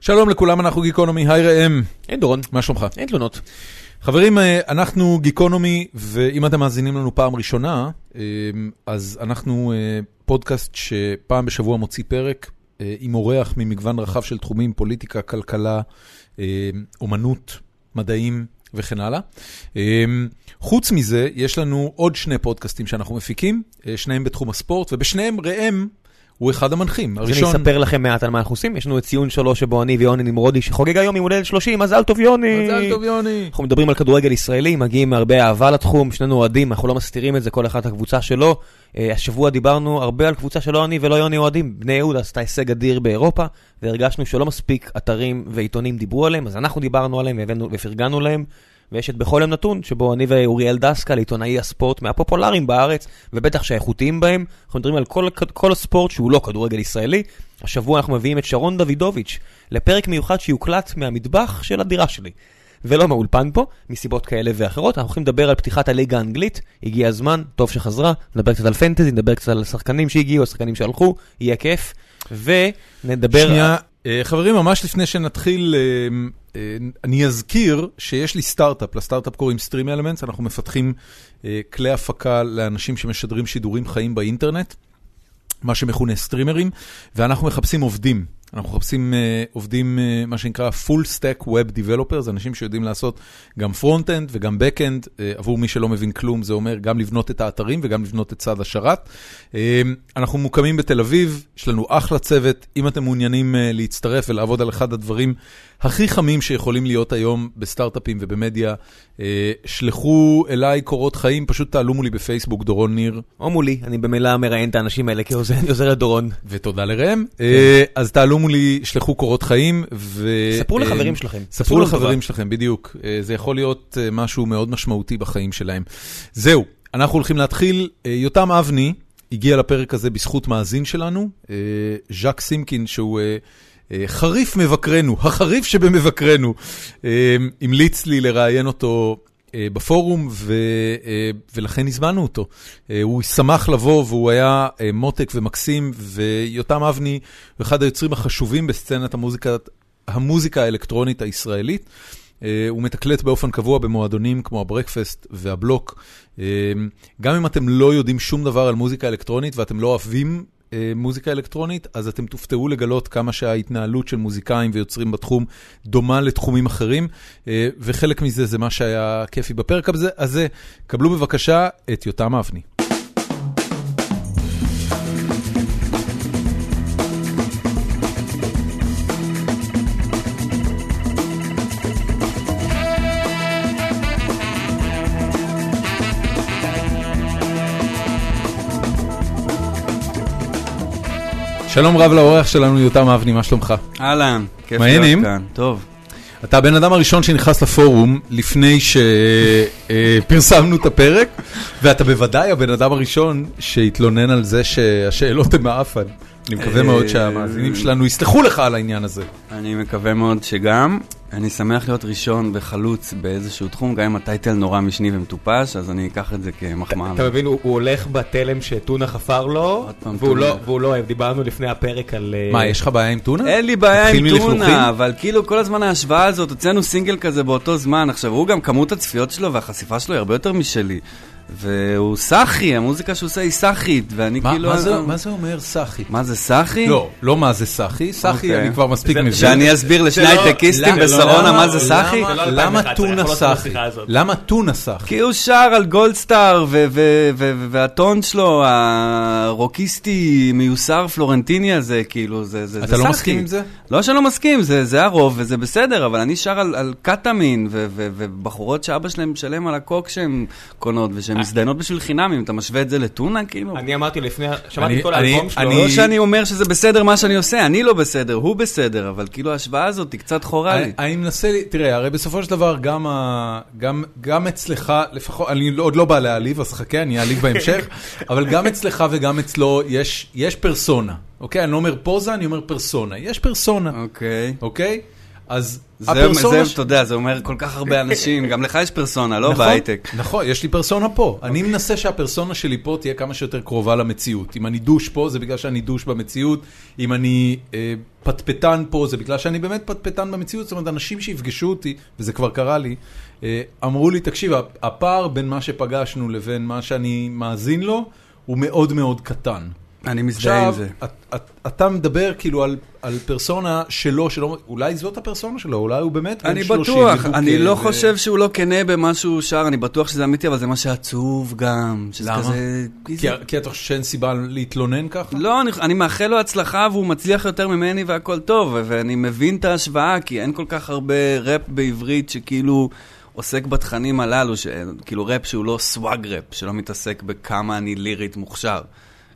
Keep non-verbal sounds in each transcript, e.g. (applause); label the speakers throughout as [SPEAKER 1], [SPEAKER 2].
[SPEAKER 1] שלום לכולם, אנחנו גיקונומי, היי ראם,
[SPEAKER 2] אין דורון,
[SPEAKER 1] מה שלומך?
[SPEAKER 2] אין תלונות.
[SPEAKER 1] חברים, אה, אנחנו גיקונומי, ואם אתם מאזינים לנו פעם ראשונה, אה, אז אנחנו אה, פודקאסט שפעם בשבוע מוציא פרק אה, עם אורח ממגוון רחב של תחומים, פוליטיקה, כלכלה, אה, אומנות, מדעים וכן הלאה. אה, חוץ מזה, יש לנו עוד שני פודקאסטים שאנחנו מפיקים, אה, שניהם בתחום הספורט, ובשניהם ראם הוא אחד המנחים.
[SPEAKER 2] אז אני אספר לכם מעט על מה אנחנו עושים. יש לנו את ציון שלוש שבו אני ויוני נמרודי, שחוגג היום עם הולדת 30, מזל טוב יוני!
[SPEAKER 1] מזל טוב יוני.
[SPEAKER 2] אנחנו מדברים על כדורגל ישראלי, מגיעים הרבה אהבה לתחום, שנינו אוהדים, אנחנו לא מסתירים את זה, כל אחד את הקבוצה שלו. אה, השבוע דיברנו הרבה על קבוצה שלא אני ולא יוני אוהדים, בני יהודה עשתה הישג אדיר באירופה, והרגשנו שלא מספיק אתרים ועיתונים דיברו עליהם, אז אנחנו דיברנו עליהם והבאנו- ופרגנו להם. ויש את בכל יום נתון, שבו אני ואוריאל דסקל, עיתונאי הספורט מהפופולריים בארץ, ובטח שהאיכותיים בהם, אנחנו מדברים על כל, כל הספורט שהוא לא כדורגל ישראלי. השבוע אנחנו מביאים את שרון דוידוביץ' לפרק מיוחד שיוקלט מהמטבח של הדירה שלי. ולא מהאולפן פה, מסיבות כאלה ואחרות. אנחנו הולכים לדבר על פתיחת הליגה האנגלית, הגיע הזמן, טוב שחזרה, נדבר קצת על פנטזי, נדבר קצת על השחקנים שהגיעו, השחקנים שהלכו, יהיה כיף, ונדבר...
[SPEAKER 1] שנייה, אה, חברים, ממש לפני שנתחיל, אה, אה, אני אזכיר שיש לי סטארט-אפ, לסטארט-אפ קוראים Stream Elements, אנחנו מפתחים אה, כלי הפקה לאנשים שמשדרים שידורים חיים באינטרנט, מה שמכונה סטרימרים, ואנחנו מחפשים עובדים. אנחנו מחפשים אה, עובדים, אה, מה שנקרא full stack web developers, אנשים שיודעים לעשות גם front-end וגם back-end, אה, עבור מי שלא מבין כלום, זה אומר גם לבנות את האתרים וגם לבנות את צד השרת. אה, אנחנו מוקמים בתל אביב, יש לנו אחלה צוות, אם אתם מעוניינים אה, להצטרף ולעבוד על אחד הדברים הכי חמים שיכולים להיות היום בסטארט-אפים ובמדיה, אה, שלחו אליי קורות חיים, פשוט תעלו מולי בפייסבוק, דורון ניר,
[SPEAKER 2] או מולי, אני במילא מראיין את האנשים האלה כעוזר אני עוזר (laughs) לדורון.
[SPEAKER 1] ותודה לראם.
[SPEAKER 2] כן.
[SPEAKER 1] אה, אז תעלו מולי, שלחו קורות חיים, ו...
[SPEAKER 2] ספרו
[SPEAKER 1] אה,
[SPEAKER 2] לחברים שלכם. עשו
[SPEAKER 1] ספרו
[SPEAKER 2] לנו
[SPEAKER 1] לחברים
[SPEAKER 2] טובה.
[SPEAKER 1] שלכם, בדיוק. אה, זה יכול להיות אה, משהו מאוד משמעותי בחיים שלהם. זהו, אנחנו הולכים להתחיל. אה, יותם אבני הגיע לפרק הזה בזכות מאזין שלנו, אה, ז'אק סימקין, שהוא... אה, אה, חריף מבקרנו, החריף שבמבקרנו, אה, המליץ לי לראיין אותו אה, בפורום, ו, אה, ולכן הזמנו אותו. אה, הוא שמח לבוא, והוא היה אה, מותק ומקסים, ויותם אבני הוא אחד היוצרים החשובים בסצנת המוזיקה, המוזיקה האלקטרונית הישראלית. אה, הוא מתקלט באופן קבוע במועדונים כמו הברקפסט והבלוק. אה, גם אם אתם לא יודעים שום דבר על מוזיקה אלקטרונית ואתם לא אוהבים אה, מוזיקה אלקטרונית, אז אתם תופתעו לגלות כמה שההתנהלות של מוזיקאים ויוצרים בתחום דומה לתחומים אחרים, אה, וחלק מזה זה מה שהיה כיפי בפרק הזה. אז אה, קבלו בבקשה את יותם אבני. שלום רב לאורח שלנו, יותם אבני, מה שלומך?
[SPEAKER 3] אהלן, כיף
[SPEAKER 1] מה העניינים?
[SPEAKER 3] להיות כאן. טוב.
[SPEAKER 1] אתה הבן אדם הראשון שנכנס לפורום לפני שפרסמנו את הפרק, ואתה בוודאי הבן אדם הראשון שהתלונן על זה שהשאלות הן מעפן. אני מקווה
[SPEAKER 3] אה,
[SPEAKER 1] מאוד שהמאזינים שלנו יסלחו לך על העניין הזה.
[SPEAKER 3] אני מקווה מאוד שגם. אני שמח להיות ראשון וחלוץ באיזשהו תחום, גם אם הטייטל נורא משני ומטופש, אז אני אקח את זה כמחמאה.
[SPEAKER 4] אתה מבין, הוא הוא הולך בתלם שטונה חפר לו,
[SPEAKER 3] עוד פעם
[SPEAKER 4] והוא
[SPEAKER 3] טונה.
[SPEAKER 4] לא- והוא לא אוהב, דיברנו לפני הפרק על... אה,
[SPEAKER 1] מה, יש לך בעיה עם טונה?
[SPEAKER 3] אין לי בעיה
[SPEAKER 1] נתחיל
[SPEAKER 3] עם
[SPEAKER 1] מלכלוכים?
[SPEAKER 3] טונה, אבל כאילו כל הזמן ההשוואה הזאת, הוצאנו סינגל כזה באותו זמן. עכשיו, הוא גם כמות הצפיות שלו והחשיפה שלו היא הרבה יותר משלי. והוא סאחי, המוזיקה שהוא עושה היא סאחית, ואני
[SPEAKER 1] מה-
[SPEAKER 3] כאילו...
[SPEAKER 1] מה זה- מה זה אומר סאחי?
[SPEAKER 3] מה זה סאחי?
[SPEAKER 1] לא, לא מה זה סאחי, סאחי
[SPEAKER 3] אוקיי.
[SPEAKER 1] אני כבר מספיק
[SPEAKER 4] זה-
[SPEAKER 1] מבין.
[SPEAKER 3] שאני אסביר לשני
[SPEAKER 4] זה לא-
[SPEAKER 3] הייטקיסטים
[SPEAKER 4] למה-
[SPEAKER 3] בשרונה
[SPEAKER 4] למה-
[SPEAKER 3] מה זה סאחי?
[SPEAKER 1] למה-
[SPEAKER 4] זה לא
[SPEAKER 1] למה
[SPEAKER 4] 2011,
[SPEAKER 1] טונה
[SPEAKER 4] אנחנו לא
[SPEAKER 1] סאחי?
[SPEAKER 4] בשיחה הזאת.
[SPEAKER 1] למה טונה סאחי?
[SPEAKER 3] כי הוא שר על גולדסטאר, ו- ו- ו- ו- והטון שלו, הרוקיסטי מיוסר פלורנטיני הזה, כאילו, זה זה- זה סאחי.
[SPEAKER 1] אתה לא מסכים עם זה?
[SPEAKER 3] לא שאני לא מסכים, זה זה הרוב וזה בסדר, אבל אני שר על- על קטמין, ו- ו- ובחורות שאבא שלהם משלם על הקוק שהן קונות, ושהן מזדיינות בשביל חינמים, אתה משווה את זה לטונה, כאילו?
[SPEAKER 4] אני אמרתי לפני,
[SPEAKER 1] אני-
[SPEAKER 4] שמעתי כל
[SPEAKER 1] אני-
[SPEAKER 4] האלבום שלו.
[SPEAKER 1] אני-
[SPEAKER 3] לא שאני אומר שזה בסדר מה שאני עושה, אני לא בסדר, הוא בסדר, אבל כאילו ההשוואה הזאת היא קצת חורה לי.
[SPEAKER 1] אני, אני מנסה, ל- תראה, הרי בסופו של דבר גם, ה, גם, גם אצלך, לפחות, אני לא- עוד לא בא להעליב, אז חכה, אני אעליב
[SPEAKER 3] (laughs)
[SPEAKER 1] בהמשך, אבל גם אצלך וגם אצלו יש, יש פרסונה, אוקיי? אני לא אומר פוזה, אני אומר פרסונה. יש פרסונה,
[SPEAKER 3] אוקיי.
[SPEAKER 1] אוקיי? אז
[SPEAKER 3] זה,
[SPEAKER 1] הפרסונה...
[SPEAKER 3] זה,
[SPEAKER 1] ש-
[SPEAKER 3] אתה יודע, זה אומר כל כך הרבה אנשים, גם לך יש פרסונה, לא בהייטק. אוקיי.
[SPEAKER 1] נכון, יש לי פרסונה פה. אני מנסה שהפרסונה שלי פה תהיה כמה שיותר קרובה למציאות. אם אני דוש פה, זה בגלל שאני דוש במציאות. אם אני אה, פטפטן פה, זה בגלל שאני באמת פטפטן במציאות. זאת אומרת, אנשים שיפגשו אותי, וזה כבר קרה לי, אה, אמרו לי, תקשיב, הפער בין מה שפגשנו לבין מה שאני מאזין לו, הוא מאוד מאוד קטן.
[SPEAKER 3] אני מזדהה עם זה.
[SPEAKER 1] עכשיו, את- את- אתה מדבר כאילו על, על פרסונה שלו, שלא, אולי זאת הפרסונה שלו, אולי הוא באמת בן
[SPEAKER 3] אני
[SPEAKER 1] 30,
[SPEAKER 3] בטוח,
[SPEAKER 1] מבוקר
[SPEAKER 3] אני לא
[SPEAKER 1] ו-
[SPEAKER 3] חושב שהוא לא כנה במשהו שר, אני בטוח שזה אמיתי, אבל זה מה שעצוב גם. שזה
[SPEAKER 1] למה?
[SPEAKER 3] כזה...
[SPEAKER 1] כי, כי אתה חושב שאין סיבה להתלונן ככה?
[SPEAKER 3] לא, אני, אני מאחל לו הצלחה והוא מצליח יותר ממני והכל טוב, ו- ואני מבין את ההשוואה, כי אין כל כך הרבה ראפ בעברית שכאילו עוסק בתכנים הללו, ש- כאילו ראפ שהוא לא סוואג ראפ, שלא מתעסק בכמה אני לירית מוכשר.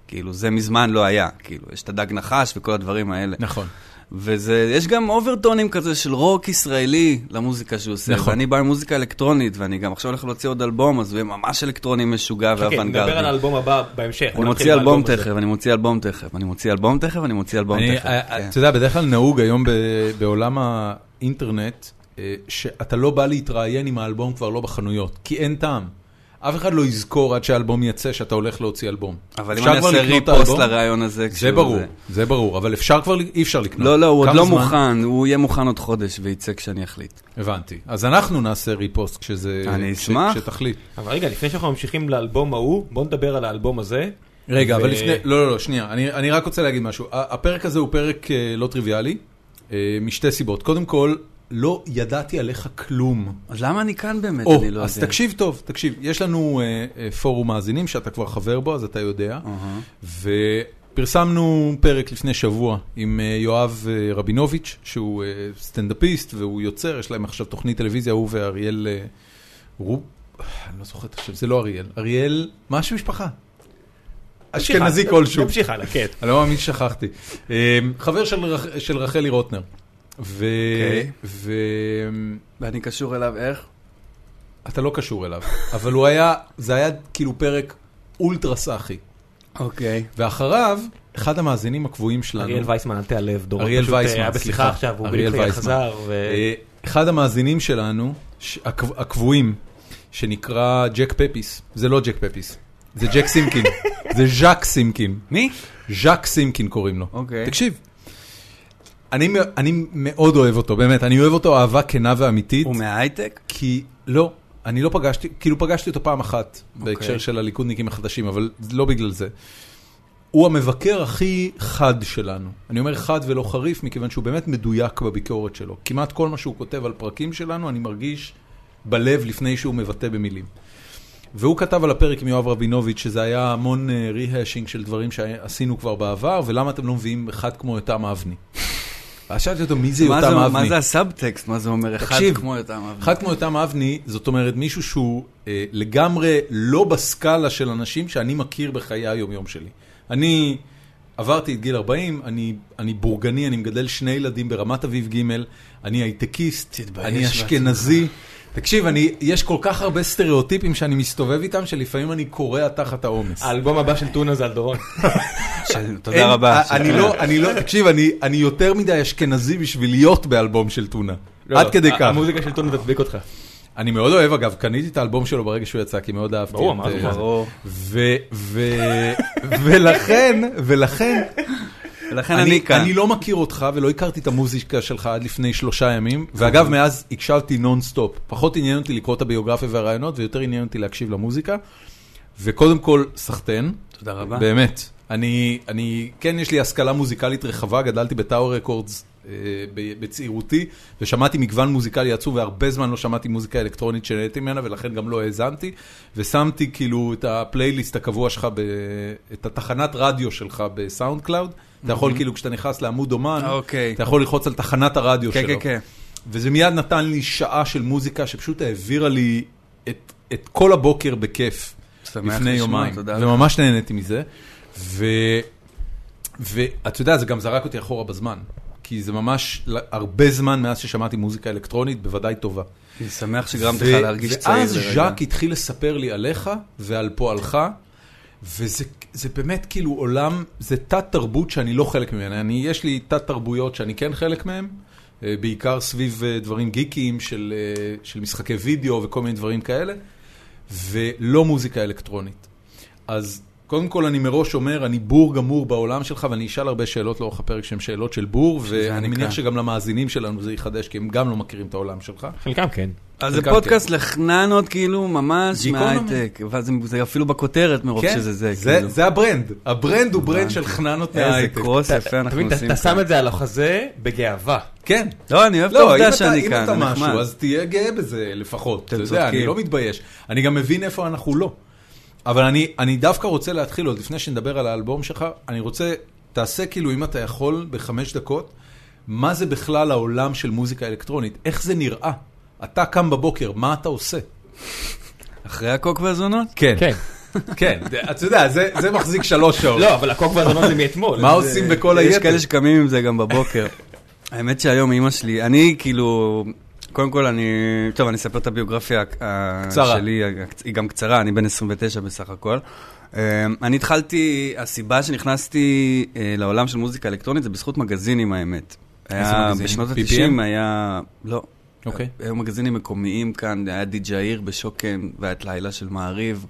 [SPEAKER 3] כאילו, זה מזמן לא היה, כאילו, יש את הדג נחש וכל הדברים האלה.
[SPEAKER 1] נכון.
[SPEAKER 3] וזה, יש גם אוברטונים כזה של רוק ישראלי למוזיקה שהוא עושה.
[SPEAKER 1] נכון.
[SPEAKER 3] נכון. ואני בא עם מוזיקה אלקטרונית, ואני גם עכשיו הולך להוציא עוד אלבום, אז הוא יהיה ממש אלקטרוני משוגע
[SPEAKER 4] כן, נדבר על
[SPEAKER 3] ואוונגרדי.
[SPEAKER 4] האלבום הבא בהמשך.
[SPEAKER 3] אני
[SPEAKER 4] בוא נתחיל
[SPEAKER 3] מוציא אלבום
[SPEAKER 4] באלבום הזה.
[SPEAKER 3] תכף, אני מוציא אלבום תכף, אני מוציא אלבום תכף, אני מוציא אלבום
[SPEAKER 1] אני, אה,
[SPEAKER 3] תכף. כן.
[SPEAKER 1] אתה יודע, בדרך כלל נהוג היום ב- בעולם האינטרנט, אה, שאתה לא בא להתראיין אם האלבום כבר לא בחנויות, כי אין טעם. אף אחד לא יזכור עד שהאלבום יצא שאתה הולך להוציא אלבום.
[SPEAKER 3] אבל אם
[SPEAKER 1] אפשר
[SPEAKER 3] אני
[SPEAKER 1] כבר
[SPEAKER 3] אעשה
[SPEAKER 1] לקנות את
[SPEAKER 3] ריפוסט
[SPEAKER 1] האלבום?
[SPEAKER 3] לרעיון הזה,
[SPEAKER 1] זה
[SPEAKER 3] כשהוא-
[SPEAKER 1] ברור, זה ברור, אבל אפשר כבר, אי אפשר לקנות.
[SPEAKER 3] לא, לא, הוא עוד
[SPEAKER 1] כמה
[SPEAKER 3] לא
[SPEAKER 1] זמן?
[SPEAKER 3] מוכן, הוא יהיה מוכן עוד חודש וייצא כשאני אחליט.
[SPEAKER 1] הבנתי. אז אנחנו נעשה ריפוסט כשזה...
[SPEAKER 3] אני
[SPEAKER 1] כש-
[SPEAKER 3] אשמח.
[SPEAKER 1] כשתחליט.
[SPEAKER 4] אבל רגע, לפני שאנחנו ממשיכים לאלבום ההוא, בוא נדבר על האלבום הזה.
[SPEAKER 1] רגע,
[SPEAKER 4] ו-
[SPEAKER 1] אבל לפני, לא, לא, לא, שנייה, אני, אני רק רוצה להגיד משהו. ה- הפרק הזה הוא פרק אה, לא טריוויאלי, אה, משתי סיבות. קודם כל, לא ידעתי עליך כלום.
[SPEAKER 3] אז למה אני כאן באמת?
[SPEAKER 1] או,
[SPEAKER 3] אני לא
[SPEAKER 1] אז
[SPEAKER 3] יודע.
[SPEAKER 1] תקשיב טוב, תקשיב, יש לנו אה, אה, פורום מאזינים שאתה כבר חבר בו, אז אתה יודע, ופרסמנו פרק לפני שבוע עם אה, יואב אה, רבינוביץ', שהוא אה, סטנדאפיסט והוא יוצר, יש להם עכשיו תוכנית טלוויזיה, הוא ואריאל אה, רוב, אני לא זוכר את השם, זה לא אריאל, אריאל, משהו משפחה.
[SPEAKER 4] תמשיך הלאה.
[SPEAKER 1] אשכנזי כלשהו.
[SPEAKER 4] תמשיך הלאה, כן.
[SPEAKER 1] אני לא מאמין ששכחתי. אה, חבר של רח- של רחלי רוטנר. ו...
[SPEAKER 3] אוקיי.
[SPEAKER 1] ו...
[SPEAKER 3] ואני קשור אליו איך?
[SPEAKER 1] אתה לא קשור אליו, אבל הוא היה, זה היה כאילו פרק אולטרה סאחי.
[SPEAKER 3] אוקיי.
[SPEAKER 1] ואחריו, אחד המאזינים הקבועים שלנו,
[SPEAKER 4] אריאל וייסמן, אל תיעלב, דורון.
[SPEAKER 1] אריאל
[SPEAKER 4] פשוט, אה,
[SPEAKER 1] וייסמן,
[SPEAKER 4] היה
[SPEAKER 1] סליחה.
[SPEAKER 4] בשיחה עכשיו, הוא
[SPEAKER 1] אריאל
[SPEAKER 4] בדיוק
[SPEAKER 1] וייסמן.
[SPEAKER 4] חזר, ו...
[SPEAKER 1] אה, אחד המאזינים שלנו, ש- הקב- הקבועים, שנקרא ג'ק פפיס, זה לא ג'ק פפיס, זה ג'ק
[SPEAKER 3] (laughs)
[SPEAKER 1] סימקין, זה ז'אק סימקין,
[SPEAKER 3] מי?
[SPEAKER 1] ז'אק סימקין קוראים לו.
[SPEAKER 3] אוקיי.
[SPEAKER 1] תקשיב, אני, מא- אני מאוד אוהב אותו, באמת, אני אוהב אותו אהבה כנה ואמיתית.
[SPEAKER 3] הוא מההייטק?
[SPEAKER 1] כי לא, אני לא פגשתי, כאילו פגשתי אותו פעם אחת okay. בהקשר
[SPEAKER 3] אוקיי.
[SPEAKER 1] של הליכודניקים החדשים, אבל לא בגלל זה. הוא המבקר הכי חד שלנו. אני אומר חד ולא חריף, מכיוון שהוא באמת מדויק בביקורת שלו. כמעט כל מה שהוא כותב על פרקים שלנו, אני מרגיש בלב לפני שהוא מבטא במילים. והוא כתב על הפרק עם יואב רבינוביץ', שזה היה המון ריהאשינג של דברים שעשינו כבר בעבר, ולמה אתם לא מביאים אחד כמו יותם אבני. ואז שאלתי אותו, מי זה
[SPEAKER 3] מה
[SPEAKER 1] יותם
[SPEAKER 3] זה-
[SPEAKER 1] אבני?
[SPEAKER 3] מה זה הסאבטקסט? מה זה אומר? אחד
[SPEAKER 1] תקשיב,
[SPEAKER 3] כמו יותם אבני.
[SPEAKER 1] אחד כמו יותם אבני, זאת אומרת מישהו שהוא אה, לגמרי לא בסקאלה של אנשים שאני מכיר בחיי היום-יום שלי. אני עברתי את גיל 40, אני, אני בורגני, אני מגדל שני ילדים ברמת אביב ג', אני הייטקיסט,
[SPEAKER 3] תתבייש
[SPEAKER 1] אני אשכנזי. תקשיב, אני, יש כל כך הרבה סטריאוטיפים שאני מסתובב איתם, שלפעמים אני קורע תחת העומס.
[SPEAKER 4] האלבום הבא של טונה זה על דורון.
[SPEAKER 3] של-
[SPEAKER 1] אין-
[SPEAKER 3] אה, תודה רבה.
[SPEAKER 1] אני
[SPEAKER 3] של-
[SPEAKER 1] לא, אני לא, תקשיב, אני, אני יותר מדי אשכנזי בשביל להיות באלבום של טונה. (laughs)
[SPEAKER 3] לא,
[SPEAKER 1] עד כדי
[SPEAKER 3] אה,
[SPEAKER 4] ה-
[SPEAKER 1] כך.
[SPEAKER 4] לא, המוזיקה של טונה תדביק אותך.
[SPEAKER 1] אני מאוד אוהב, אגב, קניתי את האלבום שלו ברגע שהוא יצא, כי מאוד אהבתי
[SPEAKER 4] ברור,
[SPEAKER 1] את...
[SPEAKER 4] אמרתי לך.
[SPEAKER 1] אה,
[SPEAKER 3] ברור.
[SPEAKER 1] ו- ו- ולכן, ולכן,
[SPEAKER 3] ולכן
[SPEAKER 1] אני,
[SPEAKER 3] אני כאן.
[SPEAKER 1] אני לא מכיר אותך ולא הכרתי את המוזיקה שלך עד לפני שלושה ימים, ואגב, מאז הקשבתי נונסטופ. פחות עניין אותי לקרוא את הביוגרפיה והרעיונות, ויותר עניין אותי להקשיב למוזיקה. וקודם כל, סחטיין.
[SPEAKER 3] תודה רבה.
[SPEAKER 1] באמת. אני, אני, כן, יש לי השכלה מוזיקלית רחבה, גדלתי בטאור רקורדס אה, ב- בצעירותי, ושמעתי מגוון מוזיקלי עצוב, והרבה זמן לא שמעתי מוזיקה אלקטרונית שנהניתי ממנה, ולכן גם לא האזנתי, ושמתי כאילו את הפלייליסט הקבוע שלך, ב, את התחנת רדיו שלך בסאונד קלאוד. אתה יכול כאילו, כשאתה נכנס לעמוד אומן,
[SPEAKER 3] Mm-hmm. אוקיי.
[SPEAKER 1] אתה יכול ללחוץ על תחנת הרדיו
[SPEAKER 3] כן,
[SPEAKER 1] שלו.
[SPEAKER 3] כן, כן.
[SPEAKER 1] וזה מיד נתן לי שעה של מוזיקה שפשוט העבירה לי את, את כל הבוקר בכיף.
[SPEAKER 3] שמח
[SPEAKER 1] לפני
[SPEAKER 3] לשמוע,
[SPEAKER 1] יומיים,
[SPEAKER 3] תודה לך.
[SPEAKER 1] וממש נהניתי מזה. ו... ואתה יודע, זה גם זרק אותי אחורה בזמן, כי זה ממש ל- הרבה זמן מאז ששמעתי מוזיקה אלקטרונית, בוודאי טובה.
[SPEAKER 3] אני שמח שגרמת
[SPEAKER 1] ו-
[SPEAKER 3] לך להרגיש צעיר
[SPEAKER 1] ואז
[SPEAKER 3] לרגע.
[SPEAKER 1] ז'אק התחיל לספר לי עליך ועל פועלך, וזה זה באמת כאילו עולם, זה תת-תרבות שאני לא חלק ממנה. אני, יש לי תת-תרבויות שאני כן חלק מהן, אה, בעיקר סביב אה, דברים גיקיים של, אה, של משחקי וידאו וכל מיני דברים כאלה, ולא מוזיקה אלקטרונית. אז קודם כל אני מראש אומר, אני בור גמור בעולם שלך, ואני אשאל הרבה שאלות לאורך הפרק שהן שאלות של בור, ואני
[SPEAKER 3] נקרא.
[SPEAKER 1] מניח שגם למאזינים שלנו זה יחדש, כי הם גם לא מכירים את העולם שלך.
[SPEAKER 2] חלקם כן.
[SPEAKER 3] אז זה
[SPEAKER 1] חלקם
[SPEAKER 3] פודקאסט לחננות, כאילו, ממש
[SPEAKER 1] גיקונומי. כן,
[SPEAKER 3] מההייטק. אבל זה- זה אפילו בכותרת מרוב שזה זה,
[SPEAKER 1] זה,
[SPEAKER 3] כאילו.
[SPEAKER 1] זה הברנד, הברנד הוא ברנד
[SPEAKER 3] הבנתי.
[SPEAKER 1] של חננות
[SPEAKER 3] איזה
[SPEAKER 1] מההייטק.
[SPEAKER 3] קרוס יפה
[SPEAKER 4] אתה
[SPEAKER 3] אנחנו
[SPEAKER 4] מבין, אתה-
[SPEAKER 3] עושים.
[SPEAKER 4] אתה
[SPEAKER 3] כאן.
[SPEAKER 4] שם את זה על החזה בגאווה.
[SPEAKER 1] כן.
[SPEAKER 3] לא, אני אוהב את
[SPEAKER 1] לא, אם
[SPEAKER 3] העובדה
[SPEAKER 1] אתה,
[SPEAKER 3] שאני
[SPEAKER 1] אם
[SPEAKER 3] כאן,
[SPEAKER 1] אתה
[SPEAKER 3] זה
[SPEAKER 1] משהו,
[SPEAKER 3] נחמד.
[SPEAKER 1] אז תהיה גאה בזה לפחות. אתה יודע,
[SPEAKER 3] צודקים.
[SPEAKER 1] אני לא מתבייש. אני גם מבין איפה אנחנו לא. אבל אני, אני דווקא רוצה להתחיל, עוד לפני שנדבר על האלבום שלך, אני רוצה, תעשה כאילו, אם אתה יכול, בחמש דקות, מה זה בכלל העולם של מוזיקה אלקטרונית? איך זה נראה? אתה קם בבוקר, מה אתה עושה?
[SPEAKER 3] אחרי הקוק והזונות?
[SPEAKER 1] כן,
[SPEAKER 2] כן.
[SPEAKER 1] כן. אתה יודע, זה, זה מחזיק שלוש שעות.
[SPEAKER 4] לא, אבל הקוק והזונות זה מאתמול.
[SPEAKER 1] מה
[SPEAKER 4] אז,
[SPEAKER 1] עושים
[SPEAKER 4] אה,
[SPEAKER 1] בכל היתר?
[SPEAKER 3] יש כאלה שקמים עם זה גם בבוקר. (laughs) האמת שהיום אימא שלי, אני כאילו, קודם כל אני, טוב, אני אספר את הביוגרפיה ה-
[SPEAKER 1] קצרה.
[SPEAKER 3] שלי, ה- היא גם קצרה, אני בן 29 בסך הכל. אמ, אני התחלתי, הסיבה שנכנסתי אה, לעולם של מוזיקה אלקטרונית זה בזכות מגזינים האמת. היה
[SPEAKER 1] מגזינים?
[SPEAKER 3] בשנות
[SPEAKER 1] PPM?
[SPEAKER 3] ה-90 היה, לא,
[SPEAKER 1] אוקיי.
[SPEAKER 3] היו מגזינים מקומיים כאן, היה די.ג'איר בשוקן, והיה את לילה של מעריב,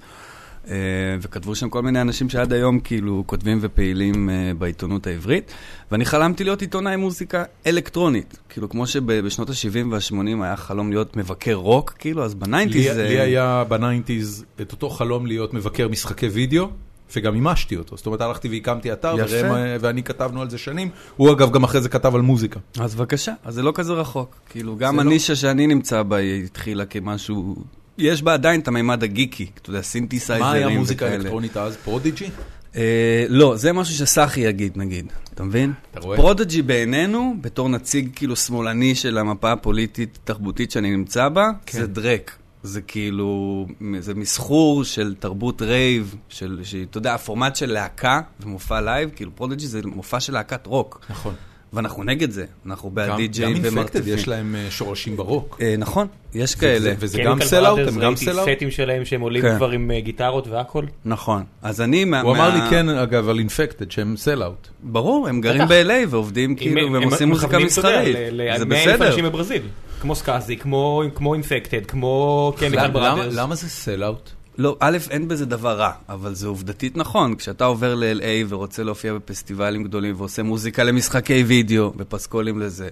[SPEAKER 3] אה, וכתבו שם כל מיני אנשים שעד היום כאילו כותבים ופעילים אה, בעיתונות העברית, ואני חלמתי להיות עיתונאי מוזיקה אלקטרונית. כאילו, כמו שבשנות ה-70 וה-80 היה חלום להיות מבקר רוק, כאילו, אז בניינטיז
[SPEAKER 1] לי, לי היה בניינטיז את אותו חלום להיות מבקר משחקי וידאו, וגם מימשתי אותו. זאת אומרת, הלכתי והקמתי אתר,
[SPEAKER 3] יפה.
[SPEAKER 1] וראם, ואני כתבנו על זה שנים. הוא אגב גם אחרי זה כתב על מוזיקה.
[SPEAKER 3] אז בבקשה, אז זה לא כזה רחוק. כאילו, גם
[SPEAKER 1] זה לא-
[SPEAKER 3] הנישה שאני נמצא בה היא התחילה כמשהו... יש בה עדיין את המימד הגיקי, אתה יודע, סינתסייזרים
[SPEAKER 1] מה
[SPEAKER 3] וכאלה.
[SPEAKER 1] היה מוזיקה אלקטרונית אז? פרודיג'י?
[SPEAKER 3] אה, לא, זה משהו שסחי יגיד, נגיד. אתה מבין?
[SPEAKER 1] אתה רואה?
[SPEAKER 3] פרודג'י בעינינו, בתור נציג כאילו שמאלני של המפה הפוליטית-תרבותית שאני נמצא בה, כן. זה דרק. זה כאילו, זה מסחור של תרבות רייב, של, שהיא, אתה יודע, הפורמט של להקה ומופע לייב, כאילו פרודג'י זה מופע של להקת רוק.
[SPEAKER 1] נכון.
[SPEAKER 3] ואנחנו נגד זה, אנחנו בעד
[SPEAKER 1] גם
[SPEAKER 3] די-ג'יי
[SPEAKER 1] אינפקטד
[SPEAKER 3] ומרתפים.
[SPEAKER 1] יש להם אה, שורשים ברוק.
[SPEAKER 3] אה, נכון, יש
[SPEAKER 1] וזה-
[SPEAKER 3] כאלה.
[SPEAKER 1] וזה
[SPEAKER 4] Chemical
[SPEAKER 1] גם סלאוט?
[SPEAKER 4] Brothers,
[SPEAKER 1] הם גם סלאוט?
[SPEAKER 4] ראיתי סטים שלהם שהם עולים
[SPEAKER 3] כן.
[SPEAKER 4] כבר עם אה, גיטרות והכל.
[SPEAKER 3] נכון. אז אני מה...
[SPEAKER 1] הוא אמר לי
[SPEAKER 3] מה-
[SPEAKER 1] כן, אגב, על אינפקטד, שהם סלאוט.
[SPEAKER 3] ברור, הם גרים
[SPEAKER 4] בטח.
[SPEAKER 3] ב-LA ועובדים כאילו,
[SPEAKER 4] הם-
[SPEAKER 3] והם
[SPEAKER 4] הם
[SPEAKER 3] עושים מוזיקה
[SPEAKER 4] מכוונים, אתה יודע,
[SPEAKER 3] מסחרית.
[SPEAKER 4] ל- ל-
[SPEAKER 3] זה
[SPEAKER 4] 100,000
[SPEAKER 3] בסדר.
[SPEAKER 4] אנשים בברזיל. כמו סקאזי, כמו כמו אינפקטד, כמו קמיקל
[SPEAKER 1] למה
[SPEAKER 4] בראדרס.
[SPEAKER 1] למה זה סלאוט?
[SPEAKER 3] לא, א', אין בזה דבר רע, אבל זה עובדתית נכון. כשאתה עובר ל-LA ורוצה להופיע בפסטיבלים גדולים ועושה מוזיקה למשחקי וידאו ופסקולים לזה,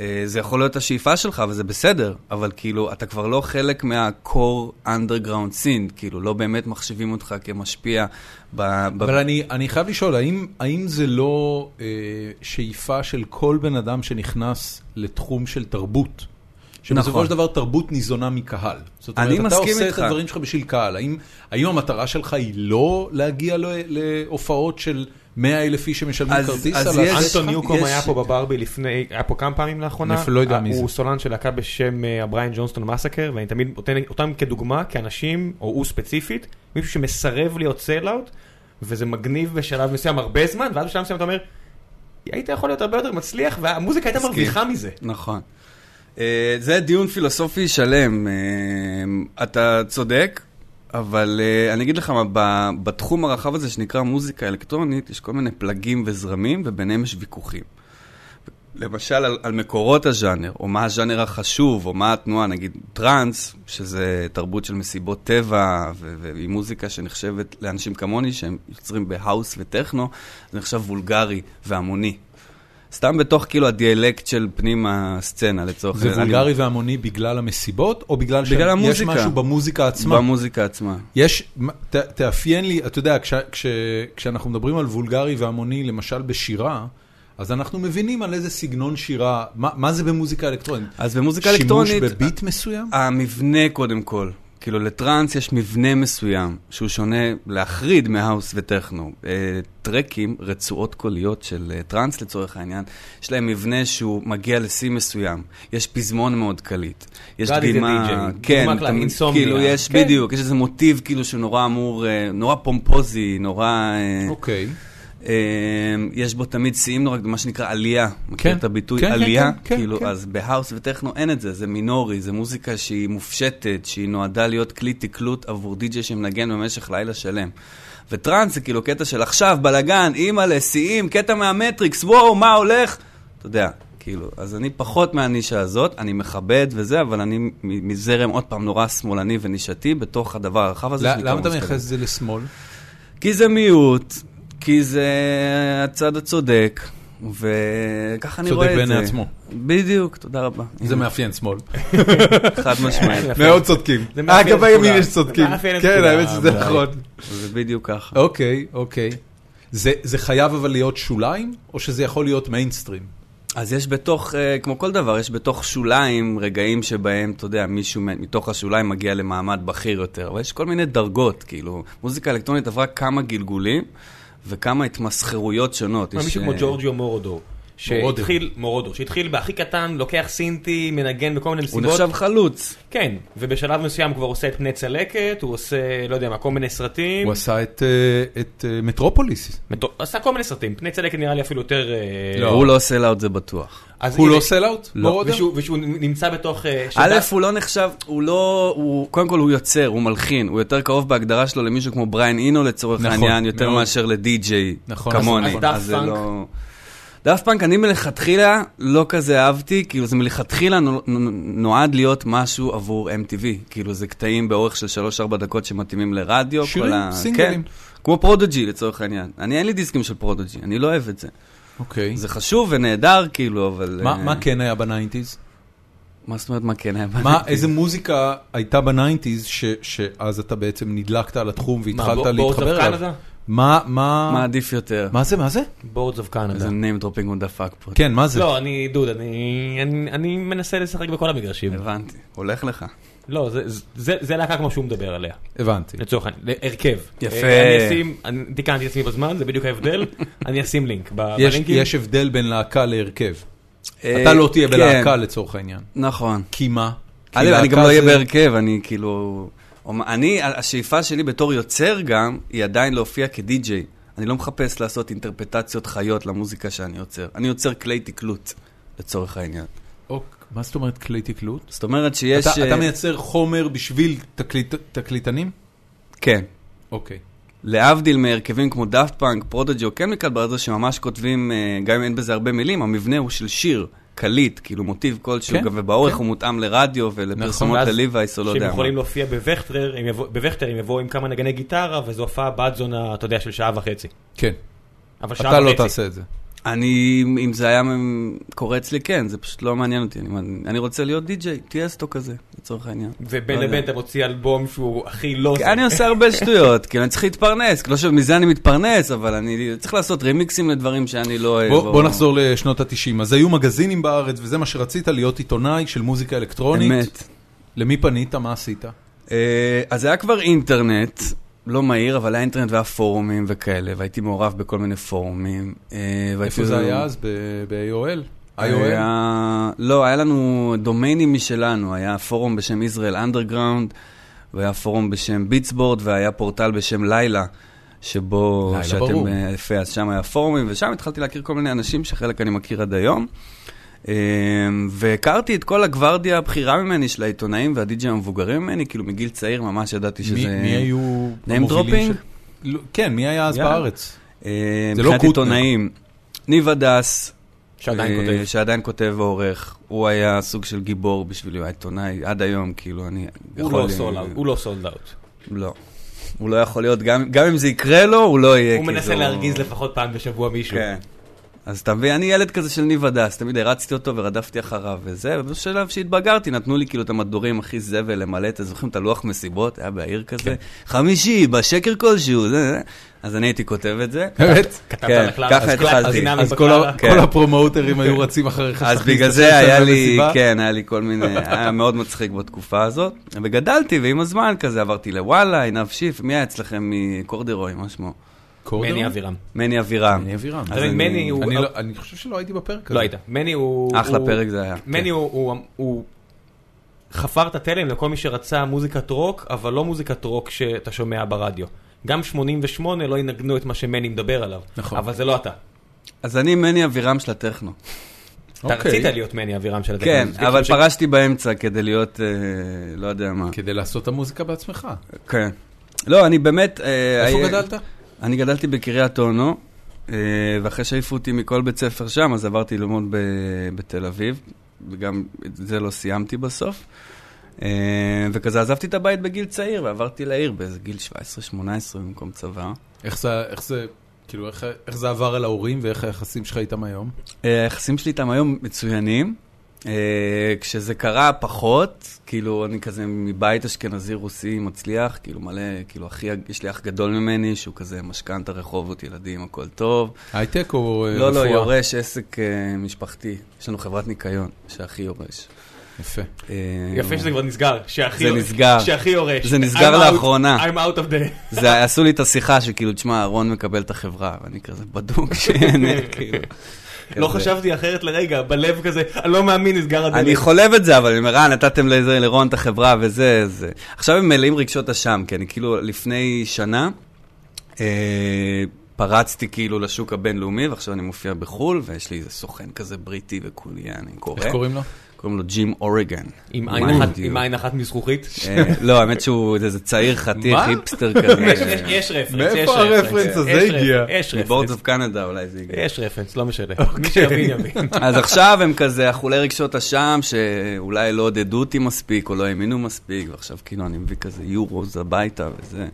[SPEAKER 3] אה, זה יכול להיות השאיפה שלך וזה בסדר, אבל כאילו, אתה כבר לא חלק מה-core underground scene, כאילו, לא באמת מחשיבים אותך כמשפיע ב... ב-
[SPEAKER 1] אבל אני, אני חייב לשאול, האם, האם זה לא אה, שאיפה של כל בן אדם שנכנס לתחום של תרבות? שבסופו
[SPEAKER 3] נכון.
[SPEAKER 1] של דבר תרבות ניזונה מקהל. זאת אומרת,
[SPEAKER 3] אני
[SPEAKER 1] אתה
[SPEAKER 3] מסכים
[SPEAKER 1] עושה
[SPEAKER 3] איתך.
[SPEAKER 1] את הדברים שלך בשביל קהל. האם, האם המטרה שלך היא לא להגיע ל, להופעות של 100 אלף איש שמשלמים
[SPEAKER 3] אז-
[SPEAKER 1] כרטיס?
[SPEAKER 3] אז
[SPEAKER 1] על ה-
[SPEAKER 3] יש-
[SPEAKER 4] אנטון
[SPEAKER 3] יש-
[SPEAKER 4] ניוקום היה פה בברבי לפני, היה פה כמה פעמים לאחרונה. אה,
[SPEAKER 1] אני אפילו לא יודע מי זה.
[SPEAKER 4] הוא סולן של להקה בשם אה, הבריין ג'ונסטון מסאקר, ואני תמיד נותן אותם כדוגמה, כאנשים, או הוא ספציפית, מישהו שמסרב להיות סלאוט, וזה מגניב בשלב מסוים הרבה זמן, ואז בשלב מסוים אתה אומר, היית יכול להיות הרבה יותר מצליח, והמוזיקה הייתה
[SPEAKER 3] מסכים.
[SPEAKER 4] מרוויחה מזה.
[SPEAKER 3] נכון. אה, זה דיון פילוסופי שלם. אה, אתה צודק, אבל אה, אני אגיד לך מה, ב- בתחום הרחב הזה שנקרא מוזיקה אלקטרונית, יש כל מיני פלגים וזרמים, וביניהם יש ויכוחים. למשל, על, על מקורות הז'אנר, או מה הז'אנר החשוב, או מה התנועה, נגיד טראנס, שזה תרבות של מסיבות טבע, ו- והיא מוזיקה שנחשבת לאנשים כמוני, שהם יוצרים בהאוס וטכנו, זה נחשב וולגרי והמוני. סתם בתוך כאילו הדיאלקט של פנים הסצנה לצורך
[SPEAKER 1] זה
[SPEAKER 3] העניין.
[SPEAKER 1] וולגרי והמוני בגלל המסיבות, או בגלל שיש
[SPEAKER 3] בגלל המוזיקה.
[SPEAKER 1] משהו במוזיקה עצמה?
[SPEAKER 3] במוזיקה עצמה.
[SPEAKER 1] יש, מה- ת, תאפיין לי, אתה יודע, כש, כש, כשאנחנו מדברים על וולגרי והמוני, למשל בשירה, אז אנחנו מבינים על איזה סגנון שירה, מה, מה זה במוזיקה אלקטרונית?
[SPEAKER 3] אז במוזיקה אלקטרונית...
[SPEAKER 4] אה,
[SPEAKER 1] שימוש בביט מסוים?
[SPEAKER 3] המבנה קודם כל. כאילו לטראנס יש מבנה מסוים שהוא שונה להחריד מהאוס וטכנו. אה, טרקים, רצועות קוליות של אה, טראנס לצורך העניין, יש להם מבנה שהוא מגיע לשיא מסוים. יש פזמון מאוד קליט. יש
[SPEAKER 4] God is a
[SPEAKER 3] דגימה...
[SPEAKER 4] DJ.
[SPEAKER 3] כן,
[SPEAKER 4] דוגמה קלה,
[SPEAKER 3] אתה-
[SPEAKER 4] Insomnia.
[SPEAKER 3] כאילו יש,
[SPEAKER 4] כן.
[SPEAKER 3] בדיוק, יש איזה מוטיב כאילו שנורא אמור, אה, נורא פומפוזי, נורא... אה,
[SPEAKER 1] אוקיי.
[SPEAKER 3] אה, יש בו תמיד שיאים נורא, מה שנקרא עלייה. מכיר
[SPEAKER 1] כן.
[SPEAKER 3] את הביטוי
[SPEAKER 1] כן, כן,
[SPEAKER 3] עלייה?
[SPEAKER 1] כן, כן,
[SPEAKER 3] כאילו,
[SPEAKER 1] כן.
[SPEAKER 3] אז בהאוס וטכנו אין את זה, זה מינורי, זה מוזיקה שהיא מופשטת, שהיא נועדה להיות כלי תקלוט עבור די-ג'יי שמנגן במשך לילה שלם. וטראנס זה כאילו קטע של עכשיו, בלאגן, אימא'לה, שיאים, קטע מהמטריקס, וואו, מה הולך? אתה יודע, כאילו, אז אני פחות מהנישה הזאת, אני מכבד וזה, אבל אני מ- מזרם עוד פעם נורא שמאלני ונישתי בתוך הדבר הרחב הזה. שנקרא
[SPEAKER 1] לא, למה אתה
[SPEAKER 3] מוסלמי.
[SPEAKER 1] מייחס את זה לשמאל?
[SPEAKER 4] אה.
[SPEAKER 3] כי זה מיעוט, כי זה הצד הצודק, וככה אני
[SPEAKER 1] צודק
[SPEAKER 3] רואה את זה.
[SPEAKER 1] בעיני עצמו.
[SPEAKER 3] בדיוק, תודה רבה.
[SPEAKER 1] זה מאפיין שמאל.
[SPEAKER 3] חד
[SPEAKER 1] (laughs)
[SPEAKER 3] משמעית,
[SPEAKER 1] מאוד צודקים.
[SPEAKER 4] זה מאפיין את
[SPEAKER 1] אגב, הימין
[SPEAKER 4] כולם.
[SPEAKER 1] יש צודקים.
[SPEAKER 4] זה מאפיין את
[SPEAKER 1] כן,
[SPEAKER 4] כולם,
[SPEAKER 1] האמת שזה
[SPEAKER 4] אולי.
[SPEAKER 1] נכון.
[SPEAKER 3] זה בדיוק ככה.
[SPEAKER 1] אוקיי, אוקיי. זה זה חייב אבל להיות שוליים, או שזה יכול להיות מיינסטרים?
[SPEAKER 3] אז יש בתוך, אה, כמו כל דבר, יש בתוך שוליים רגעים שבהם, אתה יודע, מישהו מ- מתוך השוליים מגיע למעמד בכיר יותר, אבל יש כל מיני דרגות, כאילו, מוזיקה אלקטרונית עברה כמה גלגולים וכמה התמסחרויות שונות. יש,
[SPEAKER 4] מישהו כמו
[SPEAKER 3] אה,
[SPEAKER 4] ג'ורג'יו מורודו.
[SPEAKER 1] מורודו.
[SPEAKER 4] שהתחיל, מורודו, שהתחיל בהכי קטן, לוקח סינטי, מנגן בכל מיני
[SPEAKER 3] הוא
[SPEAKER 4] נסיבות.
[SPEAKER 3] נחשב חלוץ.
[SPEAKER 4] כן, ובשלב מסוים כבר עושה את פני צלקת, הוא עושה, לא יודע מה, כל מיני סרטים.
[SPEAKER 1] הוא עשה את, אה, את אה, מטרופוליס.
[SPEAKER 4] מטו- עשה כל מיני סרטים, פני צלקת נראה לי אפילו יותר... אה,
[SPEAKER 3] הוא לא עושה לאוט זה בטוח.
[SPEAKER 4] אז
[SPEAKER 1] הוא
[SPEAKER 4] הנה-
[SPEAKER 1] לא סלאוט? מורודו?
[SPEAKER 4] ושהוא- ושהוא נמצא בתוך... אה, שבת-
[SPEAKER 3] א', הוא לא נחשב, הוא לא, הוא, קודם כל הוא יוצר, הוא מלחין, הוא יותר קרוב בהגדרה שלו למישהו כמו בריין אינו לצורך
[SPEAKER 1] נכון,
[SPEAKER 3] העניין, יותר
[SPEAKER 1] מאוד.
[SPEAKER 3] מאשר לדי-ג'יי
[SPEAKER 1] נכון,
[SPEAKER 3] כמוני.
[SPEAKER 4] אז- אז
[SPEAKER 3] זה
[SPEAKER 4] דאפט
[SPEAKER 3] לא-
[SPEAKER 4] פאנק?
[SPEAKER 3] דאפט פאנק, אני מלכתחילה לא כזה אהבתי, כאילו זה מלכתחילה נו- נו- נועד להיות משהו עבור MTV, כאילו זה קטעים באורך של 3-4 דקות שמתאימים לרדיו. כל
[SPEAKER 1] שירים,
[SPEAKER 3] ה-
[SPEAKER 1] סינגלים.
[SPEAKER 3] כן, כמו פרודוג'י לצורך העניין. אני אין לי דיסקים של פרודוג'י, אני לא אוהב את זה.
[SPEAKER 1] אוקיי.
[SPEAKER 3] זה חשוב ונהדר כאילו, אבל...
[SPEAKER 1] מה
[SPEAKER 3] אה,
[SPEAKER 1] מה כן היה בניינטיז?
[SPEAKER 3] מה זאת אומרת מה כן היה? (laughs)
[SPEAKER 1] מה, איזה מוזיקה הייתה בניינטיז ש- שאז אתה בעצם נדלקת על התחום והתחלת
[SPEAKER 4] בור- בורדס
[SPEAKER 1] להתחבר
[SPEAKER 4] אוף
[SPEAKER 1] אליו?
[SPEAKER 4] קנדה?
[SPEAKER 1] מה,
[SPEAKER 3] מה
[SPEAKER 1] מה,
[SPEAKER 3] עדיף יותר?
[SPEAKER 1] מה זה, מה זה?
[SPEAKER 4] בורדס אוף קנדה.
[SPEAKER 3] איזה name dropping הוא דפק פה.
[SPEAKER 1] לא. כן, מה זה?
[SPEAKER 4] לא, אני, דוד, אני, אני, אני מנסה לשחק בכל המגרשים.
[SPEAKER 1] אה.
[SPEAKER 3] הבנתי, הולך לך.
[SPEAKER 4] לא, זה, זה, זה להקה כמו שהוא מדבר עליה,
[SPEAKER 1] הבנתי.
[SPEAKER 4] לצורך העניין, להרכב.
[SPEAKER 3] יפה.
[SPEAKER 4] אה, אני אשים, אני תיקנתי את עצמי בזמן, זה בדיוק ההבדל, (laughs) אני אשים לינק ב-
[SPEAKER 1] יש-
[SPEAKER 4] בלינקים.
[SPEAKER 1] יש הבדל בין להקה להרכב.
[SPEAKER 3] אה,
[SPEAKER 1] אתה לא תהיה
[SPEAKER 3] כן,
[SPEAKER 1] בלהקה לצורך העניין.
[SPEAKER 3] נכון.
[SPEAKER 1] כי מה? כי
[SPEAKER 3] א', אני
[SPEAKER 1] להקה
[SPEAKER 3] גם לא אהיה
[SPEAKER 1] זה-
[SPEAKER 3] בהרכב, אני כאילו... אומ- אני, השאיפה שלי בתור יוצר גם, היא עדיין להופיע כדי-ג'יי. אני לא מחפש לעשות אינטרפטציות חיות למוזיקה שאני יוצר. אני יוצר כלי תקלוט, לצורך העניין.
[SPEAKER 1] אוק, אוקיי, מה זאת אומרת כלי תקלוט?
[SPEAKER 3] זאת אומרת שיש...
[SPEAKER 1] אתה אתה
[SPEAKER 3] אה,
[SPEAKER 1] מייצר חומר בשביל תקליט- תקליטנים?
[SPEAKER 3] כן.
[SPEAKER 1] אוקיי.
[SPEAKER 3] להבדיל מהרכבים כמו דאפט פאנק, פרודג'י או קמיקל ברזר, שממש כותבים, אה, גם אם אין בזה הרבה מילים, המבנה הוא של שיר, קליט, כאילו מוטיב כלשהו,
[SPEAKER 1] כן,
[SPEAKER 3] גם ובאורך
[SPEAKER 1] כן.
[SPEAKER 3] הוא מותאם לרדיו ולפרסומות
[SPEAKER 4] ואז
[SPEAKER 3] לליווייס או לא יודע
[SPEAKER 4] שהם יכולים
[SPEAKER 3] מה.
[SPEAKER 4] להופיע בווכטר, הם יבוא- בווכטר הם יבואו עם כמה נגני גיטרה, וזו הופעה בת זונה, אתה יודע, של שעה וחצי.
[SPEAKER 1] כן,
[SPEAKER 4] אבל שעה
[SPEAKER 1] אתה לא
[SPEAKER 4] וחצי.
[SPEAKER 1] תעשה את זה.
[SPEAKER 3] אה, אני, אם זה היה מ- קורה אצלי, כן, זה פשוט לא מעניין אותי. אני- אני רוצה להיות די-ג'יי, טייסטו כזה, לצורך העניין.
[SPEAKER 4] ובין
[SPEAKER 3] לא יודע.
[SPEAKER 4] לבין אתה מוציא אלבום שהוא הכי לא
[SPEAKER 3] כי
[SPEAKER 4] זה.
[SPEAKER 3] אני עושה הרבה שטויות, כאילו, אני צריך להתפרנס, לא שמזה אני מתפרנס, אבל אני צריך לעשות רמיקסים לדברים שאני לא אוהב.
[SPEAKER 1] בוא
[SPEAKER 3] או-
[SPEAKER 1] בוא נחזור לשנות ה-90. אז היו מגזינים בארץ, וזה מה שרצית, להיות עיתונאי של מוזיקה אלקטרונית.
[SPEAKER 3] אמת.
[SPEAKER 1] למי פנית? מה עשית?
[SPEAKER 3] אה, אז היה כבר אינטרנט, לא מהיר, אבל היה אינטרנט והיה פורומים וכאלה, והייתי מעורב בכל מיני פורומים. אה, והייתי-
[SPEAKER 1] איפה זה היה אז? ב- ב-AOL? IOL?
[SPEAKER 3] היה... לא, היה לנו דומיינים משלנו, היה פורום בשם ישראל אנדרגראונד, והיה פורום בשם ביטסבורד, והיה פורטל בשם לילה, שבו...
[SPEAKER 1] לילה, ברור.
[SPEAKER 3] אה, יפה, אז שם היה פורומים, ושם התחלתי להכיר כל מיני אנשים שחלק אני מכיר עד היום. אה, והכרתי את כל הגוורדיה הבכירה ממני של העיתונאים והדיג'י המבוגרים ממני, כאילו מגיל צעיר ממש ידעתי שזה...
[SPEAKER 1] מי מי היו
[SPEAKER 3] name
[SPEAKER 1] המובילים
[SPEAKER 3] dropping?
[SPEAKER 1] של... לא, כן, מי היה אז
[SPEAKER 3] יאללה.
[SPEAKER 4] (laughs)
[SPEAKER 1] בארץ?
[SPEAKER 3] אה,
[SPEAKER 1] זה לא
[SPEAKER 3] מבחינת
[SPEAKER 1] קוטנר.
[SPEAKER 3] עיתונאים, ניב הדס,
[SPEAKER 4] שעדיין
[SPEAKER 3] אה,
[SPEAKER 4] כותב.
[SPEAKER 3] שעדיין כותב ועורך, הוא היה סוג של גיבור בשבילי, הוא היה עיתונאי עד היום, כאילו, אני...
[SPEAKER 4] הוא
[SPEAKER 3] יכול- אה,
[SPEAKER 4] לא סולד אאוט, הוא לא סולד אאוט.
[SPEAKER 3] לא. הוא לא יכול להיות, גם גם אם זה יקרה לו, הוא לא יהיה
[SPEAKER 4] הוא
[SPEAKER 3] כי
[SPEAKER 4] מנסה
[SPEAKER 3] זו-
[SPEAKER 4] להרגיז לפחות פעם בשבוע מישהו.
[SPEAKER 3] כן. אז אתה מבין, אני ילד כזה של ניב הדס, תמיד הרצתי אותו ורדפתי אחריו וזה, ובשלב שהתבגרתי נתנו לי כאילו את המדורים הכי זבל למלא, אתם זוכרים את הלוח מסיבות, היה בעיר
[SPEAKER 4] כן.
[SPEAKER 3] כזה, חמישי, בשקר כלשהו, זה, זה. אז אני הייתי כותב את זה.
[SPEAKER 1] באמת?
[SPEAKER 4] כתבת
[SPEAKER 3] כן,
[SPEAKER 4] על הקלאב,
[SPEAKER 3] ככה
[SPEAKER 4] אז
[SPEAKER 3] התחלתי.
[SPEAKER 4] קלאב, אז דינמי
[SPEAKER 1] אז כל ה-
[SPEAKER 4] בקלאב.
[SPEAKER 1] כל הפרומוטרים היו רצים אחריך.
[SPEAKER 3] כן. אז
[SPEAKER 1] שתכניס את
[SPEAKER 3] בגלל
[SPEAKER 1] השם
[SPEAKER 3] זה היה
[SPEAKER 1] שלהם
[SPEAKER 3] לי,
[SPEAKER 1] למסיבה?
[SPEAKER 3] כן, היה לי כל מיני, היה מאוד מצחיק בתקופה הזאת. וגדלתי, ועם הזמן כזה עברתי לוואלה, עינב שיף, מי היה אצלכם מקורדרוי, מה שמו?
[SPEAKER 1] קורדרון?
[SPEAKER 4] מני אבירם.
[SPEAKER 3] מני אבירם.
[SPEAKER 1] מני אבירם.
[SPEAKER 3] אז
[SPEAKER 4] אתה מבין,
[SPEAKER 3] אני-
[SPEAKER 4] מני הוא...
[SPEAKER 1] אני לא- אני חושב שלא הייתי בפרק הזה.
[SPEAKER 4] לא היית. מני הוא...
[SPEAKER 3] אחלה
[SPEAKER 4] הוא-
[SPEAKER 3] פרק זה היה.
[SPEAKER 4] מני הוא- הוא... הוא חפר את התלם לכל מי שרצה מוזיקת רוק, אבל לא מוזיקת רוק שאתה שומע ברדיו. גם 88 לא ינגנו את מה שמני מדבר עליו.
[SPEAKER 1] נכון.
[SPEAKER 4] אבל זה לא אתה.
[SPEAKER 3] כן. אז אני מני אבירם של הטכנו.
[SPEAKER 4] אתה
[SPEAKER 1] אוקיי.
[SPEAKER 4] רצית להיות מני אבירם של
[SPEAKER 3] כן,
[SPEAKER 4] הדקה.
[SPEAKER 3] אבל
[SPEAKER 4] ש-
[SPEAKER 3] פרשתי באמצע כדי להיות, אה, לא יודע מה.
[SPEAKER 1] כדי לעשות את המוזיקה בעצמך.
[SPEAKER 3] כן. לא, אני באמת... אה,
[SPEAKER 1] איפה
[SPEAKER 3] אה,
[SPEAKER 1] גדלת?
[SPEAKER 3] אני גדלתי בקריית אונו, אה, ואחרי שהעיפו אותי מכל בית ספר שם, אז עברתי ללמוד ב- בתל אביב, וגם את זה לא סיימתי בסוף. אה, וכזה עזבתי את הבית בגיל צעיר, ועברתי לעיר באיזה גיל 17-18 במקום צבא.
[SPEAKER 1] איך זה, איך זה, כאילו, איך, איך זה עבר על ההורים ואיך היחסים שלך איתם היום?
[SPEAKER 3] אה, היחסים שלי איתם היום מצוינים. אה, כשזה קרה פחות, כאילו, אני כזה מבית אשכנזי רוסי מצליח, כאילו מלא, כאילו אחי, יש לי אח גדול ממני, שהוא כזה משכנתה רחובות, ילדים, הכל טוב.
[SPEAKER 1] הייטק או אה,
[SPEAKER 3] לא, לא,
[SPEAKER 1] רפואה?
[SPEAKER 3] יורש עסק אה, משפחתי. יש לנו חברת ניקיון, שאחי יורש.
[SPEAKER 1] יפה.
[SPEAKER 3] אה,
[SPEAKER 4] יפה שזה כבר נסגר, שהכי
[SPEAKER 3] זה
[SPEAKER 4] יורש.
[SPEAKER 3] נסגר.
[SPEAKER 4] שהכי יורש.
[SPEAKER 3] זה נסגר
[SPEAKER 4] I'm out-
[SPEAKER 3] לאחרונה.
[SPEAKER 4] I'm out of the...
[SPEAKER 3] זה, עשו לי את השיחה שכאילו, תשמע, אהרון מקבל את החברה, ואני כזה
[SPEAKER 4] (laughs)
[SPEAKER 3] בדוק שאין, כאילו.
[SPEAKER 4] לא
[SPEAKER 3] כזה.
[SPEAKER 4] חשבתי אחרת לרגע, בלב כזה, אני לא מאמין, נסגר הדלת.
[SPEAKER 3] אני חולב את זה, אבל אני אומר, אה, נתתם לזה- לרון את החברה וזה, זה. עכשיו הם מלאים רגשות אשם, כי אני כאילו לפני שנה אה, פרצתי כאילו לשוק הבינלאומי, ועכשיו אני מופיע בחו"ל, ויש לי איזה סוכן כזה בריטי וכולי, אני קורא.
[SPEAKER 1] איך קוראים לו?
[SPEAKER 3] קוראים לו ג'ים אוריגן.
[SPEAKER 4] עם
[SPEAKER 3] מה
[SPEAKER 4] עין אחת-
[SPEAKER 3] בדיוק?
[SPEAKER 4] עם עין אחת מזכוכית.
[SPEAKER 3] אה, לא, האמת שהוא איזה צעיר חתיך,
[SPEAKER 1] מה?
[SPEAKER 3] היפסטר
[SPEAKER 4] (laughs) יש- (laughs) יש-
[SPEAKER 3] כזה.
[SPEAKER 4] יש רפרנס,
[SPEAKER 1] מאיפה
[SPEAKER 4] יש רפרנס.
[SPEAKER 1] הרפרנס הזה
[SPEAKER 4] יש
[SPEAKER 1] הגיע?
[SPEAKER 4] רפרנס, יש
[SPEAKER 3] מבורדס
[SPEAKER 4] רפרנס.
[SPEAKER 3] אוף קנדה אולי זה הגיע.
[SPEAKER 4] יש רפרנס, לא משנה. מי
[SPEAKER 3] אוקיי.
[SPEAKER 4] שיבין יבין.
[SPEAKER 3] אז עכשיו הם כזה אכולי רגשות אשם, שאולי לא עודדו אותי מספיק, או לא האמינו מספיק, ועכשיו כאילו אני מביא כזה יורוז הביתה וזה.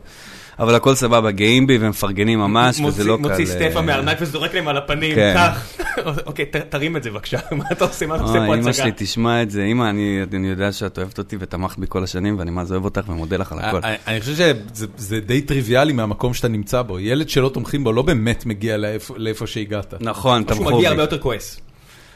[SPEAKER 3] אבל הכל סבבה, גאים בי ומפרגנים ממש,
[SPEAKER 4] מוציא-
[SPEAKER 3] וזה לא קל...
[SPEAKER 4] מוציא סטפה
[SPEAKER 3] אה,
[SPEAKER 4] מהארנק וזורק להם על הפנים,
[SPEAKER 3] כן.
[SPEAKER 4] כך. (laughs) אוקיי, ת- תרים את זה בבקשה, (laughs) מה אתה עושה, מה אתה עושה
[SPEAKER 3] אוי,
[SPEAKER 4] פה
[SPEAKER 3] אה, אמא
[SPEAKER 4] הצגה?
[SPEAKER 3] שלי תשמע את זה, אמא, אני אני יודע שאת אוהבת אותי ותמכת בי כל השנים, ואני מאז אוהב אותך ומודה לך על הכל.
[SPEAKER 4] אה,
[SPEAKER 1] אני- אני חושב שזה זה די טריוויאלי מהמקום שאתה נמצא בו. ילד שלא תומכים בו לא באמת מגיע לאיפה לאיפה שהגעת.
[SPEAKER 3] נכון,
[SPEAKER 4] שהוא
[SPEAKER 3] תמכו בי.
[SPEAKER 4] מגיע הרבה יותר כועס.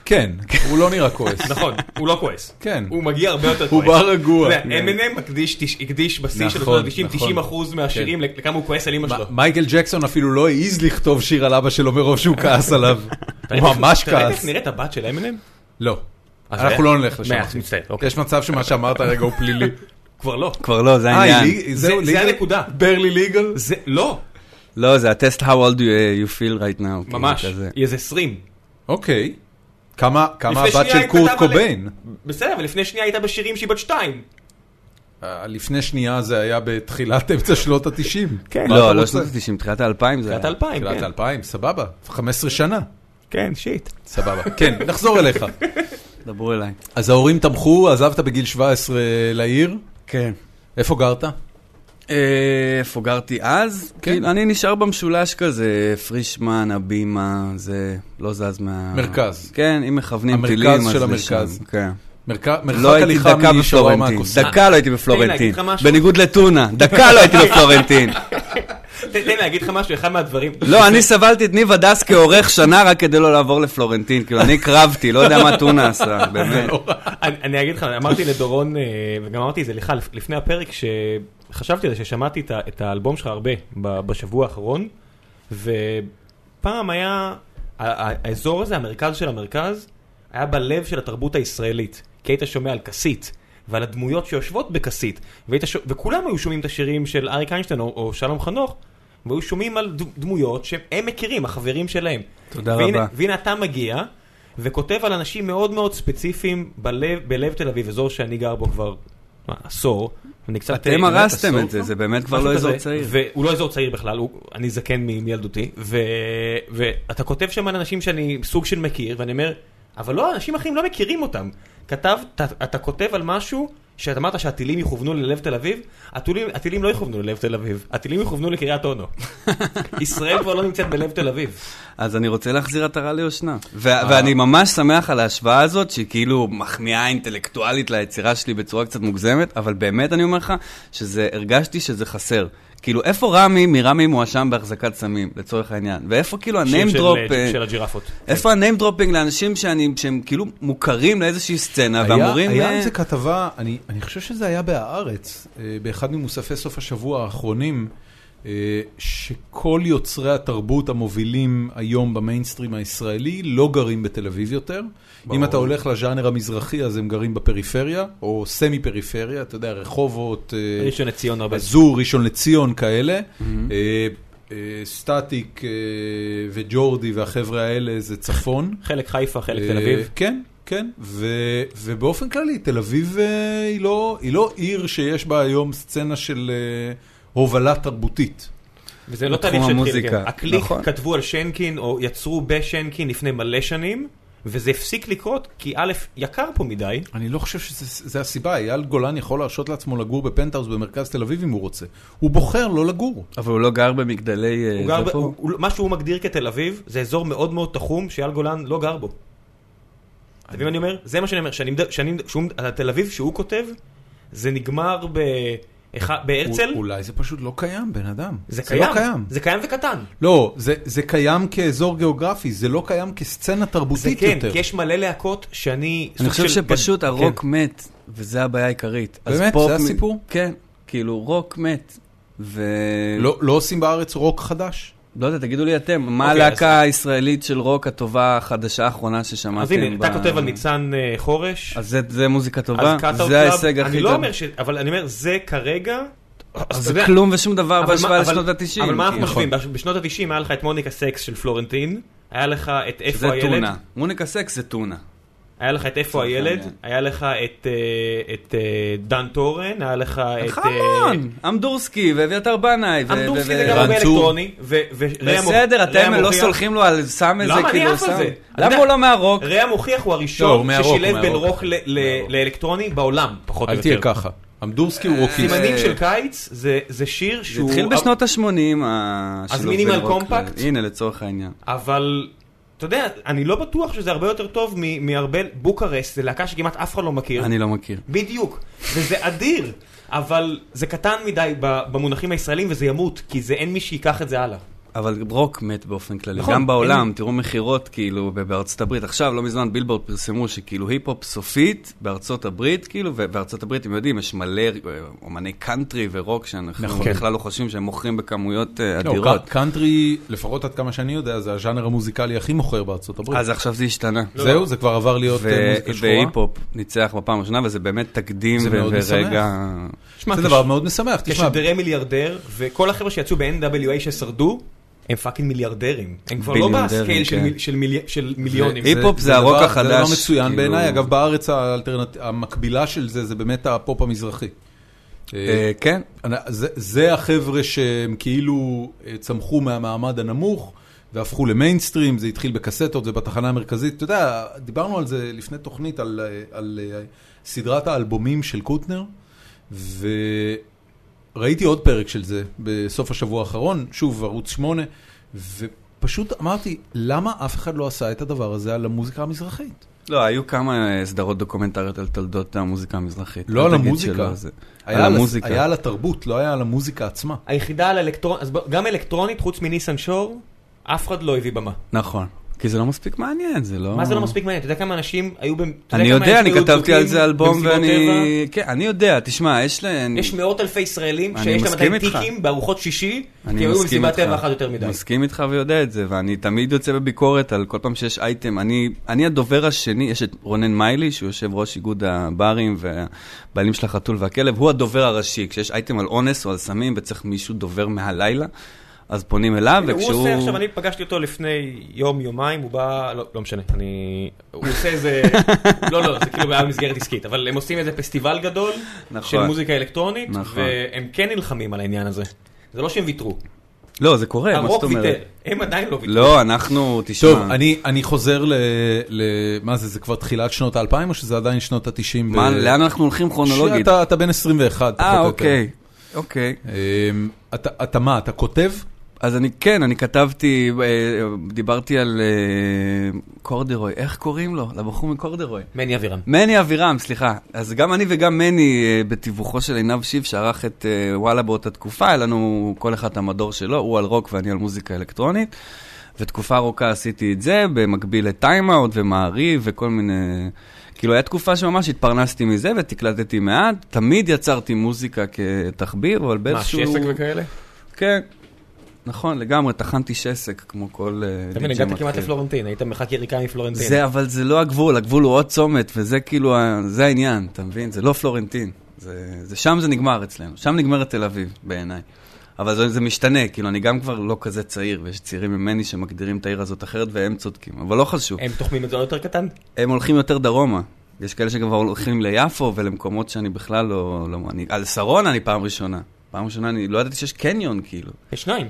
[SPEAKER 1] כן, הוא לא נראה כועס. (laughs)
[SPEAKER 4] נכון, הוא לא כועס.
[SPEAKER 1] כן.
[SPEAKER 4] הוא מגיע הרבה יותר
[SPEAKER 1] הוא
[SPEAKER 4] כועס.
[SPEAKER 1] בא רגוע.
[SPEAKER 4] אתה יודע, M&M מקדיש, תש- הקדיש בשיא של
[SPEAKER 1] נכון,
[SPEAKER 4] שנות ה-90,
[SPEAKER 1] נכון.
[SPEAKER 4] 90 אחוז מהשירים לכמה הוא כועס על אמא שלו.
[SPEAKER 1] מ- מייקל ג'קסון אפילו לא העז לכתוב שיר על אבא שלו מרוב שהוא כעס
[SPEAKER 4] (laughs)
[SPEAKER 1] עליו. הוא ממש
[SPEAKER 4] אתה ראית איך
[SPEAKER 1] כעס.
[SPEAKER 4] נראית הבת של M&M?
[SPEAKER 1] לא.
[SPEAKER 4] אז
[SPEAKER 1] אנחנו
[SPEAKER 4] זה-
[SPEAKER 1] לא נלך לשם.
[SPEAKER 4] מאה,
[SPEAKER 1] אחי.
[SPEAKER 4] מצטער, אוקיי.
[SPEAKER 1] יש מצב שמה שאמרת הרגע הוא
[SPEAKER 4] (laughs)
[SPEAKER 1] פלילי.
[SPEAKER 4] כבר לא.
[SPEAKER 3] כבר לא, זה
[SPEAKER 1] אה,
[SPEAKER 3] העניין.
[SPEAKER 1] היא-
[SPEAKER 4] זה-
[SPEAKER 1] זהו,
[SPEAKER 4] זה
[SPEAKER 1] legal?
[SPEAKER 4] הנקודה.
[SPEAKER 1] barely legal?
[SPEAKER 4] זה, לא,
[SPEAKER 3] לא, זה הטסט How old you- you feel right now. כאילו,
[SPEAKER 4] ממש.
[SPEAKER 3] כזה.
[SPEAKER 4] היא איזה 20.
[SPEAKER 1] אולי. אוקיי. כמה כמה
[SPEAKER 4] לפני
[SPEAKER 1] הבת
[SPEAKER 4] שנייה
[SPEAKER 1] של
[SPEAKER 4] היא
[SPEAKER 1] קורט
[SPEAKER 4] כתב עליה-
[SPEAKER 1] קוביין?
[SPEAKER 4] בסדר, אבל לפני שנייה הייתה בשירים שהיא בת 2.
[SPEAKER 1] אה, לפני שנייה זה היה בתחילת אמצע שנות
[SPEAKER 4] (laughs)
[SPEAKER 1] התשעים.
[SPEAKER 4] כן.
[SPEAKER 1] מה
[SPEAKER 3] לא, אה,
[SPEAKER 1] אתה
[SPEAKER 3] לא
[SPEAKER 1] רוצה?
[SPEAKER 3] שנות ה-90, תחילת ה-2000 זה
[SPEAKER 4] תחילת
[SPEAKER 3] היה.
[SPEAKER 4] אלפיים,
[SPEAKER 1] תחילת
[SPEAKER 4] כן.
[SPEAKER 1] האלפיים, סבבה. 15 שנה,
[SPEAKER 4] כן, שיט.
[SPEAKER 1] סבבה. (laughs) כן, נחזור אליך.
[SPEAKER 3] דברו אליי.
[SPEAKER 1] אז ההורים תמכו, עזבת בגיל 17 לעיר.
[SPEAKER 3] כן.
[SPEAKER 1] איפה גרת?
[SPEAKER 3] אה, איפה גרתי אז?
[SPEAKER 1] כן.
[SPEAKER 3] כן. אני נשאר במשולש כזה, פרישמן, הבימה, זה לא זז מה...
[SPEAKER 1] מרכז.
[SPEAKER 3] כן, אם מכוונים
[SPEAKER 1] המרכז
[SPEAKER 3] טילים, אז
[SPEAKER 1] של
[SPEAKER 3] זה
[SPEAKER 1] המרכז.
[SPEAKER 3] שם, כן.
[SPEAKER 1] מרק-
[SPEAKER 3] לא
[SPEAKER 1] מרחק
[SPEAKER 3] הייתי
[SPEAKER 1] הליכה
[SPEAKER 3] דקה
[SPEAKER 1] משורה
[SPEAKER 3] בפלורנטין.
[SPEAKER 1] מהכוס.
[SPEAKER 3] דקה לא הייתי
[SPEAKER 4] להגיד
[SPEAKER 3] בפלורנטין.
[SPEAKER 4] לך משהו?
[SPEAKER 3] בניגוד לטונה, דקה לא הייתי בפלורנטין.
[SPEAKER 4] תן תן לי להגיד לך משהו, אחד מהדברים.
[SPEAKER 3] לא, אני סבלתי את ניב הדס כעורך שנה רק כדי לא לעבור לפלורנטין. כאילו, אני הקרבתי, לא יודע מה טונה עשה, באמת.
[SPEAKER 4] כן. אני אני אגיד לך, אמרתי לדורון, אה, וגם אמרתי את זה לך לפ- לפני הפרק, שחשבתי על זה, ששמעתי את ה- את האלבום שלך הרבה ב- בשבוע האחרון, ופעם היה, ה- ה- האזור הזה, המרכז של המרכז, היה בלב של התרבות הישראלית, כי היית שומע על כסית. ועל הדמויות שיושבות בכסית, והיית ש... וכולם היו שומעים את השירים של אריק איינשטיין או, או שלום חנוך, והיו שומעים על ד... דמויות שהם מכירים, החברים שלהם.
[SPEAKER 3] תודה
[SPEAKER 4] והנה,
[SPEAKER 3] רבה.
[SPEAKER 4] והנה אתה מגיע, וכותב על אנשים מאוד מאוד ספציפיים בלב, בלב תל אביב, אזור שאני גר בו כבר מה, עשור. אני קצת... אה,
[SPEAKER 3] אתם
[SPEAKER 4] באמת
[SPEAKER 3] הרסתם
[SPEAKER 4] עשור
[SPEAKER 3] את זה,
[SPEAKER 4] כבר?
[SPEAKER 3] זה באמת כבר
[SPEAKER 4] משהו
[SPEAKER 3] לא אזור
[SPEAKER 4] כזה.
[SPEAKER 3] צעיר.
[SPEAKER 4] והוא לא אזור צעיר בכלל, הוא, אני זקן מ- מילדותי, ו, ואתה כותב שם על אנשים שאני סוג של מכיר, ואני אומר, אבל לא, אנשים אחרים לא מכירים אותם. כתב, אתה, אתה כותב על משהו שאתה אמרת שהטילים יכוונו ללב תל אביב, הטילים, הטילים לא יכוונו ללב תל אביב, הטילים יכוונו לקריית
[SPEAKER 3] (laughs)
[SPEAKER 4] אונו. ישראל כבר לא נמצאת בלב תל אביב.
[SPEAKER 3] אז אני רוצה להחזיר עטרה ליושנה. ו-
[SPEAKER 4] אה.
[SPEAKER 3] ואני ממש שמח על ההשוואה הזאת, שהיא כאילו מחמיאה אינטלקטואלית ליצירה שלי בצורה קצת מוגזמת, אבל באמת אני אומר לך, שזה, הרגשתי שזה חסר. כאילו, איפה רמי מרמי מואשם בהחזקת סמים, לצורך העניין? ואיפה כאילו
[SPEAKER 4] שיר
[SPEAKER 3] הניים
[SPEAKER 4] של,
[SPEAKER 3] דרופ...
[SPEAKER 4] אה, של הג'ירפות.
[SPEAKER 3] איפה הניים דרופינג לאנשים שאני, שהם כאילו מוכרים לאיזושהי סצנה,
[SPEAKER 1] היה-
[SPEAKER 3] ואמורים...
[SPEAKER 1] היה
[SPEAKER 3] אה,
[SPEAKER 1] איזה כתבה, אני אני חושב שזה היה בהארץ, אה, באחד ממוספי סוף השבוע האחרונים, אה, שכל יוצרי התרבות המובילים היום במיינסטרים הישראלי לא גרים בתל אביב יותר. אם אתה הולך לז'אנר המזרחי, אז הם גרים בפריפריה, או סמי פריפריה, אתה יודע, רחובות, אה,
[SPEAKER 4] ראשון לציון הרבה.
[SPEAKER 1] זו, ראשון לציון כאלה. אה, אה, סטטיק אה, וג'ורדי והחבר'ה האלה זה צפון.
[SPEAKER 4] חלק חיפה, חלק תל
[SPEAKER 1] אה,
[SPEAKER 4] אביב.
[SPEAKER 1] כן, כן, ו, ובאופן כללי, תל אביב אה, היא לא, היא לא עיר שיש בה היום סצנה של אה, הובלה תרבותית.
[SPEAKER 4] וזה לא
[SPEAKER 3] בתחום
[SPEAKER 4] תהליך שהתחיל,
[SPEAKER 3] המוזיקה.
[SPEAKER 4] כן. הקליק
[SPEAKER 3] נכון.
[SPEAKER 4] כתבו על שיינקין, או יצרו בשינקין לפני מלא שנים, וזה הפסיק לקרות, כי א', יקר פה מדי,
[SPEAKER 1] אני לא חושב שזה הסיבה, אייל גולן יכול להרשות לעצמו לגור בפנטהאוס במרכז תל אביב אם הוא רוצה. הוא בוחר לא לגור.
[SPEAKER 3] אבל הוא לא גר במגדלי... אה,
[SPEAKER 4] הוא גר, ב-
[SPEAKER 3] זה פה?
[SPEAKER 4] הוא, הוא, מה שהוא מגדיר כתל אביב, זה אזור מאוד מאוד תחום שאייל גולן לא גר בו. אתה מבין מה אני אומר? זה מה שאני אומר, שאני, מד- שאני, שהוא, על תל אביב שהוא כותב, זה נגמר ב, אחד- בהרצל,
[SPEAKER 1] הוא- אולי זה פשוט לא קיים, בן אדם.
[SPEAKER 4] זה
[SPEAKER 1] זה
[SPEAKER 4] קיים,
[SPEAKER 1] לא קיים.
[SPEAKER 4] זה קיים וקטן.
[SPEAKER 1] לא, זה, זה קיים כאזור גיאוגרפי, זה לא קיים כסצנה
[SPEAKER 4] זה
[SPEAKER 1] תרבותית
[SPEAKER 4] כן,
[SPEAKER 1] יותר.
[SPEAKER 4] כי יש מלא להקות שאני...
[SPEAKER 3] אני
[SPEAKER 4] סוג
[SPEAKER 3] חושב
[SPEAKER 4] של-
[SPEAKER 3] שפשוט
[SPEAKER 4] כן.
[SPEAKER 3] הרוק מת, וזה הבעיה העיקרית. אז
[SPEAKER 1] באמת?
[SPEAKER 3] פופ
[SPEAKER 1] זה
[SPEAKER 3] מ-
[SPEAKER 1] הסיפור?
[SPEAKER 3] כן, כאילו רוק מת. ו...
[SPEAKER 1] לא, לא עושים בארץ רוק חדש?
[SPEAKER 3] לא יודע, תגידו לי אתם, מה
[SPEAKER 4] אוקיי,
[SPEAKER 3] הלהקה הישראלית של רוק הטובה החדשה האחרונה ששמעתם?
[SPEAKER 4] אז הנה, אתה
[SPEAKER 3] ב-
[SPEAKER 4] כותב על ניצן אה, חורש.
[SPEAKER 3] אז זה- זה מוזיקה טובה,
[SPEAKER 4] אז קאט-אוט
[SPEAKER 3] זה
[SPEAKER 4] קלאב,
[SPEAKER 3] ההישג הכי טוב.
[SPEAKER 4] אני לא אומר ש... אבל אני אומר, זה כרגע... אז אתה
[SPEAKER 3] זה
[SPEAKER 4] יודע,
[SPEAKER 3] כלום ושום דבר
[SPEAKER 4] אבל מה-
[SPEAKER 3] בהשוואה
[SPEAKER 4] אבל-
[SPEAKER 3] לשנות כאילו. נכון. ה-90.
[SPEAKER 4] אבל מה אנחנו משווים? בש- בשנות ה-90 היה לך את מוניקה סקס של פלורנטין, היה לך את
[SPEAKER 3] זה
[SPEAKER 4] איפה הילד,
[SPEAKER 3] טונה. מוניקה סקס זה טונה.
[SPEAKER 4] היה לך את איפה
[SPEAKER 3] לצורך
[SPEAKER 4] הילד,
[SPEAKER 3] העניין.
[SPEAKER 4] היה לך את, אה, את אה, דן טורן, היה לך את... אה,
[SPEAKER 3] חמון! אמדורסקי ואביתר בנאי. ו-
[SPEAKER 4] אמדורסקי
[SPEAKER 3] ו-
[SPEAKER 4] זה
[SPEAKER 3] ו-
[SPEAKER 4] גם
[SPEAKER 1] רן
[SPEAKER 4] הרבה
[SPEAKER 1] צור.
[SPEAKER 4] אלקטרוני, ו- ו- רע מוכ-
[SPEAKER 3] בסדר,
[SPEAKER 4] רע
[SPEAKER 3] אתם לא
[SPEAKER 4] מוכיח-
[SPEAKER 3] סולחים לו על סם איזה,
[SPEAKER 4] למה אני
[SPEAKER 3] כאילו
[SPEAKER 4] עף על
[SPEAKER 3] סם?
[SPEAKER 4] זה?
[SPEAKER 3] למה הוא לא מהרוק?
[SPEAKER 4] רע מוכיח הוא
[SPEAKER 1] אוקיי. לא, הוא
[SPEAKER 4] הראשון
[SPEAKER 1] מהרוק,
[SPEAKER 4] ששילב
[SPEAKER 1] הוא
[SPEAKER 4] בין
[SPEAKER 1] מהרוק.
[SPEAKER 4] רוק ל- ל- לאלקטרוני בעולם, פחות או
[SPEAKER 1] אל
[SPEAKER 4] יותר.
[SPEAKER 1] תהיה ככה. אמדורסקי הוא רוקיסט.
[SPEAKER 4] סימנים
[SPEAKER 3] זה-
[SPEAKER 4] של קיץ זה זה שיר
[SPEAKER 3] זה
[SPEAKER 4] שהוא...
[SPEAKER 3] התחיל בשנות ה-80,
[SPEAKER 4] אז מינימל קומפקט?
[SPEAKER 3] הנה, לצורך העניין.
[SPEAKER 4] אבל, אתה יודע, אני לא בטוח שזה הרבה יותר טוב מ- מהרבה... בוקרסט זה להקה שכמעט אף אחד לא מכיר.
[SPEAKER 3] אני לא מכיר.
[SPEAKER 4] בדיוק. וזה אדיר, אבל זה קטן מדי ב- במונחים הישראלים וזה ימות, כי זה אין מי שייקח את זה הלאה.
[SPEAKER 3] אבל רוק מת באופן כללי,
[SPEAKER 4] נכון,
[SPEAKER 3] גם בעולם,
[SPEAKER 4] אין-
[SPEAKER 3] תראו מכירות כאילו ב- בארצות הברית. עכשיו, לא מזמן בילבורד פרסמו שכאילו היפ-הופ סופית בארצות הברית, כאילו, ובארצות הברית, אתם יודעים, יש מלא אה, אומני קאנטרי ורוק שאנחנו
[SPEAKER 1] נכון.
[SPEAKER 3] בכלל לא חושבים שהם מוכרים בכמויות אה,
[SPEAKER 1] לא,
[SPEAKER 3] אדירות.
[SPEAKER 1] ק- קאנטרי, לפחות עד כמה שאני יודע, זה הז'אנר המוזיקלי הכי מוכר בארצות הברית.
[SPEAKER 3] אז עכשיו זה השתנה.
[SPEAKER 1] זהו, זה כבר עבר להיות אה, מוזיקה שחורה.
[SPEAKER 3] והיפ-הופ ניצח בפעם הראשונה, וזה באמת תקדים
[SPEAKER 1] זה
[SPEAKER 3] ו-
[SPEAKER 1] מאוד
[SPEAKER 3] ורגע...
[SPEAKER 4] שמע,
[SPEAKER 1] זה
[SPEAKER 4] כש-
[SPEAKER 1] דבר מאוד משמח, תשמע.
[SPEAKER 4] כשדרי מיליארדר, וכל החבר'ה שיצאו ב-NWA ששרדו, הם פאקינג מיליארדרים. הם כבר לא
[SPEAKER 3] ביליונדרים,
[SPEAKER 4] בסקייל של
[SPEAKER 3] כן.
[SPEAKER 4] מיל- של מילי- של מיליונים.
[SPEAKER 3] זה- היפ-הופ
[SPEAKER 1] דבר-
[SPEAKER 3] הרוק
[SPEAKER 1] זה דבר
[SPEAKER 3] החדש,
[SPEAKER 1] מצוין
[SPEAKER 3] כאילו-
[SPEAKER 1] בעיניי, אגב בארץ האלטרנט- המקבילה של זה זה באמת הפופ המזרחי.
[SPEAKER 3] אה, כן,
[SPEAKER 1] אנ- זה- זה החבר'ה שהם כאילו אה, צמחו מהמעמד הנמוך והפכו למיינסטרים, זה התחיל בקסטות, זה בתחנה המרכזית. אתה יודע, דיברנו על זה לפני תוכנית, על, אה, על אה, סדרת האלבומים של קוטנר, וראיתי עוד פרק של זה בסוף השבוע האחרון, שוב ערוץ 8, ופשוט אמרתי, למה אף אחד לא עשה את הדבר הזה על המוזיקה המזרחית?
[SPEAKER 3] לא, היו כמה אה, סדרות דוקומנטריות על תולדות המוזיקה המזרחית.
[SPEAKER 1] לא
[SPEAKER 3] אל
[SPEAKER 1] על
[SPEAKER 3] תגיד
[SPEAKER 1] המוזיקה.
[SPEAKER 3] שלא, זה-
[SPEAKER 1] היה
[SPEAKER 3] על
[SPEAKER 1] הס-
[SPEAKER 3] המוזיקה.
[SPEAKER 1] היה על התרבות, לא היה על המוזיקה עצמה.
[SPEAKER 4] היחידה על אלקטרונית, אז בוא- גם אלקטרונית, חוץ מניסן שור, אף אחד לא הביא במה.
[SPEAKER 3] נכון. כי זה לא מספיק מעניין, זה לא...
[SPEAKER 4] מה זה לא מספיק מעניין? אתה יודע כמה אנשים היו... ב- אתה
[SPEAKER 3] אני
[SPEAKER 4] כמה אנשים
[SPEAKER 3] יודע, אני
[SPEAKER 4] היו
[SPEAKER 3] כתבתי על
[SPEAKER 4] דבוקים
[SPEAKER 3] זה אלבום
[SPEAKER 4] במסיבות טבע?
[SPEAKER 3] ואני... כן, אני יודע, תשמע, יש להם...
[SPEAKER 4] יש מאות אלפי ישראלים
[SPEAKER 3] אני
[SPEAKER 4] שיש להם
[SPEAKER 3] מסכים
[SPEAKER 4] עדיין
[SPEAKER 3] איתך.
[SPEAKER 4] טיקים בארוחות שישי,
[SPEAKER 3] אני
[SPEAKER 4] כי היו
[SPEAKER 3] מסכים
[SPEAKER 4] במסיבת
[SPEAKER 3] איתך.
[SPEAKER 4] טבע אחת יותר מדי.
[SPEAKER 3] מסכים איתך ויודע את זה, ואני תמיד יוצא בביקורת על כל פעם שיש אייטם. אני, אני הדובר השני, יש את רונן מיילי, שהוא יושב ראש איגוד הברים והבעלים של החתול והכלב, הוא הדובר הראשי. כשיש אייטם על אונס או על סמים וצריך מישהו דובר מהלילה, אז פונים אליו,
[SPEAKER 4] הוא
[SPEAKER 3] וכשהוא...
[SPEAKER 4] עושה עכשיו, אני פגשתי אותו לפני יום, יומיים, הוא בא, לא, לא משנה, אני... הוא עושה
[SPEAKER 3] (laughs)
[SPEAKER 4] איזה... לא, לא, זה כאילו היה במסגרת עסקית, אבל הם עושים איזה פסטיבל גדול
[SPEAKER 3] נכון.
[SPEAKER 4] של מוזיקה אלקטרונית,
[SPEAKER 3] נכון.
[SPEAKER 4] והם כן נלחמים על העניין הזה. זה לא שהם ויתרו,
[SPEAKER 3] לא, זה קורה, מה
[SPEAKER 4] הרוק
[SPEAKER 3] זאת
[SPEAKER 4] ויתר,
[SPEAKER 3] אומרת?
[SPEAKER 4] הם עדיין לא ויתרו.
[SPEAKER 3] לא, אנחנו, תשמע...
[SPEAKER 1] טוב, אני, אני חוזר ל, ל... מה זה, זה כבר תחילת שנות האלפיים או שזה עדיין שנות התשעים?
[SPEAKER 3] מה, לאן אנחנו הולכים כרונולוגית?
[SPEAKER 1] אה, שאתה כן. אתה בן 21, פחות
[SPEAKER 3] אה,
[SPEAKER 1] או
[SPEAKER 3] אוקיי, אוקיי.
[SPEAKER 1] יותר. אמ, אתה, אתה מה, אתה כותב?
[SPEAKER 3] אז אני, כן, אני כתבתי, אה, דיברתי על אה, קורדרוי, איך קוראים לו? לבחור מקורדרוי.
[SPEAKER 4] מני אבירם.
[SPEAKER 3] מני אבירם, סליחה. אז גם אני וגם מני, אה, בתיווכו של עינב שיף, שערך את אה, וואלה באותה תקופה, היה לנו כל אחד את המדור שלו, הוא על רוק ואני על מוזיקה אלקטרונית. ותקופה ארוכה עשיתי את זה, במקביל לטיים-אאוט ומעריב וכל מיני... כאילו, הייתה תקופה שממש התפרנסתי מזה ותקלטתי מעט. תמיד יצרתי מוזיקה כתחביב, אבל
[SPEAKER 4] מה,
[SPEAKER 3] באיזשהו...
[SPEAKER 4] שסק וכאלה?
[SPEAKER 3] כן. נכון, לגמרי, טחנתי שסק כמו כל אה,
[SPEAKER 4] אתה מבין,
[SPEAKER 3] די.ג'יי
[SPEAKER 4] הגעת כמעט
[SPEAKER 3] מתחיל.
[SPEAKER 4] לפלורנטין, היית מרחק יריקה מפלורנטין.
[SPEAKER 3] זה, אבל זה לא הגבול, הגבול הוא עוד צומת, וזה כאילו, ה- זה העניין, אתה מבין? זה לא פלורנטין. זה, זה, שם זה נגמר אצלנו, שם נגמרת תל אביב, בעיניי. אבל זה, זה משתנה, כאילו, אני גם כבר לא כזה צעיר, ויש צעירים ממני שמגדירים את העיר הזאת אחרת, והם צודקים, אבל לא חשוב.
[SPEAKER 4] הם תוחמים את זה עוד יותר קטן?
[SPEAKER 3] הם הולכים יותר דרומה. יש כאלה שכבר הולכים ליפו ולמקומות שאני בכלל לא... לא אני, על שרון אני פעם ראשונה. פעם ראשונה אני לא ידעתי שיש קניון, כאילו.
[SPEAKER 4] יש שניים.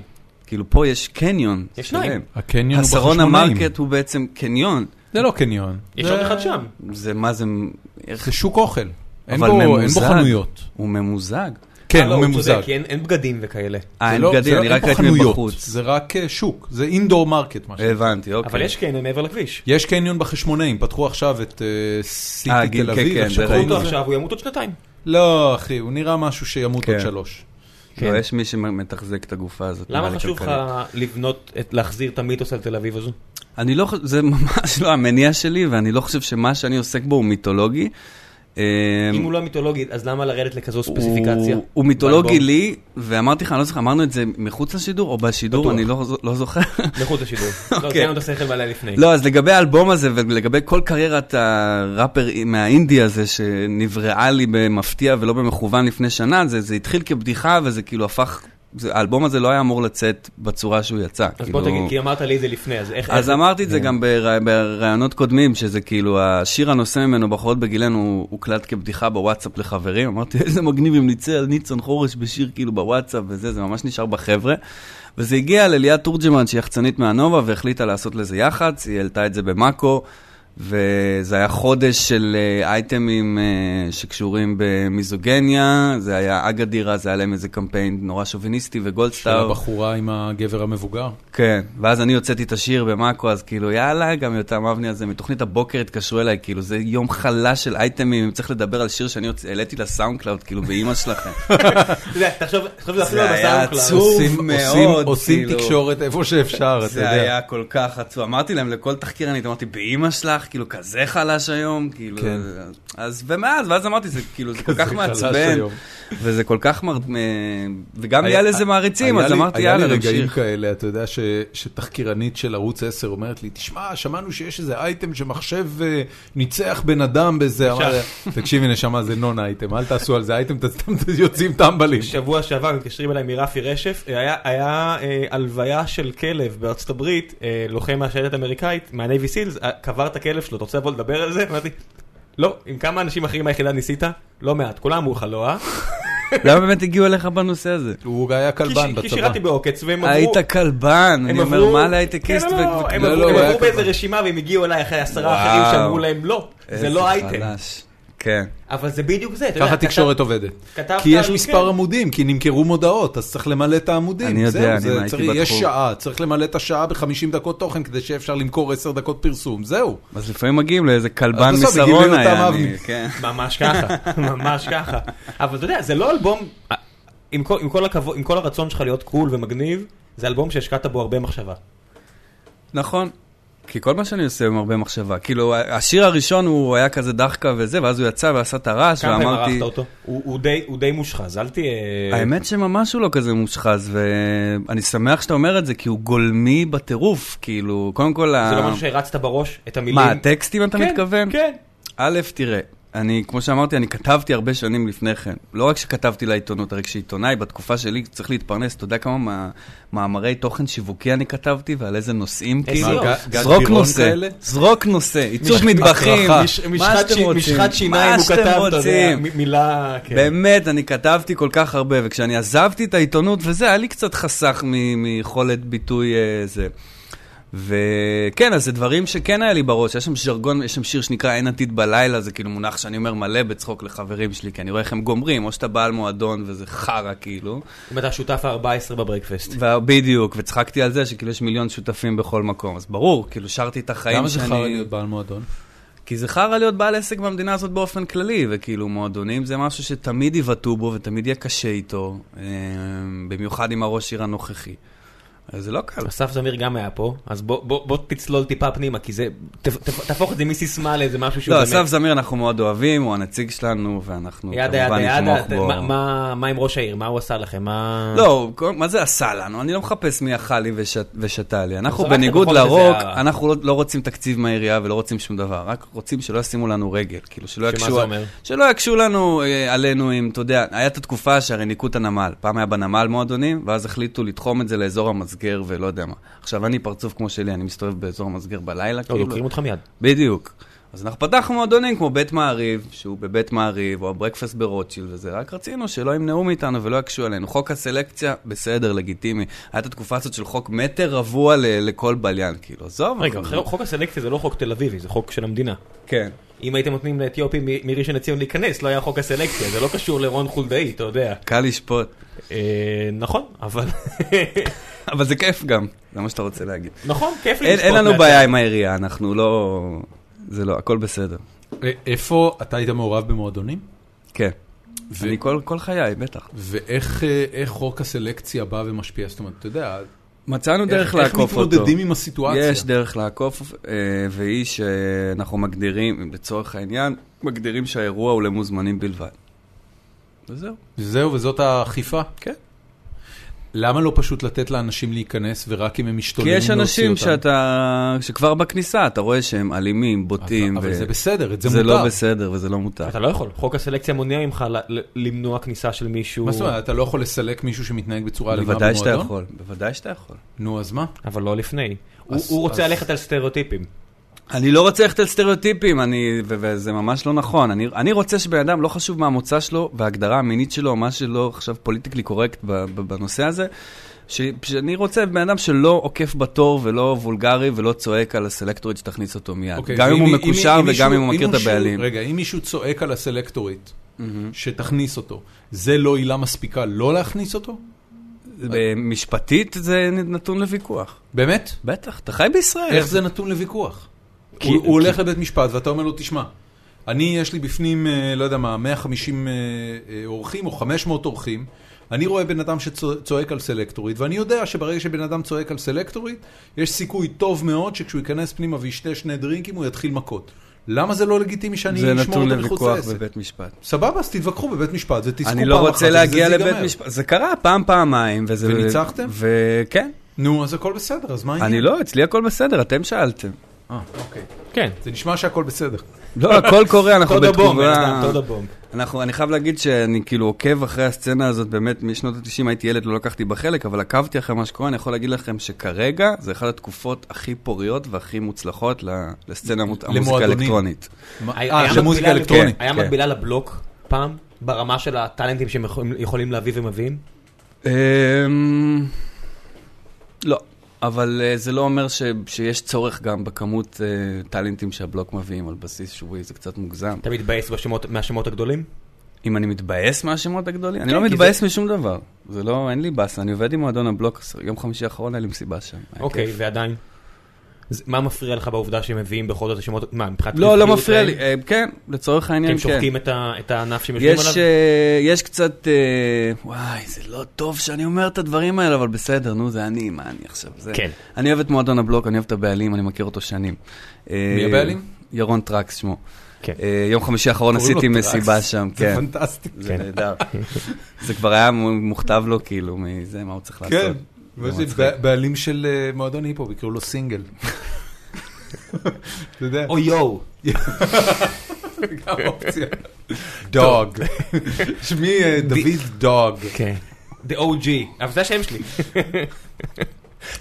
[SPEAKER 3] כאילו, פה יש קניון.
[SPEAKER 4] יש
[SPEAKER 3] שלם.
[SPEAKER 4] שניים.
[SPEAKER 1] הקניון הוא
[SPEAKER 3] השרון
[SPEAKER 1] בחשמונאים.
[SPEAKER 3] המרקט הוא בעצם קניון.
[SPEAKER 1] זה לא קניון.
[SPEAKER 4] יש
[SPEAKER 1] זה-
[SPEAKER 4] עוד אחד שם.
[SPEAKER 3] זה מה זה, איך-
[SPEAKER 1] זה שוק אוכל. אין
[SPEAKER 3] אבל
[SPEAKER 1] בו אין בו
[SPEAKER 3] ממוזג.
[SPEAKER 1] חנויות.
[SPEAKER 3] הוא ממוזג.
[SPEAKER 1] כן,
[SPEAKER 4] אה, לא,
[SPEAKER 1] הוא
[SPEAKER 4] צודק,
[SPEAKER 1] ממוזג.
[SPEAKER 4] כי אין- אין בגדים וכאלה.
[SPEAKER 1] זה
[SPEAKER 3] אה, אין
[SPEAKER 1] לא-
[SPEAKER 3] בגדים,
[SPEAKER 1] זה-
[SPEAKER 3] אני
[SPEAKER 1] אין
[SPEAKER 3] רק
[SPEAKER 1] פה
[SPEAKER 3] ראיתי
[SPEAKER 1] חנויות,
[SPEAKER 3] מבחוץ.
[SPEAKER 1] זה רק אה, שוק, זה אינדור מרקט מה שנקרא.
[SPEAKER 3] הבנתי, אוקיי.
[SPEAKER 4] אבל יש קניון מעבר לכביש.
[SPEAKER 1] יש קניון בחשמונאים, פתחו עכשיו את אה,
[SPEAKER 3] אה,
[SPEAKER 1] סיטי
[SPEAKER 3] גיל,
[SPEAKER 1] תל
[SPEAKER 3] כן,
[SPEAKER 1] אביב.
[SPEAKER 3] כן,
[SPEAKER 1] איך שקראו
[SPEAKER 3] זה
[SPEAKER 4] קחו אותו
[SPEAKER 3] ראינו.
[SPEAKER 1] לזה?
[SPEAKER 4] עכשיו, הוא ימות עוד שנתיים.
[SPEAKER 1] לא, אחי, הוא נראה משהו שימות עוד
[SPEAKER 3] כן.
[SPEAKER 1] שלוש.
[SPEAKER 4] כן.
[SPEAKER 3] לא, יש מי שמתחזק את הגופה הזאת. נראה
[SPEAKER 4] למה
[SPEAKER 3] לי
[SPEAKER 4] חשוב לך
[SPEAKER 3] כלכלית.
[SPEAKER 4] לבנות, את- להחזיר את המיתוס על תל אביב הזו?
[SPEAKER 3] אני לא חושב, זה (laughs) ממש לא המניע שלי, ואני לא חושב שמה שאני עוסק בו הוא מיתולוגי. אמ,
[SPEAKER 4] אם הוא לא מיתולוגי, אז למה לרדת לכזו ספציפיקציה?
[SPEAKER 3] הוא, הוא מיתולוגי
[SPEAKER 4] באלבום?
[SPEAKER 3] לי, ואמרתי לך, אני לא זוכר, אמרנו את זה מחוץ לשידור או בשידור,
[SPEAKER 4] בטוח.
[SPEAKER 3] אני לא, זו- לא זוכר.
[SPEAKER 4] מחוץ
[SPEAKER 3] (laughs)
[SPEAKER 4] לשידור. לא,
[SPEAKER 3] אוקיי.
[SPEAKER 4] זה היה לנו את השכל ועלה לפני.
[SPEAKER 3] לא, אז לגבי האלבום הזה ולגבי כל קריירת הראפר מהאינדי הזה שנבראה לי במפתיע ולא במכוון לפני שנה, זה, זה התחיל כבדיחה וזה כאילו הפך, זה, האלבום הזה לא היה אמור לצאת בצורה שהוא יצא.
[SPEAKER 4] אז
[SPEAKER 3] כאילו...
[SPEAKER 4] בוא תגיד, כי אמרת לי את זה לפני, אז איך...
[SPEAKER 3] אז
[SPEAKER 4] איך- כן.
[SPEAKER 3] אמרתי את זה גם ברא- בראיונות קודמים, שזה כאילו, השיר הנושא ממנו בחורות בגילנו הוא הוקלט כבדיחה בוואטסאפ לחברים. אמרתי, איזה מגניב אם נצא על ניצן חורש בשיר כאילו בוואטסאפ וזה, זה ממש נשאר בחבר'ה. וזה הגיע לליאת תורג'מן, שהיא יחצנית מהנובה, והחליטה לעשות לזה יח"צ, היא העלתה את זה במאקו, וזה היה חודש של אה, אייטמים אה, שקשורים במיזוגניה, זה היה אגדירה, זה היה להם איזה קמפיין נורא שוביניסטי
[SPEAKER 1] של
[SPEAKER 3] וגולדסטאר.
[SPEAKER 1] הבחורה עם הגבר המבוגר.
[SPEAKER 3] כן, ואז אני הוצאתי את השיר במאקו, אז כאילו, יאללה, גם יותם אבני הזה, מתוכנית הבוקר התקשרו אליי, כאילו, זה יום חלש של אייטמים, אם צריך לדבר על שיר שאני הוצ- העליתי לסאונד קלאוד, כאילו, באימא שלכם.
[SPEAKER 4] אתה יודע, תחשוב, תחשוב, זה אפילו
[SPEAKER 3] זה
[SPEAKER 4] לא
[SPEAKER 3] היה
[SPEAKER 4] בסאונד קלאוד.
[SPEAKER 3] עצוב.
[SPEAKER 1] עושים- עושים-
[SPEAKER 3] מאוד,
[SPEAKER 1] עושים
[SPEAKER 3] כאילו.
[SPEAKER 1] תקשורת איפה שאפשר, (laughs) אתה
[SPEAKER 3] זה
[SPEAKER 1] יודע.
[SPEAKER 3] היה כל כך עצוב. אמרתי להם, לכל תחקירנית, אמרתי, באימא שלך, כאילו, כזה חלש היום, כאילו,
[SPEAKER 1] כן.
[SPEAKER 3] אז, ומאז, ואז אמרתי, זה כאילו, זה כל
[SPEAKER 1] כזה
[SPEAKER 3] כך
[SPEAKER 1] חלש
[SPEAKER 3] מעצבן,
[SPEAKER 1] היום.
[SPEAKER 3] וזה כל כך מר... אה, וגם
[SPEAKER 1] היה-
[SPEAKER 3] היה לזה מעריצים,
[SPEAKER 1] היה
[SPEAKER 3] אז
[SPEAKER 1] לי-
[SPEAKER 3] אמרתי,
[SPEAKER 1] היה
[SPEAKER 3] יאללה,
[SPEAKER 1] לי רגעים
[SPEAKER 3] נמשיך.
[SPEAKER 1] כאלה, אתה יודע, ש- שתחקירנית של ערוץ 10 אומרת לי, תשמע, שמענו שיש איזה אייטם שמחשב אה, ניצח בן אדם בזה. אמר לה, תקשיבי, נשמה, זה נון אייטם, אל תעשו על זה אייטם, אתם סתם יוצאים טמבלים.
[SPEAKER 4] שבוע שעבר מתקשרים אליי מרפי רשף, היה, היה אה, הלוויה של כלב בארצות הברית, אה, לוחם מהשייטת האמריקאית, מהנייבי סילס, אה, קבר את הכלב שלו, אתה רוצה לבוא לדבר על זה? אמרתי, לא, עם כמה אנשים אחרים מהיחידה ניסית? לא מעט, כולם אמרו לך לא, אה?
[SPEAKER 3] למה באמת הגיעו אליך בנושא הזה?
[SPEAKER 1] הוא היה כלבן
[SPEAKER 4] כי ש- כי
[SPEAKER 1] בצבא.
[SPEAKER 4] שירתי בעוקץ, והם עברו...
[SPEAKER 3] היית כלבן,
[SPEAKER 4] הם
[SPEAKER 3] אני אומר,
[SPEAKER 4] עברו-
[SPEAKER 3] מה להייטקיסט?
[SPEAKER 4] כן, לא, לא, הם
[SPEAKER 1] לא,
[SPEAKER 4] עברו-
[SPEAKER 1] לא,
[SPEAKER 4] הם
[SPEAKER 1] הוא היה
[SPEAKER 4] עברו באיזה
[SPEAKER 1] כלבן.
[SPEAKER 4] רשימה והם הגיעו אליי אחרי עשרה
[SPEAKER 3] וואו.
[SPEAKER 4] אחרים שאמרו להם לא, זה לא אייטם.
[SPEAKER 3] כן.
[SPEAKER 4] אבל זה בדיוק זה, אתה יודע,
[SPEAKER 1] ככה
[SPEAKER 4] כתב-
[SPEAKER 1] התקשורת עובדת.
[SPEAKER 4] כתבת
[SPEAKER 1] כי יש
[SPEAKER 4] על- כן.
[SPEAKER 1] מספר עמודים, כי נמכרו מודעות, אז צריך למלא את העמודים.
[SPEAKER 3] אני יודע,
[SPEAKER 1] זהו,
[SPEAKER 3] אני
[SPEAKER 1] זה
[SPEAKER 3] הייתי
[SPEAKER 1] צריך- יש
[SPEAKER 3] בתחום.
[SPEAKER 1] שעה, צריך למלא את השעה ב-50 דקות תוכן כדי שיהיה אפשר למכור 10 דקות פרסום, זהו.
[SPEAKER 3] אז לפעמים מגיעים לאיזה כלבן
[SPEAKER 1] אז בסוף הגיעו
[SPEAKER 3] מסרון
[SPEAKER 1] ליותם
[SPEAKER 3] היה,
[SPEAKER 1] אבני.
[SPEAKER 3] אני- כן.
[SPEAKER 4] ממש ככה, ממש ככה. אבל אתה יודע, זה לא אלבום, עם כל, עם, כל הכבוד, עם כל הרצון שלך להיות קול ומגניב, זה אלבום שהשקעת בו הרבה מחשבה.
[SPEAKER 3] נכון. כי כל מה שאני עושה עם הרבה מחשבה. כאילו, השיר הראשון הוא היה כזה דחקה וזה, ואז הוא יצא ועשה את הרעש,
[SPEAKER 4] כמה פעמים
[SPEAKER 3] ואמרתי...
[SPEAKER 4] ערכת אותו? הוא, הוא, די, הוא די מושחז, אל תהיה...
[SPEAKER 3] האמת שממש הוא לא כזה מושחז, ואני שמח שאתה אומר את זה, כי הוא גולמי בטירוף, כאילו, קודם כל...
[SPEAKER 4] זה
[SPEAKER 3] ה-
[SPEAKER 4] לא משהו שהרצת בראש, את המילים.
[SPEAKER 3] מה, הטקסטים אתה
[SPEAKER 4] כן,
[SPEAKER 3] מתכוון?
[SPEAKER 4] כן.
[SPEAKER 3] א', תראה, אני, כמו שאמרתי, אני כתבתי הרבה שנים לפני כן. לא רק שכתבתי לעיתונות, הרי כשעיתונאי בתקופה שלי צריך להתפרנס, אתה יודע כמה מה- מאמרי תוכן שיווקי אני כתבתי ועל איזה נושאים
[SPEAKER 4] איזה
[SPEAKER 3] כאילו?
[SPEAKER 4] יופי.
[SPEAKER 1] גד- גד
[SPEAKER 3] זרוק
[SPEAKER 1] פירון
[SPEAKER 3] נושא,
[SPEAKER 1] כאלה?
[SPEAKER 3] זרוק נושא, עיצוב
[SPEAKER 1] מש-
[SPEAKER 3] מטבחים,
[SPEAKER 1] הקרחה.
[SPEAKER 4] מש-
[SPEAKER 3] מה
[SPEAKER 4] משחת
[SPEAKER 3] שאתם
[SPEAKER 4] שי-
[SPEAKER 3] רוצים,
[SPEAKER 4] משחת שיניים
[SPEAKER 3] מה
[SPEAKER 4] הוא
[SPEAKER 3] שאתם
[SPEAKER 4] כתב, אתה יודע,
[SPEAKER 3] רוצים.
[SPEAKER 4] מ- מילה... כן.
[SPEAKER 3] באמת, אני כתבתי כל כך הרבה, וכשאני עזבתי את העיתונות וזה, היה לי קצת חסך מ- מיכולת ביטוי אה, זה. וכן, אז זה דברים שכן היה לי בראש. יש שם ז'רגון, יש שם שיר שנקרא אין עתיד בלילה, זה כאילו מונח שאני אומר מלא בצחוק לחברים שלי, כי אני רואה איך הם גומרים, או שאתה בעל מועדון וזה חרא כאילו.
[SPEAKER 4] אם אתה השותף ה-14 בברייקפסט.
[SPEAKER 3] ו- בדיוק, וצחקתי על זה שכאילו יש מיליון שותפים בכל מקום. אז ברור, כאילו שרתי את החיים
[SPEAKER 1] למה זה
[SPEAKER 3] שאני...
[SPEAKER 1] חרא להיות בעל מועדון?
[SPEAKER 3] כי זה חרא להיות בעל עסק במדינה הזאת באופן כללי, וכאילו מועדונים זה משהו שתמיד יבעטו בו ותמיד יהיה קשה איתו, אה, במיוחד עם הראש עיר הנוכחי. אז זה לא קל.
[SPEAKER 4] אסף זמיר גם היה פה, אז בוא- בוא בוא תצלול טיפה פנימה, כי זה... ת- ת- תהפוך את זה מסיסמה לאיזה משהו שהוא
[SPEAKER 3] לא,
[SPEAKER 4] באמת...
[SPEAKER 3] אסף זמיר אנחנו מאוד אוהבים, הוא הנציג שלנו, ואנחנו
[SPEAKER 4] ידה ידה
[SPEAKER 3] כמובן
[SPEAKER 4] ידה,
[SPEAKER 3] נתמוך
[SPEAKER 4] אתה-
[SPEAKER 3] בו.
[SPEAKER 4] מה- מה- מה עם ראש העיר? מה הוא עשה לכם? מה...
[SPEAKER 3] לא, הוא- כל- מה זה עשה לנו? אני לא מחפש מי אכל לי וש- ושתה לי. אנחנו
[SPEAKER 4] זרקת
[SPEAKER 3] בניגוד
[SPEAKER 4] בכל זאת איזה
[SPEAKER 3] לרוק,
[SPEAKER 4] הערה.
[SPEAKER 3] אנחנו לא- לא רוצים תקציב מהעירייה ולא רוצים שום דבר, רק רוצים שלא ישימו לנו רגל, כאילו שלא
[SPEAKER 4] שמה
[SPEAKER 3] יקשו...
[SPEAKER 4] זה אומר?
[SPEAKER 3] שלא יקשו לנו אה, עלינו עם, אתה יודע, היה את התקופה שהרי ניקו את הנמל. פעם היה בנמל מועדונים, ואז החליטו לתחום את זה לאזור המסגר ולא יודע מה. עכשיו, אני פרצוף כמו שלי, אני מסתובב באזור המסגר בלילה,
[SPEAKER 4] לא,
[SPEAKER 3] כאילו.
[SPEAKER 4] דוקרים אותך מיד.
[SPEAKER 3] בדיוק. אז אנחנו פתחנו מועדונים כמו בית מעריב, שהוא בבית מעריב, או הברקפסט ברוטשילד וזה, רק רצינו שלא ימנעו מאיתנו ולא יקשו עלינו. חוק הסלקציה, בסדר, לגיטימי. הייתה התקופה הזאת של חוק מטר רבוע ל- לכל בליין, כאילו, עזוב.
[SPEAKER 4] רגע,
[SPEAKER 3] אנחנו-
[SPEAKER 4] חוק הסלקציה זה לא חוק תל אביבי, זה חוק של המדינה.
[SPEAKER 3] כן.
[SPEAKER 4] אם הייתם נותנים לאתיופים מ- מראשון לציון להיכנס, לא היה חוק הסלקציה, זה לא קשור לרון חולדאי, אתה יודע.
[SPEAKER 3] קל לשפוט.
[SPEAKER 4] אה, נכון, אבל... (laughs)
[SPEAKER 3] אבל זה כיף גם, זה מה שאתה רוצה להגיד.
[SPEAKER 4] נכון, כיף לי
[SPEAKER 3] אין, אין לנו
[SPEAKER 4] מהצד.
[SPEAKER 3] בעיה עם העירייה, אנחנו לא... זה לא, הכל בסדר.
[SPEAKER 1] אה, איפה אתה היית מעורב במועדונים?
[SPEAKER 3] כן.
[SPEAKER 1] ו-
[SPEAKER 3] אני כל, כל חיי, בטח.
[SPEAKER 1] ואיך אה, איך חוק הסלקציה בא ומשפיע? זאת אומרת, אתה יודע,
[SPEAKER 3] מצאנו דרך
[SPEAKER 1] איך, איך
[SPEAKER 3] לעקוף אותו.
[SPEAKER 1] מתמודדים עם הסיטואציה?
[SPEAKER 3] יש דרך לעקוף, אה, והיא שאנחנו מגדירים, לצורך העניין, מגדירים שהאירוע הוא למוזמנים בלבד. וזהו.
[SPEAKER 1] זהו, וזאת האכיפה?
[SPEAKER 3] כן.
[SPEAKER 1] למה לא פשוט לתת לאנשים להיכנס ורק אם הם
[SPEAKER 3] כי
[SPEAKER 1] משתוללים
[SPEAKER 3] יש
[SPEAKER 1] להוציא אותם?
[SPEAKER 3] אנשים שאתה, שכבר בכניסה אתה רואה שהם אלימים, בוטים,
[SPEAKER 1] אבל
[SPEAKER 3] ו-
[SPEAKER 1] זה בסדר, את זה,
[SPEAKER 3] זה
[SPEAKER 1] מותר.
[SPEAKER 3] לא בסדר וזה לא מותר.
[SPEAKER 4] אתה לא יכול, חוק הסלקציה מונע ממך ל- ל- למנוע כניסה של מישהו.
[SPEAKER 1] מה זאת אומרת, אתה לא יכול לסלק מישהו שמתנהג בצורה אלימה במועדון?
[SPEAKER 3] בוודאי שאתה יכול, כן. בוודאי שאתה יכול.
[SPEAKER 1] נו, אז מה?
[SPEAKER 4] אבל לא לפני. הוא
[SPEAKER 1] אז-
[SPEAKER 4] הוא רוצה
[SPEAKER 1] אז-
[SPEAKER 4] ללכת על סטריאוטיפים.
[SPEAKER 3] אני לא רוצה ללכת על סטריאוטיפים, אני, ו- וזה ממש לא נכון. אני, אני רוצה שבן אדם, לא חשוב מה המוצא שלו וההגדרה המינית שלו, מה שלא עכשיו פוליטיקלי קורקט ב- ב- בנושא הזה, ש, שאני רוצה בן אדם שלא עוקף בתור ולא וולגרי ולא צועק על הסלקטורית שתכניס אותו מיד.
[SPEAKER 1] אוקיי,
[SPEAKER 3] גם אם
[SPEAKER 1] ואם-
[SPEAKER 3] הוא מקושר
[SPEAKER 1] אם
[SPEAKER 3] וגם
[SPEAKER 1] מישהו-
[SPEAKER 3] אם הוא מכיר את
[SPEAKER 1] מישהו-
[SPEAKER 3] הבעלים.
[SPEAKER 1] רגע, אם מישהו צועק על הסלקטורית, שתכניס אותו, זה לא עילה מספיקה לא להכניס אותו?
[SPEAKER 3] ב- משפטית זה נתון לוויכוח.
[SPEAKER 1] באמת?
[SPEAKER 3] בטח, אתה חי בישראל.
[SPEAKER 1] איך זה נתון לוויכוח?
[SPEAKER 4] כי-
[SPEAKER 1] הוא הוא
[SPEAKER 4] כי-
[SPEAKER 1] הולך לבית משפט ואתה אומר לו, תשמע, אני יש לי בפנים, אה, לא יודע מה, 150 אה, אה, אורחים או 500 אורחים, אני רואה בן אדם שצועק על סלקטורית, ואני יודע שברגע שבן אדם צועק על סלקטורית, יש סיכוי טוב מאוד שכשהוא ייכנס פנימה וישתה שני דרינקים, הוא יתחיל מכות. למה זה לא לגיטימי שאני
[SPEAKER 3] זה
[SPEAKER 1] אשמור
[SPEAKER 3] נתון
[SPEAKER 1] אותו מחוץ
[SPEAKER 3] לוויכוח
[SPEAKER 1] לעסק?
[SPEAKER 3] בבית משפט.
[SPEAKER 1] סבבה, אז תתווכחו בבית משפט ותזכו
[SPEAKER 3] אני לא
[SPEAKER 1] פעם
[SPEAKER 3] רוצה
[SPEAKER 1] אחת,
[SPEAKER 3] להגיע
[SPEAKER 1] ובזה זה
[SPEAKER 3] לבית
[SPEAKER 1] ייגמר.
[SPEAKER 3] משפט. זה קרה פעם, פעמיים. וזה-
[SPEAKER 1] וניצחתם?
[SPEAKER 3] וכן.
[SPEAKER 1] נו, אז הכל בסדר, אז מה העניין?
[SPEAKER 3] אני לא, אצלי הכל בסדר, אתם שאלתם.
[SPEAKER 1] אה, אוקיי.
[SPEAKER 4] כן.
[SPEAKER 1] זה נשמע שהכל בסדר.
[SPEAKER 3] לא, הכל קורה, אנחנו
[SPEAKER 4] תודה בום, בן אדם,
[SPEAKER 3] בתגובה...
[SPEAKER 4] תודה בום.
[SPEAKER 3] אנחנו, אני חייב להגיד שאני כאילו עוקב אחרי הסצנה הזאת, באמת, משנות ה-90 הייתי ילד, לא לקחתי בה חלק, אבל עקבתי אחרי מה שקורה, אני יכול להגיד לכם שכרגע זה אחת התקופות הכי פוריות והכי מוצלחות ל- לסצנה המות- המוזיקה
[SPEAKER 1] למועדונים.
[SPEAKER 3] האלקטרונית.
[SPEAKER 1] מה-
[SPEAKER 4] היה-
[SPEAKER 1] אה,
[SPEAKER 4] היה
[SPEAKER 1] למוזיקה
[SPEAKER 4] מקבילה
[SPEAKER 1] אלקטרונית.
[SPEAKER 4] לבלוק, היה
[SPEAKER 3] כן.
[SPEAKER 4] מקבילה לבלוק פעם, ברמה של הטאלנטים שהם יכולים- יכולים להביא ומביאים.
[SPEAKER 3] אמ, לא, אבל אה, זה לא אומר ש- שיש צורך גם בכמות אה, טאלנטים שהבלוק מביאים על בסיס שבועי, זה קצת מוגזם.
[SPEAKER 4] אתה מתבאס בשמות- מהשמות הגדולים?
[SPEAKER 3] אם אני מתבאס מהשמות הגדולים? אני
[SPEAKER 4] כן,
[SPEAKER 3] לא
[SPEAKER 4] כי
[SPEAKER 3] מתבאס משום דבר. זה לא, אין לי באסה, אני עובד עם מועדון הבלוק, יום חמישי האחרון היה לי מסיבה שם. היה
[SPEAKER 4] אוקיי,
[SPEAKER 3] כיף.
[SPEAKER 4] ועדיין. אז מה מפריע לך בעובדה שהם מביאים בכל זאת את השמות? מה, מבחינת...
[SPEAKER 3] לא, לא
[SPEAKER 4] רווחיות
[SPEAKER 3] מפריע לי.
[SPEAKER 4] להם?
[SPEAKER 3] אה, כן, לצורך
[SPEAKER 4] כי
[SPEAKER 3] העניין,
[SPEAKER 4] הם
[SPEAKER 3] כן.
[SPEAKER 4] שוחקים את ה- את הענף שהם יושבים
[SPEAKER 3] יש,
[SPEAKER 4] עליו?
[SPEAKER 3] אה, יש קצת, אה, וואי, זה לא טוב שאני אומר את הדברים האלה, אבל בסדר, נו, זה אני, מה אני עכשיו? זה...
[SPEAKER 4] כן.
[SPEAKER 3] אני אוהב את מועדון הבלוק, אני אוהב את הבעלים, אני מכיר אותו שנים. אה,
[SPEAKER 1] מי הבעלים?
[SPEAKER 3] ירון טרקס שמו.
[SPEAKER 4] כן.
[SPEAKER 3] אה, יום חמישי האחרון
[SPEAKER 1] קוראים לו
[SPEAKER 3] עשיתי
[SPEAKER 1] טרקס.
[SPEAKER 3] מסיבה שם,
[SPEAKER 1] זה
[SPEAKER 3] כן.
[SPEAKER 1] פנטסטי.
[SPEAKER 3] זה
[SPEAKER 4] כן.
[SPEAKER 3] נהדר. זה כבר היה מוכתב לו, כאילו, מזה, מה הוא צריך לעשות.
[SPEAKER 1] כן,
[SPEAKER 3] זה
[SPEAKER 1] וזה
[SPEAKER 3] מצחיק.
[SPEAKER 1] בע- בעלים של אה, מועדון היפו, יקראו לו סינגל. אתה יודע,
[SPEAKER 4] או יואו.
[SPEAKER 1] גם
[SPEAKER 3] (laughs)
[SPEAKER 1] אופציה. דוג. (laughs) שמי אה, דוד דוג.
[SPEAKER 3] אה,
[SPEAKER 4] כן. The OG. אבל זה
[SPEAKER 3] (laughs)
[SPEAKER 4] השם שלי.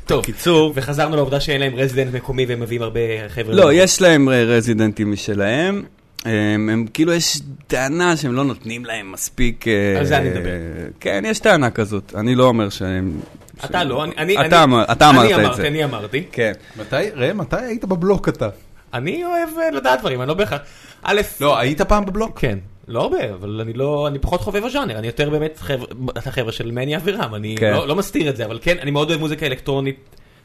[SPEAKER 4] טוב. קיצור. וחזרנו לעובדה שאין להם רזידנט מקומי והם מביאים הרבה חבר'ה.
[SPEAKER 3] לא, יש להם אה, רזידנטים משלהם. הם, הם כאילו, יש טענה שהם לא נותנים להם מספיק... אה,
[SPEAKER 4] על זה אני מדבר.
[SPEAKER 3] אה, כן, יש טענה כזאת. אני לא אומר שהם...
[SPEAKER 4] אתה
[SPEAKER 3] שהם-
[SPEAKER 4] לא, אני... אני-
[SPEAKER 3] אתה אמר- אתה
[SPEAKER 4] אני
[SPEAKER 3] אמרת את
[SPEAKER 4] אמרתי,
[SPEAKER 3] זה.
[SPEAKER 4] אני אמרתי.
[SPEAKER 3] כן.
[SPEAKER 1] מתי, ראה, מתי היית בבלוק אתה?
[SPEAKER 4] אני אוהב אה, לדעת דברים, אני לא בהכרח. א',
[SPEAKER 1] לא, היית פעם בבלוק?
[SPEAKER 4] כן. לא הרבה, אבל אני לא, אני פחות חובב הז'אנר, אני יותר באמת חבר'ה, החבר'ה של מני אבירם, אני
[SPEAKER 3] כן.
[SPEAKER 4] לא, לא מסתיר את זה, אבל כן, אני מאוד אוהב מוזיקה אלקטרונית,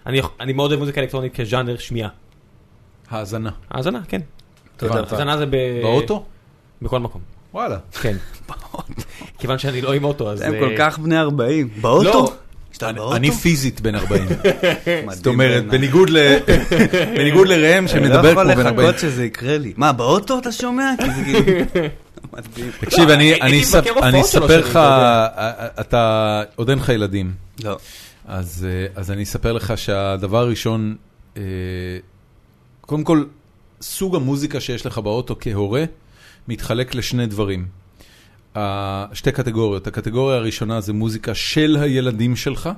[SPEAKER 4] אני, אני מאוד אוהב מוזיקה אלקטרונית כז'אנר שמיעה.
[SPEAKER 1] האזנה.
[SPEAKER 3] אה.
[SPEAKER 4] האזנה, כן.
[SPEAKER 3] תודה רבה.
[SPEAKER 4] האזנה זה ב...
[SPEAKER 1] באוטו?
[SPEAKER 4] בכל מקום,
[SPEAKER 1] וואלה.
[SPEAKER 3] (laughs)
[SPEAKER 4] כן. כיוון שאני לא עם אוטו, אז...
[SPEAKER 3] הם
[SPEAKER 4] אה,
[SPEAKER 3] כל כך בני 40.
[SPEAKER 4] לא,
[SPEAKER 1] אני- אני פיזית בן 40.
[SPEAKER 3] מדהים
[SPEAKER 1] זאת אומרת,
[SPEAKER 3] בעיניי.
[SPEAKER 1] בניגוד
[SPEAKER 3] (laughs)
[SPEAKER 1] ל- בניגוד לראם
[SPEAKER 3] אני
[SPEAKER 1] שמדבר כמו בן
[SPEAKER 3] כן. לא יכול
[SPEAKER 1] 40.
[SPEAKER 3] לחכות שזה יקרה לי. מה, באוטו אתה שומע? כי זה כאילו...
[SPEAKER 4] (laughs)
[SPEAKER 3] מדהים.
[SPEAKER 1] תקשיב,
[SPEAKER 4] לא,
[SPEAKER 1] אני-
[SPEAKER 4] הייתי
[SPEAKER 1] אני
[SPEAKER 4] מבקר
[SPEAKER 1] אספ-
[SPEAKER 4] הופעות
[SPEAKER 1] אני
[SPEAKER 4] שלו
[SPEAKER 1] אספר
[SPEAKER 4] שאני-
[SPEAKER 1] לך, אה, אה, אתה עוד אין לך ילדים.
[SPEAKER 3] לא.
[SPEAKER 1] אז, אה, אז אני אספר לך שהדבר הראשון, אה, קודם כל, סוג המוזיקה שיש לך באוטו כהורה מתחלק לשני דברים. אה, שתי קטגוריות. הקטגוריה הראשונה זה מוזיקה של הילדים שלך,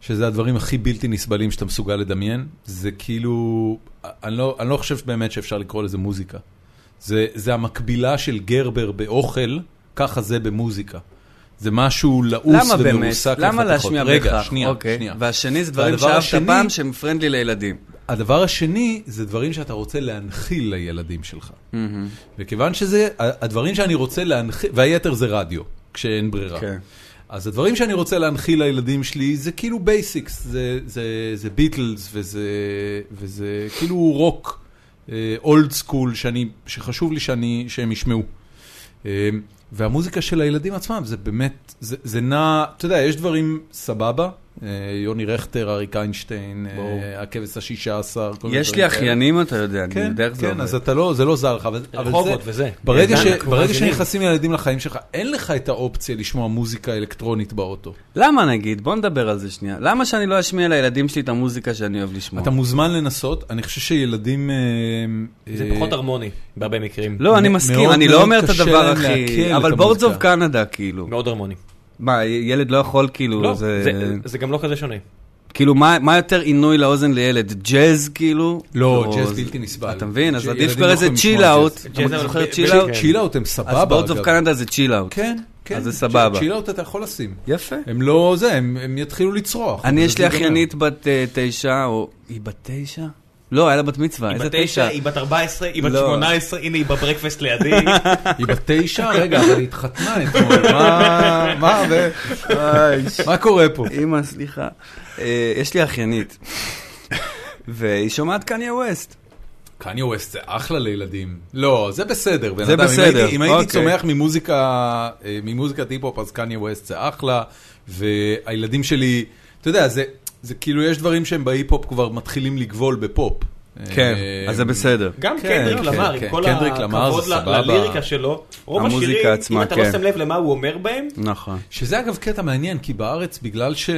[SPEAKER 1] שזה הדברים הכי בלתי נסבלים שאתה מסוגל לדמיין. זה כאילו, אני לא, אני לא חושב באמת שאפשר לקרוא לזה מוזיקה. זה, זה המקבילה של גרבר באוכל, ככה זה במוזיקה. זה משהו לעוס
[SPEAKER 3] למה באמת?
[SPEAKER 1] ומרוסק
[SPEAKER 3] למה להשמיע
[SPEAKER 1] רגע,
[SPEAKER 3] בהכרח?
[SPEAKER 1] שנייה,
[SPEAKER 3] אוקיי.
[SPEAKER 1] שנייה.
[SPEAKER 3] והשני זה דברים
[SPEAKER 1] והדבר
[SPEAKER 3] שאהבת
[SPEAKER 1] השני-
[SPEAKER 3] פעם שהם פרנדלי לילדים.
[SPEAKER 1] הדבר השני זה דברים שאתה רוצה להנחיל לילדים שלך. וכיוון שזה, ה- הדברים שאני רוצה להנחיל, והיתר זה רדיו, כשאין ברירה.
[SPEAKER 3] כן.
[SPEAKER 1] אז הדברים שאני רוצה להנחיל לילדים שלי זה כאילו בייסיקס, זה, זה, זה ביטלס וזה, וזה כאילו רוק אולד סקול שאני, שחשוב לי שאני, שהם ישמעו. אה, והמוזיקה של הילדים עצמם זה באמת, זה, זה נע, אתה יודע, יש דברים סבבה, אה, יוני רכטר, אריק איינשטיין, אה, הכבש השישה עשר, כל מיני
[SPEAKER 3] יש לי
[SPEAKER 1] דברים כאלה.
[SPEAKER 3] אחיינים, אתה יודע, אני
[SPEAKER 1] כן,
[SPEAKER 3] יודע איך זה
[SPEAKER 1] כן,
[SPEAKER 3] עובד.
[SPEAKER 1] אז אתה לא, זה לא זר לך, אבל, אבל זה,
[SPEAKER 4] רחובות וזה.
[SPEAKER 1] ברגע,
[SPEAKER 3] אה,
[SPEAKER 1] ש,
[SPEAKER 4] ידענו, אנחנו
[SPEAKER 1] ברגע
[SPEAKER 4] מאזינים.
[SPEAKER 1] שנכנסים ילדים לחיים שלך, אין לך את האופציה לשמוע מוזיקה אלקטרונית באוטו.
[SPEAKER 3] למה נגיד? בוא נדבר על זה שנייה. למה שאני לא אשמיע לילדים שלי את המוזיקה שאני אוהב לשמוע?
[SPEAKER 1] אתה מוזמן לנסות, אני חושב שילדים... אה,
[SPEAKER 4] זה
[SPEAKER 1] אה,
[SPEAKER 4] פחות הרמוני, בהרבה מקרים.
[SPEAKER 3] לא, אני
[SPEAKER 1] מ-
[SPEAKER 3] מסכים,
[SPEAKER 1] מאוד
[SPEAKER 3] אני
[SPEAKER 1] מאוד
[SPEAKER 3] לא אומר את
[SPEAKER 1] קשה
[SPEAKER 3] הדבר
[SPEAKER 1] להם
[SPEAKER 3] הכי...
[SPEAKER 1] לעכל
[SPEAKER 3] אבל
[SPEAKER 1] את
[SPEAKER 3] בורדס אוף
[SPEAKER 1] המוזיקה.
[SPEAKER 3] קנדה, כאילו.
[SPEAKER 4] מאוד הרמוני.
[SPEAKER 3] מה, ילד לא יכול, כאילו,
[SPEAKER 4] לא,
[SPEAKER 3] זה...
[SPEAKER 4] זה- זה גם לא כזה שונה.
[SPEAKER 3] כאילו, מה מה יותר עינוי לאוזן לילד? ג'אז, כאילו?
[SPEAKER 1] לא,
[SPEAKER 3] או
[SPEAKER 1] ג'אז
[SPEAKER 3] זה-
[SPEAKER 1] בלתי נסבל.
[SPEAKER 3] אתה מבין? אז
[SPEAKER 1] ג'-
[SPEAKER 3] עדיף
[SPEAKER 1] ילדים
[SPEAKER 3] כבר
[SPEAKER 1] לא
[SPEAKER 3] איזה
[SPEAKER 1] יכולים לשמוע
[SPEAKER 3] צ'יל
[SPEAKER 1] ג'אז.
[SPEAKER 3] אאוט.
[SPEAKER 4] ג'אז
[SPEAKER 3] אתה
[SPEAKER 4] אבל
[SPEAKER 3] זוכר
[SPEAKER 4] ב-
[SPEAKER 3] צ'יל
[SPEAKER 4] ב-
[SPEAKER 3] אאוט?
[SPEAKER 4] כן.
[SPEAKER 1] צ'יל אאוט הם סבבה.
[SPEAKER 3] אז בורדס אוף
[SPEAKER 1] אגב.
[SPEAKER 3] קנדה זה צ'יל אאוט.
[SPEAKER 1] כן, כן.
[SPEAKER 3] אז זה סבבה.
[SPEAKER 1] צ'יל אאוט אתה יכול לשים.
[SPEAKER 3] יפה.
[SPEAKER 1] הם לא זה, הם הם יתחילו לצרוח.
[SPEAKER 3] נכון, אני,
[SPEAKER 1] זה לא
[SPEAKER 3] יש לי
[SPEAKER 1] ייגמר.
[SPEAKER 3] אחיינית בת אה, תשע, או... היא בת תשע? לא, היה לה בת מצווה,
[SPEAKER 4] היא
[SPEAKER 3] איזה
[SPEAKER 4] בת תשע,
[SPEAKER 3] תשע?
[SPEAKER 4] היא בת 14, היא בת
[SPEAKER 3] לא.
[SPEAKER 4] 18, הנה היא בברקפסט לידי.
[SPEAKER 3] (laughs)
[SPEAKER 1] היא בת תשע? רגע, אבל היא התחתנה (laughs) אתמול. מה- מה ו- מה קורה פה?
[SPEAKER 3] אימא, סליחה. אה, יש לי אחיינית, והיא שומעת קניה ווסט.
[SPEAKER 1] קניה ווסט זה אחלה לילדים. לא, זה בסדר, בן
[SPEAKER 3] זה
[SPEAKER 1] אדם. אם
[SPEAKER 3] בסדר,
[SPEAKER 1] הייתי- אם הייתי
[SPEAKER 3] אוקיי.
[SPEAKER 1] צומח ממוזיקה, אה, ממוזיקת היפ-הופ, אז קניה ווסט זה אחלה, והילדים שלי, אתה יודע, זה, זה כאילו, יש דברים שהם בהיפ-הופ כבר מתחילים לגבול בפופ.
[SPEAKER 3] כן,
[SPEAKER 1] אה,
[SPEAKER 3] אז זה בסדר.
[SPEAKER 4] גם
[SPEAKER 1] כן,
[SPEAKER 4] קנדריק
[SPEAKER 1] כן,
[SPEAKER 4] למר,
[SPEAKER 1] כן.
[SPEAKER 4] עם כל
[SPEAKER 1] קנדריק למר
[SPEAKER 4] הכבוד
[SPEAKER 1] זה
[SPEAKER 4] ל-
[SPEAKER 1] סבבה.
[SPEAKER 4] לליריקה שלו, רוב
[SPEAKER 3] המוזיקה
[SPEAKER 4] השירים, אם
[SPEAKER 3] עצמה,
[SPEAKER 4] אתה לא
[SPEAKER 3] כן.
[SPEAKER 4] שם לב למה הוא אומר
[SPEAKER 1] (laughs)
[SPEAKER 4] בהם,
[SPEAKER 3] נכון.
[SPEAKER 1] שזה אגב קטע מעניין, כי בארץ, בגלל ש...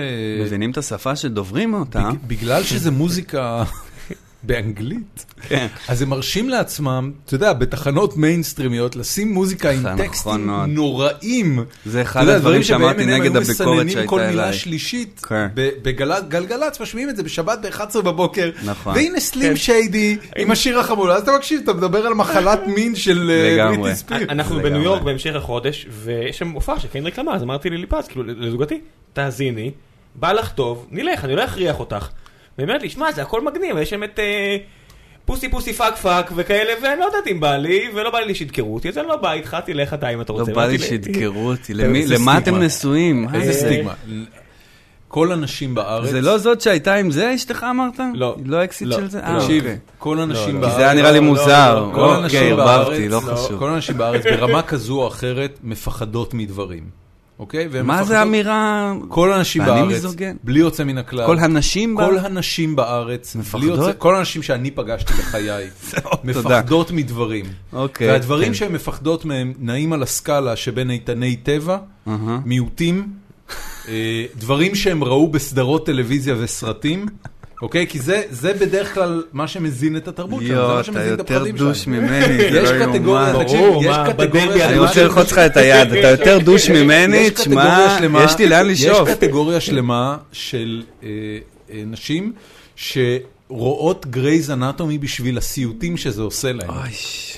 [SPEAKER 3] מבינים את השפה שדוברים אותה?
[SPEAKER 1] בג- בגלל שזה
[SPEAKER 3] (laughs)
[SPEAKER 1] מוזיקה באנגלית,
[SPEAKER 3] כן.
[SPEAKER 1] אז הם מרשים לעצמם, אתה יודע, בתחנות מיינסטרימיות, לשים מוזיקה עם
[SPEAKER 3] נכון
[SPEAKER 1] טקסטים
[SPEAKER 3] מאוד.
[SPEAKER 1] נוראים.
[SPEAKER 3] זה אחד
[SPEAKER 1] אתה יודע,
[SPEAKER 3] הדברים
[SPEAKER 1] דברים
[SPEAKER 3] שאמרתי
[SPEAKER 1] שבהם הם היו
[SPEAKER 3] נגד הביקורת
[SPEAKER 1] מסננים
[SPEAKER 3] שהייתה
[SPEAKER 1] כל מילה
[SPEAKER 3] אליי.
[SPEAKER 1] שלישית.
[SPEAKER 3] כן.
[SPEAKER 1] ב- בגלג- גלגלצ משמיעים את זה בשבת ב-11 בבוקר.
[SPEAKER 3] נכון.
[SPEAKER 1] והנה סלים שיידי עם השיר החמור. אז אתה מקשיב, אתה מדבר על מחלת מין של אה,
[SPEAKER 3] לגמרי.
[SPEAKER 1] בריטני ספירס.
[SPEAKER 4] אנחנו
[SPEAKER 3] לגמרי.
[SPEAKER 4] בניו יורק בהמשך החודש, ויש שם הופעה של קנדריק למר, אז אמרתי לליפז, כאילו לזוגתי, תאזיני, בא לך טוב, נלך, אני לא אכריח אותך. והיא אומרת לי, שמע, זה הכל מגניב, יש שם את אה, פוסי פוסי פאק פאק וכאלה, ואני לא יודעת אם בא לי, ולא בא לי שידקרו אותי, אז אני לא בא איתך, תלך אתה אם אתה
[SPEAKER 3] לא
[SPEAKER 4] רוצה.
[SPEAKER 3] בא לי
[SPEAKER 4] ואמרתי,
[SPEAKER 3] שידקרו אותי.
[SPEAKER 1] איזה
[SPEAKER 3] למי- למה
[SPEAKER 1] סטיגמה.
[SPEAKER 3] אתם נשואים? מה
[SPEAKER 1] איזה
[SPEAKER 3] זה?
[SPEAKER 1] סטיגמה. כל הנשים בארץ...
[SPEAKER 3] זה לא זאת שהייתה עם זה, אשתך אמרת?
[SPEAKER 4] לא.
[SPEAKER 3] היא לא אקסיט
[SPEAKER 4] לא.
[SPEAKER 3] של זה? אה,
[SPEAKER 1] תקשיב,
[SPEAKER 3] אוקיי.
[SPEAKER 1] כל הנשים
[SPEAKER 3] כי
[SPEAKER 1] בארץ...
[SPEAKER 3] זה היה נראה לי
[SPEAKER 4] לא, לא,
[SPEAKER 3] מוזר.
[SPEAKER 4] לא,
[SPEAKER 1] כל
[SPEAKER 3] אוקיי,
[SPEAKER 1] הנשים
[SPEAKER 3] ערבבתי, לא
[SPEAKER 1] בארץ,
[SPEAKER 3] חשוב.
[SPEAKER 1] כל הנשים בארץ ברמה כזו או אחרת מפחדות מדברים, אוקיי? והן
[SPEAKER 3] מה זה
[SPEAKER 1] מפחדות-
[SPEAKER 3] אמירה?
[SPEAKER 1] כל הנשים
[SPEAKER 3] ואני
[SPEAKER 1] בארץ,
[SPEAKER 3] מיזוגן?
[SPEAKER 1] בלי יוצא מן הכלל,
[SPEAKER 3] כל הנשים
[SPEAKER 1] כל
[SPEAKER 3] בארץ?
[SPEAKER 1] הנשים בארץ, בלי
[SPEAKER 3] מפחדות? לא,
[SPEAKER 1] יוצא- כל הנשים שאני פגשתי
[SPEAKER 3] (laughs)
[SPEAKER 1] בחיי,
[SPEAKER 3] תודה.
[SPEAKER 1] מפחדות מדברים.
[SPEAKER 3] אוקיי.
[SPEAKER 1] והדברים
[SPEAKER 3] כן.
[SPEAKER 1] שהן מפחדות מהם נעים על הסקאלה שבין איתני טבע,
[SPEAKER 3] אהה.
[SPEAKER 1] מיעוטים, אה, דברים שהם ראו בסדרות טלוויזיה וסרטים. אוקיי? כי זה, זה בדרך כלל מה שמזין את התרבות שלנו, זה
[SPEAKER 3] יואו,
[SPEAKER 1] מה
[SPEAKER 3] אתה
[SPEAKER 1] שמזין את
[SPEAKER 3] יותר
[SPEAKER 1] הפחדים
[SPEAKER 3] דוש
[SPEAKER 1] שלנו.
[SPEAKER 3] ממני, זה
[SPEAKER 1] יש
[SPEAKER 3] לא
[SPEAKER 1] קטגוריה,
[SPEAKER 3] יאומן.
[SPEAKER 1] תקשיב,
[SPEAKER 4] ברור,
[SPEAKER 1] יש
[SPEAKER 4] מה, בדרבי
[SPEAKER 1] קטגוריה
[SPEAKER 3] אני
[SPEAKER 1] שלמה
[SPEAKER 3] רוצה
[SPEAKER 1] של
[SPEAKER 3] ללחוץ לך את היד, אתה יותר דוש ממני,
[SPEAKER 1] יש קטגוריה
[SPEAKER 3] תשמע,
[SPEAKER 1] שלמה-
[SPEAKER 3] יש לי לאן לשאוף.
[SPEAKER 1] יש קטגוריה שלמה של אה, אה, נשים שרואות גרייז אנטומי בשביל הסיוטים שזה עושה להם,
[SPEAKER 3] אוי,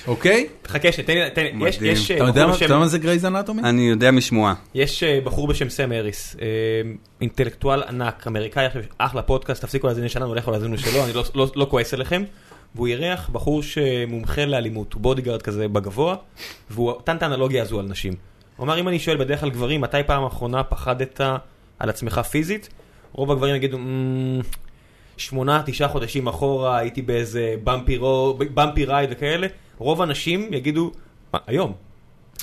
[SPEAKER 1] אוקיי?
[SPEAKER 4] חכה, שתן לי, תן לי, יש-
[SPEAKER 3] מדהים.
[SPEAKER 4] יש, אה,
[SPEAKER 1] אתה יודע
[SPEAKER 4] בחור
[SPEAKER 1] מה- אתה
[SPEAKER 4] בשם-
[SPEAKER 1] יודע מה זה גרייז אנטומי?
[SPEAKER 3] אני יודע משמועה.
[SPEAKER 4] יש אה, בחור בשם סם אריס, אה, אינטלקטואל ענק, אמריקאי, עכשיו אחלה פודקאסט, תפסיקו להאזין לשלנו, לכו להאזין לשלו, אני לא- לא- לא כועס עליכם. והוא אירח בחור שמומחה לאלימות, הוא בודיגארד כזה בגבוה, והוא נתן את האנלוגיה הזו על נשים. הוא אמר, אם אני שואל בדרך כלל גברים, מתי פעם אחרונה פחדת על עצמך פיזית? רוב הגברים יגידו, "מ, שמונה, תשעה חודשים אחורה, הייתי באיזה במפי רו- במפי רייד וכאלה. רוב הנשים יגידו, "מה, היום.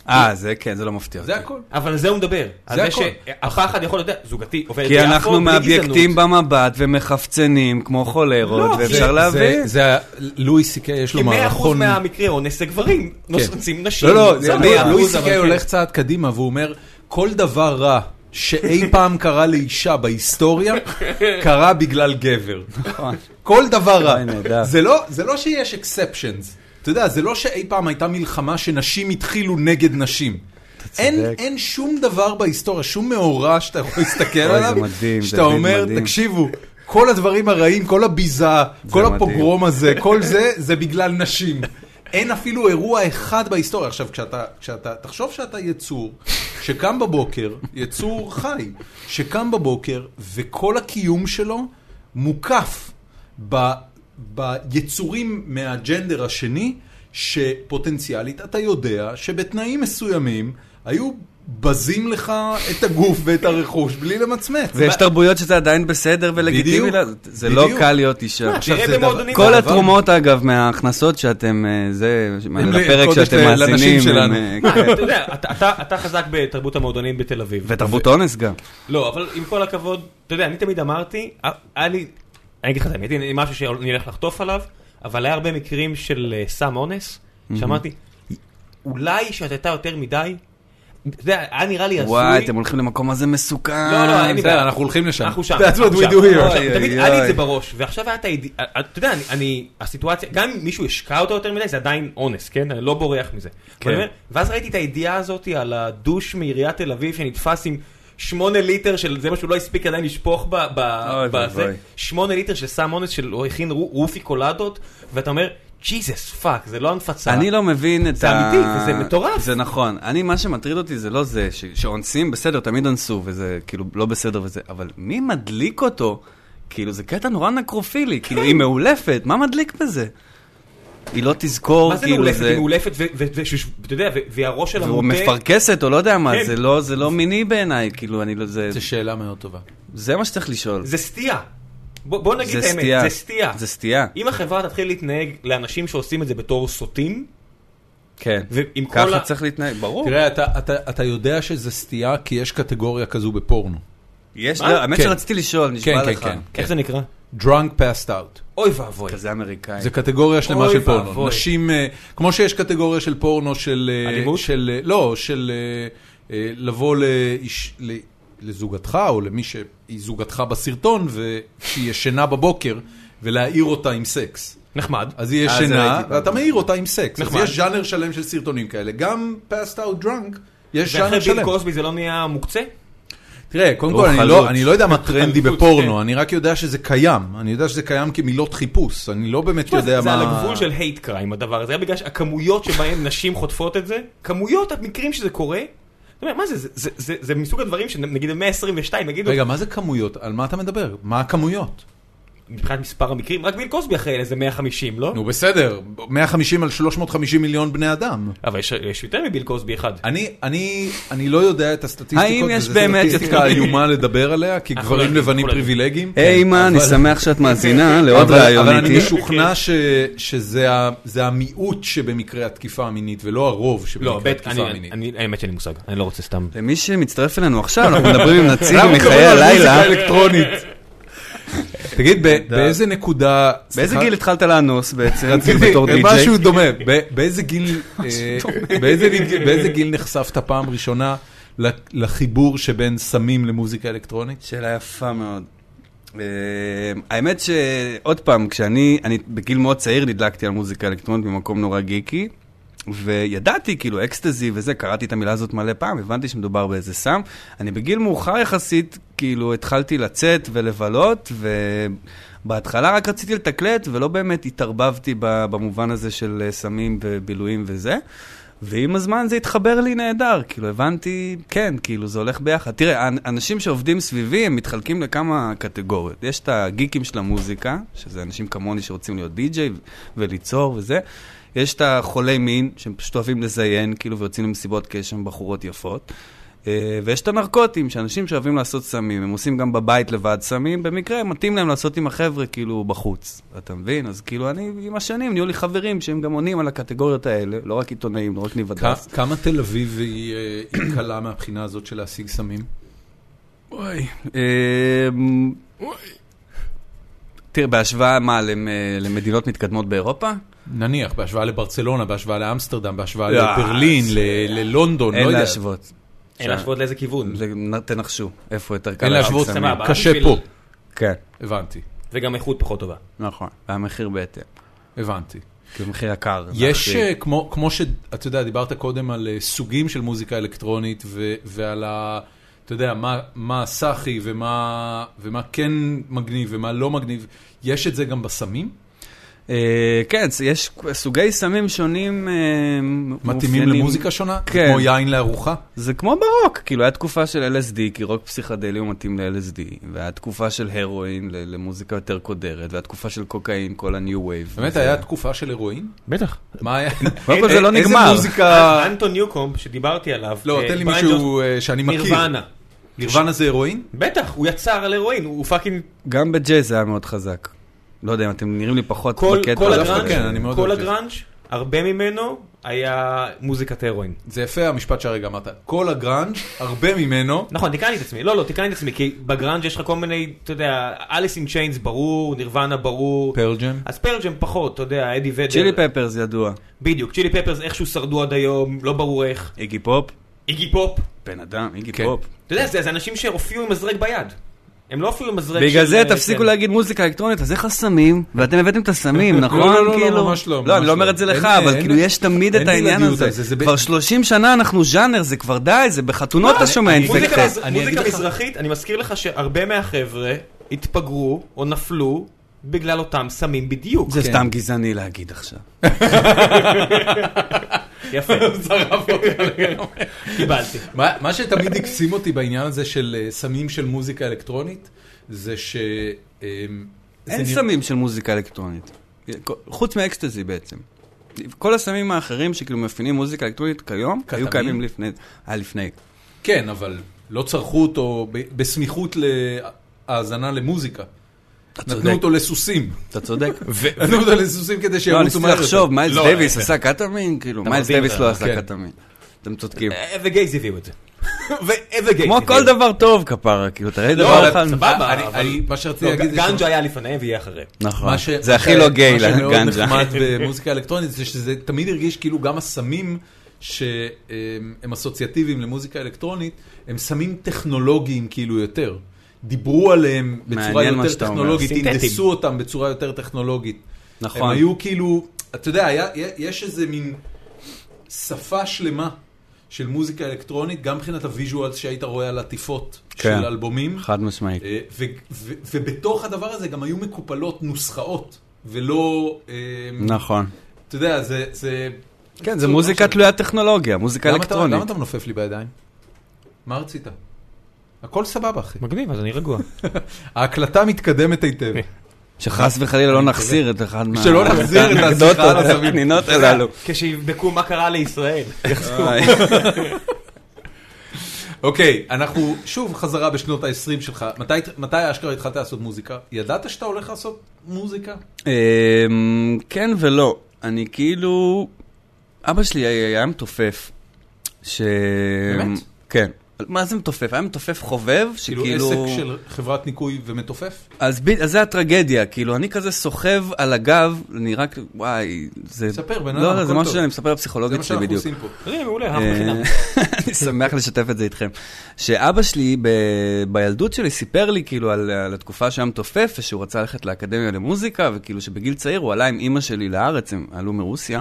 [SPEAKER 3] אה, זה כן, זה לא מפתיע.
[SPEAKER 1] זה
[SPEAKER 3] אותי.
[SPEAKER 1] הכל.
[SPEAKER 4] אבל על זה הוא מדבר.
[SPEAKER 1] זה
[SPEAKER 4] על זה
[SPEAKER 1] הכל.
[SPEAKER 4] שהפחד יכול להיות, אתה יודע, זוגתי עובדת
[SPEAKER 3] כי
[SPEAKER 4] ביפו,
[SPEAKER 3] אנחנו
[SPEAKER 4] בלי
[SPEAKER 3] מאבייקטים
[SPEAKER 4] גזענות.
[SPEAKER 3] במבט ומחפצנים כמו
[SPEAKER 4] לא,
[SPEAKER 3] חולרות,
[SPEAKER 4] כי-
[SPEAKER 3] ואפשר
[SPEAKER 1] זה-
[SPEAKER 3] להבין.
[SPEAKER 1] זה- זה ה- לואי סי קיי יש לו
[SPEAKER 4] כי 100%
[SPEAKER 1] מערכון.
[SPEAKER 4] מהמקרי אונס הגברים
[SPEAKER 1] נכון. כן.
[SPEAKER 4] נוסעים נשים.
[SPEAKER 1] לא, לא,
[SPEAKER 4] זה
[SPEAKER 1] זה-
[SPEAKER 4] לא
[SPEAKER 1] לואי-
[SPEAKER 4] אחוז,
[SPEAKER 1] לואי
[SPEAKER 4] אבל
[SPEAKER 1] סי.קיי
[SPEAKER 4] כן.
[SPEAKER 1] הולך צעד קדימה והוא אומר, כל דבר רע שאי פעם קרה לאישה בהיסטוריה, קרה בגלל גבר. כל דבר רע.
[SPEAKER 3] אוי, נהדר.
[SPEAKER 1] זה לא- זה לא שיש exceptions. אתה יודע, זה לא שאי פעם הייתה מלחמה שנשים התחילו נגד נשים. אין,
[SPEAKER 5] צודק.
[SPEAKER 1] אין שום דבר בהיסטוריה, שום מאורע שאתה יכול להסתכל
[SPEAKER 3] אוי, זה
[SPEAKER 1] עליו,
[SPEAKER 3] מדהים,
[SPEAKER 1] שאתה
[SPEAKER 3] דוד,
[SPEAKER 1] אומר,
[SPEAKER 3] מדהים.
[SPEAKER 1] תקשיבו, כל הדברים הרעים, כל הביזה, כל
[SPEAKER 3] מדהים.
[SPEAKER 1] הפוגרום הזה, כל זה, זה בגלל נשים. אין אפילו אירוע אחד בהיסטוריה. עכשיו, כשאתה, כשאתה, תחשוב שאתה יצור שקם בבוקר, יצור חי, שקם בבוקר וכל הקיום שלו מוקף ב, ביצורים מהג'נדר השני, שפוטנציאלית אתה יודע שבתנאים מסוימים היו בזים לך את הגוף ואת הרכוש בלי למצמץ.
[SPEAKER 3] ויש תרבויות שזה עדיין בסדר ולגיטימי,
[SPEAKER 1] בדיוק,
[SPEAKER 3] לה- זה לא
[SPEAKER 1] בדיוק.
[SPEAKER 3] קל להיות אישה.
[SPEAKER 1] עכשיו,
[SPEAKER 4] תראה
[SPEAKER 1] זה דבר-
[SPEAKER 4] במועדונים
[SPEAKER 3] כל
[SPEAKER 1] דבר-
[SPEAKER 3] התרומות, אגב, מההכנסות שאתם, אה, זה,
[SPEAKER 1] הם
[SPEAKER 3] לפרק
[SPEAKER 1] קודש
[SPEAKER 3] שאתם
[SPEAKER 1] ל- לנשים
[SPEAKER 3] מאזינים,
[SPEAKER 1] שלנו.
[SPEAKER 3] הם, אה,
[SPEAKER 4] אתה יודע, אתה- אתה- אתה חזק בתרבות המועדונים בתל אביב.
[SPEAKER 3] ותרבות אונס גם.
[SPEAKER 4] לא, אבל עם כל הכבוד, אתה יודע, אני תמיד אמרתי, אה, היה לי, אני אגיד לך את האמת, הנה משהו שאני הולך לחטוף עליו, אבל היה הרבה מקרים של אה, סם אונס, שאמרתי, אולי שאת הייתה יותר מדי, אתה יודע, היה נראה לי הזוי.
[SPEAKER 3] וואי, אתם הולכים למקום הזה מסוכן.
[SPEAKER 4] לא, לא, אין לי
[SPEAKER 1] בסדר,
[SPEAKER 4] בעיה.
[SPEAKER 1] אנחנו הולכים לשם.
[SPEAKER 4] אנחנו שם.
[SPEAKER 1] That's what
[SPEAKER 4] אנחנו
[SPEAKER 1] we
[SPEAKER 4] שם. לא,
[SPEAKER 1] do here.
[SPEAKER 4] עכשיו,
[SPEAKER 3] אוי,
[SPEAKER 4] תמיד
[SPEAKER 3] אוי,
[SPEAKER 4] היה לי את זה
[SPEAKER 3] אוי.
[SPEAKER 4] בראש, ועכשיו היה את הידיעה, אתה יודע, אני- אני, הסיטואציה, גם אם מישהו השקע אותו יותר מדי, זה עדיין אונס, כן? אני לא בורח מזה. אבל אני אומר, ואז ראיתי את הידיעה הזאת על הדוש מעיריית תל אביב שנתפס עם... שמונה ליטר של זה מה שהוא לא הספיק עדיין לשפוך ב- ב-
[SPEAKER 3] אוי
[SPEAKER 4] בזה,
[SPEAKER 3] ואבוי.
[SPEAKER 4] שמונה ליטר של סם אונס של הוא הכין רו- רופי קולדות ואתה אומר ג'יזוס פאק זה לא הנפצה.
[SPEAKER 3] אני לא מבין את ה...
[SPEAKER 4] זה אמיתי, וזה מטורף.
[SPEAKER 3] זה נכון. אני, מה שמטריד אותי זה לא זה, ש- שאונסים, בסדר, תמיד אנסו, וזה כאילו לא בסדר וזה, אבל מי מדליק אותו? כאילו, זה קטע נורא נקרופילי,
[SPEAKER 4] כן.
[SPEAKER 3] כאילו, היא מאולפת, מה מדליק בזה? היא לא תזכור,
[SPEAKER 4] מה זה
[SPEAKER 3] כאילו,
[SPEAKER 4] מאולפת?
[SPEAKER 3] זה...
[SPEAKER 4] היא מאולפת ו- ו- ו- ש- אתה יודע, ו- והראש שלה
[SPEAKER 3] והוא
[SPEAKER 4] מוטה.
[SPEAKER 3] מפרכסת או לא יודע מה,
[SPEAKER 4] כן.
[SPEAKER 3] זה לא- זה לא מיני בעיניי, כאילו, אני לא... זה-
[SPEAKER 1] זו שאלה מאוד טובה.
[SPEAKER 3] זה מה שצריך לשאול.
[SPEAKER 4] זה סטייה. בוא, בוא נגיד
[SPEAKER 3] זה
[SPEAKER 4] את האמת,
[SPEAKER 3] סטייה.
[SPEAKER 4] זה סטייה.
[SPEAKER 3] זה סטייה.
[SPEAKER 4] אם החברה תתחיל להתנהג לאנשים שעושים את זה בתור סוטים,
[SPEAKER 3] כן.
[SPEAKER 4] ועם כל
[SPEAKER 3] ככה
[SPEAKER 4] ה-
[SPEAKER 3] צריך להתנהג, ברור.
[SPEAKER 1] תראה, אתה- אתה- אתה יודע שזה סטייה כי יש קטגוריה כזו בפורנו.
[SPEAKER 3] יש,
[SPEAKER 4] מה?
[SPEAKER 3] לא, האמת
[SPEAKER 1] כן.
[SPEAKER 3] שרציתי לשאול,
[SPEAKER 1] כן,
[SPEAKER 3] נשבע
[SPEAKER 1] כן,
[SPEAKER 3] לך.
[SPEAKER 1] כן.
[SPEAKER 4] איך זה נקרא?
[SPEAKER 1] drunk passed out.
[SPEAKER 4] אוי ואבוי.
[SPEAKER 3] כזה אמריקאי.
[SPEAKER 1] זה קטגוריה שלמה
[SPEAKER 4] אוי
[SPEAKER 1] של פורנו.
[SPEAKER 4] ואבוי.
[SPEAKER 1] נשים, אה, כמו שיש קטגוריה של פורנו של... אה,
[SPEAKER 4] אלימות?
[SPEAKER 1] של, אה, לא, של אה, אה, לבוא לאיש, ל- לזוגתך או למי שהיא זוגתך בסרטון ושהיא ישנה בבוקר ולהעיר אותה עם סקס.
[SPEAKER 4] נחמד.
[SPEAKER 1] אז היא
[SPEAKER 3] אה, זה
[SPEAKER 1] ישנה,
[SPEAKER 3] ראיתי פעם.
[SPEAKER 1] ואתה מעיר אותה עם סקס. אז
[SPEAKER 4] נחמד.
[SPEAKER 1] יש ז'אנר שלם של סרטונים כאלה. גם passed out drunk, יש
[SPEAKER 4] ואחרי
[SPEAKER 1] ז'אנר
[SPEAKER 4] ביל
[SPEAKER 1] שלם.
[SPEAKER 4] קוסבי זה לא נהיה מוקצה?
[SPEAKER 1] תראה, קודם
[SPEAKER 3] הוא
[SPEAKER 1] כל, אני
[SPEAKER 3] (laughs) חלוץ. כן.
[SPEAKER 1] לא, אני לא יודע מה טרנדי
[SPEAKER 4] חלוץ,
[SPEAKER 1] בפורנו, אני רק יודע שזה קיים. אני יודע שזה קיים כמילות חיפוש, אני לא באמת
[SPEAKER 4] זה
[SPEAKER 1] יודע מה...
[SPEAKER 4] זה על הגבול של הייט קריים הדבר הזה, בגלל שהכמויות שבהם נשים חוטפות את זה, כמויות המקרים שזה קורה, אתה יודע, מה זה, זה- זה- זה- זה מסוג הדברים שנגיד במאה ה-22 יגידו,
[SPEAKER 1] רגע, מה זה כמויות? על מה אתה מדבר? מה הכמויות?
[SPEAKER 4] מבחינת מספר המקרים, רק ביל קוסבי אחרי איזה 150, לא?
[SPEAKER 1] נו, בסדר, 150 על 350 מיליון בני אדם.
[SPEAKER 4] אבל יש- יש יותר מביל קוסבי אחד.
[SPEAKER 1] אני, אני, אני לא יודע את הסטטיסטיקות,
[SPEAKER 3] האם יש
[SPEAKER 1] וזו
[SPEAKER 3] באמת
[SPEAKER 1] סטטיסטיקה
[SPEAKER 4] (laughs)
[SPEAKER 3] יותר-
[SPEAKER 1] איומה לדבר עליה, כי
[SPEAKER 4] אנחנו
[SPEAKER 1] גברים
[SPEAKER 4] לא יודעים,
[SPEAKER 1] לבנים
[SPEAKER 4] אנחנו לא
[SPEAKER 1] פריבילגיים.
[SPEAKER 3] היי אמא, אני
[SPEAKER 1] כן, אבל- כן,
[SPEAKER 3] שמח שאת מאזינה לעוד
[SPEAKER 1] אבל-
[SPEAKER 3] ראיון
[SPEAKER 1] אבל אני
[SPEAKER 3] איתי.
[SPEAKER 1] משוכנע ש- שזה ה- זה המיעוט שבמקרה התקיפה המינית, ולא הרוב
[SPEAKER 4] לא,
[SPEAKER 1] שבמקרה
[SPEAKER 4] בית,
[SPEAKER 1] התקיפה המינית.
[SPEAKER 4] אני, האמת שאין לי מושג, אני לא רוצה סתם.
[SPEAKER 3] למי שמצטרף אלינו עכשיו,
[SPEAKER 1] (laughs)
[SPEAKER 3] אנחנו מדברים עם נציג
[SPEAKER 1] אנחנו
[SPEAKER 3] מחיי
[SPEAKER 1] מדברים על
[SPEAKER 3] הלילה.
[SPEAKER 1] מוזיקה אלקטרונית. תגיד, ב- באיזה נקודה...
[SPEAKER 3] באיזה
[SPEAKER 1] סליחה?
[SPEAKER 3] גיל התחלת לאנוס בעצם, כאילו
[SPEAKER 1] (laughs) רציתי-
[SPEAKER 3] בתור די.ג'יי?
[SPEAKER 1] משהו דומה, ב- באיזה
[SPEAKER 3] (laughs)
[SPEAKER 1] גיל אה, באיזה גיל- באיזה גיל נחשפת פעם ראשונה ל- לחיבור שבין סמים למוזיקה אלקטרונית?
[SPEAKER 3] שאלה יפה מאוד. אה, האמת שעוד פעם, כשאני, אני בגיל מאוד צעיר נדלקתי על מוזיקה אלקטרונית במקום נורא גיקי, וידעתי כאילו אקסטזי וזה, קראתי את המילה הזאת מלא פעם, הבנתי שמדובר באיזה סם. אני בגיל מאוחר יחסית, כאילו התחלתי לצאת ולבלות, ובהתחלה רק רציתי לתקלט, ולא באמת התערבבתי ב- במובן הזה של אה, סמים ובילויים וזה. ועם הזמן זה התחבר לי נהדר, כאילו הבנתי, כן, כאילו זה הולך ביחד. תראה, האנ- אנשים שעובדים סביבי הם מתחלקים לכמה קטגוריות. יש את הגיקים של המוזיקה, שזה אנשים כמוני שרוצים להיות די-ג'יי ו- וליצור וזה. יש את החולי מין, שהם פשוט אוהבים לזיין, כאילו, ויוצאים למסיבות כי יש שם בחורות יפות. אה, ויש את הנרקוטים, שאנשים שאוהבים לעשות סמים, הם עושים גם בבית לבד סמים, במקרה מתאים להם לעשות עם החבר'ה כאילו בחוץ, אתה מבין? אז כאילו אני, עם השנים, נהיו לי חברים שהם גם עונים על הקטגוריות האלה, לא רק עיתונאים, לא רק ניוודס.
[SPEAKER 1] כ- כמה תל אביב היא אה, היא קלה מהבחינה הזאת של להשיג סמים?
[SPEAKER 3] אוי. אמ, תראה, בהשוואה מה, למ- אה, למדינות מתקדמות באירופה?
[SPEAKER 1] נניח, בהשוואה לברצלונה, בהשוואה לאמסטרדם, בהשוואה
[SPEAKER 3] לא,
[SPEAKER 1] לברלין,
[SPEAKER 3] זה-
[SPEAKER 1] ל- ללונדון, לא
[SPEAKER 3] אין
[SPEAKER 1] יודע.
[SPEAKER 3] להשוות.
[SPEAKER 4] אין להשוות לאיזה כיוון.
[SPEAKER 3] זה- נ- תנחשו, איפה יותר קל
[SPEAKER 1] אין
[SPEAKER 3] להשיג
[SPEAKER 1] להשוות,
[SPEAKER 3] סמים.
[SPEAKER 4] סבבה.
[SPEAKER 1] קשה
[SPEAKER 4] בשביל-
[SPEAKER 1] פה.
[SPEAKER 3] כן,
[SPEAKER 1] הבנתי,
[SPEAKER 4] וגם איכות פחות טובה.
[SPEAKER 3] נכון, והמחיר בהתאם.
[SPEAKER 1] הבנתי.
[SPEAKER 3] כי במחיר יקר. זה
[SPEAKER 1] יש,
[SPEAKER 3] הכי-
[SPEAKER 1] אה, כמו, כמו שאתה יודע, דיברת קודם על אה, סוגים של מוזיקה אלקטרונית ו, ועל ה... אתה יודע, מה, מה סאחי ומה, ומה כן מגניב ומה לא מגניב, יש את זה גם בסמים?
[SPEAKER 3] אה, כן, זה- יש סוגי סמים שונים אה,
[SPEAKER 1] מתאימים
[SPEAKER 3] מאופיינים.
[SPEAKER 1] למוזיקה שונה?
[SPEAKER 3] כן.
[SPEAKER 1] כמו יין לארוחה?
[SPEAKER 3] זה כמו ברוק, כאילו, היה תקופה של LSD, כי רוק פסיכדלי הוא מתאים ל-LSD, והיה תקופה של הרואין ל- למוזיקה יותר קודרת, והיה תקופה של קוקאין, כל ה-new wave.
[SPEAKER 1] באמת,
[SPEAKER 3] זה-
[SPEAKER 1] היה תקופה של הירואין?
[SPEAKER 2] בטח.
[SPEAKER 1] מה היה?
[SPEAKER 4] אה,
[SPEAKER 3] קודם כל זה לא
[SPEAKER 1] אה, איזה
[SPEAKER 3] נגמר.
[SPEAKER 1] מוזיקה...
[SPEAKER 4] אנטון ניוקום, שדיברתי עליו,
[SPEAKER 1] לא,
[SPEAKER 4] אה,
[SPEAKER 1] תן לי
[SPEAKER 4] בריין ג'ונסטון-
[SPEAKER 1] מישהו אה, שאני מכיר.
[SPEAKER 4] נירוונה.
[SPEAKER 1] נירוונה זה הירואין?
[SPEAKER 4] בטח, הוא יצר על הירואין, הוא פאקינג...
[SPEAKER 3] גם בג'אז זה היה מאוד חזק. לא יודע אם אתם נראים לי פחות
[SPEAKER 4] כל
[SPEAKER 3] בקטע.
[SPEAKER 4] כל
[SPEAKER 1] דווקא
[SPEAKER 4] הגראנג',
[SPEAKER 1] כן, אני מאוד
[SPEAKER 4] כל
[SPEAKER 1] אוהב את זה.
[SPEAKER 4] הגראנג', הרבה ממנו היה מוזיקת הירואין.
[SPEAKER 1] זה יפה המשפט שהרגע אמרת. כל הגראנג', הרבה ממנו,
[SPEAKER 4] נכון, תיקנתי את עצמי, לא, לא, תיקנתי את עצמי, כי בגראנג' יש לך כל מיני, אתה יודע, אליס אין צ'יינס ברור, נירוונה ברור,
[SPEAKER 1] פרל ג'ם.
[SPEAKER 4] אז פרג'ם פחות, אתה יודע, אדי ודר,
[SPEAKER 3] צ'ילי פפרס ידוע.
[SPEAKER 4] בדיוק, צ'ילי פפרס איכשהו שרדו עד היום, לא ברור איך,
[SPEAKER 3] איגי פופ,
[SPEAKER 4] איגי פופ,
[SPEAKER 3] בן אדם, איגי
[SPEAKER 1] כן.
[SPEAKER 3] פופ.
[SPEAKER 4] אתה יודע, זה זה אנשים שהופיעו עם מזרק ביד, הם לא הופיעו עם מזרק
[SPEAKER 3] בגלל
[SPEAKER 4] של- כן.
[SPEAKER 3] זה
[SPEAKER 4] של-
[SPEAKER 3] תפסיקו להגיד מוזיקה אלקטרונית, אז איך הסמים? ואתם הבאתם את הסמים, נכון?
[SPEAKER 1] לא, לא, לא,
[SPEAKER 3] כאילו?
[SPEAKER 1] ממש לא,
[SPEAKER 3] לא,
[SPEAKER 1] ממש
[SPEAKER 3] אני לא אומר
[SPEAKER 1] לא.
[SPEAKER 3] את זה לך,
[SPEAKER 1] אין-
[SPEAKER 3] אבל
[SPEAKER 1] אין-
[SPEAKER 3] כאילו יש תמיד
[SPEAKER 1] אין
[SPEAKER 3] את העניין
[SPEAKER 1] בלעדיות
[SPEAKER 3] הזה.
[SPEAKER 1] על זה, זה ב- לא,
[SPEAKER 3] כבר 30 שנה אנחנו ז'אנר, זה כבר די, זה בחתונות אתה שומע
[SPEAKER 4] מוזיקה מז-
[SPEAKER 3] אינפקטד.
[SPEAKER 1] אני אגיד
[SPEAKER 4] מוזיקה
[SPEAKER 1] לך-
[SPEAKER 4] מזרחית, אני מזכיר לך שהרבה מהחבר'ה התפגרו או נפלו בגלל אותם סמים בדיוק.
[SPEAKER 3] זה
[SPEAKER 1] כן.
[SPEAKER 3] סתם גזעני להגיד עכשיו.
[SPEAKER 4] (laughs) יפה. אוקיי. קיבלתי.
[SPEAKER 1] מה, מה שתמיד הקסים אותי בעניין הזה של אה, סמים של מוזיקה אלקטרונית, זה ש... אה, זה
[SPEAKER 3] אין
[SPEAKER 1] נרא-
[SPEAKER 3] סמים של מוזיקה אלקטרונית. חוץ מאקסטזי בעצם. כל הסמים האחרים שכאילו מאפיינים מוזיקה אלקטרונית כיום,
[SPEAKER 1] קטמין?
[SPEAKER 3] היו קיימים לפני, היה לפני.
[SPEAKER 1] כן, אבל לא צרכו אותו ב- בסמיכות להאזנה למוזיקה. נתנו
[SPEAKER 3] צודק.
[SPEAKER 1] אותו
[SPEAKER 3] (laughs)
[SPEAKER 1] לסוסים.
[SPEAKER 3] אתה צודק.
[SPEAKER 1] נתנו אותו לסוסים כדי
[SPEAKER 3] לא, אני
[SPEAKER 1] שירוצו
[SPEAKER 3] צריך
[SPEAKER 1] מהר.
[SPEAKER 3] לחשוב, מיילס
[SPEAKER 1] לא,
[SPEAKER 3] דייוויס עשה קטאמין? כאילו, מיילס
[SPEAKER 4] מבין
[SPEAKER 3] דייוויס
[SPEAKER 4] אותה,
[SPEAKER 3] לא
[SPEAKER 1] כן. אה,
[SPEAKER 3] עשה קטאמין. אתם צודקים.
[SPEAKER 4] וגייז הביאו את זה. וגייז.
[SPEAKER 3] (laughs) כמו כל דבר טוב, כפרה, כאילו, תראה
[SPEAKER 1] לא,
[SPEAKER 3] דבר
[SPEAKER 1] אבל-
[SPEAKER 3] אחד. לא,
[SPEAKER 4] סבבה,
[SPEAKER 1] אני-
[SPEAKER 4] אבל-
[SPEAKER 1] אני- מה שרציתי להגיד... זה ש-
[SPEAKER 4] גנג'ה היה לפניהם ויהיה אחריהם.
[SPEAKER 3] נכון.
[SPEAKER 1] מה ש-
[SPEAKER 3] זה הכי לא גיי,
[SPEAKER 1] מה שמאוד
[SPEAKER 3] לגנג'ה.
[SPEAKER 1] נחמד במוזיקה אלקטרונית זה שזה תמיד הרגיש כאילו גם הסמים שהם אסוציאטיביים למוזיקה אלקטרונית, הם סמים טכנולוגיים כאילו יותר. דיברו עליהם בצורה
[SPEAKER 3] מעניין מה
[SPEAKER 1] יותר
[SPEAKER 3] שאתה אומר.
[SPEAKER 1] טכנולוגית,
[SPEAKER 4] סינתטיים.
[SPEAKER 1] הנדסו אותם בצורה יותר טכנולוגית.
[SPEAKER 3] נכון.
[SPEAKER 1] הם היו כאילו, אתה יודע, היה- יש איזה מין שפה שלמה. של מוזיקה אלקטרונית, גם מבחינת הוויז'ואלס שהיית רואה על עטיפות
[SPEAKER 3] כן.
[SPEAKER 1] של אלבומים.
[SPEAKER 3] חד משמעית.
[SPEAKER 1] אה, ו- ו- ובתוך הדבר הזה גם היו מקופלות נוסחאות, ולא... אה,
[SPEAKER 3] נכון.
[SPEAKER 1] אתה יודע, זה... זה...
[SPEAKER 3] כן, זה
[SPEAKER 1] מה
[SPEAKER 3] מוזיקה
[SPEAKER 1] שאני-
[SPEAKER 3] תלוית טכנולוגיה, מוזיקה
[SPEAKER 1] למה אתה-
[SPEAKER 3] אלקטרונית.
[SPEAKER 1] למה אתה מנופף לי בידיים? מה רצית? הכל סבבה, אחי.
[SPEAKER 4] מגניב, אז אני
[SPEAKER 3] (laughs)
[SPEAKER 4] רגוע.
[SPEAKER 1] ההקלטה מתקדמת היטב.
[SPEAKER 3] שחס וחלילה לא נחזיר את אחד מה...
[SPEAKER 1] שלא נחזיר את
[SPEAKER 3] האנקדוטות,
[SPEAKER 1] השיחה על הסמים.
[SPEAKER 3] (laughs) הפנינות הללו.
[SPEAKER 4] כשיבדקו מה קרה
[SPEAKER 3] (laughs)
[SPEAKER 4] לישראל.
[SPEAKER 3] איי.
[SPEAKER 1] אוקיי, אנחנו שוב חזרה בשנות ה-20 שלך. מתי- מתי אשכרה התחלת לעשות מוזיקה? ידעת שאתה הולך לעשות מוזיקה?
[SPEAKER 3] אמ, כן ולא. אני כאילו... אבא שלי היה מתופף. ש...
[SPEAKER 1] באמת?
[SPEAKER 3] כן. מה זה מתופף? היה מתופף חובב,
[SPEAKER 1] כאילו
[SPEAKER 3] שכאילו...
[SPEAKER 1] עסק של חברת ניקוי ומתופף?
[SPEAKER 3] אז, ב... אז זה הטרגדיה, כאילו, אני כזה סוחב על הגב, אני רק, וואי, זה...
[SPEAKER 1] ספר, בן אדם,
[SPEAKER 3] לא, לא,
[SPEAKER 1] הכל
[SPEAKER 3] זה משהו
[SPEAKER 1] טוב.
[SPEAKER 3] שאני מספר
[SPEAKER 1] זה
[SPEAKER 3] לפסיכולוגית
[SPEAKER 1] מה
[SPEAKER 3] שלי
[SPEAKER 1] שאנחנו
[SPEAKER 3] לא בדיוק.
[SPEAKER 1] עושים פה.
[SPEAKER 4] זה מעולה, אנחנו חינם.
[SPEAKER 3] אה, (laughs) אני שמח לשתף את זה איתכם. שאבא שלי ב... בילדות שלי סיפר לי כאילו על, על התקופה שהיה מתופף ושהוא רצה ללכת לאקדמיה למוזיקה וכאילו שבגיל צעיר הוא עלה עם אימא שלי לארץ, הם עלו מרוסיה.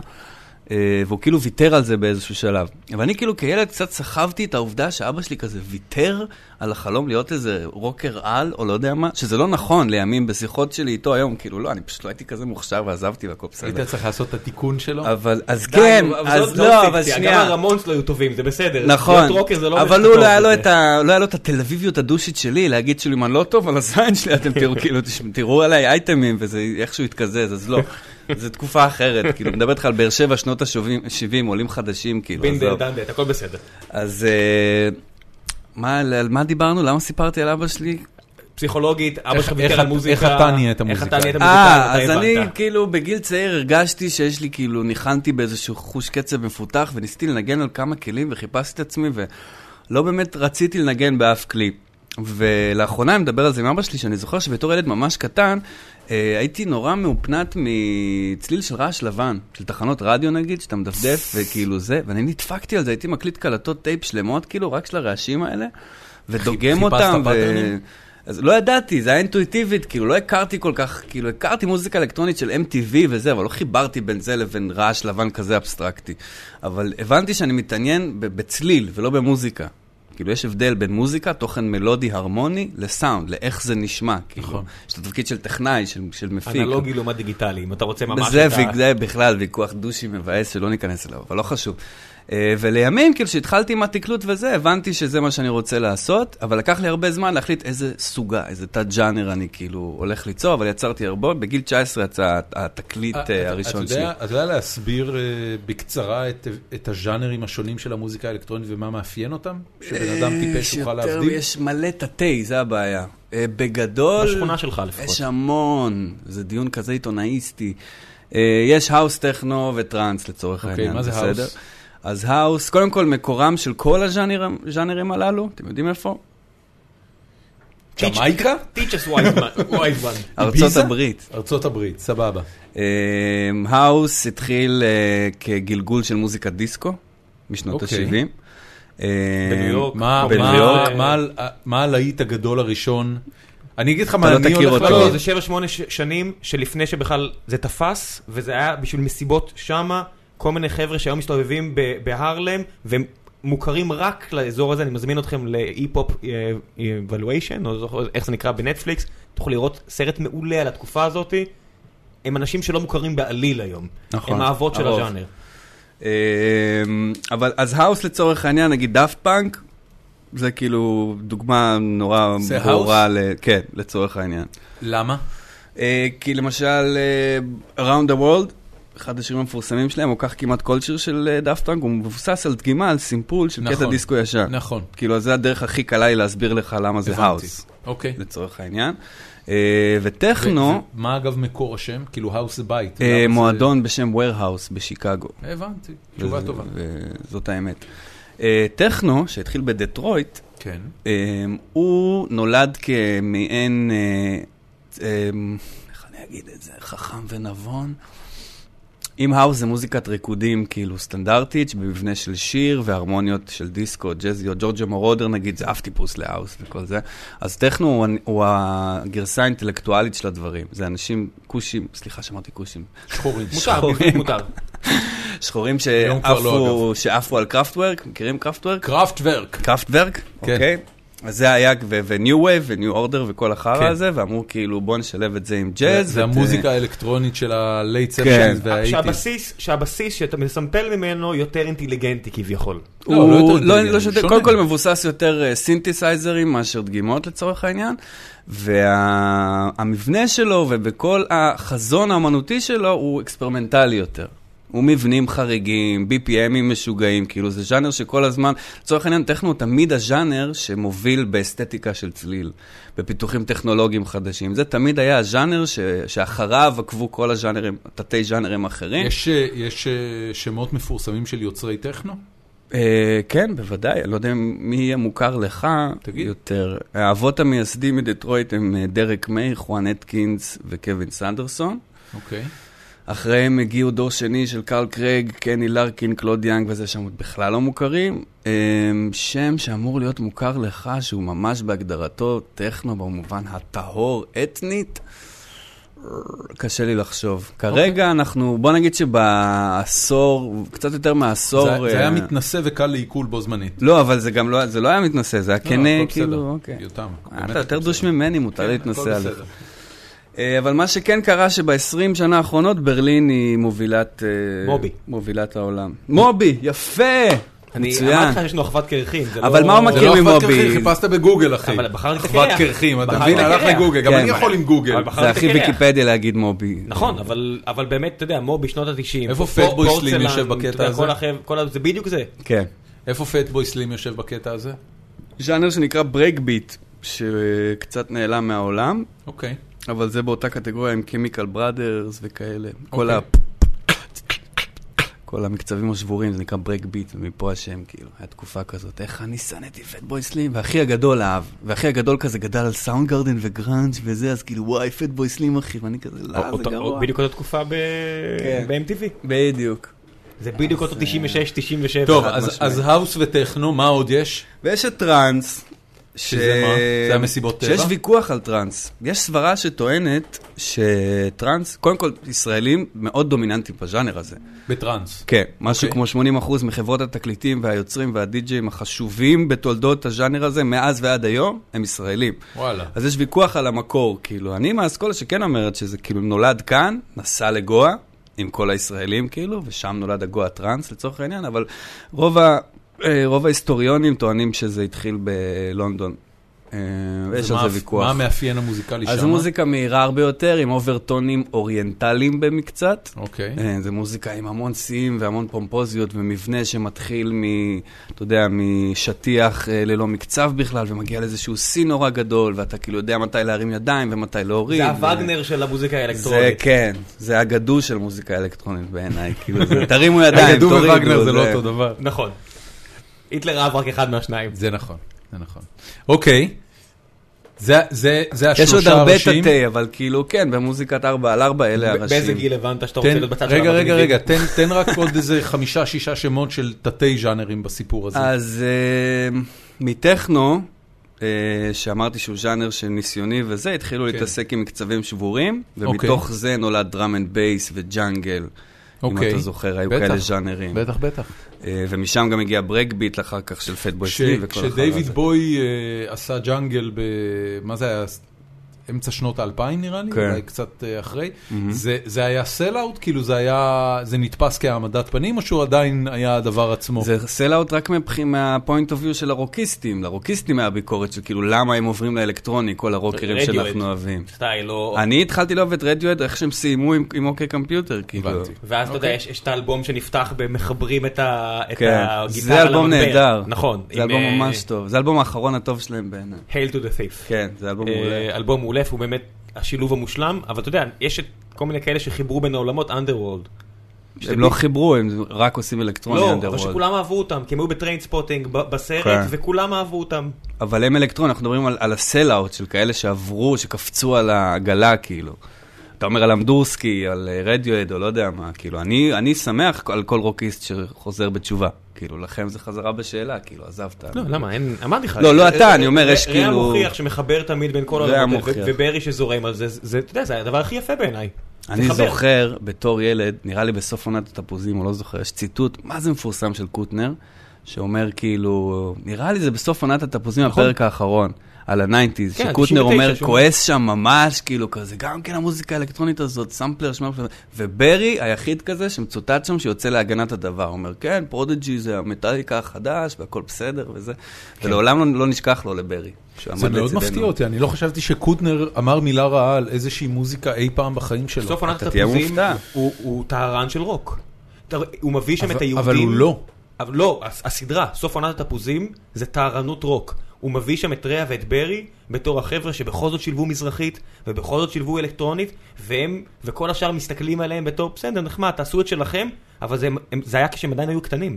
[SPEAKER 3] אה, והוא כאילו ויתר על זה באיזשהו שלב. אבל אני כאילו כילד קצת סחבתי את העובדה שאבא שלי כזה ויתר על החלום להיות איזה רוקר על, או לא יודע מה, שזה לא נכון לימים בשיחות שלי איתו היום, כאילו לא, אני פשוט לא הייתי כזה מוכשר ועזבתי והכל בסדר.
[SPEAKER 1] היית צריך לעשות את התיקון שלו?
[SPEAKER 3] אבל, אז
[SPEAKER 4] "לא, די,
[SPEAKER 3] כן,
[SPEAKER 4] אבל זאת
[SPEAKER 3] אז לא, אבל
[SPEAKER 4] פיקציה,
[SPEAKER 3] שנייה.
[SPEAKER 4] גם הרמונס לא היו טובים, זה בסדר.
[SPEAKER 3] נכון,
[SPEAKER 4] להיות רוקר זה לא
[SPEAKER 3] אבל
[SPEAKER 4] אומר
[SPEAKER 3] הוא
[SPEAKER 4] שאתה
[SPEAKER 3] לא היה
[SPEAKER 4] טוב
[SPEAKER 3] לו
[SPEAKER 4] בזה.
[SPEAKER 3] את ה- לא היה לו את התל אביביות הדושית שלי, להגיד שאם אני לא טוב על הזין שלי, אתם
[SPEAKER 4] (laughs)
[SPEAKER 3] תראו כאילו, תש- תראו עליי אייטמים, וזה איכשהו יתקזז, אז לא. זו תקופה אחרת, כאילו, מדבר איתך על באר שבע, שנות ה-70, עולים חדשים, כאילו,
[SPEAKER 4] בינדל,
[SPEAKER 3] עזוב.
[SPEAKER 4] דנדל, הכל בסדר.
[SPEAKER 3] אז אה, מה, על על מה דיברנו? למה סיפרתי על אבא שלי?
[SPEAKER 4] פסיכולוגית, אבא
[SPEAKER 1] איך-
[SPEAKER 4] שלך
[SPEAKER 1] איך
[SPEAKER 4] ויתר על
[SPEAKER 1] את-
[SPEAKER 4] מוזיקה.
[SPEAKER 1] איך אתה נהיית
[SPEAKER 4] איך
[SPEAKER 1] מוזיקאי?
[SPEAKER 4] אתה נהיית
[SPEAKER 3] אה, אז
[SPEAKER 4] מוזיקאי,
[SPEAKER 3] אני
[SPEAKER 4] אתה הבנת.
[SPEAKER 3] כאילו בגיל צעיר הרגשתי שיש לי כאילו ניחנתי באיזשהו חוש קצב מפותח וניסיתי לנגן על כמה כלים וחיפשתי את עצמי ולא באמת רציתי לנגן באף כלי. ולאחרונה אני מדבר על זה עם אבא שלי, שאני זוכר שבתור ילד ממש קטן, אה, הייתי נורא מאופנת מצליל של רעש לבן, של תחנות רדיו נגיד, שאתה מדפדף וכאילו זה, ואני נדפקתי על זה, הייתי מקליט קלטות טייפ שלמות כאילו, רק של הרעשים האלה, ודוגם
[SPEAKER 1] חיפשת
[SPEAKER 3] אותם. ו-
[SPEAKER 1] פאטרנים?
[SPEAKER 3] אז לא ידעתי, זה היה אינטואיטיבית, כאילו לא הכרתי כל כך, כאילו הכרתי מוזיקה אלקטרונית של MTV וזה, אבל לא חיברתי בין זה לבין רעש לבן כזה אבסטרקטי. אבל הבנתי שאני מתעניין ב- בצליל ולא במוזיקה. כאילו יש הבדל בין מוזיקה, תוכן מלודי הרמוני, לסאונד, לאיך זה נשמע. כאילו, נכון. יש את התפקיד של טכנאי, של, של מפיק.
[SPEAKER 4] אנלוגי לעומת דיגיטלי, אם אתה רוצה ממש...
[SPEAKER 3] זה,
[SPEAKER 4] את ה-
[SPEAKER 3] ויק- זה בכלל ויכוח דושי מבאס שלא ניכנס אליו, אבל לא חשוב. אה, ולימים, כאילו, כשהתחלתי עם התקלוט וזה, הבנתי שזה מה שאני רוצה לעשות, אבל לקח לי הרבה זמן להחליט איזה סוגה, איזה תת-ג'אנר אני כאילו הולך ליצור, אבל יצרתי הרבון, בגיל 19 יצא התקליט
[SPEAKER 1] אתה-
[SPEAKER 3] אה,
[SPEAKER 1] אתה-
[SPEAKER 3] הראשון
[SPEAKER 1] אתה
[SPEAKER 3] שלי.
[SPEAKER 1] יודע- אתה יודע להסביר אה, בקצרה את- את הז'אנרים השונים של המוזיקה האלקטרונית ומה מאפיין אותם? שבן אדם
[SPEAKER 3] אה,
[SPEAKER 1] טיפש יוכל
[SPEAKER 3] יותר-
[SPEAKER 1] להבדיל?
[SPEAKER 3] יש מלא תתי, זה הבעיה. אה, בגדול...
[SPEAKER 4] בשכונה שלך לפחות.
[SPEAKER 3] יש המון, זה דיון כזה עיתונאיסטי. אה, יש האוס טכנו וטראנס לצורך
[SPEAKER 1] אוקיי,
[SPEAKER 3] העניין,
[SPEAKER 1] מה זה
[SPEAKER 3] בסדר?
[SPEAKER 1] האוס?
[SPEAKER 3] אז האוס, קודם כל מקורם של כל הז'אנרים ז'אנרים הללו, אתם יודעים איפה?
[SPEAKER 1] ג'מייקה?
[SPEAKER 4] Teach us wise man, wise man.
[SPEAKER 3] ארצות
[SPEAKER 1] ביזה?
[SPEAKER 3] הברית.
[SPEAKER 1] ארצות הברית, סבבה.
[SPEAKER 3] אמ, האוס התחיל אה, כגלגול של מוזיקת דיסקו משנות
[SPEAKER 1] אוקיי.
[SPEAKER 3] ה-70. אה,
[SPEAKER 4] בניו יורק.
[SPEAKER 1] מה-
[SPEAKER 4] בניו
[SPEAKER 1] מה-
[SPEAKER 4] יורק.
[SPEAKER 1] מה ה- מה הלהיט הגדול הראשון? אני אגיד לך מה
[SPEAKER 3] אתה לא
[SPEAKER 1] אני
[SPEAKER 3] תכיר
[SPEAKER 1] הולך...
[SPEAKER 3] אותו.
[SPEAKER 1] להגיד.
[SPEAKER 4] לא, זה 7-8 ש- שנים שלפני שבכלל זה תפס, וזה היה בשביל מסיבות שמה, כל מיני חבר'ה שהיום מסתובבים ב- בהרלם, והם מוכרים רק לאזור הזה, אני מזמין אתכם לאי-פופ evaluation, או זוכר איך זה נקרא בנטפליקס, תוכלו לראות סרט מעולה על התקופה הזאת. הם אנשים שלא מוכרים בעליל היום.
[SPEAKER 3] נכון,
[SPEAKER 4] הם האבות של
[SPEAKER 3] הרוב. (laughs)
[SPEAKER 4] הז'אנר.
[SPEAKER 3] אמ, אבל אז האוס לצורך העניין, נגיד דאפט פאנק, זה כאילו דוגמה נורא
[SPEAKER 1] זה
[SPEAKER 3] ברורה, ל- כן, לצורך העניין.
[SPEAKER 1] למה?
[SPEAKER 3] אה, כי למשל, אה, Around the World, אחד השירים המפורסמים שלהם, הוא כך כמעט כל שיר של אה, דאפט פאנק, הוא מבוסס על דגימה, על סימפול של קטע
[SPEAKER 1] נכון.
[SPEAKER 3] דיסקו ישן.
[SPEAKER 1] נכון.
[SPEAKER 3] כאילו, אז זה הדרך הכי קלה היא להסביר לך למה זה
[SPEAKER 1] הבנתי.
[SPEAKER 3] האוס,
[SPEAKER 1] אוקיי.
[SPEAKER 3] לצורך העניין. אה, וטכנו,
[SPEAKER 1] ו- מה אגב מקור השם? כאילו האוס זה בית.
[SPEAKER 3] אה,
[SPEAKER 1] למה זה-
[SPEAKER 3] מועדון אה, בשם warehouse בשיקגו.
[SPEAKER 1] הבנתי, תשובה
[SPEAKER 3] וזה-
[SPEAKER 1] טובה.
[SPEAKER 3] וזאת האמת. אה, טכנו, שהתחיל בדטרויט,
[SPEAKER 1] כן.
[SPEAKER 3] אמ, הוא נולד כמעין, אה, אמ, איך אני אגיד את זה, חכם ונבון. אם האוס זה מוזיקת ריקודים כאילו סטנדרטית, שבמבנה של שיר והרמוניות של דיסקו, ג'אזיות, ג'ורג'ה מורודר נגיד, זה אף טיפוס להאוס וכל זה. אז טכנו הוא, הנ- הוא הגרסה האינטלקטואלית של הדברים. זה אנשים כושים, סליחה שאמרתי כושים,
[SPEAKER 1] שחורים.
[SPEAKER 4] מותר,
[SPEAKER 3] שחורים.
[SPEAKER 4] בעברית מותר.
[SPEAKER 3] שחורים
[SPEAKER 1] היום כבר לא,
[SPEAKER 3] שעפו, שעפו על קראפטוורק, מכירים קראפטוורק?
[SPEAKER 1] קראפטוורק.
[SPEAKER 3] קראפטוורק,
[SPEAKER 1] כן.
[SPEAKER 3] אוקיי? אז זה היה, וניו וייב וניו אורדר וכל החרא
[SPEAKER 1] כן.
[SPEAKER 3] הזה, ואמרו כאילו בוא נשלב את כן, זה עם ג'אז.
[SPEAKER 1] זה
[SPEAKER 3] ואת-
[SPEAKER 1] המוזיקה האלקטרונית של ה-late
[SPEAKER 3] כן.
[SPEAKER 1] sessions וה-80's.
[SPEAKER 4] שהבסיס, שהבסיס שאתה מסמפל ממנו יותר אינטליגנטי כביכול.
[SPEAKER 1] לא, לא יותר
[SPEAKER 3] הוא לא,
[SPEAKER 1] אינטליגנט,
[SPEAKER 3] לא שונה,
[SPEAKER 1] שונה.
[SPEAKER 3] קודם כל מבוסס יותר אה, סינתסייזרים מאשר דגימות לצורך העניין, והמבנה שלו ובכל החזון האמנותי שלו הוא אקספרימנטלי יותר. הוא מבנים חריגים, BPMים משוגעים, כאילו זה ז'אנר שכל הזמן, לצורך העניין טכנו הוא תמיד הז'אנר שמוביל באסתטיקה של צליל, בפיתוחים טכנולוגיים חדשים. זה תמיד היה הז'אנר ש... שאחריו עקבו כל הז'אנרים, תתי ז'אנרים אחרים.
[SPEAKER 1] יש, אה, יש אה, שמות מפורסמים של יוצרי טכנו?
[SPEAKER 3] אה, כן, בוודאי, אני לא יודע מי יהיה מוכר לך
[SPEAKER 1] תגיד.
[SPEAKER 3] יותר. האבות המייסדים מדטרויט הם אה, דרק מיי, חואן אטקינס וקווין סנדרסון.
[SPEAKER 1] אוקיי.
[SPEAKER 3] אחריהם הגיעו דור שני של קרל קרייג, קני לרקין, קלוד יאנג וזה שם עוד בכלל לא מוכרים. אה, שם שאמור להיות מוכר לך, שהוא ממש בהגדרתו טכנו במובן הטהור אתנית. קשה לי לחשוב.
[SPEAKER 1] אוקיי.
[SPEAKER 3] כרגע אנחנו, בוא נגיד שבעשור, קצת יותר
[SPEAKER 1] זה,
[SPEAKER 3] מעשור...
[SPEAKER 1] זה היה
[SPEAKER 3] אה,
[SPEAKER 1] מתנשא וקל לעיכול בו זמנית.
[SPEAKER 3] לא, אבל זה גם לא, זה לא היה מתנשא, זה היה
[SPEAKER 1] לא, הכל
[SPEAKER 3] כנה,
[SPEAKER 1] בסדר.
[SPEAKER 3] כאילו, אוקיי.
[SPEAKER 1] יותם. באמת
[SPEAKER 3] אתה יותר
[SPEAKER 1] הכל
[SPEAKER 3] דוש
[SPEAKER 1] בסדר.
[SPEAKER 3] ממני, מותר
[SPEAKER 1] כן,
[SPEAKER 3] להתנשא
[SPEAKER 1] הכל
[SPEAKER 3] עליך.
[SPEAKER 1] בסדר.
[SPEAKER 3] אה, אבל מה שכן קרה שב-20 שנה האחרונות ברלין היא מובילת... אה,
[SPEAKER 4] מובי.
[SPEAKER 3] מובילת העולם. מובי, יפה!
[SPEAKER 4] אני אמרתי
[SPEAKER 3] מצוין.
[SPEAKER 4] לך שיש לנו אחוות קרחים. זה
[SPEAKER 3] אבל
[SPEAKER 4] לא-
[SPEAKER 3] מה הוא
[SPEAKER 1] זה
[SPEAKER 3] מכיר
[SPEAKER 1] לא אחוות
[SPEAKER 3] ממובי.
[SPEAKER 1] קרחים, חיפשת בגוגל, אחי.
[SPEAKER 4] אבל בחרתי את
[SPEAKER 1] אחוות
[SPEAKER 4] הקרח.
[SPEAKER 1] קרחים, אתה
[SPEAKER 4] בחרתי
[SPEAKER 1] מבין?
[SPEAKER 4] את
[SPEAKER 1] הלך
[SPEAKER 4] הקרח.
[SPEAKER 1] לגוגל, גם
[SPEAKER 3] כן.
[SPEAKER 1] אני יכול עם גוגל.
[SPEAKER 4] אבל בחרתי
[SPEAKER 3] זה הכי
[SPEAKER 4] קרח.
[SPEAKER 3] ויקיפדיה להגיד מובי.
[SPEAKER 4] נכון, אבל, אבל באמת, אתה יודע, מו"ב בשנות ה-90.
[SPEAKER 1] איפה פטבוי סלים יושב בקטע הזה?
[SPEAKER 4] זה בדיוק זה.
[SPEAKER 3] כן.
[SPEAKER 1] איפה פטבוי סלים יושב בקטע הזה?
[SPEAKER 3] ז'אנר שנקרא ברייקביט, שקצת נעלם מהעולם,
[SPEAKER 1] אוקיי.
[SPEAKER 3] אבל זה באותה קטגוריה עם קמיקל בראדרס וכאלה. כל ה...
[SPEAKER 1] אוקיי.
[SPEAKER 3] כל המקצבים השבורים, זה נקרא ברייק ביט, ומפה השם, כאילו, הייתה תקופה כזאת, איך אני שנאתי פטבוי סלים, והאחי הגדול אהב, והאחי הגדול כזה גדל על סאונד גרדן וגראנג' וזה, אז כאילו, וואי, פטבוי סלים אחי, ואני כזה, לא, זה
[SPEAKER 4] אותו-
[SPEAKER 3] גרוע.
[SPEAKER 4] בדיוק אותה תקופה ב...
[SPEAKER 3] כן. אה,
[SPEAKER 4] ב-MTV.
[SPEAKER 3] בדיוק.
[SPEAKER 4] זה בדיוק אותו 96, 97.
[SPEAKER 1] טוב,
[SPEAKER 3] חד
[SPEAKER 1] אז-
[SPEAKER 3] משמעית.
[SPEAKER 1] אז האוס וטכנו, מה עוד יש?
[SPEAKER 3] ויש את טראנס,
[SPEAKER 1] שזה מה? זה המסיבות
[SPEAKER 3] שיש
[SPEAKER 1] טבע?
[SPEAKER 3] ויכוח על טראנס. יש סברה שטוענת שטראנס, קודם כל, ישראלים מאוד דומיננטיים בז'אנר הזה.
[SPEAKER 1] בטראנס.
[SPEAKER 3] כן, משהו
[SPEAKER 1] אוקיי.
[SPEAKER 3] כמו 80% מחברות התקליטים והיוצרים והדי-ג'אים החשובים בתולדות הז'אנר הזה, מאז ועד היום, הם ישראלים.
[SPEAKER 1] וואלה.
[SPEAKER 3] אז יש ויכוח על המקור, כאילו. אני מהאסכולה שכן אומרת שזה כאילו נולד כאן, נסע לגואה, עם כל הישראלים, כאילו, ושם נולד הגואה טראנס, לצורך העניין, אבל רוב, ה, אה, רוב ההיסטוריונים טוענים שזה התחיל בלונדון. אה, יש על
[SPEAKER 1] ומה-
[SPEAKER 3] זה ויכוח.
[SPEAKER 1] מה המאפיין המוזיקלי שם?
[SPEAKER 3] אז מוזיקה מהירה הרבה יותר, עם אוברטונים אוריינטליים במקצת.
[SPEAKER 1] אוקיי.
[SPEAKER 3] אה, זה מוזיקה עם המון שיאים והמון פומפוזיות ומבנה שמתחיל מ... אתה יודע, משטיח אה, ללא מקצב בכלל, ומגיע לאיזשהו שיא נורא גדול, ואתה כאילו יודע מתי להרים ידיים ומתי להוריד.
[SPEAKER 4] זה
[SPEAKER 3] ו-
[SPEAKER 4] הווגנר של המוזיקה
[SPEAKER 3] זה
[SPEAKER 4] האלקטרונית.
[SPEAKER 3] כן, זה הגדו של מוזיקה אלקטרונית בעיניי, כאילו זה, תרימו ידיים,
[SPEAKER 1] הגדו
[SPEAKER 3] תורידו.
[SPEAKER 1] ווגנר זה לא אותו דבר.
[SPEAKER 4] נכון. היטלר אהב רק אחד מהשניים.
[SPEAKER 1] זה נכון, זה נכון. אוקיי. זה, זה, זה
[SPEAKER 3] יש
[SPEAKER 1] השלושה
[SPEAKER 3] עוד הרבה
[SPEAKER 1] הראשיים.
[SPEAKER 3] תתי, אבל כאילו, כן, במוזיקת 4 על 4 אלה
[SPEAKER 4] ב-
[SPEAKER 3] הראשים.
[SPEAKER 4] באיזה גיל הבנת שאתה רוצה
[SPEAKER 1] תן,
[SPEAKER 4] להיות בצד של
[SPEAKER 1] רגע, רגע,
[SPEAKER 4] המגניבים?
[SPEAKER 1] רגע, תן, תן רק עוד איזה (laughs) חמישה, שישה שמות של תתי ז'אנרים בסיפור הזה.
[SPEAKER 3] אז אה, מטכנו, אה, שאמרתי שהוא ז'אנר של ניסיוני וזה, התחילו
[SPEAKER 1] כן.
[SPEAKER 3] להתעסק עם מקצבים שבורים,
[SPEAKER 1] אוקיי.
[SPEAKER 3] ומתוך זה נולד דראם אנד בייס וג'אנגל. אם
[SPEAKER 1] אוקיי.
[SPEAKER 3] אתה זוכר, היו
[SPEAKER 1] בטח.
[SPEAKER 3] כאלה ז'אנרים.
[SPEAKER 1] בטח, בטח.
[SPEAKER 3] אה, ומשם גם הגיע ברקביט אחר כך של פטבוי
[SPEAKER 1] כש-
[SPEAKER 3] סלי וכל החרא
[SPEAKER 1] כשדייוויד
[SPEAKER 3] הזה.
[SPEAKER 1] בוי אה, עשה ג'אנגל ב... מה זה היה? אמצע שנות האלפיים נראה לי,
[SPEAKER 3] כן.
[SPEAKER 1] אולי קצת אה, אחרי. זה- זה היה סל-אאוט? כאילו זה היה... זה נתפס כהעמדת פנים, או שהוא עדיין היה הדבר עצמו?
[SPEAKER 3] זה סל-אאוט רק מבח- מהפוינט אוף ויו של הרוקיסטים. לרוקיסטים היה ביקורת של כאילו למה הם עוברים לאלקטרוני, כל הרוקרים
[SPEAKER 4] רדיואט.
[SPEAKER 3] שאנחנו אוהבים.
[SPEAKER 4] סטייל או...
[SPEAKER 3] אני התחלתי לאהוב את רדיואד איך שהם סיימו עם עם אוקיי קמפיוטר, כאילו.
[SPEAKER 1] הבנתי.
[SPEAKER 4] ואז אתה יודע, יש יש את האלבום שנפתח במחברים את ה- את
[SPEAKER 3] כן.
[SPEAKER 4] הגיטרה
[SPEAKER 3] זה אלבום
[SPEAKER 4] למגבר.
[SPEAKER 3] נהדר.
[SPEAKER 4] נכון.
[SPEAKER 3] זה אלבום ממש טוב, זה האלבום האחרון הטוב שלהם בעיניי.
[SPEAKER 4] Hail to the Thief.
[SPEAKER 3] כן, זה אלבום
[SPEAKER 4] אה,
[SPEAKER 3] מעולה.
[SPEAKER 4] אלבום מעולה, הוא באמת השילוב המושלם, אבל אתה יודע, יש את כל מיני כאלה שחיברו בין העולמות, Underworld.
[SPEAKER 3] הם לא חיברו, הם רק עושים אלקטרוני
[SPEAKER 4] לא, אבל
[SPEAKER 3] Underworld.
[SPEAKER 4] שכולם אהבו אותם, כי הם היו בטריין ספוטינג בסרט,
[SPEAKER 3] כן.
[SPEAKER 4] וכולם אהבו אותם.
[SPEAKER 3] אבל הם אלקטרון, אנחנו מדברים על- על הסל-אאוט של כאלה שעברו, שקפצו על העגלה, כאילו. אתה אומר על אמדורסקי, על רדיואד, או לא יודע מה, כאילו, אני, אני שמח על כל רוקיסט שחוזר בתשובה. כאילו, לכם זה חזרה בשאלה, כאילו, עזבת.
[SPEAKER 4] לא, למה? אין, אמרתי לך.
[SPEAKER 3] לא, לא אתה,
[SPEAKER 4] אה,
[SPEAKER 3] אני אומר,
[SPEAKER 4] אה,
[SPEAKER 3] יש
[SPEAKER 4] רע
[SPEAKER 3] כאילו-
[SPEAKER 4] מוכיח שמחבר תמיד בין כל
[SPEAKER 3] רע
[SPEAKER 4] העולמות, ו-
[SPEAKER 3] מוכיח.
[SPEAKER 4] וברי שזורם על זה, זה- זה, אתה יודע, זה הדבר הכי יפה בעיניי.
[SPEAKER 3] אני
[SPEAKER 4] לחבר.
[SPEAKER 3] זוכר בתור ילד, נראה לי בסוף עונת התפוזים, או לא זוכר, יש ציטוט, מה זה מפורסם של קוטנר, שאומר כאילו, נראה לי זה בסוף עונת התפוזים,
[SPEAKER 1] נכון.
[SPEAKER 3] הפרק האחרון, על הניינטיז,
[SPEAKER 4] כן,
[SPEAKER 3] שקוטנר
[SPEAKER 4] 99,
[SPEAKER 3] אומר,
[SPEAKER 4] שהוא-
[SPEAKER 3] כועס שם ממש, כאילו כזה, גם כן המוזיקה האלקטרונית הזאת, סמפלר, שמר, וברי היחיד כזה שמצוטט שם, שיוצא להגנת הדבר, הוא אומר, כן, פרודג'י זה המטאליקה החדש, והכל בסדר וזה, ולעולם לא- לא נשכח לו לברי. שהוא
[SPEAKER 1] כן. זה
[SPEAKER 3] עמד
[SPEAKER 1] מאוד
[SPEAKER 3] לצידנו.
[SPEAKER 1] מפתיע אותי, אני לא חשבתי שקוטנר אמר מילה רעה על איזושהי מוזיקה אי פעם בחיים שלו.
[SPEAKER 4] בסוף עונת
[SPEAKER 3] תהיה
[SPEAKER 4] התפוזים,
[SPEAKER 3] מופתע.
[SPEAKER 4] הוא- הוא טהרן של רוק. אתה רואה, הוא מביא שם
[SPEAKER 1] אבל-
[SPEAKER 4] את היהודים.
[SPEAKER 1] אבל הוא לא.
[SPEAKER 4] אבל לא, הס- הסדרה, סוף עונת התפוזים, זה טהרנות רוק. הוא מביא שם את רע ואת ברי בתור החבר'ה שבכל זאת שילבו מזרחית, ובכל זאת שילבו אלקטרונית, והם, וכל השאר מסתכלים עליהם בתור, בסדר, נחמד, תעשו את שלכם, אבל זה, הם, זה היה כשהם עדיין היו קטנים.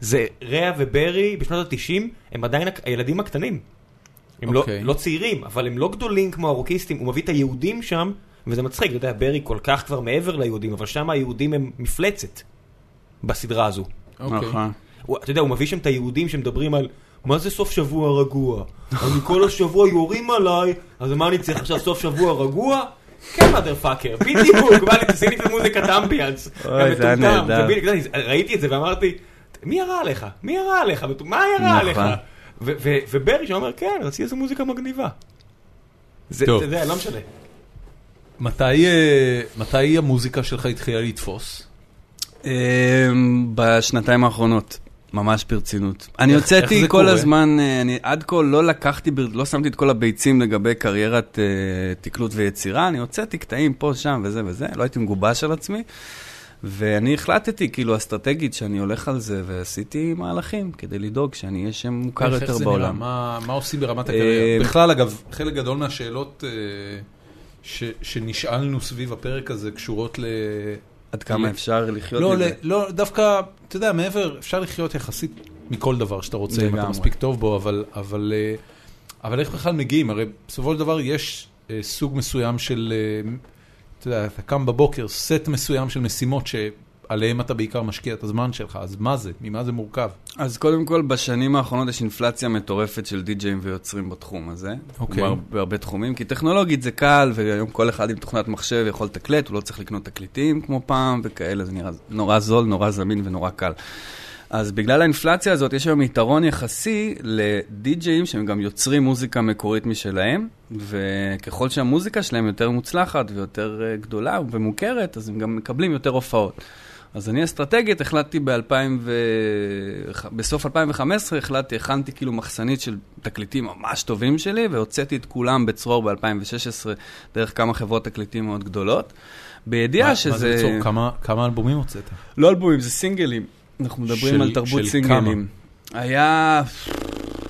[SPEAKER 4] זה רע וברי בשנות ה-90, הם עדיין הק- הילדים הקטנים. הם לא,
[SPEAKER 1] אוקיי.
[SPEAKER 4] לא צעירים, אבל הם לא גדולים כמו הרוקיסטים, הוא מביא את היהודים שם, וזה מצחיק, אתה יודע, ברי כל כך כבר מעבר ליהודים, אבל שם היהודים הם מפלצת בסדרה הזו.
[SPEAKER 1] אוקיי.
[SPEAKER 3] נכון.
[SPEAKER 4] הוא, אתה יודע, הוא מביא שם את היהודים שמדברים על מה זה סוף שבוע רגוע? (laughs) אני כל השבוע יורים עליי, אז מה אני צריך עכשיו סוף שבוע רגוע? כן, מאדר פאקר, (laughs) בדיוק, מה, תשים לי את מוזיקת אמביאנס.
[SPEAKER 3] אוי, זה היה
[SPEAKER 4] המטומטם,
[SPEAKER 3] נהדר.
[SPEAKER 4] ובדיוק, אתה יודע, ראיתי את זה ואמרתי, מי ירה עליך? מי ירה עליך? מטומ- מה ירה עליך?
[SPEAKER 3] נכון.
[SPEAKER 4] ו- ו- וברי שאומר, כן, רציתי איזו מוזיקה מגניבה. זה,
[SPEAKER 1] טוב.
[SPEAKER 4] אתה יודע, לא משנה.
[SPEAKER 1] מתי, אה, מתי המוזיקה שלך התחילה לתפוס?
[SPEAKER 3] אמ, בשנתיים האחרונות, ממש ברצינות. אני
[SPEAKER 1] איך- איך
[SPEAKER 3] הוצאתי
[SPEAKER 1] זה
[SPEAKER 3] כל
[SPEAKER 1] קורה?
[SPEAKER 3] הזמן, אה, אני עד כה לא לקחתי, בר- לא שמתי את כל הביצים לגבי קריירת אה, תקלוט ויצירה, אני הוצאתי קטעים פה, שם וזה וזה, לא הייתי מגובש על עצמי. ואני החלטתי, כאילו, אסטרטגית, שאני הולך על זה, ועשיתי מהלכים כדי לדאוג שאני אהיה שם מוכר
[SPEAKER 1] איך- איך
[SPEAKER 3] יותר
[SPEAKER 1] זה
[SPEAKER 3] בעולם.
[SPEAKER 1] נראה? מה, מה עושים ברמת הקריירה?
[SPEAKER 3] אה,
[SPEAKER 1] בכלל, אגב, חלק גדול מהשאלות אה, ש, שנשאלנו סביב הפרק הזה קשורות ל...
[SPEAKER 3] עד כמה אפשר לחיות
[SPEAKER 1] לא,
[SPEAKER 3] מזה.
[SPEAKER 1] ל... לא, דווקא, אתה יודע, מעבר, אפשר לחיות יחסית מכל דבר שאתה רוצה, אם אתה
[SPEAKER 3] לגמרי.
[SPEAKER 1] מספיק טוב בו, אבל, אבל, אה, אבל איך בכלל מגיעים? הרי בסופו של דבר יש אה, סוג מסוים של, אה, אתה יודע, אתה קם בבוקר, סט מסוים של משימות ש... עליהם אתה בעיקר משקיע את הזמן שלך, אז מה זה? ממה זה מורכב?
[SPEAKER 3] אז קודם כל, בשנים האחרונות יש אינפלציה מטורפת של די-ג'אים ויוצרים בתחום הזה.
[SPEAKER 1] אוקיי.
[SPEAKER 3] בהר- בהרבה תחומים, כי טכנולוגית זה קל, והיום כל אחד עם תוכנת מחשב יכול לתקלט, הוא לא צריך לקנות תקליטים כמו פעם וכאלה, זה נראה נורא זול, נורא זמין ונורא קל. אז בגלל האינפלציה הזאת, יש היום יתרון יחסי לדי-ג'אים שהם גם יוצרים מוזיקה מקורית משלהם, וככל שהמוזיקה שלהם יותר מוצלחת ויותר אה, גדולה ומוכרת, אז הם גם מקבלים יותר הופעות. אז אני אסטרטגית החלטתי ב-2000 ו... בסוף 2015 החלטתי, הכנתי כאילו מחסנית של תקליטים ממש טובים שלי, והוצאתי את כולם בצרור ב-2016 דרך כמה חברות תקליטים מאוד גדולות. בידיעה
[SPEAKER 1] מה-
[SPEAKER 3] שזה...
[SPEAKER 1] מה זה ליצור? כמה- כמה אלבומים הוצאת?
[SPEAKER 3] לא אלבומים, זה סינגלים. אנחנו מדברים
[SPEAKER 1] של-
[SPEAKER 3] על תרבות
[SPEAKER 1] של
[SPEAKER 3] סינגלים. היה...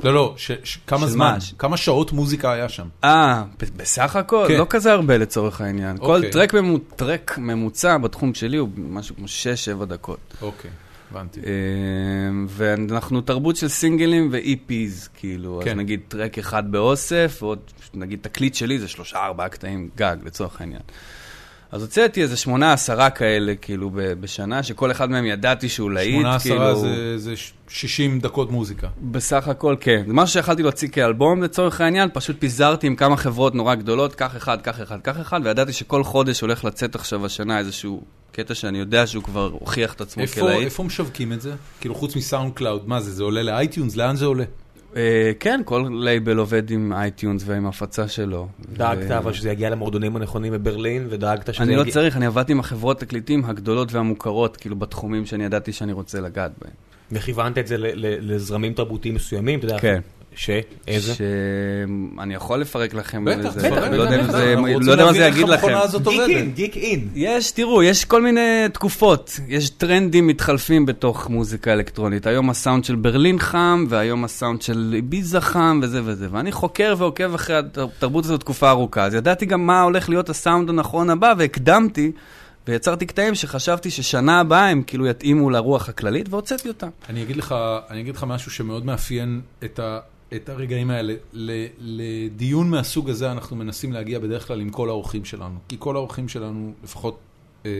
[SPEAKER 1] לא, לא, ש- ש- כמה
[SPEAKER 3] של
[SPEAKER 1] זמן?
[SPEAKER 3] מה? ש-
[SPEAKER 1] כמה שעות מוזיקה היה שם?
[SPEAKER 3] אה, ב- בסך הכל?
[SPEAKER 1] כן.
[SPEAKER 3] לא כזה הרבה לצורך העניין. כל
[SPEAKER 1] אוקיי.
[SPEAKER 3] טרק ממו- טרק ממוצע בתחום שלי הוא משהו כמו 6-7 דקות.
[SPEAKER 1] אוקיי, הבנתי.
[SPEAKER 3] אמ, ואנחנו תרבות של סינגלים ו-EPs, כאילו, כן.
[SPEAKER 1] כן.
[SPEAKER 3] אז נגיד טרק אחד באוסף, ועוד נגיד תקליט שלי זה שלושה, ארבעה קטעים גג, לצורך העניין. אז הוצאתי איזה שמונה, עשרה כאלה, כאילו, ב- בשנה, שכל אחד מהם ידעתי שהוא להיט, כאילו...
[SPEAKER 1] 8 10 זה- זה ש- 60 דקות מוזיקה.
[SPEAKER 3] בסך הכל כן, זה משהו שיכלתי להוציא כאלבום לצורך העניין, פשוט פיזרתי עם כמה חברות נורא גדולות, קח אחד, קח אחד, קח אחד, וידעתי שכל חודש הולך לצאת עכשיו השנה איזשהו קטע שאני יודע שהוא כבר הוכיח את עצמו
[SPEAKER 1] איפה-
[SPEAKER 3] כלהיט.
[SPEAKER 1] איפה משווקים את זה? כאילו חוץ מסאונד קלאוד, מה זה, זה עולה לאייטיונס? לאן זה עולה?
[SPEAKER 3] אה, כן, כל לייבל עובד עם אייטיונס ועם הפצה שלו.
[SPEAKER 4] דאגת
[SPEAKER 3] ו-
[SPEAKER 4] אבל שזה יגיע למועדונים הנכונים בברלין, ודאגת שזה
[SPEAKER 3] אני
[SPEAKER 4] יגיע...
[SPEAKER 3] לא צריך, אני עבדתי עם החברות תקליטים הגדולות והמוכרות, כאילו, בתחומים שאני ידעתי שאני רוצה לגעת בהם.
[SPEAKER 4] וכיוונת את זה ל- ל- לזרמים תרבותיים מסוימים, אתה יודע.
[SPEAKER 3] כן.
[SPEAKER 4] ש? איזה?
[SPEAKER 3] שאני יכול לפרק לכם על
[SPEAKER 1] בטח,
[SPEAKER 3] זה,
[SPEAKER 1] בטח,
[SPEAKER 3] לא יודע אם
[SPEAKER 1] בטח,
[SPEAKER 3] זה-
[SPEAKER 1] אנחנו רוצים
[SPEAKER 3] לא יודע מה
[SPEAKER 1] להבין
[SPEAKER 3] זה
[SPEAKER 1] איך
[SPEAKER 3] יגיד לכם.
[SPEAKER 1] המכונה הזאת עובדת.
[SPEAKER 4] גיק אין.
[SPEAKER 3] יש, תראו, יש כל מיני תקופות. יש טרנדים מתחלפים בתוך מוזיקה אלקטרונית. היום הסאונד של ברלין חם, והיום הסאונד של ביזה חם, וזה וזה. ואני חוקר ועוקב אחרי התרבות הזאת תקופה ארוכה. אז ידעתי גם מה הולך להיות הסאונד הנכון הבא, והקדמתי, ויצרתי קטעים שחשבתי ששנה הבאה הם כאילו יתאימו לרוח הכללית, והוצאתי אותם.
[SPEAKER 1] אני אגיד לך, אני אגיד לך משהו שמאוד מאפיין את, ה, את הרגעים האלה. ל, לדיון מהסוג הזה אנחנו מנסים להגיע בדרך כלל עם כל האורחים שלנו. כי כל האורחים שלנו, לפחות אה,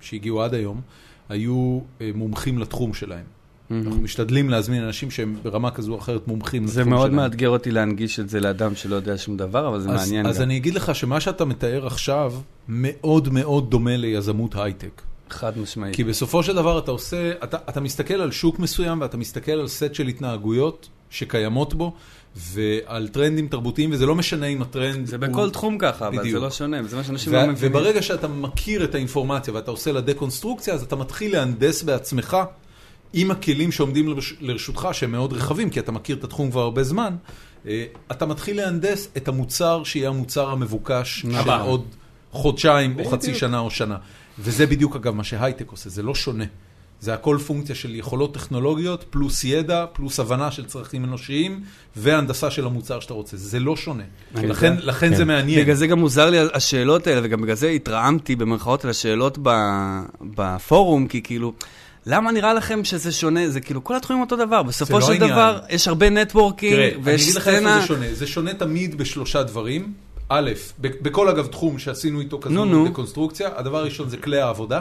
[SPEAKER 1] שהגיעו עד היום, היו אה, מומחים לתחום שלהם.
[SPEAKER 3] Mm-hmm.
[SPEAKER 1] אנחנו משתדלים להזמין אנשים שהם ברמה כזו או אחרת מומחים
[SPEAKER 3] זה
[SPEAKER 1] לתחום שלהם.
[SPEAKER 3] מאוד מאתגר אותי להנגיש את זה לאדם שלא יודע שום דבר, אבל זה
[SPEAKER 1] אז,
[SPEAKER 3] מעניין
[SPEAKER 1] אז
[SPEAKER 3] גם.
[SPEAKER 1] אני אגיד לך שמה שאתה מתאר עכשיו מאוד מאוד דומה ליזמות הייטק.
[SPEAKER 3] חד משמעית.
[SPEAKER 1] כי בסופו של דבר אתה עושה, אתה, אתה מסתכל על שוק מסוים ואתה מסתכל על סט של התנהגויות שקיימות בו ועל טרנדים תרבותיים, וזה לא משנה אם הטרנד
[SPEAKER 3] זה בכל תחום ככה, אבל זה
[SPEAKER 1] בדיוק.
[SPEAKER 3] לא שונה, וזה מה שאנשים לא
[SPEAKER 1] ו-
[SPEAKER 3] מבינים.
[SPEAKER 1] וברגע שאתה מכיר את האינפורמציה ואתה עושה לה דקונסטרוקציה, אז אתה מתחיל להנדס בעצמך עם הכלים שעומדים לרש- לרשותך, שהם מאוד רחבים, כי אתה מכיר את התחום כבר הרבה זמן, אה, אתה מתחיל להנדס את המוצר שיהיה המוצר המבוקש של
[SPEAKER 3] הבא.
[SPEAKER 1] עוד חודשיים או חצי שנה או שנה. וזה בדיוק, אגב, מה שהייטק עושה, זה לא שונה. זה הכל פונקציה של יכולות טכנולוגיות, פלוס ידע, פלוס הבנה של צרכים אנושיים, והנדסה של המוצר שאתה רוצה. זה לא שונה. לכן, לכן זה מעניין.
[SPEAKER 3] בגלל זה גם מוזר לי השאלות האלה, וגם בגלל זה התרעמתי במרכאות על השאלות ב- בפורום, כי כאילו, למה נראה לכם שזה שונה? זה כאילו, כל התחומים אותו דבר. בסופו
[SPEAKER 1] לא
[SPEAKER 3] של
[SPEAKER 1] העניין.
[SPEAKER 3] דבר, יש הרבה נטוורקינג,
[SPEAKER 1] תראה,
[SPEAKER 3] ויש
[SPEAKER 1] אני אגיד לך איפה
[SPEAKER 3] סצנה...
[SPEAKER 1] זה שונה. זה שונה תמיד בשלושה דברים. א', ב- בכל אגב תחום שעשינו איתו
[SPEAKER 3] נו,
[SPEAKER 1] כזו
[SPEAKER 3] נו.
[SPEAKER 1] דקונסטרוקציה, הדבר הראשון זה כלי העבודה.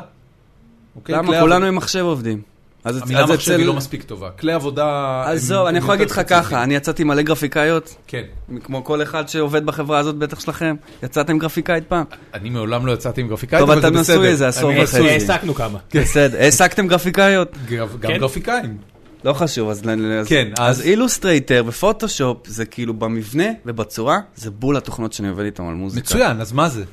[SPEAKER 1] אוקיי? כלי
[SPEAKER 3] למה?
[SPEAKER 1] העבודה-
[SPEAKER 3] כולנו עם מחשב עובדים. אז אצ-
[SPEAKER 1] המילה
[SPEAKER 3] אז
[SPEAKER 1] מחשב
[SPEAKER 3] אצל-
[SPEAKER 1] היא לא מספיק טובה. כלי עבודה...
[SPEAKER 3] אז
[SPEAKER 1] הם-
[SPEAKER 3] זהו,
[SPEAKER 1] הם
[SPEAKER 3] אני יכול
[SPEAKER 1] יותר
[SPEAKER 3] להגיד לך
[SPEAKER 1] ספציפיים.
[SPEAKER 3] ככה, אני יצאתי מלא גרפיקאיות,
[SPEAKER 1] כן.
[SPEAKER 3] כמו כל אחד שעובד בחברה הזאת, בטח שלכם. יצאתם גרפיקאית פעם?
[SPEAKER 1] אני מעולם לא יצאתי עם גרפיקאית,
[SPEAKER 3] טוב,
[SPEAKER 1] אבל זה
[SPEAKER 3] אתה
[SPEAKER 1] בסדר.
[SPEAKER 3] נשוי איזה
[SPEAKER 1] לא
[SPEAKER 3] עשור
[SPEAKER 4] אני-
[SPEAKER 3] וחצי.
[SPEAKER 4] אה, העסקנו כמה.
[SPEAKER 1] כן.
[SPEAKER 3] בסדר, העסקתם גרפיקאיות?
[SPEAKER 1] גרפ- גם
[SPEAKER 4] כן.
[SPEAKER 1] גרפיקאים.
[SPEAKER 3] לא חשוב, אז... אז-
[SPEAKER 1] כן, אז-
[SPEAKER 3] אז אילוסטרייטר ופוטושופ זה כאילו במבנה ובצורה, זה בול התוכנות שאני עובד איתן על מוזיקה.
[SPEAKER 1] מצוין, אז מה זה?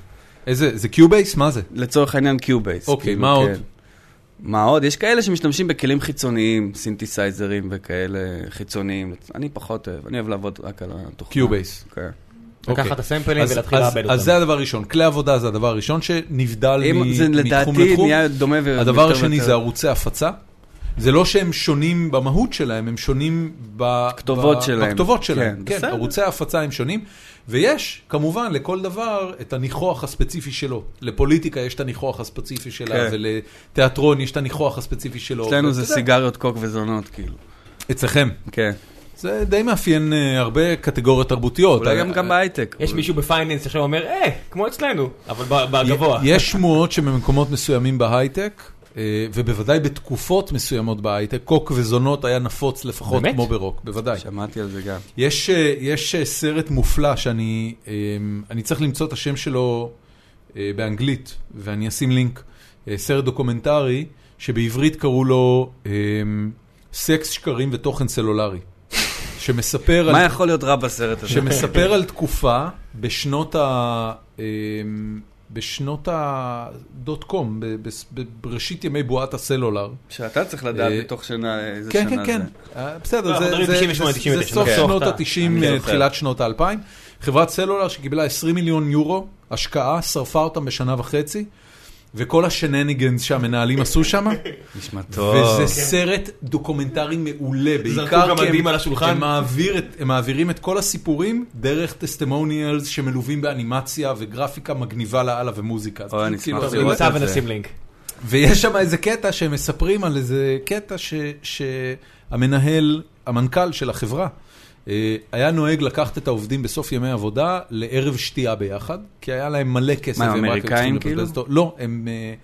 [SPEAKER 1] איזה, זה קיובייס? מה זה?
[SPEAKER 3] לצורך העניין קיובייס.
[SPEAKER 1] אוקיי,
[SPEAKER 3] כאילו,
[SPEAKER 1] מה עוד?
[SPEAKER 3] מה עוד? יש כאלה שמשתמשים בכלים חיצוניים, סינתסייזרים וכאלה חיצוניים. אני פחות אוהב, אני אוהב לעבוד רק על התוכנה.
[SPEAKER 1] קיובייס.
[SPEAKER 3] כן.
[SPEAKER 4] לקחת את הסמפלים
[SPEAKER 1] אוקיי. אז-
[SPEAKER 4] ולהתחיל
[SPEAKER 1] אז-
[SPEAKER 4] לעבד אותם.
[SPEAKER 1] אז זה הדבר הראשון, כלי עבודה זה הדבר הראשון שנבדל מ-
[SPEAKER 3] אם זה
[SPEAKER 1] מתחום לתחום.
[SPEAKER 3] לדעתי נהיה דומה ו...
[SPEAKER 1] הדבר השני זה ערוצי הפצה. זה לא שהם שונים במהות שלהם, הם שונים ב...
[SPEAKER 3] כתובות
[SPEAKER 1] ב-
[SPEAKER 3] שלהם.
[SPEAKER 1] בכתובות שלהם,
[SPEAKER 3] כן,
[SPEAKER 1] כן,
[SPEAKER 3] בסדר.
[SPEAKER 1] ערוצי ההפצה הם שונים. ויש, כמובן, לכל דבר את הניחוח הספציפי שלו. לפוליטיקה יש את הניחוח הספציפי שלה,
[SPEAKER 3] כן.
[SPEAKER 1] ולתיאטרון יש את הניחוח הספציפי שלו.
[SPEAKER 3] אצלנו
[SPEAKER 1] ואתה
[SPEAKER 3] זה
[SPEAKER 1] יודע,
[SPEAKER 3] סיגריות, קוק וזונות, כאילו.
[SPEAKER 1] אצלכם.
[SPEAKER 3] כן.
[SPEAKER 1] זה די מאפיין אה, הרבה קטגוריות תרבותיות.
[SPEAKER 3] אולי
[SPEAKER 1] אה,
[SPEAKER 3] גם- גם בהייטק.
[SPEAKER 4] יש מישהו בפייננס עכשיו אומר, אה, כמו אצלנו, אבל ב- בגבוה.
[SPEAKER 1] יש שמועות שבמקומות מסוימים בהייטק, אה, אה, ובוודאי בתקופות מסוימות בהייטק, קוק וזונות היה נפוץ לפחות
[SPEAKER 4] באמת?
[SPEAKER 1] כמו ברוק, בוודאי.
[SPEAKER 3] שמעתי על זה גם.
[SPEAKER 1] יש, אה, יש אה, סרט מופלא שאני אה, אני צריך למצוא את השם שלו אה, באנגלית, ואני אשים לינק. אה, סרט דוקומנטרי שבעברית קראו לו אה, סקס, שקרים ותוכן סלולרי. שמספר
[SPEAKER 3] מה
[SPEAKER 1] על,
[SPEAKER 3] יכול להיות רע בסרט הזה?
[SPEAKER 1] שמספר על תקופה בשנות ה... אה, בשנות הדוט קום, בראשית ימי בועת הסלולר.
[SPEAKER 3] שאתה צריך לדעת
[SPEAKER 1] אה,
[SPEAKER 3] בתוך שנה, איזה
[SPEAKER 1] כן,
[SPEAKER 3] שנה
[SPEAKER 1] כן, כן.
[SPEAKER 3] זה.
[SPEAKER 1] אה,
[SPEAKER 4] לא,
[SPEAKER 1] בסדר,
[SPEAKER 4] אנחנו
[SPEAKER 1] זה-
[SPEAKER 4] מדברים
[SPEAKER 1] זה-
[SPEAKER 4] 98,
[SPEAKER 1] זה- זה
[SPEAKER 4] 99,
[SPEAKER 1] סוף
[SPEAKER 3] כן.
[SPEAKER 1] שנות
[SPEAKER 4] אתה-
[SPEAKER 1] ה-90,
[SPEAKER 3] אני זוכר.
[SPEAKER 1] תחילת שנות ה-2000. חברת סלולר שקיבלה 20 מיליון יורו, השקעה, שרפה אותם בשנה וחצי, וכל השנניגנס שהמנהלים עשו שם,
[SPEAKER 3] (laughs) נשמע טוב. כן.
[SPEAKER 1] וזה סרט דוקומנטרי מעולה,
[SPEAKER 4] גם
[SPEAKER 1] בעיקר כי
[SPEAKER 4] מדים
[SPEAKER 1] הם-
[SPEAKER 4] על השולחן.
[SPEAKER 1] הם מעביר את- הם מעבירים את כל הסיפורים דרך טסטימוניאלס שמלווים באנימציה וגרפיקה מגניבה לאללה ומוזיקה. אז
[SPEAKER 3] אוי, אני
[SPEAKER 1] כאילו,
[SPEAKER 3] אשמח
[SPEAKER 1] אתה
[SPEAKER 4] טוב,
[SPEAKER 1] רואה-
[SPEAKER 3] לראות.
[SPEAKER 4] נמצא
[SPEAKER 3] את זה.
[SPEAKER 4] ונשים לינק.
[SPEAKER 1] ויש שם איזה קטע שהם מספרים על איזה קטע ש, שהמנהל, המנכ"ל של החברה, אה, היה נוהג לקחת את העובדים בסוף ימי עבודה לערב שתייה ביחד, כי היה להם מלא כסף.
[SPEAKER 3] מה,
[SPEAKER 1] והם רק היו
[SPEAKER 3] אמריקאים
[SPEAKER 1] צריכים לבזבז
[SPEAKER 3] כאילו?
[SPEAKER 1] אותו. לא, הם אה,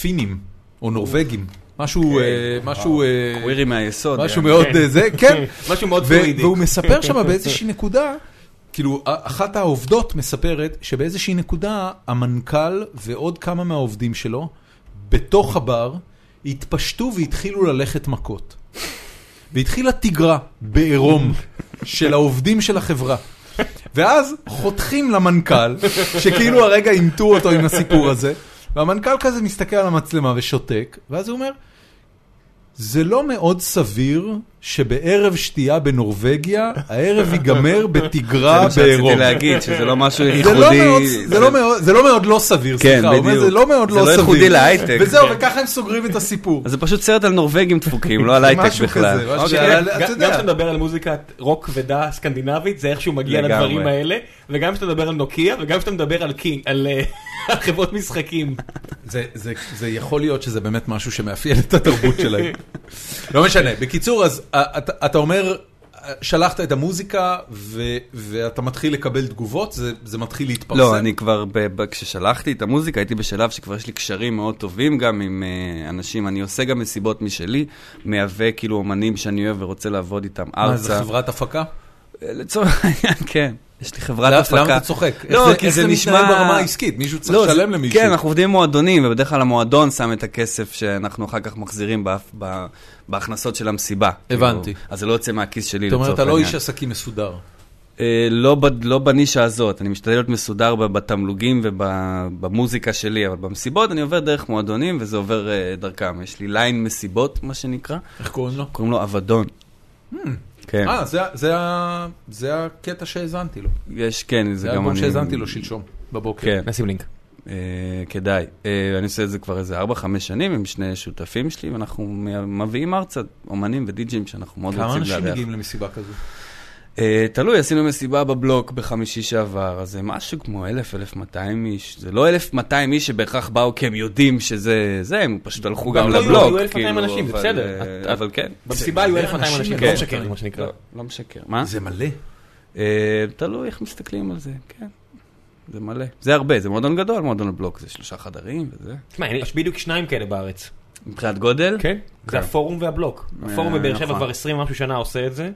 [SPEAKER 1] פינים או נורבגים, משהו,
[SPEAKER 3] אוקיי.
[SPEAKER 1] אה, משהו, אה,
[SPEAKER 3] קווירי מהיסוד.
[SPEAKER 1] משהו
[SPEAKER 3] יעני.
[SPEAKER 1] מאוד אה, זה,
[SPEAKER 3] (laughs)
[SPEAKER 1] כן.
[SPEAKER 4] (laughs) משהו מאוד
[SPEAKER 1] ו-
[SPEAKER 4] פלואידי.
[SPEAKER 1] והוא מספר
[SPEAKER 4] (laughs)
[SPEAKER 1] שם באיזושהי נקודה, כאילו, א- אחת העובדות מספרת שבאיזושהי נקודה המנכ"ל ועוד כמה מהעובדים שלו, בתוך הבר, התפשטו והתחילו ללכת מכות. והתחילה תגרה בעירום של העובדים של החברה. ואז חותכים למנכ"ל, שכאילו הרגע אימתו אותו עם הסיפור הזה, והמנכ"ל כזה מסתכל על המצלמה ושותק, ואז הוא אומר, זה לא מאוד סביר שבערב שתייה בנורבגיה, הערב ייגמר בתגרה
[SPEAKER 3] זה מה
[SPEAKER 1] באירופה.
[SPEAKER 3] שרציתי להגיד, שזה לא משהו
[SPEAKER 1] זה לא, מאוד,
[SPEAKER 3] ייחודי.
[SPEAKER 1] זה, לא מאוד, זה לא מאוד לא סביר,
[SPEAKER 3] כן,
[SPEAKER 1] סליחה, הוא אומר,
[SPEAKER 3] בדיוק.
[SPEAKER 1] זה לא מאוד
[SPEAKER 3] זה
[SPEAKER 1] לא
[SPEAKER 3] לא
[SPEAKER 1] סביר.
[SPEAKER 3] ייחודי להייטק. כן.
[SPEAKER 1] וזהו, וככה הם סוגרים את הסיפור.
[SPEAKER 3] אז זה פשוט סרט על נורבגים דפוקים, לא על הייטק
[SPEAKER 1] משהו
[SPEAKER 3] בכלל.
[SPEAKER 1] כזה, משהו
[SPEAKER 3] אוקיי,
[SPEAKER 1] כזה.
[SPEAKER 3] אבל-
[SPEAKER 1] אתה
[SPEAKER 4] כן, גם
[SPEAKER 1] יודע.
[SPEAKER 4] כשאתה מדבר על מוזיקת רוק כבדה סקנדינבית, זה איכשהו מגיע
[SPEAKER 3] לגמרי.
[SPEAKER 4] לדברים האלה, וגם כשאתה מדבר על נוקיה, וגם כשאתה מדבר על קינג, על אה, (laughs) על חברות משחקים.
[SPEAKER 1] זה, זה, זה יכול להיות שזה באמת משהו שמאפיין את התרבות שלהם. לא משנה. בקיצור, אז אה, אתה, אתה אומר, אה, שלחת את המוזיקה ו, ואתה מתחיל לקבל תגובות, זה, זה מתחיל להתפרסם.
[SPEAKER 3] לא, אני כבר, ב- ב- כששלחתי את המוזיקה, הייתי בשלב שכבר יש לי קשרים מאוד טובים גם עם אה, אנשים. אני עושה גם מסיבות משלי, מייבא כאילו אומנים שאני אוהב ורוצה לעבוד איתם
[SPEAKER 1] מה, זה
[SPEAKER 3] ארצה.
[SPEAKER 1] חברת הפקה?
[SPEAKER 3] אה, לצורך העניין, כן. יש לי חברת
[SPEAKER 1] למה
[SPEAKER 3] הפקה.
[SPEAKER 1] אתה צוחק?
[SPEAKER 3] לא,
[SPEAKER 1] איך זה-
[SPEAKER 3] כי
[SPEAKER 1] איך
[SPEAKER 3] זה
[SPEAKER 1] זה
[SPEAKER 3] נשמע...
[SPEAKER 1] מתנהל ברמה העסקית? מישהו צריך
[SPEAKER 3] לא, זה-
[SPEAKER 1] לשלם למישהו.
[SPEAKER 3] כן, אנחנו עובדים עם מועדונים, ובדרך כלל המועדון שם את הכסף שאנחנו אחר כך מחזירים בהפ- ב- בהכנסות של המסיבה.
[SPEAKER 1] הבנתי.
[SPEAKER 3] כאילו, אז זה לא יוצא מהכיס שלי
[SPEAKER 1] זאת
[SPEAKER 3] לצורך העניין.
[SPEAKER 1] אומרת, אתה לא איש עסקים מסודר.
[SPEAKER 3] אה, לא, ב- לא בנישה הזאת, אני משתדל להיות מסודר ב- בתמלוגים ובמוזיקה שלי, אבל במסיבות אני עובר דרך מועדונים וזה עובר אה, דרכם. יש לי ליין מסיבות, מה שנקרא,
[SPEAKER 1] איך קוראים לו?
[SPEAKER 3] קוראים לו אבדון. כן,
[SPEAKER 1] אה, זה- זה ה- זה הקטע שהאזנתי לו.
[SPEAKER 3] יש, כן, זה
[SPEAKER 1] זה
[SPEAKER 3] גם אני...
[SPEAKER 1] האלבום שהאזנתי לו שלשום, בבוקר.
[SPEAKER 3] כן,
[SPEAKER 2] נשים לינק.
[SPEAKER 3] אה, כדאי. אה, אני עושה את זה כבר איזה 4-5 שנים עם שני שותפים שלי, ואנחנו מ- מביאים ארצה אומנים ודי-ג'ים שאנחנו מאוד
[SPEAKER 1] כמה
[SPEAKER 3] רוצים לארח.
[SPEAKER 1] אנשים מגיעים למסיבה כזו?
[SPEAKER 3] אה, תלוי, עשינו מסיבה בבלוק בחמישי שעבר, אז זה משהו כמו 1,000-1,200 איש. זה לא 1,200 איש שבהכרח באו כי הם יודעים שזה זה, הם פשוט הלכו גם
[SPEAKER 4] לא,
[SPEAKER 3] לבלוק.
[SPEAKER 4] היו 1,200
[SPEAKER 3] כאילו,
[SPEAKER 4] אנשים, זה
[SPEAKER 3] אבל,
[SPEAKER 4] בסדר.
[SPEAKER 3] אה,
[SPEAKER 4] את- את-
[SPEAKER 3] אבל כן.
[SPEAKER 4] במסיבה היו 1,200
[SPEAKER 1] אנשים,
[SPEAKER 4] אנשים,
[SPEAKER 3] כן.
[SPEAKER 4] לא משקרים, מה שנקרא.
[SPEAKER 3] לא, לא משקר. מה?
[SPEAKER 1] זה מלא.
[SPEAKER 3] אה, תלוי איך מסתכלים על זה, כן. זה מלא. זה הרבה, זה מועדון גדול, מועדון הבלוק, זה שלושה חדרים וזה.
[SPEAKER 4] תשמע, יש בדיוק שניים כאלה בארץ.
[SPEAKER 3] מבחינת גודל?
[SPEAKER 4] כן? זה הפורום והבלוק.
[SPEAKER 3] אה,
[SPEAKER 4] הפורום בבאר שבע
[SPEAKER 3] נכון.
[SPEAKER 4] כבר 20 ומשהו שנה עושה את זה.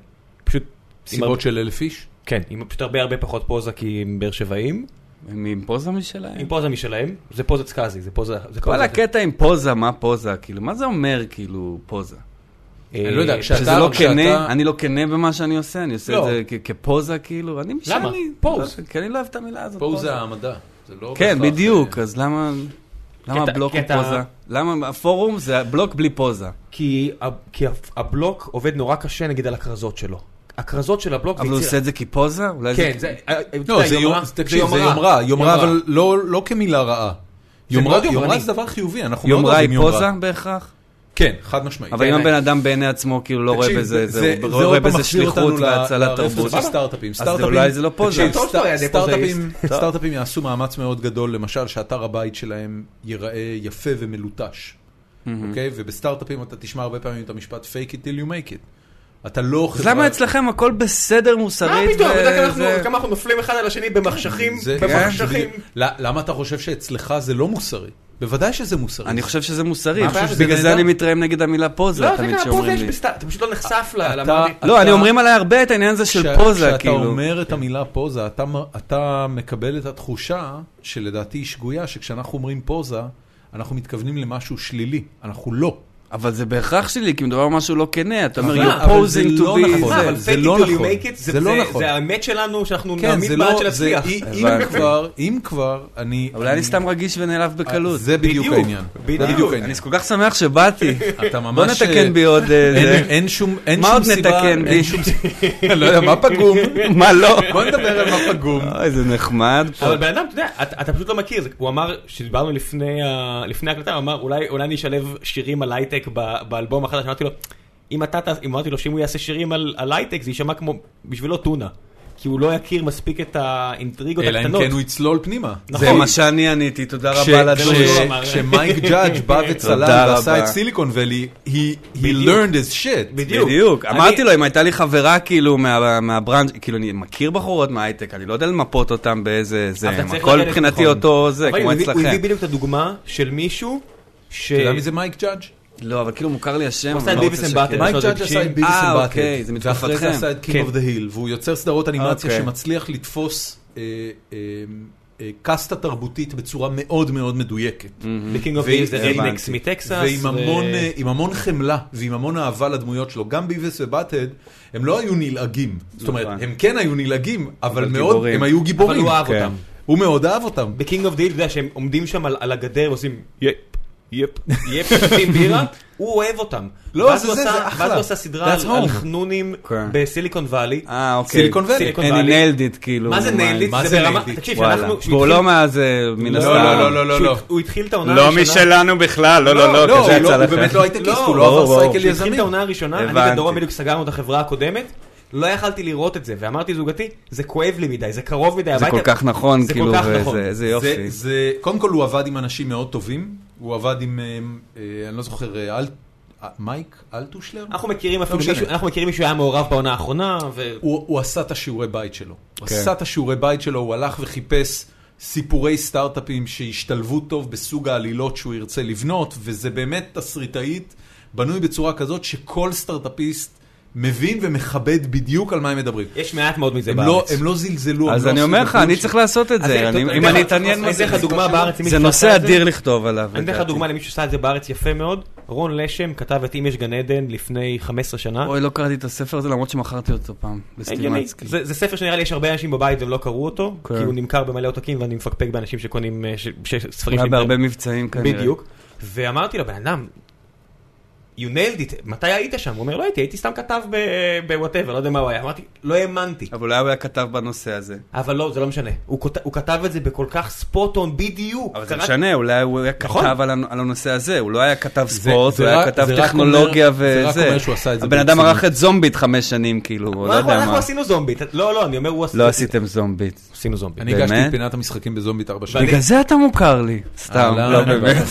[SPEAKER 4] פשוט...
[SPEAKER 1] סיבות של אלף איש?
[SPEAKER 4] כן, עם פשוט הרבה הרבה פחות פוזה כי הם באר שבעים.
[SPEAKER 3] הם עם פוזה
[SPEAKER 4] עם
[SPEAKER 3] משלהם?
[SPEAKER 4] פוזה משלהם, זה פוזת סקאזי, זה פוזה... זה
[SPEAKER 3] כל
[SPEAKER 4] פוזה-
[SPEAKER 3] הקטע עם פוזה, מה פוזה? כאילו, מה זה אומר כאילו פוזה?
[SPEAKER 4] אה,
[SPEAKER 1] אני לא יודע, כשאתה-
[SPEAKER 3] שזה לא
[SPEAKER 1] כשאתה-
[SPEAKER 3] כנה, אני לא כנה במה שאני עושה, אני עושה את
[SPEAKER 1] לא.
[SPEAKER 3] זה כ- כפוזה כאילו, אני משנה.
[SPEAKER 4] למה? פוז.
[SPEAKER 3] כי אני לא אוהב את המילה הזאת.
[SPEAKER 1] פה זה העמדה. זה לא
[SPEAKER 3] כן,
[SPEAKER 1] בהכרח,
[SPEAKER 3] בדיוק,
[SPEAKER 1] אה,
[SPEAKER 3] אז למה... למה
[SPEAKER 4] קטע-
[SPEAKER 3] הבלוק הוא
[SPEAKER 4] קטע-
[SPEAKER 3] פוזה? למה הפורום זה בלוק בלי פוזה?
[SPEAKER 4] כי ה- כי ה- הבלוק עובד נורא קשה נגיד על הכרזות שלו. הכרזות של הבלוק
[SPEAKER 3] אבל הוא עושה את זה כפוזה? אולי זה...
[SPEAKER 4] כן, זה... אה, אה, אתה
[SPEAKER 1] לא,
[SPEAKER 4] יודע,
[SPEAKER 1] זה יומרה, תקשיב, זה יומרה, יומרה, אבל לא לא כמילה רעה. יומרה
[SPEAKER 4] מאוד
[SPEAKER 1] יומרה
[SPEAKER 4] יומרני.
[SPEAKER 1] זה דבר חיובי, אנחנו מאוד
[SPEAKER 3] יומרה
[SPEAKER 1] אוהבים
[SPEAKER 3] היא
[SPEAKER 1] יומרה.
[SPEAKER 3] פוזה בהכרח?
[SPEAKER 1] כן, חד משמעית.
[SPEAKER 3] אבל
[SPEAKER 4] כן,
[SPEAKER 3] אם
[SPEAKER 4] כן.
[SPEAKER 3] הבן אדם בעיני עצמו כאילו לא רואה
[SPEAKER 1] תקשיב,
[SPEAKER 3] בזה, זה-
[SPEAKER 1] זה-
[SPEAKER 3] הוא
[SPEAKER 1] זה
[SPEAKER 3] רואה
[SPEAKER 1] עוד פעם
[SPEAKER 3] בזה
[SPEAKER 1] מחזיר
[SPEAKER 3] שליחות
[SPEAKER 1] אותנו ל-
[SPEAKER 3] והצלת
[SPEAKER 1] לרפת
[SPEAKER 3] תרבות.
[SPEAKER 1] של סטארט-אפים.
[SPEAKER 3] אז זה אולי זה לא פוזה.
[SPEAKER 1] תקשיב,
[SPEAKER 4] טוב שאתה היה
[SPEAKER 1] סטאר- סטארט-אפים-
[SPEAKER 4] דפוזאיסט.
[SPEAKER 1] סטארט-אפים יעשו מאמץ מאוד גדול, למשל, שאתר הבית שלהם ייראה יפה ומלוטש. אוקיי? ובסטארט-אפים אתה תשמע הרבה פעמים את המשפט fake it till you make it. אתה לא
[SPEAKER 3] אז למה אצלכם הכל בסדר
[SPEAKER 4] מה
[SPEAKER 3] מוסרית?
[SPEAKER 4] אה, פתאום, אתה יודע כמה
[SPEAKER 3] וזה-
[SPEAKER 4] אנחנו- כמה אנחנו נופלים אחד על השני במחשכים,
[SPEAKER 1] זה- כן.
[SPEAKER 4] במחשכים.
[SPEAKER 1] ל- למה אתה חושב שאצלך זה לא מוסרי? בוודאי שזה מוסרי.
[SPEAKER 3] אני חושב שזה מוסרי,
[SPEAKER 4] מה
[SPEAKER 3] אני חושב
[SPEAKER 4] הבעיה? זה
[SPEAKER 3] שבגלל זה
[SPEAKER 4] נהדר.
[SPEAKER 3] אני מתרעם נגד המילה פוזה,
[SPEAKER 4] לא, זה
[SPEAKER 3] תמיד
[SPEAKER 4] ככה, פה
[SPEAKER 3] שאומרים
[SPEAKER 4] יש
[SPEAKER 3] לי.
[SPEAKER 4] בסתם, אתה פשוט לא נחשף ל...
[SPEAKER 1] אתה-
[SPEAKER 4] למראה.
[SPEAKER 1] אתה-
[SPEAKER 3] לא, אני אומרים עליי הרבה את העניין הזה של פוזה,
[SPEAKER 1] כשאתה
[SPEAKER 3] כאילו.
[SPEAKER 1] אומר את המילה פוזה, אתה, מ- אתה מקבל את התחושה, שלדעתי היא שגויה, שכשאנחנו אומרים פוזה, אנחנו מתכוונים למשהו שלילי. אנחנו לא.
[SPEAKER 3] אבל זה בהכרח שלי, כי מדובר על משהו לא כנה, אתה אומר,
[SPEAKER 1] אבל-
[SPEAKER 3] you're
[SPEAKER 1] אבל זה
[SPEAKER 3] posing to
[SPEAKER 1] לא
[SPEAKER 3] be
[SPEAKER 1] נכון.
[SPEAKER 3] זה.
[SPEAKER 1] אבל
[SPEAKER 4] אה, אבל
[SPEAKER 1] זה
[SPEAKER 4] fake it
[SPEAKER 1] לא
[SPEAKER 4] till you
[SPEAKER 1] נכון.
[SPEAKER 4] make it, זה
[SPEAKER 1] זה לא
[SPEAKER 4] זה-
[SPEAKER 1] נכון.
[SPEAKER 4] זה האמת שלנו שאנחנו
[SPEAKER 1] כן,
[SPEAKER 4] נעמיד
[SPEAKER 1] זה
[SPEAKER 4] בעד
[SPEAKER 1] לא...
[SPEAKER 4] של
[SPEAKER 1] זה,
[SPEAKER 4] הצליח.
[SPEAKER 1] אם- אם
[SPEAKER 3] הבנתי.
[SPEAKER 1] כבר, אם כבר, אני...
[SPEAKER 3] אולי אני סתם רגיש ונעלב בקלות.
[SPEAKER 1] זה בדיוק
[SPEAKER 4] בדיוק,
[SPEAKER 1] העניין.
[SPEAKER 4] בדיוק.
[SPEAKER 1] זה בדיוק העניין.
[SPEAKER 3] אני כל כך שמח
[SPEAKER 1] (laughs)
[SPEAKER 3] שבאתי.
[SPEAKER 1] אתה ממש...
[SPEAKER 3] בוא נתקן בי עוד... אה,
[SPEAKER 1] אין-
[SPEAKER 3] זה.
[SPEAKER 1] אין שום אין
[SPEAKER 3] מה
[SPEAKER 1] שום
[SPEAKER 3] עוד
[SPEAKER 1] סיבה,
[SPEAKER 3] נתקן בי?
[SPEAKER 1] אין שום סיבה, (laughs) לא יודע, מה פגום?
[SPEAKER 3] (laughs) מה לא?
[SPEAKER 1] בוא נדבר על מה פגום.
[SPEAKER 3] אוי, זה נחמד.
[SPEAKER 4] אבל בן אדם, אתה יודע, אתה אתה פשוט לא מכיר, זה- הוא אמר, שדיברנו לפני ה- לפני ההקלטה, הוא אמר, "אולי- אולי אני אשלב שירים על הייטק ב- באלבום החדש, אמרתי לו, אם אתה, תעש- אם אמרתי לו שאם הוא יעשה שירים על על הייטק, זה יישמע כמו, בשבילו טונה. כי הוא לא יכיר מספיק את האינטריגות
[SPEAKER 1] אלא אם
[SPEAKER 4] הקטנות.
[SPEAKER 1] כן הוא יצלול פנימה.
[SPEAKER 3] זה מה שאני עניתי, נכון. תודה
[SPEAKER 1] נכון. כש-
[SPEAKER 3] רבה על
[SPEAKER 1] כש-
[SPEAKER 3] הדברים.
[SPEAKER 4] שהוא אמר.
[SPEAKER 1] כשמייק ג'אדג' בא וצלל
[SPEAKER 3] תודה
[SPEAKER 1] ועשה
[SPEAKER 3] רבה.
[SPEAKER 1] את סיליקון ואלי, he he
[SPEAKER 4] בדיוק.
[SPEAKER 1] learned his shit.
[SPEAKER 4] בדיוק.
[SPEAKER 3] בדיוק,
[SPEAKER 4] אני-
[SPEAKER 3] אמרתי לו, אם הייתה לי חברה כאילו מה- מהברנז', כאילו אני מכיר בחורות מההייטק, אני לא יודע למפות אותם באיזה זה,
[SPEAKER 4] אבל אתה
[SPEAKER 3] הם
[SPEAKER 4] צריך
[SPEAKER 3] הכל
[SPEAKER 4] לדעת
[SPEAKER 3] מבחינתי
[SPEAKER 4] לבחון.
[SPEAKER 3] אותו זה,
[SPEAKER 4] אבל
[SPEAKER 3] כמו
[SPEAKER 4] הוא הביא- הוא
[SPEAKER 3] אצלכם.
[SPEAKER 4] הביא בדיוק את הדוגמה של מישהו ש...
[SPEAKER 1] אתה יודע מי זה מייק ג'אדג'?
[SPEAKER 3] לא, אבל כאילו מוכר לי השם,
[SPEAKER 4] הוא עשה
[SPEAKER 3] אני
[SPEAKER 4] את
[SPEAKER 3] לא
[SPEAKER 4] ביביס
[SPEAKER 3] רוצה
[SPEAKER 4] אנד
[SPEAKER 3] שכאילו-
[SPEAKER 4] באטר.
[SPEAKER 1] מייק
[SPEAKER 4] שנות
[SPEAKER 1] ג'אדג' עשה
[SPEAKER 4] ה-90.
[SPEAKER 1] את ביביס
[SPEAKER 3] אה,
[SPEAKER 1] and
[SPEAKER 3] אוקיי, זה
[SPEAKER 1] Butthead, ואחרי זה
[SPEAKER 3] מתקופתכם.
[SPEAKER 1] עשה את King
[SPEAKER 4] כן.
[SPEAKER 1] of the Hill, והוא יוצר סדרות אנימציה
[SPEAKER 3] אוקיי.
[SPEAKER 1] שמצליח לתפוס אה, אה, אה, קאסטה תרבותית בצורה מאוד מאוד מדויקת.
[SPEAKER 4] בקינג אוף
[SPEAKER 1] והיא-
[SPEAKER 4] דיל זה
[SPEAKER 3] הבנתי.
[SPEAKER 4] רדנקס מטקסס.
[SPEAKER 1] ועם
[SPEAKER 4] ו-
[SPEAKER 1] המון, אה, עם המון חמלה ועם המון אהבה לדמויות שלו. גם ביביס ובאטהד, הם לא היו נלעגים. זאת אומרת,
[SPEAKER 3] נכון.
[SPEAKER 1] הם כן היו נלעגים, אבל
[SPEAKER 3] אבל
[SPEAKER 1] מאוד,
[SPEAKER 3] גיבורים.
[SPEAKER 1] הם היו גיבורים.
[SPEAKER 4] אבל הוא אהב
[SPEAKER 3] כן.
[SPEAKER 4] אותם.
[SPEAKER 1] הוא מאוד אהב אותם.
[SPEAKER 4] בקינג אוף דיל, אתה יודע שהם עומדים שם על, על הגדר ועושים יפ, יפ, יפ, שותים בירה, הוא אוהב אותם.
[SPEAKER 1] לא,
[SPEAKER 4] ואז
[SPEAKER 1] זה
[SPEAKER 4] הוא
[SPEAKER 1] זה,
[SPEAKER 4] עשה-
[SPEAKER 1] זה אחלה.
[SPEAKER 4] ואז הוא עשה סדרה
[SPEAKER 1] That's
[SPEAKER 4] על, על
[SPEAKER 1] home.
[SPEAKER 4] חנונים
[SPEAKER 3] כן.
[SPEAKER 4] בסיליקון וואלי.
[SPEAKER 3] אה, אוקיי.
[SPEAKER 1] סיליקון ואלי.
[SPEAKER 4] סיליקון
[SPEAKER 3] And he
[SPEAKER 4] ואלי.
[SPEAKER 3] nailed it, כאילו.
[SPEAKER 4] מה זה ניילית?
[SPEAKER 1] מה
[SPEAKER 4] זה
[SPEAKER 1] זה
[SPEAKER 4] ברמה,
[SPEAKER 1] nailed it?
[SPEAKER 4] תקשיב,
[SPEAKER 3] וואלה.
[SPEAKER 4] שאנחנו, שהוא
[SPEAKER 3] והוא לא
[SPEAKER 4] התחיל-
[SPEAKER 3] מהזה, מן
[SPEAKER 1] לא,
[SPEAKER 3] הסתם.
[SPEAKER 1] לא, לא, לא,
[SPEAKER 4] שהוא-
[SPEAKER 1] לא.
[SPEAKER 4] הוא התחיל את העונה
[SPEAKER 3] לא
[SPEAKER 4] הראשונה.
[SPEAKER 3] משלנו בכלל, לא, לא, לא,
[SPEAKER 1] הוא
[SPEAKER 3] כזה
[SPEAKER 1] לא-
[SPEAKER 3] יצא
[SPEAKER 1] הוא באמת
[SPEAKER 3] לכם.
[SPEAKER 1] לא הייטקיסט,
[SPEAKER 4] לא,
[SPEAKER 1] הוא לא
[SPEAKER 3] ברור,
[SPEAKER 1] עבר
[SPEAKER 3] ברור.
[SPEAKER 1] סייקל
[SPEAKER 4] כשהתחיל
[SPEAKER 1] יזמי.
[SPEAKER 4] את העונה הראשונה, אני
[SPEAKER 3] הבנתי.
[SPEAKER 4] ודורון בדיוק סגרנו את החברה הקודמת, לא יכלתי לראות את זה, ואמרתי לזוגתי, זה כואב לי מדי, זה קרוב מדי
[SPEAKER 3] זה
[SPEAKER 4] הביתה.
[SPEAKER 3] כל כך נכון,
[SPEAKER 4] זה כל
[SPEAKER 3] כאילו,
[SPEAKER 4] כך
[SPEAKER 3] וזה-
[SPEAKER 4] נכון.
[SPEAKER 3] איזה
[SPEAKER 1] זה,
[SPEAKER 3] יופי.
[SPEAKER 1] זה, קודם כל הוא עבד עם אנשים מאוד טובים, הוא עבד עם, אה, אה, אני לא זוכר, אה, אל, אה, מייק אלטושלר?
[SPEAKER 4] אנחנו מכירים אפילו
[SPEAKER 1] משנה.
[SPEAKER 4] מישהו, אנחנו מכירים מישהו שהיה מעורב בעונה האחרונה, ו...
[SPEAKER 1] הוא, הוא עשה את השיעורי בית שלו. הוא
[SPEAKER 3] כן.
[SPEAKER 1] עשה את השיעורי בית שלו, הוא הלך וחיפש סיפורי סטארט-אפים שהשתלבו טוב בסוג העלילות שהוא ירצה לבנות, וזה באמת תסריטאית, בנוי בצורה כזאת שכל סטארט-אפיסט מבין ומכבד בדיוק על מה הם מדברים.
[SPEAKER 4] יש מעט מאוד מזה
[SPEAKER 1] הם לא,
[SPEAKER 4] בארץ.
[SPEAKER 1] הם לא זלזלו,
[SPEAKER 3] אז
[SPEAKER 1] הם לא
[SPEAKER 3] אני
[SPEAKER 1] עשו
[SPEAKER 3] אומר לך,
[SPEAKER 1] דקות
[SPEAKER 3] אני
[SPEAKER 1] ש-
[SPEAKER 3] צריך לעשות את
[SPEAKER 4] אז
[SPEAKER 3] זה,
[SPEAKER 4] אתה-
[SPEAKER 3] אני-
[SPEAKER 4] אתה
[SPEAKER 3] אם
[SPEAKER 4] יודע,
[SPEAKER 3] אני
[SPEAKER 4] אתה-
[SPEAKER 3] אתעניין
[SPEAKER 4] אני
[SPEAKER 3] מה
[SPEAKER 4] אתן
[SPEAKER 3] זה.
[SPEAKER 4] לך דוגמה בארץ, מי
[SPEAKER 3] זה
[SPEAKER 4] שעשה
[SPEAKER 3] נושא
[SPEAKER 4] את זה.
[SPEAKER 3] אדיר לכתוב עליו.
[SPEAKER 4] אני אתן לך
[SPEAKER 3] לדעתי.
[SPEAKER 4] דוגמה למישהו שעשה את זה בארץ יפה מאוד, רון לשם כתב את אם יש גן עדן לפני 15 שנה.
[SPEAKER 3] אוי, לא קראתי את הספר הזה למרות שמכרתי אותו פעם.
[SPEAKER 4] הגיוני.
[SPEAKER 3] בסטימצקי.
[SPEAKER 4] זה זה ספר שנראה לי יש הרבה אנשים בבית והם לא קראו אותו,
[SPEAKER 3] כן.
[SPEAKER 4] כי הוא נמכר במלא עותקים ואני מפקפק באנשים שקונים אה, ש- ש- ספרים
[SPEAKER 3] היה
[SPEAKER 4] שנמכרים.
[SPEAKER 3] בהרבה מבצעים כנראה.
[SPEAKER 4] בדיוק. ואמרתי לו, בן אדם, you nailed it, מתי היית שם? הוא אומר, לא הייתי, הייתי סתם כתב בוואטאבר, לא יודע מה הוא היה. אמרתי, לא האמנתי.
[SPEAKER 3] אבל אולי הוא היה כתב בנושא הזה.
[SPEAKER 4] אבל לא, זה לא משנה. הוא כות- הוא כתב את זה בכל כך ספוט און בדיוק.
[SPEAKER 3] אבל זה
[SPEAKER 4] קראתי-
[SPEAKER 3] משנה, אולי הוא היה
[SPEAKER 4] נכון.
[SPEAKER 3] כתב על הנ- על הנושא הזה, הוא לא היה כתב
[SPEAKER 1] זה-
[SPEAKER 3] ספורט,
[SPEAKER 1] זה
[SPEAKER 3] הוא היה
[SPEAKER 1] רק- זה
[SPEAKER 3] כתב
[SPEAKER 1] רק
[SPEAKER 3] טכנולוגיה
[SPEAKER 1] אומר- זה רק
[SPEAKER 3] וזה.
[SPEAKER 1] אומר שהוא עשה את זה
[SPEAKER 3] הבן אדם
[SPEAKER 1] ברצינות.
[SPEAKER 3] ערך את זומביט חמש שנים, כאילו, הוא לא
[SPEAKER 4] אנחנו
[SPEAKER 3] יודע
[SPEAKER 4] אנחנו
[SPEAKER 3] מה.
[SPEAKER 4] עשינו זומבית. לא, לא, אני אומר, הוא עשה...
[SPEAKER 3] לא עשיתם זומביט.
[SPEAKER 4] עשינו זומבית.
[SPEAKER 1] אני הגשתי
[SPEAKER 3] באמת?
[SPEAKER 1] את פינת המשחקים בזומבית ארבע שנים.
[SPEAKER 3] בגלל זה אתה מוכר לי. סתם,
[SPEAKER 1] אהלן,
[SPEAKER 3] לא
[SPEAKER 1] אני
[SPEAKER 3] באמת.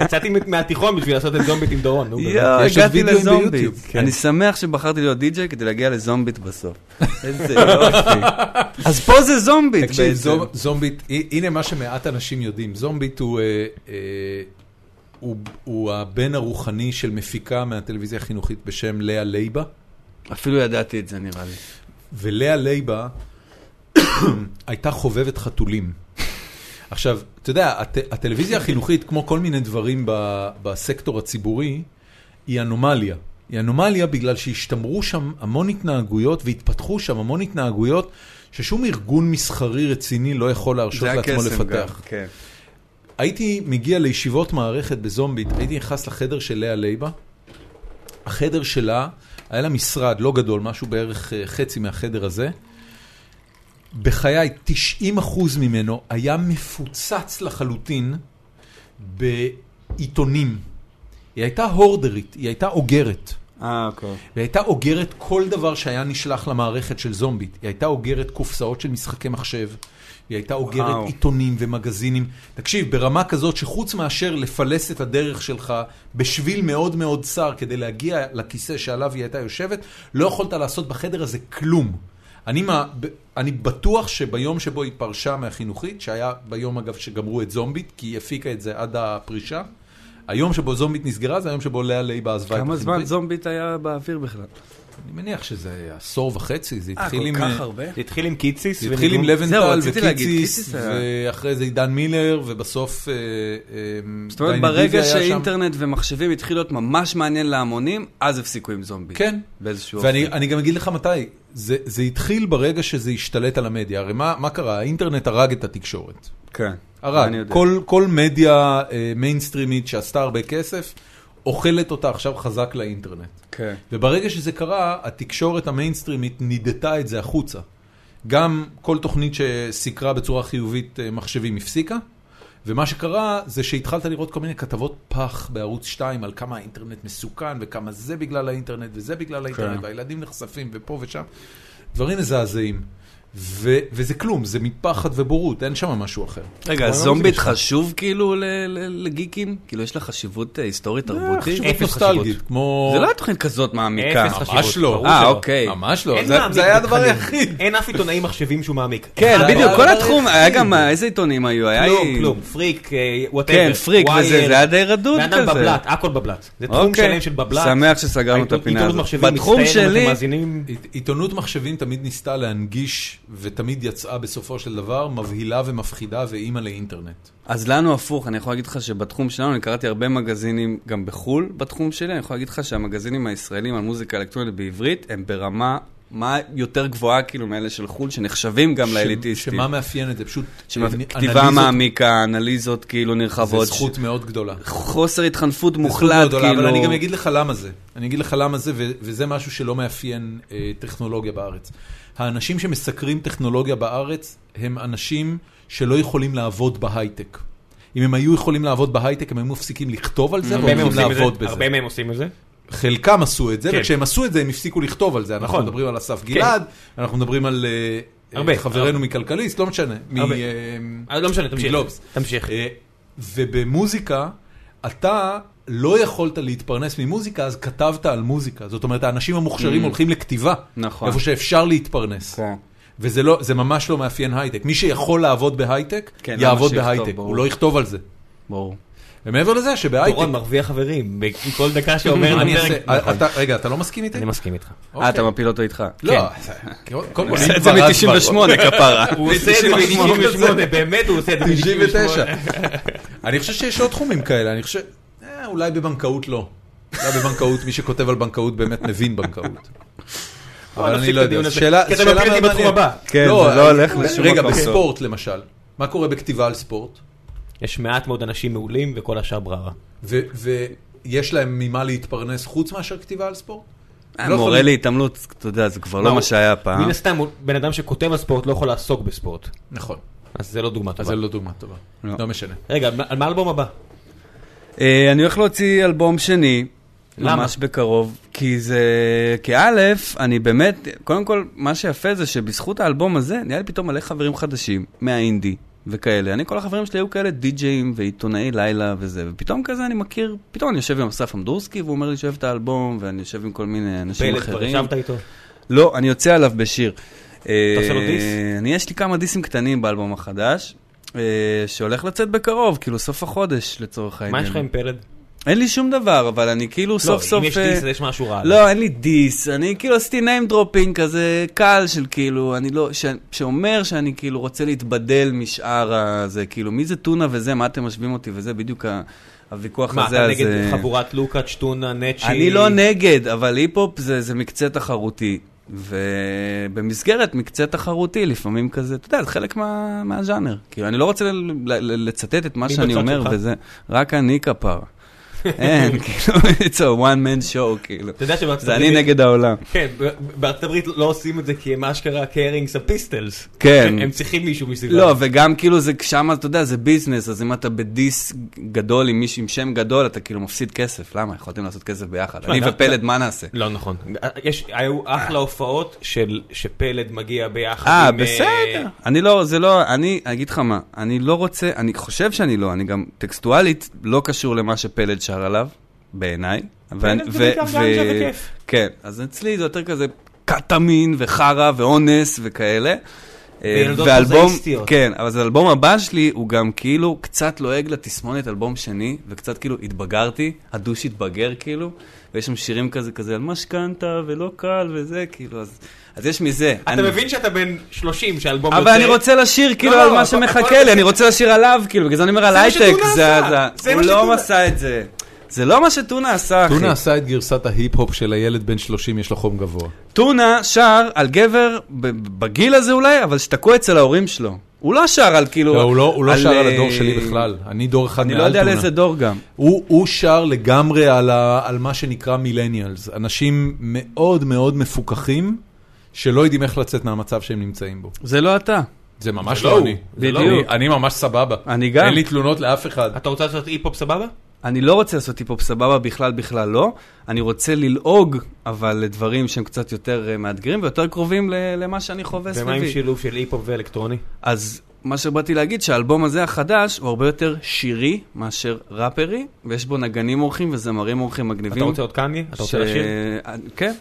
[SPEAKER 4] יצאתי מת- מהתיכון בשביל לעשות את זומבית עם דורון. נו, באמת.
[SPEAKER 3] יואו,
[SPEAKER 1] יש עוד
[SPEAKER 3] הגעתי
[SPEAKER 1] וידאוים
[SPEAKER 3] לזומביט.
[SPEAKER 1] ביוטיוב. כן.
[SPEAKER 3] אני שמח שבחרתי להיות די-ג'יי כדי להגיע לזומביט
[SPEAKER 1] (laughs)
[SPEAKER 3] בסוף. איזה יופי. אז פה זה זומביט
[SPEAKER 1] תקשיב,
[SPEAKER 3] בעצם.
[SPEAKER 1] זומ- זומבית, ה- הנה מה שמעט אנשים יודעים, זומבית הוא, אה, אה, הוא, הוא הבן הרוחני של מפיקה מהטלוויזיה החינוכית בשם לאה לייבה,
[SPEAKER 3] אפילו ידעתי את זה נראה לי.
[SPEAKER 1] ולאה לייבה (coughs) הייתה חובבת חתולים. עכשיו, אתה יודע, הט, הטלוויזיה החינוכית, כמו כל מיני דברים ב, בסקטור הציבורי, היא אנומליה. היא אנומליה בגלל שהשתמרו שם המון התנהגויות והתפתחו שם המון התנהגויות ששום ארגון מסחרי רציני לא יכול להרשות
[SPEAKER 3] זה
[SPEAKER 1] לעצמו
[SPEAKER 3] הקסם גם,
[SPEAKER 1] לפתח.
[SPEAKER 3] כן.
[SPEAKER 1] הייתי מגיע לישיבות מערכת בזומבית, הייתי נכנס לחדר של לאה לייבה. החדר שלה, היה לה משרד לא גדול, משהו בערך אה, חצי מהחדר הזה. בחיי, 90% ממנו היה מפוצץ לחלוטין בעיתונים. היא הייתה הורדרית, היא הייתה אוגרת.
[SPEAKER 3] אה, אוקיי.
[SPEAKER 1] והיא הייתה אוגרת כל דבר שהיה נשלח למערכת של זומבית. היא הייתה אוגרת קופסאות של משחקי מחשב, היא הייתה אוגרת
[SPEAKER 3] וואו.
[SPEAKER 1] עיתונים ומגזינים. תקשיב, ברמה כזאת שחוץ מאשר לפלס את הדרך שלך בשביל מאוד מאוד צר כדי להגיע לכיסא שעליו היא הייתה יושבת, לא יכולת לעשות בחדר הזה כלום. אני, מה, ב- אני בטוח שביום שבו היא פרשה מהחינוכית, שהיה ביום אגב שגמרו את זומבית, כי היא הפיקה את זה עד הפרישה, היום שבו זומבית נסגרה זה היום שבו לאה לייבה עזבה את
[SPEAKER 3] כמה
[SPEAKER 1] החינוכית.
[SPEAKER 3] זמן זומבית היה באוויר בכלל?
[SPEAKER 1] אני מניח שזה עשור וחצי, זה
[SPEAKER 3] אה,
[SPEAKER 1] התחיל
[SPEAKER 3] כל
[SPEAKER 1] עם...
[SPEAKER 3] כך הרבה?
[SPEAKER 4] זה התחיל עם קיציס.
[SPEAKER 1] זה התחיל עם
[SPEAKER 4] ונגמר-
[SPEAKER 3] זהו,
[SPEAKER 1] לבנטל
[SPEAKER 3] רציתי להגיד,
[SPEAKER 1] וקיציס,
[SPEAKER 3] קיציס היה-
[SPEAKER 1] ואחרי זה עידן מילר, ובסוף... אה, אה,
[SPEAKER 3] זאת אומרת,
[SPEAKER 1] דיין דיוויזה
[SPEAKER 3] ברגע
[SPEAKER 1] היה שם.
[SPEAKER 3] שאינטרנט ומחשבים התחיל להיות ממש מעניין להמונים, אז הפסיקו עם זומבי.
[SPEAKER 1] כן.
[SPEAKER 3] באיזשהו
[SPEAKER 1] ואני
[SPEAKER 3] אופן.
[SPEAKER 1] אני גם אגיד לך מתי, זה, זה התחיל ברגע שזה השתלט על המדיה, הרי מה, מה קרה? האינטרנט הרג את התקשורת.
[SPEAKER 3] כן. אני
[SPEAKER 1] הרג.
[SPEAKER 3] יודע.
[SPEAKER 1] כל, כל מדיה אה, מיינסטרימית שעשתה הרבה כסף, אוכלת אותה עכשיו חזק לאינטרנט.
[SPEAKER 3] כן.
[SPEAKER 1] וברגע שזה קרה, התקשורת המיינסטרימית נידתה את זה החוצה. גם כל תוכנית שסיקרה בצורה חיובית אה, מחשבים הפסיקה, ומה שקרה זה שהתחלת לראות כל מיני כתבות פח בערוץ 2 על כמה האינטרנט מסוכן, וכמה זה בגלל האינטרנט, וזה בגלל האינטרנט,
[SPEAKER 3] כן.
[SPEAKER 1] והילדים נחשפים, ופה ושם, דברים מזעזעים. ו- וזה כלום, זה מפחד ובורות, אין שם משהו
[SPEAKER 2] אה,
[SPEAKER 1] אחר.
[SPEAKER 3] רגע,
[SPEAKER 1] אבל
[SPEAKER 3] זומבית
[SPEAKER 1] לא
[SPEAKER 3] חשוב כאילו ל- ל- לגיקים? כאילו, יש לה חשיבות אה, היסטורית תרבותית?
[SPEAKER 1] חשיבות
[SPEAKER 2] אפס
[SPEAKER 1] נוסטלגית,
[SPEAKER 2] חשיבות.
[SPEAKER 1] כמו...
[SPEAKER 3] זה לא היה תוכנית כזאת מעמיקה.
[SPEAKER 2] אפס חשיבות.
[SPEAKER 1] ממש לא.
[SPEAKER 2] ברור
[SPEAKER 3] אה,
[SPEAKER 2] שלא.
[SPEAKER 3] אוקיי.
[SPEAKER 1] ממש לא,
[SPEAKER 4] אין
[SPEAKER 1] זה-
[SPEAKER 4] מעמיק
[SPEAKER 1] זה היה הדבר
[SPEAKER 4] בתכנים.
[SPEAKER 1] היחיד.
[SPEAKER 4] אין אף עיתונאי מחשבים שהוא מעמיק.
[SPEAKER 3] כן,
[SPEAKER 4] אחד
[SPEAKER 3] בדיוק,
[SPEAKER 4] לא-
[SPEAKER 3] כל התחום, היה גם, אה, איזה עיתונים היו? היה
[SPEAKER 4] כלום,
[SPEAKER 3] היא-
[SPEAKER 4] כלום, פריק, וואטאבר.
[SPEAKER 3] כן, פריק וזה, זה היה די רדוד
[SPEAKER 4] בן אדם
[SPEAKER 3] כזה.
[SPEAKER 4] בבלת, הכל בבלת. זה תחום
[SPEAKER 3] אוקיי.
[SPEAKER 4] שלם של בבלת.
[SPEAKER 3] שמח שסגרנו את הפינה
[SPEAKER 4] העיתונות
[SPEAKER 3] הזאת.
[SPEAKER 4] מחשבים
[SPEAKER 3] בתחום
[SPEAKER 4] מצטער אם
[SPEAKER 3] שלי-
[SPEAKER 4] אתם מאזינים.
[SPEAKER 1] עית- עיתונות מחשבים תמיד ניסתה להנגיש, ותמיד יצאה בסופו של דבר מבהילה ומפחידה ואימא לאינטרנט.
[SPEAKER 3] אז לנו הפוך, אני יכול להגיד לך שבתחום שלנו, אני קראתי הרבה מגזינים גם בחו"ל בתחום שלי, אני יכול להגיד לך שהמגזינים הישראלים על מוזיקה אלקטרונית בעברית, הם ברמה, מה יותר גבוהה כאילו מאלה של חו"ל, שנחשבים גם
[SPEAKER 1] ש-
[SPEAKER 3] לאליטיסטים.
[SPEAKER 1] שמה מאפיין את זה? פשוט
[SPEAKER 3] שמה-
[SPEAKER 1] אנ-
[SPEAKER 3] כתיבה
[SPEAKER 1] אנליזות
[SPEAKER 3] מעמיקה, אנליזות כאילו
[SPEAKER 1] זה
[SPEAKER 3] נרחבות.
[SPEAKER 1] זכות מאוד גדולה. זה זכות
[SPEAKER 3] חוסר התחנפות
[SPEAKER 1] מאוד
[SPEAKER 3] מוחלט,
[SPEAKER 1] גדולה, אבל אני גם
[SPEAKER 3] כאילו...
[SPEAKER 1] אגיד לך למה זה. אני אגיד לך למה זה, ו- וזה משהו שלא מאפיין אה, טכנולוגיה בארץ. האנשים שמסקרים טכנולוגיה בארץ הם אנשים שלא יכולים לעבוד בהייטק. אם הם היו יכולים לעבוד בהייטק, הם היו מפסיקים לכתוב על זה,
[SPEAKER 4] הרבה מהם
[SPEAKER 1] והולכים
[SPEAKER 4] עושים את זה,
[SPEAKER 1] לעבוד בזה.
[SPEAKER 4] הרבה מהם עושים את זה.
[SPEAKER 1] חלקם עשו את זה,
[SPEAKER 4] כן.
[SPEAKER 1] וכשהם עשו את זה הם הפסיקו לכתוב על זה. אנחנו
[SPEAKER 4] נכון.
[SPEAKER 1] מדברים על אסף גלעד, אנחנו מדברים על אה,
[SPEAKER 4] הרבה,
[SPEAKER 1] אה, חברנו
[SPEAKER 4] הרבה.
[SPEAKER 1] מכלכליסט, לא משנה. מ-
[SPEAKER 4] הרבה.
[SPEAKER 1] אה,
[SPEAKER 4] אה, לא משנה, תמשיך.
[SPEAKER 1] מגלובס.
[SPEAKER 4] תמשיך.
[SPEAKER 1] אה, ובמוזיקה, אתה לא יכולת להתפרנס ממוזיקה, אז כתבת על מוזיקה. זאת אומרת, האנשים
[SPEAKER 4] Mm.
[SPEAKER 1] המוכשרים הולכים לכתיבה,
[SPEAKER 3] נכון.
[SPEAKER 1] איפה שאפשר להתפרנס.
[SPEAKER 3] כן.
[SPEAKER 1] וזה לא, זה ממש לא מאפיין הייטק. מי שיכול לעבוד בהייטק,
[SPEAKER 3] כן, למה
[SPEAKER 1] יעבוד
[SPEAKER 3] שיכתוב,
[SPEAKER 1] בהייטק,
[SPEAKER 3] ברור.
[SPEAKER 1] הוא לא יכתוב על זה.
[SPEAKER 3] ברור.
[SPEAKER 1] ומעבר לזה שבהייטק,
[SPEAKER 4] דורון מרוויח חברים, בכל דקה שאומר
[SPEAKER 1] מה אני אעשה?
[SPEAKER 4] לפרק. נכון.
[SPEAKER 1] אתה- רגע, אתה לא מסכים איתי?
[SPEAKER 4] אני מסכים איתך.
[SPEAKER 3] אה,
[SPEAKER 1] אוקיי.
[SPEAKER 3] אתה מפיל אותו איתך.
[SPEAKER 1] (laughs)
[SPEAKER 3] כן.
[SPEAKER 1] לא, זה- קודם כל,
[SPEAKER 3] הוא עושה את זה מ-98 כפרה.
[SPEAKER 4] הוא עושה את זה
[SPEAKER 3] 98.
[SPEAKER 4] ב-98, באמת הוא עושה את זה ב-98.
[SPEAKER 1] 99. (laughs) אני חושב שיש עוד תחומים כאלה, אני חושב, אה, אולי בבנקאות לא. אולי בבנקאות, מי שכותב על בנקאות באמת מבין בנקאות. אבל אני
[SPEAKER 4] נפסיק
[SPEAKER 1] לא
[SPEAKER 4] את
[SPEAKER 1] יודע,
[SPEAKER 4] הדיון
[SPEAKER 1] זו
[SPEAKER 4] הזה.
[SPEAKER 1] שאלה
[SPEAKER 4] כי אתה
[SPEAKER 1] שאלה
[SPEAKER 4] מפיל אותי
[SPEAKER 1] מעניינת.
[SPEAKER 4] בתחום הבא.
[SPEAKER 3] כן, זה לא
[SPEAKER 1] אני-
[SPEAKER 3] הולך לשום
[SPEAKER 1] רגע,
[SPEAKER 3] מקום.
[SPEAKER 1] בספורט למשל, מה קורה בכתיבה על ספורט?
[SPEAKER 4] יש מעט מאוד אנשים מעולים וכל השאר בררה.
[SPEAKER 3] לא
[SPEAKER 1] ו- ויש להם ממה להתפרנס חוץ מאשר כתיבה על ספורט? לא
[SPEAKER 3] אה, מורה
[SPEAKER 1] יכולים-
[SPEAKER 3] להתעמלות, אתה יודע, זה כבר
[SPEAKER 4] מה,
[SPEAKER 3] לא מה
[SPEAKER 4] הוא-
[SPEAKER 3] שהיה פעם.
[SPEAKER 4] מן הסתם, הוא- בן אדם שכותב על ספורט לא יכול לעסוק בספורט.
[SPEAKER 1] נכון,
[SPEAKER 4] אז זה לא דוגמה
[SPEAKER 1] אז
[SPEAKER 4] טובה.
[SPEAKER 1] זה לא דוגמה טובה.
[SPEAKER 3] לא.
[SPEAKER 1] לא משנה.
[SPEAKER 4] רגע, על מה האלבום הבא?
[SPEAKER 3] אה, אני הולך להוציא אלבום שני.
[SPEAKER 4] למה?
[SPEAKER 3] ממש בקרוב, כי זה, כי א', אני באמת, קודם כל, מה שיפה זה שבזכות האלבום הזה, נהיה לי פתאום מלא חברים חדשים, מהאינדי וכאלה. אני, כל החברים שלי היו כאלה די-ג'אים ועיתונאי לילה וזה, ופתאום כזה אני מכיר, פתאום אני יושב עם אסף עמדורסקי, והוא אומר לי שאוהב את האלבום, ואני יושב עם כל מיני אנשים
[SPEAKER 4] פלט, כבר
[SPEAKER 3] אחרים.
[SPEAKER 4] ישבת איתו?
[SPEAKER 3] לא, אני יוצא עליו בשיר. אתה
[SPEAKER 4] עושה לו דיס?
[SPEAKER 3] אני, יש לי כמה דיסים קטנים באלבום החדש, אה, שהולך לצאת בקרוב, כאילו סוף החודש לצורך העניין.
[SPEAKER 4] מה יש לך עם פלד? לא,
[SPEAKER 3] אין לי שום דבר, אבל אני כאילו סוף סוף...
[SPEAKER 4] אם יש
[SPEAKER 3] אה,
[SPEAKER 4] דיס, אז יש משהו רע.
[SPEAKER 3] לא, אין לי דיס, אני כאילו עשיתי name dropping כזה קל של כאילו, אני לא, ש... שאומר שאני כאילו רוצה להתבדל משאר הזה, כאילו מי זה טונה וזה, מה אתם משווים אותי וזה בדיוק ה... הוויכוח
[SPEAKER 4] מה,
[SPEAKER 3] הזה,
[SPEAKER 4] אתה
[SPEAKER 3] אז...
[SPEAKER 4] נגד
[SPEAKER 3] אה,
[SPEAKER 4] חבורת לוקאץ', טונה, נצ'י?
[SPEAKER 3] אני לא נגד, אבל היפ-הופ זה, זה מקצה תחרותי. ובמסגרת מקצה תחרותי, לפעמים כזה, אתה יודע, זה חלק מה, מהז'אנר. כאילו, אני לא רוצה ל- ל- לצטט את מה
[SPEAKER 4] מי
[SPEAKER 3] שאני
[SPEAKER 4] בצד
[SPEAKER 3] אומר,
[SPEAKER 4] שלך?
[SPEAKER 3] וזה, רק
[SPEAKER 4] (laughs)
[SPEAKER 3] אני כפר. אין, כאילו, it's a one man show, כאילו.
[SPEAKER 4] אתה יודע שבארצות
[SPEAKER 3] זה
[SPEAKER 4] הברית-
[SPEAKER 3] אני נגד העולם.
[SPEAKER 4] כן, ב- בארצות הברית לא עושים את זה כי הם אשכרה קרינגס הפיסטלס.
[SPEAKER 3] כן.
[SPEAKER 4] הם צריכים מישהו מסביבם.
[SPEAKER 3] לא, וגם כאילו זה, שם אתה יודע, זה ביזנס, אז אם אתה בדיס גדול עם מישהו עם שם גדול, אתה כאילו מפסיד כסף. למה? יכולתם לעשות כסף ביחד.
[SPEAKER 4] תשמע,
[SPEAKER 3] אני
[SPEAKER 4] גם-
[SPEAKER 3] ופלד, מה נעשה?
[SPEAKER 4] לא נכון. יש, היו אחלה הופעות של, שפלד מגיע ביחד
[SPEAKER 3] אה,
[SPEAKER 4] עם... אה,
[SPEAKER 3] בסדר. אני לא, זה לא, אני אגיד לך מה, אני לא רוצה, אני חושב שאני לא, אני גם טקסטואלית לא קשור למה שפלד שר עליו, בעיניי.
[SPEAKER 4] פלד זה בעיקר גנג'ה וכיף.
[SPEAKER 3] כן, אז אצלי זה יותר כזה, כ- קטמין וחרא ואונס וכאלה. אה,
[SPEAKER 2] וילדות מוזאיסטיות.
[SPEAKER 3] כן, אבל אז האלבום הבא שלי הוא גם כאילו קצת לועג לתסמונת אלבום שני, וקצת כאילו התבגרתי, הדוש התבגר כאילו, ויש שם שירים כזה כזה על משכנתה ולא קל וזה, כאילו, אז, אז יש מזה.
[SPEAKER 4] אתה מבין שאתה בן 30 שהאלבום יוצא?
[SPEAKER 3] אבל אני רוצה לשיר כאילו
[SPEAKER 4] לא,
[SPEAKER 3] על
[SPEAKER 4] לא,
[SPEAKER 3] מה
[SPEAKER 4] הכל-
[SPEAKER 3] שמחכה
[SPEAKER 4] הכל
[SPEAKER 3] לי, אני רוצה לשיר עליו, כאילו, בגלל זה אני אומר על
[SPEAKER 4] מה
[SPEAKER 3] הייטק,
[SPEAKER 4] שטונה
[SPEAKER 3] זה
[SPEAKER 4] עשה.
[SPEAKER 3] ה...
[SPEAKER 4] זה
[SPEAKER 3] הוא
[SPEAKER 4] מה
[SPEAKER 3] לא
[SPEAKER 4] שטונה-
[SPEAKER 3] עשה את זה. זה לא מה שטונה עשה, אחי.
[SPEAKER 1] טונה עשה את גרסת ההיפ-הופ של הילד בן 30, יש לו חום גבוה.
[SPEAKER 3] טונה שר על גבר, ב- בגיל הזה אולי, אבל שתקוע אצל ההורים שלו. הוא לא שר על כאילו...
[SPEAKER 1] לא, הוא לא- הוא לא שר על הדור
[SPEAKER 3] אה,
[SPEAKER 1] שלי בכלל, אני דור אחד
[SPEAKER 3] אני
[SPEAKER 1] מעל
[SPEAKER 3] לא
[SPEAKER 1] טונה.
[SPEAKER 3] יודע לאיזה דור גם.
[SPEAKER 1] הוא, הוא שר לגמרי על, ה, על מה שנקרא מילניאלס, אנשים מאוד מאוד מפוכחים, שלא יודעים איך לצאת מהמצב שהם נמצאים בו.
[SPEAKER 3] זה לא אתה.
[SPEAKER 1] זה ממש
[SPEAKER 4] זה לא
[SPEAKER 1] לא
[SPEAKER 4] הוא,
[SPEAKER 1] אני.
[SPEAKER 3] זה לא
[SPEAKER 1] אני,
[SPEAKER 3] הוא.
[SPEAKER 1] אני ממש סבבה.
[SPEAKER 3] אני גם.
[SPEAKER 1] אין לי תלונות לאף אחד.
[SPEAKER 4] אתה רוצה לעשות אי-פופ סבבה?
[SPEAKER 3] אני לא רוצה לעשות היפ-הופ סבבה בכלל, בכלל לא. אני רוצה ללעוג, אבל לדברים שהם קצת יותר אה, מאתגרים ויותר קרובים ל- למה שאני חווה סביבי.
[SPEAKER 4] ומה עם שילוב של אי-פופ ואלקטרוני?
[SPEAKER 3] אז מה שבאתי להגיד, שהאלבום הזה החדש הוא הרבה יותר שירי מאשר ראפרי, ויש בו נגנים אורחים וזמרים אורחים מגניבים.
[SPEAKER 4] אתה רוצה עוד קניה? אתה רוצה
[SPEAKER 3] ש-
[SPEAKER 4] לשיר?
[SPEAKER 3] אה, כן.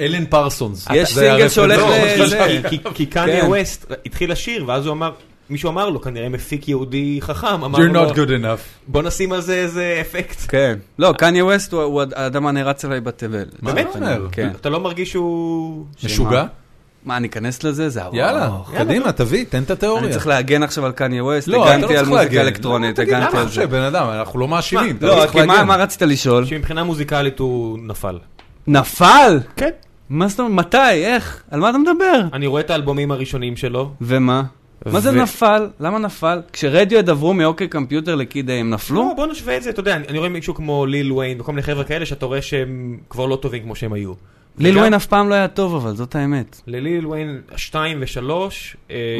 [SPEAKER 1] אלן פרסונס.
[SPEAKER 3] יש
[SPEAKER 1] זה
[SPEAKER 3] סינגל
[SPEAKER 1] הרפרנס.
[SPEAKER 3] שהולך
[SPEAKER 1] לא,
[SPEAKER 3] ל-
[SPEAKER 1] אבל-
[SPEAKER 3] זה-
[SPEAKER 4] כי- כי- כי קניה
[SPEAKER 3] כן.
[SPEAKER 4] ווסט התחיל לשיר, ואז הוא אמר, מישהו אמר לו, כנראה מפיק יהודי חכם, אמר
[SPEAKER 1] You're
[SPEAKER 4] לו,
[SPEAKER 1] not good enough.
[SPEAKER 4] בוא נשים על זה איזה אפקט.
[SPEAKER 3] כן. לא, קניה ווסט הוא- הוא האדם הנערץ עליי בתבל.
[SPEAKER 1] מה
[SPEAKER 4] באמת?
[SPEAKER 1] אתה אומר?
[SPEAKER 3] כן.
[SPEAKER 4] אתה לא מרגיש שהוא...
[SPEAKER 1] משוגע?
[SPEAKER 3] מה, אני אכנס לזה? זה ארוך.
[SPEAKER 1] יאללה, קדימה, תביא, תן את התיאוריה.
[SPEAKER 3] אני צריך להגן עכשיו על קניה ווסט,
[SPEAKER 1] לא, אתה לא
[SPEAKER 3] הגנתי
[SPEAKER 1] צריך
[SPEAKER 3] על מוזיקה
[SPEAKER 1] להגן.
[SPEAKER 3] אלקטרונית,
[SPEAKER 1] לא, תגיד,
[SPEAKER 3] הגנתי
[SPEAKER 1] למה
[SPEAKER 3] על
[SPEAKER 1] עכשיו,
[SPEAKER 3] זה.
[SPEAKER 1] בן אדם, אנחנו לא מאשימים. אתה
[SPEAKER 3] לא,
[SPEAKER 1] צריך
[SPEAKER 3] כי מה
[SPEAKER 1] להגן.
[SPEAKER 3] מה רצית לשאול?
[SPEAKER 4] שמבחינה מוזיקלית הוא נפל.
[SPEAKER 3] נפל?
[SPEAKER 4] כן.
[SPEAKER 3] מה זאת אומרת? מתי? איך? על מה אתה מדבר?
[SPEAKER 4] אני רואה את האלבומים הראשונים שלו.
[SPEAKER 3] ומה? מה זה
[SPEAKER 4] ו-
[SPEAKER 3] נפל? למה נפל? כשרדיואד עברו מאוקיי קמפיוטר לקיד איי, הם
[SPEAKER 4] לא,
[SPEAKER 3] נפלו?
[SPEAKER 4] בוא נשווה את זה, אתה יודע, אני אני רואה מישהו כמו ליל וויין וכל מיני חבר'ה כאלה שאתה רואה שהם כבר לא טובים כמו שהם היו.
[SPEAKER 3] ליל
[SPEAKER 4] וגם-
[SPEAKER 3] וויין אף פעם לא היה טוב, אבל זאת האמת.
[SPEAKER 4] לליל וויין 2 ו-3.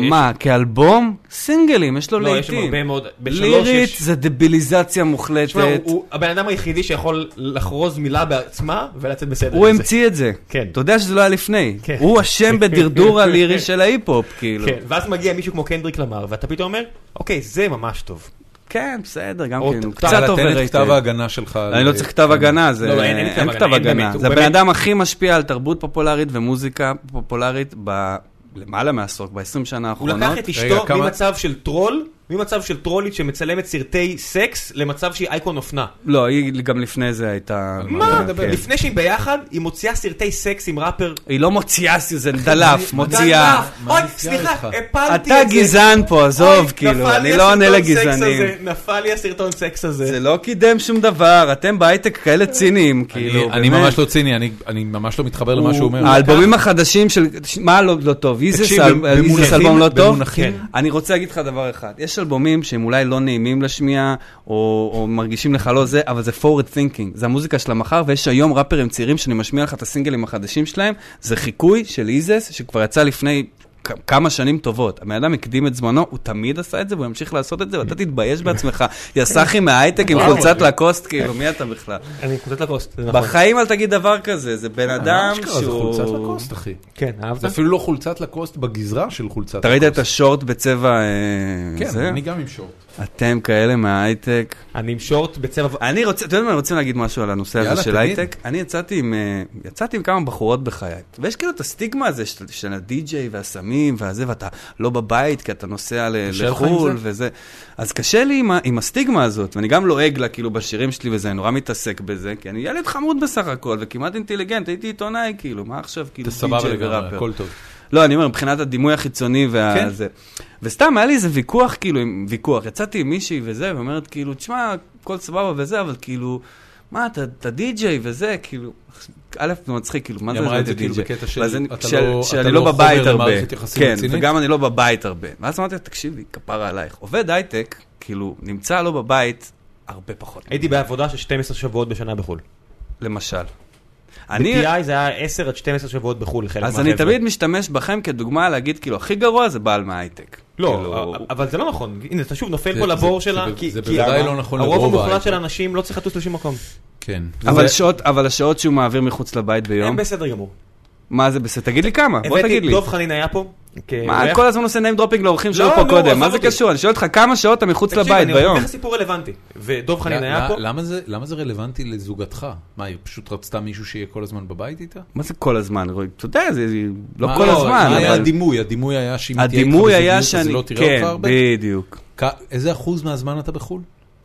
[SPEAKER 3] מה, כאלבום? סינגלים, יש לו
[SPEAKER 4] אה, לא, יש שם
[SPEAKER 3] להיטים.
[SPEAKER 4] הרבה מאוד. בשלוש
[SPEAKER 3] לירית
[SPEAKER 4] יש-
[SPEAKER 3] זה דביליזציה
[SPEAKER 4] תשמע,
[SPEAKER 3] מוחלטת.
[SPEAKER 4] הוא- הוא הבן אדם היחידי שיכול לחרוז מילה בעצמה ולצאת בסדר.
[SPEAKER 3] הוא
[SPEAKER 4] עם זה.
[SPEAKER 3] המציא את זה.
[SPEAKER 4] כן.
[SPEAKER 3] אתה יודע שזה לא היה לפני.
[SPEAKER 4] כן. (laughs)
[SPEAKER 3] הוא אשם בדרדור הלירי של ההיפ-הופ, כאילו.
[SPEAKER 4] כן, ואז מגיע מישהו כמו קנדריק למר, ואתה פתאום אומר, אוקיי, זה ממש טוב.
[SPEAKER 3] כן, בסדר, גם
[SPEAKER 4] או
[SPEAKER 3] כן. הוא
[SPEAKER 4] ת-
[SPEAKER 3] קצת
[SPEAKER 1] יאללה, תן את
[SPEAKER 3] אובררייטד.
[SPEAKER 1] כתב ההגנה שלך.
[SPEAKER 3] אני לא צריך כתב הגנה, זה...
[SPEAKER 4] לא, אין- אין כתב הגנה, אין באמת, הוא
[SPEAKER 3] זה הבן
[SPEAKER 4] באמת-
[SPEAKER 3] אדם הכי משפיע על תרבות פופולרית ומוזיקה פופולרית ב... למעלה מעשור, ב-20 שנה
[SPEAKER 4] הוא
[SPEAKER 3] האחרונות.
[SPEAKER 4] לקח את
[SPEAKER 1] רגע,
[SPEAKER 4] אשתו
[SPEAKER 1] כמה-
[SPEAKER 4] ממצב של טרול, ממצב של טרולית שמצלמת סרטי סקס, למצב שהיא אייקון אופנה.
[SPEAKER 3] לא, היא גם לפני זה הייתה...
[SPEAKER 4] מה?
[SPEAKER 3] כן.
[SPEAKER 4] לפני שהיא ביחד, היא מוציאה סרטי סקס עם ראפר.
[SPEAKER 3] היא לא מוציאה סיוזן, דלף, מוציאה.
[SPEAKER 4] דף.
[SPEAKER 1] מה
[SPEAKER 4] אוי,
[SPEAKER 1] נסגר
[SPEAKER 4] סליחה,
[SPEAKER 1] איתך?
[SPEAKER 4] הפלתי את
[SPEAKER 3] אתה
[SPEAKER 4] זה.
[SPEAKER 3] גזען פה, עזוב,
[SPEAKER 4] אוי, נפל
[SPEAKER 3] כאילו,
[SPEAKER 4] לי
[SPEAKER 3] אני לא עונה
[SPEAKER 4] הסרטון סקס
[SPEAKER 3] לגזענים.
[SPEAKER 4] הזה, נפל לי הסרטון סקס הזה.
[SPEAKER 3] זה לא קידם שום דבר, אתם בהייטק כאלה ציניים, כאילו,
[SPEAKER 1] אני- אני
[SPEAKER 3] באמת.
[SPEAKER 1] ממש לא ציני, אני- אני ממש לא מתחבר למה
[SPEAKER 3] הוא-
[SPEAKER 1] שהוא אומר.
[SPEAKER 3] האלבומים החדשים של... ש- מה לא לא טוב? איזס
[SPEAKER 1] תקשיב,
[SPEAKER 3] אל- איזס
[SPEAKER 1] במונחים-
[SPEAKER 3] אלבום לא טוב?
[SPEAKER 1] במונחים-
[SPEAKER 3] כן. אני רוצה להגיד לך דבר אחד, יש אלבומים שהם אולי לא נעימים לשמיע, או או מרגישים לך לא זה, אבל זה forward thinking, זה המוזיקה של המחר, ויש היום ראפרים צעירים שאני משמיע לך את הסינגלים החדשים שלהם, זה חיקוי של איזס, שכבר יצא לפני... כ- כמה שנים טובות. הבן אדם הקדים את זמנו, הוא תמיד עשה את זה, והוא ימשיך לעשות את זה, ואתה תתבייש בעצמך. יא סאחי מההייטק עם חולצת לקוסט, כאילו, מי אתה בכלל?
[SPEAKER 4] אני חוצץ לקוסט, זה נכון.
[SPEAKER 3] בחיים אל תגיד דבר כזה, זה בן אדם
[SPEAKER 1] אה, אשכרה, זה חולצת
[SPEAKER 3] שהוא...
[SPEAKER 1] לקוסט, אחי.
[SPEAKER 4] כן, אהבת?
[SPEAKER 1] זה אפילו לא חולצת לקוסט בגזרה של חולצת לקוסט.
[SPEAKER 3] אתה ראית את השורט בצבע... אה,
[SPEAKER 1] כן,
[SPEAKER 3] זה?
[SPEAKER 1] אני גם עם שורט.
[SPEAKER 3] אתם כאלה מההייטק.
[SPEAKER 4] אני עם שורט בצבע...
[SPEAKER 3] אני רוצה, אתה יודע מה, אני רוצה להגיד משהו על הנושא
[SPEAKER 1] יאללה,
[SPEAKER 3] הזה של
[SPEAKER 1] תגיד.
[SPEAKER 3] הייטק. אני יצאתי עם, אה, יצאתי עם כמה בחורות בחיי, ויש כאילו את הסטיגמה הזה של, של הדי-ג'יי והסמים והזה, ואתה לא בבית כי אתה נוסע ל-
[SPEAKER 1] קשה לך עם
[SPEAKER 3] לחו"ל
[SPEAKER 1] זה?
[SPEAKER 3] וזה. אז קשה לי עם, ה- עם הסטיגמה הזאת, ואני גם לועג לה כאילו בשירים שלי וזה, אני נורא מתעסק בזה, כי אני ילד חמוד בסך הכל, וכמעט אינטליגנט, הייתי עיתונאי כאילו, מה עכשיו כאילו
[SPEAKER 1] אתה סבבה
[SPEAKER 3] די-ג'יי
[SPEAKER 1] לגמרי,
[SPEAKER 3] וראפר?
[SPEAKER 1] הכל טוב.
[SPEAKER 3] לא, אני אומר, מבחינת הדימוי החיצוני וה...
[SPEAKER 1] כן.
[SPEAKER 3] כן. זה. וסתם, היה לי איזה ויכוח, כאילו, עם ויכוח. יצאתי עם מישהי וזה, ואומרת, כאילו, תשמע, הכל סבבה וזה, אבל כאילו, מה, אתה, אתה די-ג'יי וזה, כאילו, א', זה מצחיק, כאילו, מה
[SPEAKER 1] היא
[SPEAKER 3] זה
[SPEAKER 1] אמרה את
[SPEAKER 3] זה
[SPEAKER 1] זה כאילו
[SPEAKER 3] די-ג'יי?
[SPEAKER 1] בקטע של,
[SPEAKER 3] ואז אני-
[SPEAKER 1] אתה
[SPEAKER 3] של-
[SPEAKER 1] לא- אתה
[SPEAKER 3] שאני
[SPEAKER 1] לא
[SPEAKER 3] לא בבית
[SPEAKER 1] חובר
[SPEAKER 3] הרבה.
[SPEAKER 1] למערכת יחסים
[SPEAKER 3] כן,
[SPEAKER 1] רצינית?
[SPEAKER 3] וגם אני לא בבית הרבה. ואז אמרתי, לה, תקשיבי, כפרה עלייך. עובד הייטק, כאילו, נמצא לא בבית הרבה פחות.
[SPEAKER 4] הייתי בעבודה של 12 שבועות בשנה בחו"ל.
[SPEAKER 3] למשל. אני...
[SPEAKER 4] ב-TI זה היה 10 עד 12 שבועות בחו"ל, חלק
[SPEAKER 3] אז
[SPEAKER 4] מהחבר'ה.
[SPEAKER 3] אני תמיד משתמש בכם כדוגמה להגיד, כאילו, הכי גרוע זה בעל מההייטק.
[SPEAKER 4] לא,
[SPEAKER 3] כאילו,
[SPEAKER 4] אבל זה לא נכון, הנה אתה שוב נופל
[SPEAKER 1] זה-
[SPEAKER 4] פה
[SPEAKER 1] זה-
[SPEAKER 4] לבור
[SPEAKER 1] זה
[SPEAKER 4] שלה,
[SPEAKER 1] ב-
[SPEAKER 4] כי
[SPEAKER 1] זה
[SPEAKER 4] כי
[SPEAKER 1] בוודאי
[SPEAKER 4] ה-
[SPEAKER 1] לא נכון לרוב
[SPEAKER 4] הרוב המוחלט
[SPEAKER 1] ההייטק.
[SPEAKER 4] של האנשים לא צריך לטוס לשום מקום,
[SPEAKER 1] כן.
[SPEAKER 3] אבל,
[SPEAKER 1] זה-
[SPEAKER 3] שעות, אבל השעות שהוא מעביר מחוץ לבית
[SPEAKER 4] הם
[SPEAKER 3] ביום,
[SPEAKER 4] בסדר גמור.
[SPEAKER 3] מה זה בסדר? תגיד לי כמה, בוא
[SPEAKER 4] הבאתי-
[SPEAKER 3] תגיד לי.
[SPEAKER 4] דב חנין היה פה,
[SPEAKER 1] אה,
[SPEAKER 3] מה,
[SPEAKER 4] כאורח.
[SPEAKER 3] כל הזמן עושה name dropping לאורחים שהיו
[SPEAKER 4] לא,
[SPEAKER 3] פה
[SPEAKER 4] נו,
[SPEAKER 3] קודם, מה
[SPEAKER 4] עזוב
[SPEAKER 3] זה
[SPEAKER 4] אותי.
[SPEAKER 3] קשור? אני שואל אותך כמה שעות אתה מחוץ
[SPEAKER 4] תקשיב,
[SPEAKER 3] לבית
[SPEAKER 4] אני אומר
[SPEAKER 3] ביום.
[SPEAKER 4] לך סיפור רלוונטי, ודוב חנין היה פה.
[SPEAKER 1] למה זה- למה זה רלוונטי לזוגתך? מה, היא פשוט רצתה מישהו שיהיה כל הזמן בבית איתה?
[SPEAKER 3] מה זה כל הזמן? רועי? אתה יודע, זה זה- לא
[SPEAKER 1] מה-
[SPEAKER 3] כל הזמן,
[SPEAKER 1] מה היה
[SPEAKER 3] אבל...
[SPEAKER 1] הדימוי? הדימוי היה שאם תהיה איתך
[SPEAKER 3] הדימוי
[SPEAKER 1] בזוגיות,
[SPEAKER 3] היה
[SPEAKER 1] אז
[SPEAKER 3] שאני...
[SPEAKER 1] לא תראה
[SPEAKER 3] כן,
[SPEAKER 1] אותך הרבה?
[SPEAKER 3] בדיוק.
[SPEAKER 1] כ- איזה אחוז מהזמן אתה בחו"ל?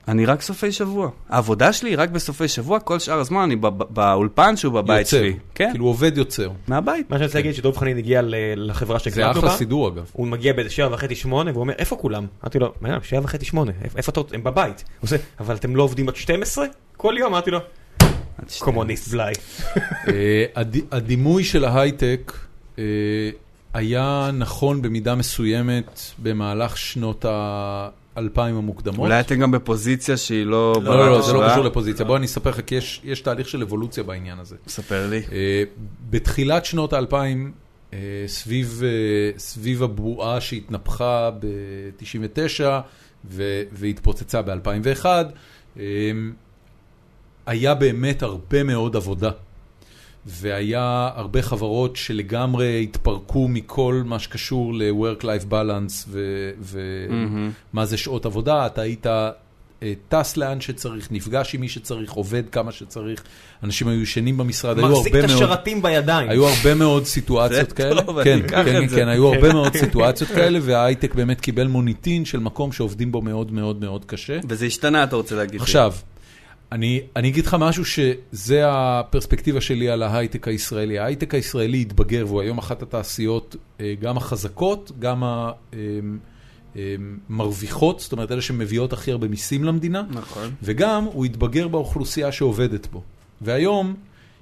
[SPEAKER 3] אני רק סופי שבוע. העבודה שלי היא רק בסופי שבוע, כל שאר הזמן אני בא- בא- באולפן שהוא בבית
[SPEAKER 1] יוצר.
[SPEAKER 3] שלי. כן,
[SPEAKER 1] כאילו עובד יוצר.
[SPEAKER 3] מהבית.
[SPEAKER 4] מה שאני רוצה להגיד, שדוב חנין הגיע ל- לחברה
[SPEAKER 1] כן. זה
[SPEAKER 4] שהקלטנו
[SPEAKER 1] אחלה
[SPEAKER 4] בה,
[SPEAKER 1] סידור אגב.
[SPEAKER 4] הוא מגיע באיזה שבע וחצי שמונה, והוא אומר, איפה כולם? אמרתי לו, בן אדם, שבע וחצי שמונה, איפ- איפה אתה רוצה? הם בבית. הוא עושה, אבל אתם לא עובדים עד 12? כל יום, אמרתי לו, קומוניסט בלאי.
[SPEAKER 1] אה, הד- הדימוי של ההייטק אה, היה נכון במידה מסוימת במהלך שנות האלפיים המוקדמות.
[SPEAKER 3] אולי אתם גם בפוזיציה שהיא לא...
[SPEAKER 1] לא,
[SPEAKER 3] ברת
[SPEAKER 1] לא, לא, זה לא
[SPEAKER 3] השוואה?
[SPEAKER 1] קשור לפוזיציה. בוא אני אספר לך, כי יש- יש תהליך של אבולוציה בעניין הזה.
[SPEAKER 3] ספר לי.
[SPEAKER 1] אה, בתחילת שנות האלפיים, אה, סביב, אה, סביב הבועה שהתנפחה ב-99 והתפוצצה ב-2001, היה באמת הרבה מאוד עבודה. והיה הרבה חברות שלגמרי התפרקו מכל מה שקשור ל-work-life balance ו-
[SPEAKER 3] מהמם.
[SPEAKER 1] ומה זה שעות עבודה. אתה היית אה, טס לאן שצריך, נפגש עם מי שצריך, עובד כמה שצריך. אנשים היו ישנים במשרד, היו הרבה מאוד...
[SPEAKER 4] מחזיק את השרתים בידיים.
[SPEAKER 1] היו הרבה מאוד סיטואציות
[SPEAKER 3] זה
[SPEAKER 1] כאלה.
[SPEAKER 3] טוב, אני
[SPEAKER 1] כן,
[SPEAKER 3] אקח
[SPEAKER 1] כן,
[SPEAKER 3] את זה.
[SPEAKER 1] כן, היו הרבה מאוד סיטואציות כאלה, וההייטק באמת קיבל מוניטין של מקום שעובדים בו מאוד מאוד מאוד קשה.
[SPEAKER 3] וזה השתנה, אתה רוצה להגיד לי.
[SPEAKER 1] עכשיו, אני, אני אגיד לך משהו שזה הפרספקטיבה שלי על ההייטק הישראלי. ההייטק הישראלי התבגר והוא היום אחת התעשיות, אה, גם החזקות, גם המרוויחות, זאת אומרת, אלה שמביאות הכי הרבה מיסים למדינה.
[SPEAKER 3] נכון.
[SPEAKER 1] וגם הוא יתבגר באוכלוסייה שעובדת בו. והיום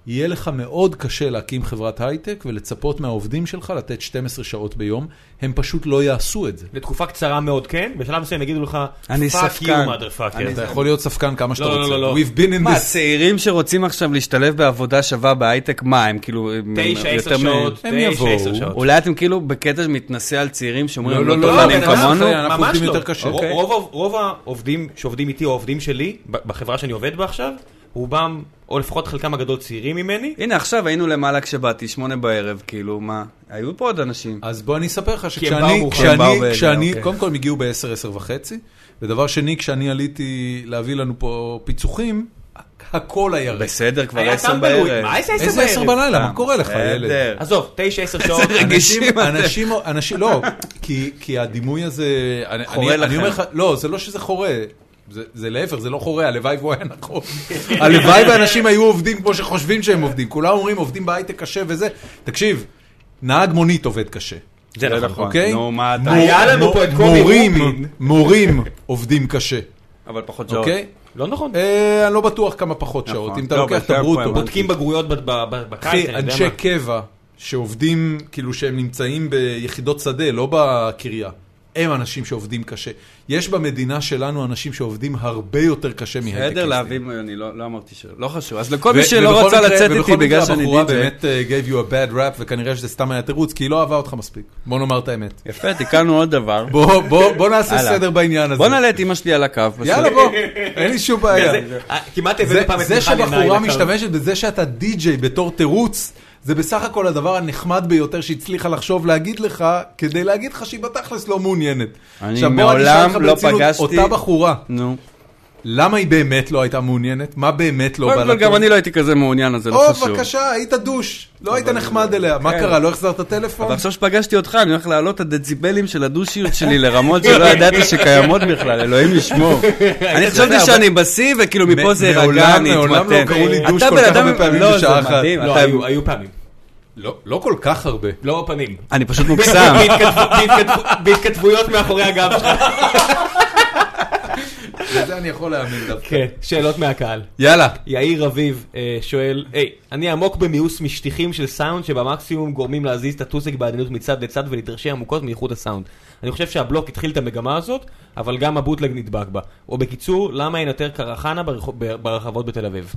[SPEAKER 1] יהיה לך מאוד קשה להקים חברת הייטק ולצפות מהעובדים שלך לתת 12 שעות ביום, הם פשוט לא יעשו את זה.
[SPEAKER 4] לתקופה קצרה מאוד, כן? בשלב מסוים יגידו לך,
[SPEAKER 3] אני
[SPEAKER 4] פאק יו,
[SPEAKER 3] ספקן.
[SPEAKER 4] mother
[SPEAKER 3] אני
[SPEAKER 4] fucker.
[SPEAKER 1] אתה יכול להיות ספקן כמה שאתה
[SPEAKER 4] לא, לא,
[SPEAKER 1] רוצה.
[SPEAKER 4] לא, לא.
[SPEAKER 1] We've been in
[SPEAKER 3] מה,
[SPEAKER 1] this...
[SPEAKER 3] צעירים שרוצים עכשיו להשתלב בעבודה שווה בהייטק, מה, הם כאילו... הם-
[SPEAKER 4] תשע,
[SPEAKER 3] הם
[SPEAKER 4] עשר
[SPEAKER 3] יותר מ-
[SPEAKER 4] שעות,
[SPEAKER 1] הם
[SPEAKER 4] תשע,
[SPEAKER 1] יבואו.
[SPEAKER 4] עשר שעות.
[SPEAKER 3] אולי אתם כאילו בקטע מתנשא על צעירים שאומרים,
[SPEAKER 1] לא,
[SPEAKER 3] "הם
[SPEAKER 1] לא,
[SPEAKER 3] לא
[SPEAKER 1] לא,
[SPEAKER 3] טובים
[SPEAKER 1] לא,
[SPEAKER 3] כמונו?
[SPEAKER 1] לא, אנחנו
[SPEAKER 4] ממש
[SPEAKER 1] עובדים
[SPEAKER 4] לא.
[SPEAKER 1] יותר קשה.
[SPEAKER 4] רוב-
[SPEAKER 1] אוקיי.
[SPEAKER 4] רוב- רוב העובדים שעובדים איתי או העובדים שלי, ב- בחברה שאני עובד בה עכשיו, רובם, או לפחות חלקם הגדול צעירים ממני,
[SPEAKER 3] הנה, עכשיו היינו למעלה כשבאתי, שמונה בערב, כאילו, מה? היו פה עוד אנשים.
[SPEAKER 1] אז בוא אני אספר לך
[SPEAKER 4] הם באו
[SPEAKER 1] שכשאני,
[SPEAKER 4] מאוחר.
[SPEAKER 3] הם באו
[SPEAKER 1] כשאני,
[SPEAKER 3] ב-
[SPEAKER 1] כשאני,
[SPEAKER 3] אוקיי.
[SPEAKER 1] קודם כל הם הגיעו ב-10, 10 וחצי, ודבר שני, כשאני עליתי להביא לנו פה פיצוחים, הכל אה. היה ריק.
[SPEAKER 3] בסדר, כבר
[SPEAKER 4] היה
[SPEAKER 3] עשר
[SPEAKER 4] טמבלוויד.
[SPEAKER 3] בערב.
[SPEAKER 4] מה, איזה
[SPEAKER 1] איזה 10
[SPEAKER 4] עשר בערב?
[SPEAKER 1] בלילה, מה קורה לך, ילד?
[SPEAKER 3] בסדר.
[SPEAKER 4] עזוב, תשע, עשר שעות.
[SPEAKER 3] רגישים
[SPEAKER 1] אנשים-
[SPEAKER 3] אתם.
[SPEAKER 1] אנשים, אנשים, לא, כי, כי הדימוי הזה, אני,
[SPEAKER 3] חורה
[SPEAKER 1] אני,
[SPEAKER 3] לכם.
[SPEAKER 1] אני אומר לך, לא, זה לא שזה חורה, זה, זה להפך, זה לא חורה, הלוואי והוא היה
[SPEAKER 3] (laughs)
[SPEAKER 1] נכון. הלוואי ואנשים היו עובדים כמו שחושבים שהם עובדים, כולם אומרים עובדים בהייטק קשה וזה, תקשיב, נהג מונית עובד קשה.
[SPEAKER 4] זה
[SPEAKER 3] זה
[SPEAKER 4] נכון.
[SPEAKER 3] נכון.
[SPEAKER 1] אוקיי?
[SPEAKER 3] נו, מה אתה...
[SPEAKER 1] מור-
[SPEAKER 4] היה לנו
[SPEAKER 1] מור-
[SPEAKER 4] פה את קובי
[SPEAKER 1] מורים-
[SPEAKER 4] רובין.
[SPEAKER 1] מורים עובדים קשה,
[SPEAKER 3] אבל פחות שעות.
[SPEAKER 1] אוקיי?
[SPEAKER 4] לא נכון.
[SPEAKER 1] אה, אני לא בטוח כמה פחות שעות,
[SPEAKER 3] נכון.
[SPEAKER 1] אם אתה
[SPEAKER 3] לא,
[SPEAKER 1] לוקח את
[SPEAKER 3] בשם פה הם
[SPEAKER 1] הברוטו.
[SPEAKER 3] בודקים
[SPEAKER 4] בודקים בגרויות ב- ב- ב- בקיץ,
[SPEAKER 1] אחי,
[SPEAKER 4] אני יודע
[SPEAKER 1] אנשי
[SPEAKER 4] מה.
[SPEAKER 1] קבע שעובדים, כאילו שהם נמצאים ביחידות שדה, לא בקריה, הם אנשים שעובדים קשה. יש במדינה שלנו אנשים שעובדים הרבה יותר קשה
[SPEAKER 3] בסדר,
[SPEAKER 1] מהייטקיסטים.
[SPEAKER 3] להביא, אני לא לא אמרתי שלא. לא חשוב. אז לכל
[SPEAKER 1] ו-
[SPEAKER 3] מי שלא
[SPEAKER 1] ובכל
[SPEAKER 3] רצה
[SPEAKER 1] מקרה-
[SPEAKER 3] לצאת איתי
[SPEAKER 1] ובכל מקרה
[SPEAKER 3] בגלל שאני
[SPEAKER 1] הבחורה
[SPEAKER 3] די.ג'יי.
[SPEAKER 1] באמת אה, gave you a bad rap, וכנראה שזה סתם היה תירוץ, כי היא לא אהבה אותך מספיק. בוא נאמר את האמת.
[SPEAKER 3] (laughs) יפה, תיקנו עוד דבר.
[SPEAKER 1] בוא- בוא בוא נעשה
[SPEAKER 3] הלאה.
[SPEAKER 1] סדר בעניין הזה.
[SPEAKER 3] בוא נעלה את אמא שלי על הקו. בסדר.
[SPEAKER 1] יאללה, בוא, אין לי שום בעיה.
[SPEAKER 4] זה- אה, כמעט הבאנו
[SPEAKER 1] זה-
[SPEAKER 4] פעם את
[SPEAKER 1] זה
[SPEAKER 4] מיכל ינאי
[SPEAKER 1] שבחורה
[SPEAKER 4] לכאן.
[SPEAKER 1] משתמשת בזה שאתה די-ג'יי בתור תירוץ, זה בסך הכל הדבר הנחמד ביותר שהצליחה לחשוב להגיד לך, כדי להגיד לך שהיא בתכלס לא מעוניינת.
[SPEAKER 3] אני
[SPEAKER 1] עכשיו, בוא, אשאל
[SPEAKER 3] מעולם
[SPEAKER 1] אותך
[SPEAKER 3] לא
[SPEAKER 1] ברצינות,
[SPEAKER 3] פגשתי-
[SPEAKER 1] אותה בחורה,
[SPEAKER 3] נו.
[SPEAKER 1] למה היא באמת לא הייתה מעוניינת? מה באמת לא בא
[SPEAKER 3] קודם כל,
[SPEAKER 1] לה
[SPEAKER 3] גם
[SPEAKER 1] טוב?
[SPEAKER 3] אני לא הייתי כזה מעוניין, אז זה לא
[SPEAKER 1] או,
[SPEAKER 3] חשוב.
[SPEAKER 1] בבקשה, היית דוש, לא היית נחמד אליה.
[SPEAKER 3] כן.
[SPEAKER 1] מה קרה, לא החזרת טלפון?
[SPEAKER 3] ועכשיו שפגשתי אותך, אני הולך להעלות את הדציבלים של הדושיות שלי לרמות שלא ידעתי שקיימות בכלל, אלוהים
[SPEAKER 1] (laughs)
[SPEAKER 3] ישמור. אני חשבתי שאני בשיא, וכאילו מפה זה
[SPEAKER 1] מעולם,
[SPEAKER 3] יירגע, אני
[SPEAKER 1] מעולם לא
[SPEAKER 3] אתמתן.
[SPEAKER 1] קראו לי
[SPEAKER 3] אתה
[SPEAKER 1] דוש כל
[SPEAKER 3] בן
[SPEAKER 1] כך
[SPEAKER 3] אדם-
[SPEAKER 1] הרבה פעמים
[SPEAKER 3] לא,
[SPEAKER 1] בשעה
[SPEAKER 3] זה
[SPEAKER 1] אחת.
[SPEAKER 3] מדהים,
[SPEAKER 4] לא,
[SPEAKER 3] אתה-
[SPEAKER 4] היו- היו פעמים.
[SPEAKER 1] לא לא כל כך הרבה.
[SPEAKER 4] לא פנים.
[SPEAKER 3] אני (laughs) פשוט מוקסם.
[SPEAKER 4] בהתכתבו- בהתכתבו- בהתכתבויות מאחורי הגב שלך.
[SPEAKER 1] לזה אני יכול להאמין דווקא.
[SPEAKER 4] כן, שאלות מהקהל.
[SPEAKER 1] יאללה.
[SPEAKER 4] יאיר רביב אה, שואל, היי, אני עמוק במיאוס משטיחים של סאונד שבמקסימום גורמים להזיז את הטוסיק בעדינות מצד לצד ולהתרשם עמוקות מאיכות הסאונד. אני חושב שהבלוק התחיל את המגמה הזאת, אבל גם הבוטלג נדבק בה. או בקיצור, למה אין יותר קרחנה ברחוב- ברחבות בתל אביב?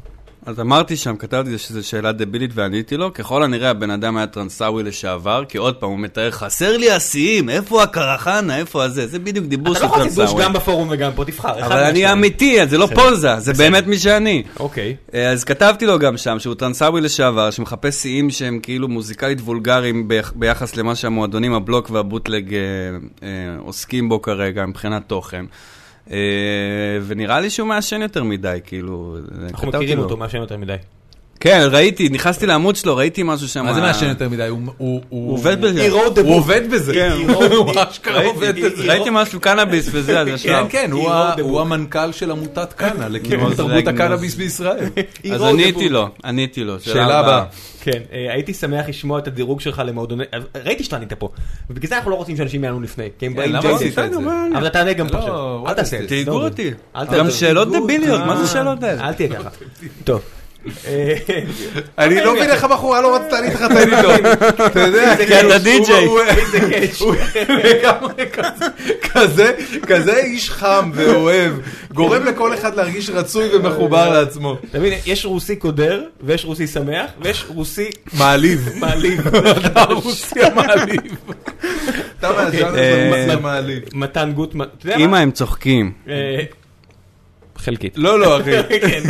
[SPEAKER 3] אז אמרתי שם, כתבתי זה שזו שאלה דבילית ועניתי לו, ככל הנראה הבן אדם היה טרנסאווי לשעבר, כי עוד פעם הוא מתאר, חסר לי השיאים, איפה הקרחנה, איפה הזה, זה בדיוק דיבור
[SPEAKER 4] אתה
[SPEAKER 3] של
[SPEAKER 4] לא יכול לעשות
[SPEAKER 3] טרנסאווי.
[SPEAKER 4] דוש גם בפורום וגם פה, תבחר. אחד
[SPEAKER 3] אבל אני
[SPEAKER 4] מהשניים.
[SPEAKER 3] אמיתי, אז זה לא פוזה, זה באמת מי שאני.
[SPEAKER 4] אוקיי.
[SPEAKER 3] אה, אז כתבתי לו גם שם, שהוא טרנסאווי לשעבר, שמחפש שיאים שהם כאילו מוזיקלית וולגריים ביח- ביחס למה שהמועדונים, הבלוק והבוטלג אה, אה, עוסקים בו כרגע מבחינת תוכן. אה, ונראה לי שהוא מעשן יותר מדי, כאילו...
[SPEAKER 4] אנחנו
[SPEAKER 3] כתבתי
[SPEAKER 4] מכירים
[SPEAKER 3] לו.
[SPEAKER 4] אותו, מעשן יותר מדי.
[SPEAKER 3] כן, ראיתי, נכנסתי לעמוד שלו, ראיתי משהו שם. אה,
[SPEAKER 1] מה זה מעשן יותר מדי? הוא- הוא הוא-
[SPEAKER 3] עובד בזה.
[SPEAKER 1] הוא עובד בזה.
[SPEAKER 3] כן.
[SPEAKER 1] (laughs) הוא אשכרה
[SPEAKER 4] ראיתי,
[SPEAKER 1] עובד
[SPEAKER 4] ראיתי.
[SPEAKER 1] בזה.
[SPEAKER 3] ראיתי משהו קנאביס
[SPEAKER 4] (laughs)
[SPEAKER 3] וזה, אז
[SPEAKER 1] כן,
[SPEAKER 3] ישר.
[SPEAKER 1] כן, הוא
[SPEAKER 4] Hero
[SPEAKER 1] ה-
[SPEAKER 4] the
[SPEAKER 1] הוא
[SPEAKER 4] book.
[SPEAKER 1] המנכ"ל של
[SPEAKER 3] (laughs)
[SPEAKER 1] עמותת קאנה, לקידום
[SPEAKER 3] אז
[SPEAKER 1] תרבות
[SPEAKER 3] רגע,
[SPEAKER 1] הקנאביס
[SPEAKER 3] אז- (laughs)
[SPEAKER 1] בישראל.
[SPEAKER 3] אז עניתי לו, עניתי לו.
[SPEAKER 1] שאלה הבאה.
[SPEAKER 4] כן, אה, הייתי שמח לשמוע את הדירוג שלך למועדוני... אה, ראיתי שאתה ענית פה. ובגלל זה אנחנו לא רוצים שאנשים יענו לפני. כי הם באים
[SPEAKER 1] כן, למה
[SPEAKER 4] ג'ייסים.
[SPEAKER 1] עשית את זה?
[SPEAKER 4] אבל אתה תענה גם
[SPEAKER 1] לא,
[SPEAKER 4] פה עכשיו.
[SPEAKER 1] what
[SPEAKER 4] אל
[SPEAKER 1] is
[SPEAKER 4] תעשה
[SPEAKER 1] this?
[SPEAKER 4] את זה.
[SPEAKER 3] תהיגו
[SPEAKER 4] לא,
[SPEAKER 3] אותי.
[SPEAKER 4] אל תעשה
[SPEAKER 3] גם
[SPEAKER 4] את זה. אה,
[SPEAKER 3] שאלות
[SPEAKER 1] תהיגו
[SPEAKER 3] דביליות,
[SPEAKER 1] אותי.
[SPEAKER 3] מה זה שאלות האלה?
[SPEAKER 4] אל תהיה ככה. טוב. אה,
[SPEAKER 1] אני לא מבין איך הבחורה לא רצתה
[SPEAKER 3] (laughs)
[SPEAKER 1] להתחתן איתו.
[SPEAKER 3] כן.
[SPEAKER 1] אתה יודע, כאילו,
[SPEAKER 3] כי אתה די-ג'יי.
[SPEAKER 1] אה, כזה, כזה איש חם ואוהב, גורם לכל אחד להרגיש רצוי ומחובר
[SPEAKER 3] אה.
[SPEAKER 1] לעצמו.
[SPEAKER 4] אתה מבין, יש רוסי קודר, ויש רוסי שמח, ויש רוסי
[SPEAKER 3] (laughs)
[SPEAKER 1] מעליב.
[SPEAKER 4] מעליב.
[SPEAKER 3] לא,
[SPEAKER 1] הרוסי המעליב. אתה לא מהז'אנר
[SPEAKER 3] אה,
[SPEAKER 1] הרוסי המעליב.
[SPEAKER 4] מתן גוטמן, אתה יודע
[SPEAKER 3] אמא,
[SPEAKER 4] מה?
[SPEAKER 3] הם צוחקים.
[SPEAKER 4] אה, חלקית.
[SPEAKER 1] לא, לא, אחי.
[SPEAKER 3] (laughs)
[SPEAKER 4] כן.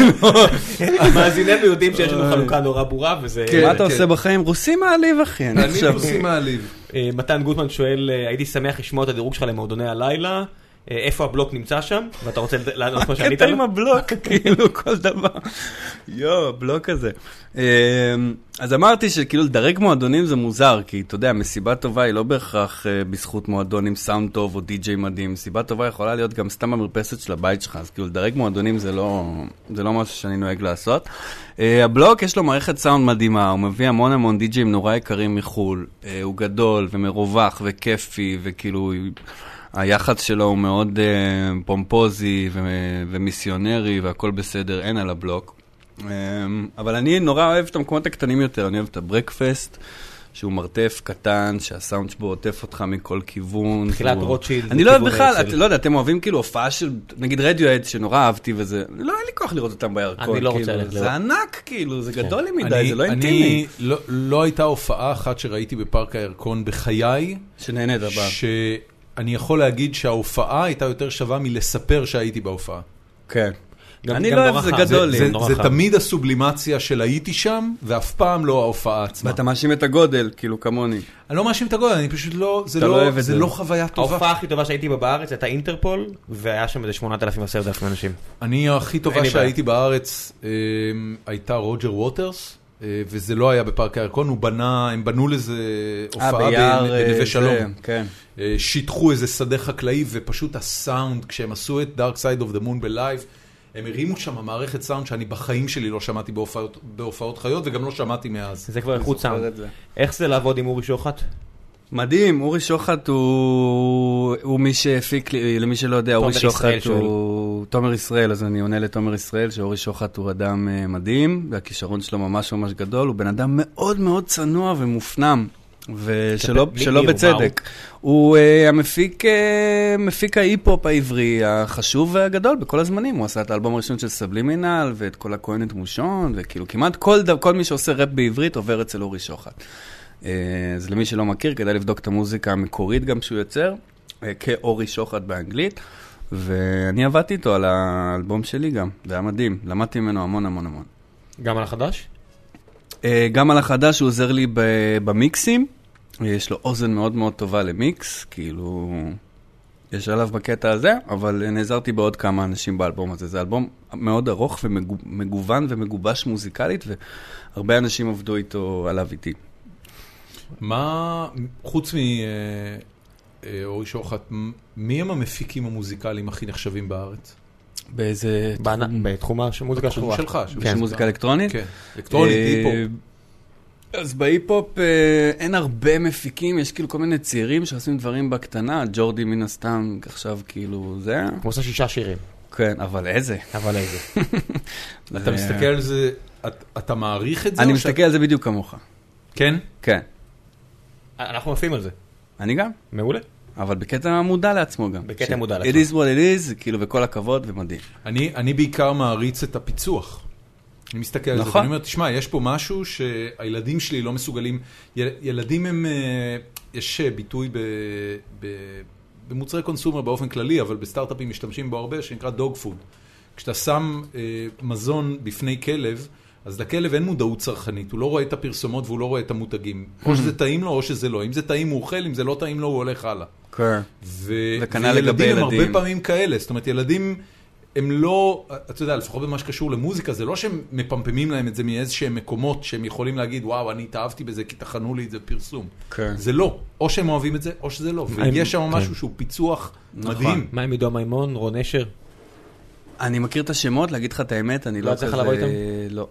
[SPEAKER 4] מאזיננו יודעים שיש לנו חלוקה נורא ברורה, וזה...
[SPEAKER 1] כן,
[SPEAKER 3] מה אתה
[SPEAKER 1] כן.
[SPEAKER 3] עושה בחיים? רוסי מעליב, אחי. אני
[SPEAKER 1] אני
[SPEAKER 3] עכשיו...
[SPEAKER 1] הרוסי מעליב.
[SPEAKER 4] אה, מתן גוטמן שואל, אה, הייתי שמח לשמוע את הדירוג שלך למועדוני הלילה, אה, איפה הבלוק נמצא שם, ואתה רוצה לענות מה שענית
[SPEAKER 3] הקטע
[SPEAKER 4] לו?
[SPEAKER 3] עם כן, הבלוק, כאילו, כל דבר. יואו, הבלוק הזה. אמ, אז אמרתי שכאילו לדרג מועדונים זה מוזר, כי אתה יודע, מסיבה טובה היא לא בהכרח אה, בזכות מועדון עם סאונד טוב או די-ג'יי מדהים. מסיבה טובה יכולה להיות גם סתם במרפסת של הבית שלך, אז כאילו לדרג מועדונים זה לא, זה לא משהו שאני נוהג לעשות. אה, הבלוק, יש לו מערכת סאונד מדהימה, הוא מביא המון המון די-ג'יים נורא יקרים מחו"ל. אה, הוא גדול ומרווח וכיפי, וכאילו... היח"צ שלו הוא מאוד אה, פומפוזי ו- ומיסיונרי והכל בסדר, אין על הבלוק. אה, אבל אני נורא אוהב את המקומות הקטנים יותר, אני אוהב את הברקפסט, שהוא מרתף קטן, שהסאונד שבו עוטף אותך מכל כיוון.
[SPEAKER 4] תחילת
[SPEAKER 3] והוא-
[SPEAKER 4] רוטשילד.
[SPEAKER 3] אני לא אוהב
[SPEAKER 4] לכיוון
[SPEAKER 3] בכלל,
[SPEAKER 4] האצ"ל.
[SPEAKER 3] את, לא יודע, אתם אוהבים כאילו הופעה של, נגיד רדיואד, שנורא אהבתי וזה, לא, אין לי כוח לראות אותם בירקון.
[SPEAKER 4] אני לא
[SPEAKER 3] כאילו,
[SPEAKER 4] רוצה ללכת לראות. כן.
[SPEAKER 3] זה ענק, כאילו, זה גדול לי מדי,
[SPEAKER 1] אני-
[SPEAKER 3] זה לא
[SPEAKER 1] אני
[SPEAKER 3] אינטימי.
[SPEAKER 1] לא- לא הייתה הופעה אחת שראיתי בפארק הירקון בחיי,
[SPEAKER 3] שנהנית הבא.
[SPEAKER 1] שאני יכול להגיד שההופעה הייתה יותר שווה מלספר שהייתי בהופעה.
[SPEAKER 3] כן.
[SPEAKER 4] גם-
[SPEAKER 3] אני
[SPEAKER 4] גם
[SPEAKER 3] לא אוהב,
[SPEAKER 4] נורא
[SPEAKER 3] זה
[SPEAKER 4] חם.
[SPEAKER 3] גדול לי.
[SPEAKER 1] זה,
[SPEAKER 4] נורא
[SPEAKER 1] זה
[SPEAKER 4] חם.
[SPEAKER 1] תמיד הסובלימציה של הייתי שם, ואף פעם לא ההופעה עצמה.
[SPEAKER 3] ואתה מאשים את הגודל, כאילו, כמוני.
[SPEAKER 1] אני לא מאשים את הגודל, אני פשוט לא, זה,
[SPEAKER 3] אתה
[SPEAKER 1] לא,
[SPEAKER 3] לא אוהב את
[SPEAKER 1] זה
[SPEAKER 3] זה.
[SPEAKER 1] לא חוויה טובה.
[SPEAKER 4] ההופעה הכי טובה שהייתי בה בארץ הייתה אינטרפול, והיה שם איזה 8,000 או 10,000 אנשים.
[SPEAKER 1] אני הכי
[SPEAKER 4] אין
[SPEAKER 1] טובה
[SPEAKER 4] לי בעיה.
[SPEAKER 1] שהייתי בארץ אה, הייתה רוג'ר ווטרס, אה, וזה לא היה בפארק הירקון, הוא בנה, הם בנו לזה
[SPEAKER 3] אה,
[SPEAKER 1] הופעה
[SPEAKER 3] ביער...
[SPEAKER 1] בנ-
[SPEAKER 3] אה,
[SPEAKER 1] בנווה
[SPEAKER 3] זה,
[SPEAKER 1] שלום.
[SPEAKER 3] כן.
[SPEAKER 1] אה, שיטחו איזה שדה חקלאי, ופשוט הסאונד, כשהם עשו את Dark Side of the Moon בלייב, הם הרימו שם מערכת סאונד שאני בחיים שלי לא שמעתי בהופעות, בהופעות חיות, וגם לא שמעתי מאז.
[SPEAKER 4] זה כבר איכות
[SPEAKER 3] זוכר
[SPEAKER 4] סאונד.
[SPEAKER 3] את זה.
[SPEAKER 4] איך זה לעבוד עם אורי שוחט?
[SPEAKER 3] מדהים, אורי שוחט הוא, הוא מי שהפיק, לי- למי שלא יודע, אורי
[SPEAKER 4] ישראל
[SPEAKER 3] שוחט
[SPEAKER 4] שואל.
[SPEAKER 3] הוא תומר ישראל, אז אני עונה לתומר ישראל, שאורי שוחט הוא אדם אה, מדהים, והכישרון שלו ממש ממש גדול, הוא בן אדם מאוד מאוד צנוע ומופנם, ושלא
[SPEAKER 4] מי-
[SPEAKER 3] אה, שלא
[SPEAKER 4] מי הוא?
[SPEAKER 3] בצדק. הוא אה, המפיק אה, מפיק ההיפ-הופ העברי החשוב והגדול בכל הזמנים, הוא עשה את האלבום הראשון של סבלימינל, ואת כל הכהנת מושון, וכאילו כמעט כל, דו- כל מי שעושה ראפ בעברית עובר אצל אורי שוחט. אה, אז למי שלא מכיר, כדאי לבדוק את המוזיקה המקורית גם שהוא יוצר, אה, כאורי שוחט באנגלית, ואני עבדתי איתו על האלבום שלי גם, זה היה מדהים, למדתי ממנו המון המון המון.
[SPEAKER 4] גם על החדש?
[SPEAKER 3] אה, גם על החדש, הוא עוזר לי ב- במיקסים, אה, יש לו אוזן מאוד מאוד טובה למיקס, כאילו, יש עליו בקטע הזה, אבל אה, נעזרתי בעוד כמה אנשים באלבום הזה, זה אלבום מאוד ארוך ומגוון ומגובש מוזיקלית, והרבה אנשים עבדו איתו עליו איתי.
[SPEAKER 1] מה, חוץ מאורי שוחט, מ- מי הם המפיקים המוזיקליים הכי נחשבים בארץ?
[SPEAKER 3] באיזה
[SPEAKER 4] בענ- בתחום המוזיקה
[SPEAKER 1] בתחום
[SPEAKER 4] שלך.
[SPEAKER 1] שלך. של
[SPEAKER 3] של כן, מוזיקה אלקטרונית?
[SPEAKER 1] כן, אלקטרונית,
[SPEAKER 3] אה,
[SPEAKER 1] היפ-הופ.
[SPEAKER 3] אז בהיפ-הופ אה, אין הרבה מפיקים, יש כאילו כל מיני צעירים שעושים דברים בקטנה, ג'ורדי מן הסתם עכשיו כאילו זה,
[SPEAKER 4] הוא עושה שישה שירים,
[SPEAKER 3] כן, אבל איזה.
[SPEAKER 4] אבל איזה.
[SPEAKER 1] אתה
[SPEAKER 3] זה-
[SPEAKER 1] מסתכל על זה, את- אתה מעריך את זה?
[SPEAKER 3] אני
[SPEAKER 1] או שאתה-
[SPEAKER 3] מסתכל על זה בדיוק כמוך,
[SPEAKER 1] כן?
[SPEAKER 3] כן.
[SPEAKER 4] אה, אנחנו עפים על זה.
[SPEAKER 3] אני גם,
[SPEAKER 4] מעולה.
[SPEAKER 3] אבל בקטע מודע לעצמו גם.
[SPEAKER 4] בקטע
[SPEAKER 3] ש-
[SPEAKER 4] מודע
[SPEAKER 3] It
[SPEAKER 4] לעצמו.
[SPEAKER 3] is what it is, כאילו, וכל הכבוד, ומדהים.
[SPEAKER 1] אני אני בעיקר מעריץ את הפיצוח. אני מסתכל על זה,
[SPEAKER 3] נכון.
[SPEAKER 1] ואני אומר, תשמע, יש פה משהו שהילדים שלי לא מסוגלים, יל, ילדים הם, אה, יש אה, ביטוי ב, ב, במוצרי קונסומר באופן כללי, אבל בסטארט-אפים משתמשים בו הרבה, שנקרא dog food. כשאתה שם אה, מזון בפני כלב, אז לכלב אין מודעות צרכנית, הוא לא רואה את הפרסומות והוא לא רואה את המותגים. או שזה טעים לו או שזה לא. אם זה טעים הוא אוכל, אם זה לא טעים לו הוא הולך הלאה.
[SPEAKER 3] כן.
[SPEAKER 1] ו-
[SPEAKER 3] וכנ"ל לגבי
[SPEAKER 1] הם הרבה
[SPEAKER 3] ילדים.
[SPEAKER 1] פעמים כאלה, זאת אומרת, ילדים הם לא, אתה יודע, לפחות במה שקשור למוזיקה, זה לא שהם מפמפמים להם את זה מאיזשהם מקומות שהם יכולים להגיד, וואו, אני התאהבתי בזה כי טחנו לי את זה פרסום.
[SPEAKER 3] כן.
[SPEAKER 1] זה לא, או שהם אוהבים את זה, או שזה לא,
[SPEAKER 4] אני-
[SPEAKER 1] ויש שם
[SPEAKER 4] כן.
[SPEAKER 1] משהו שהוא פיצוח
[SPEAKER 3] נכון.
[SPEAKER 1] מדהים.
[SPEAKER 4] מה עם עידו מימון, רון אשר?
[SPEAKER 3] אני מכיר את השמות, להגיד לך את האמת, אני
[SPEAKER 4] לא
[SPEAKER 3] לא
[SPEAKER 4] יצא לך
[SPEAKER 3] כזה-
[SPEAKER 4] לעבוד איתם?
[SPEAKER 3] לא.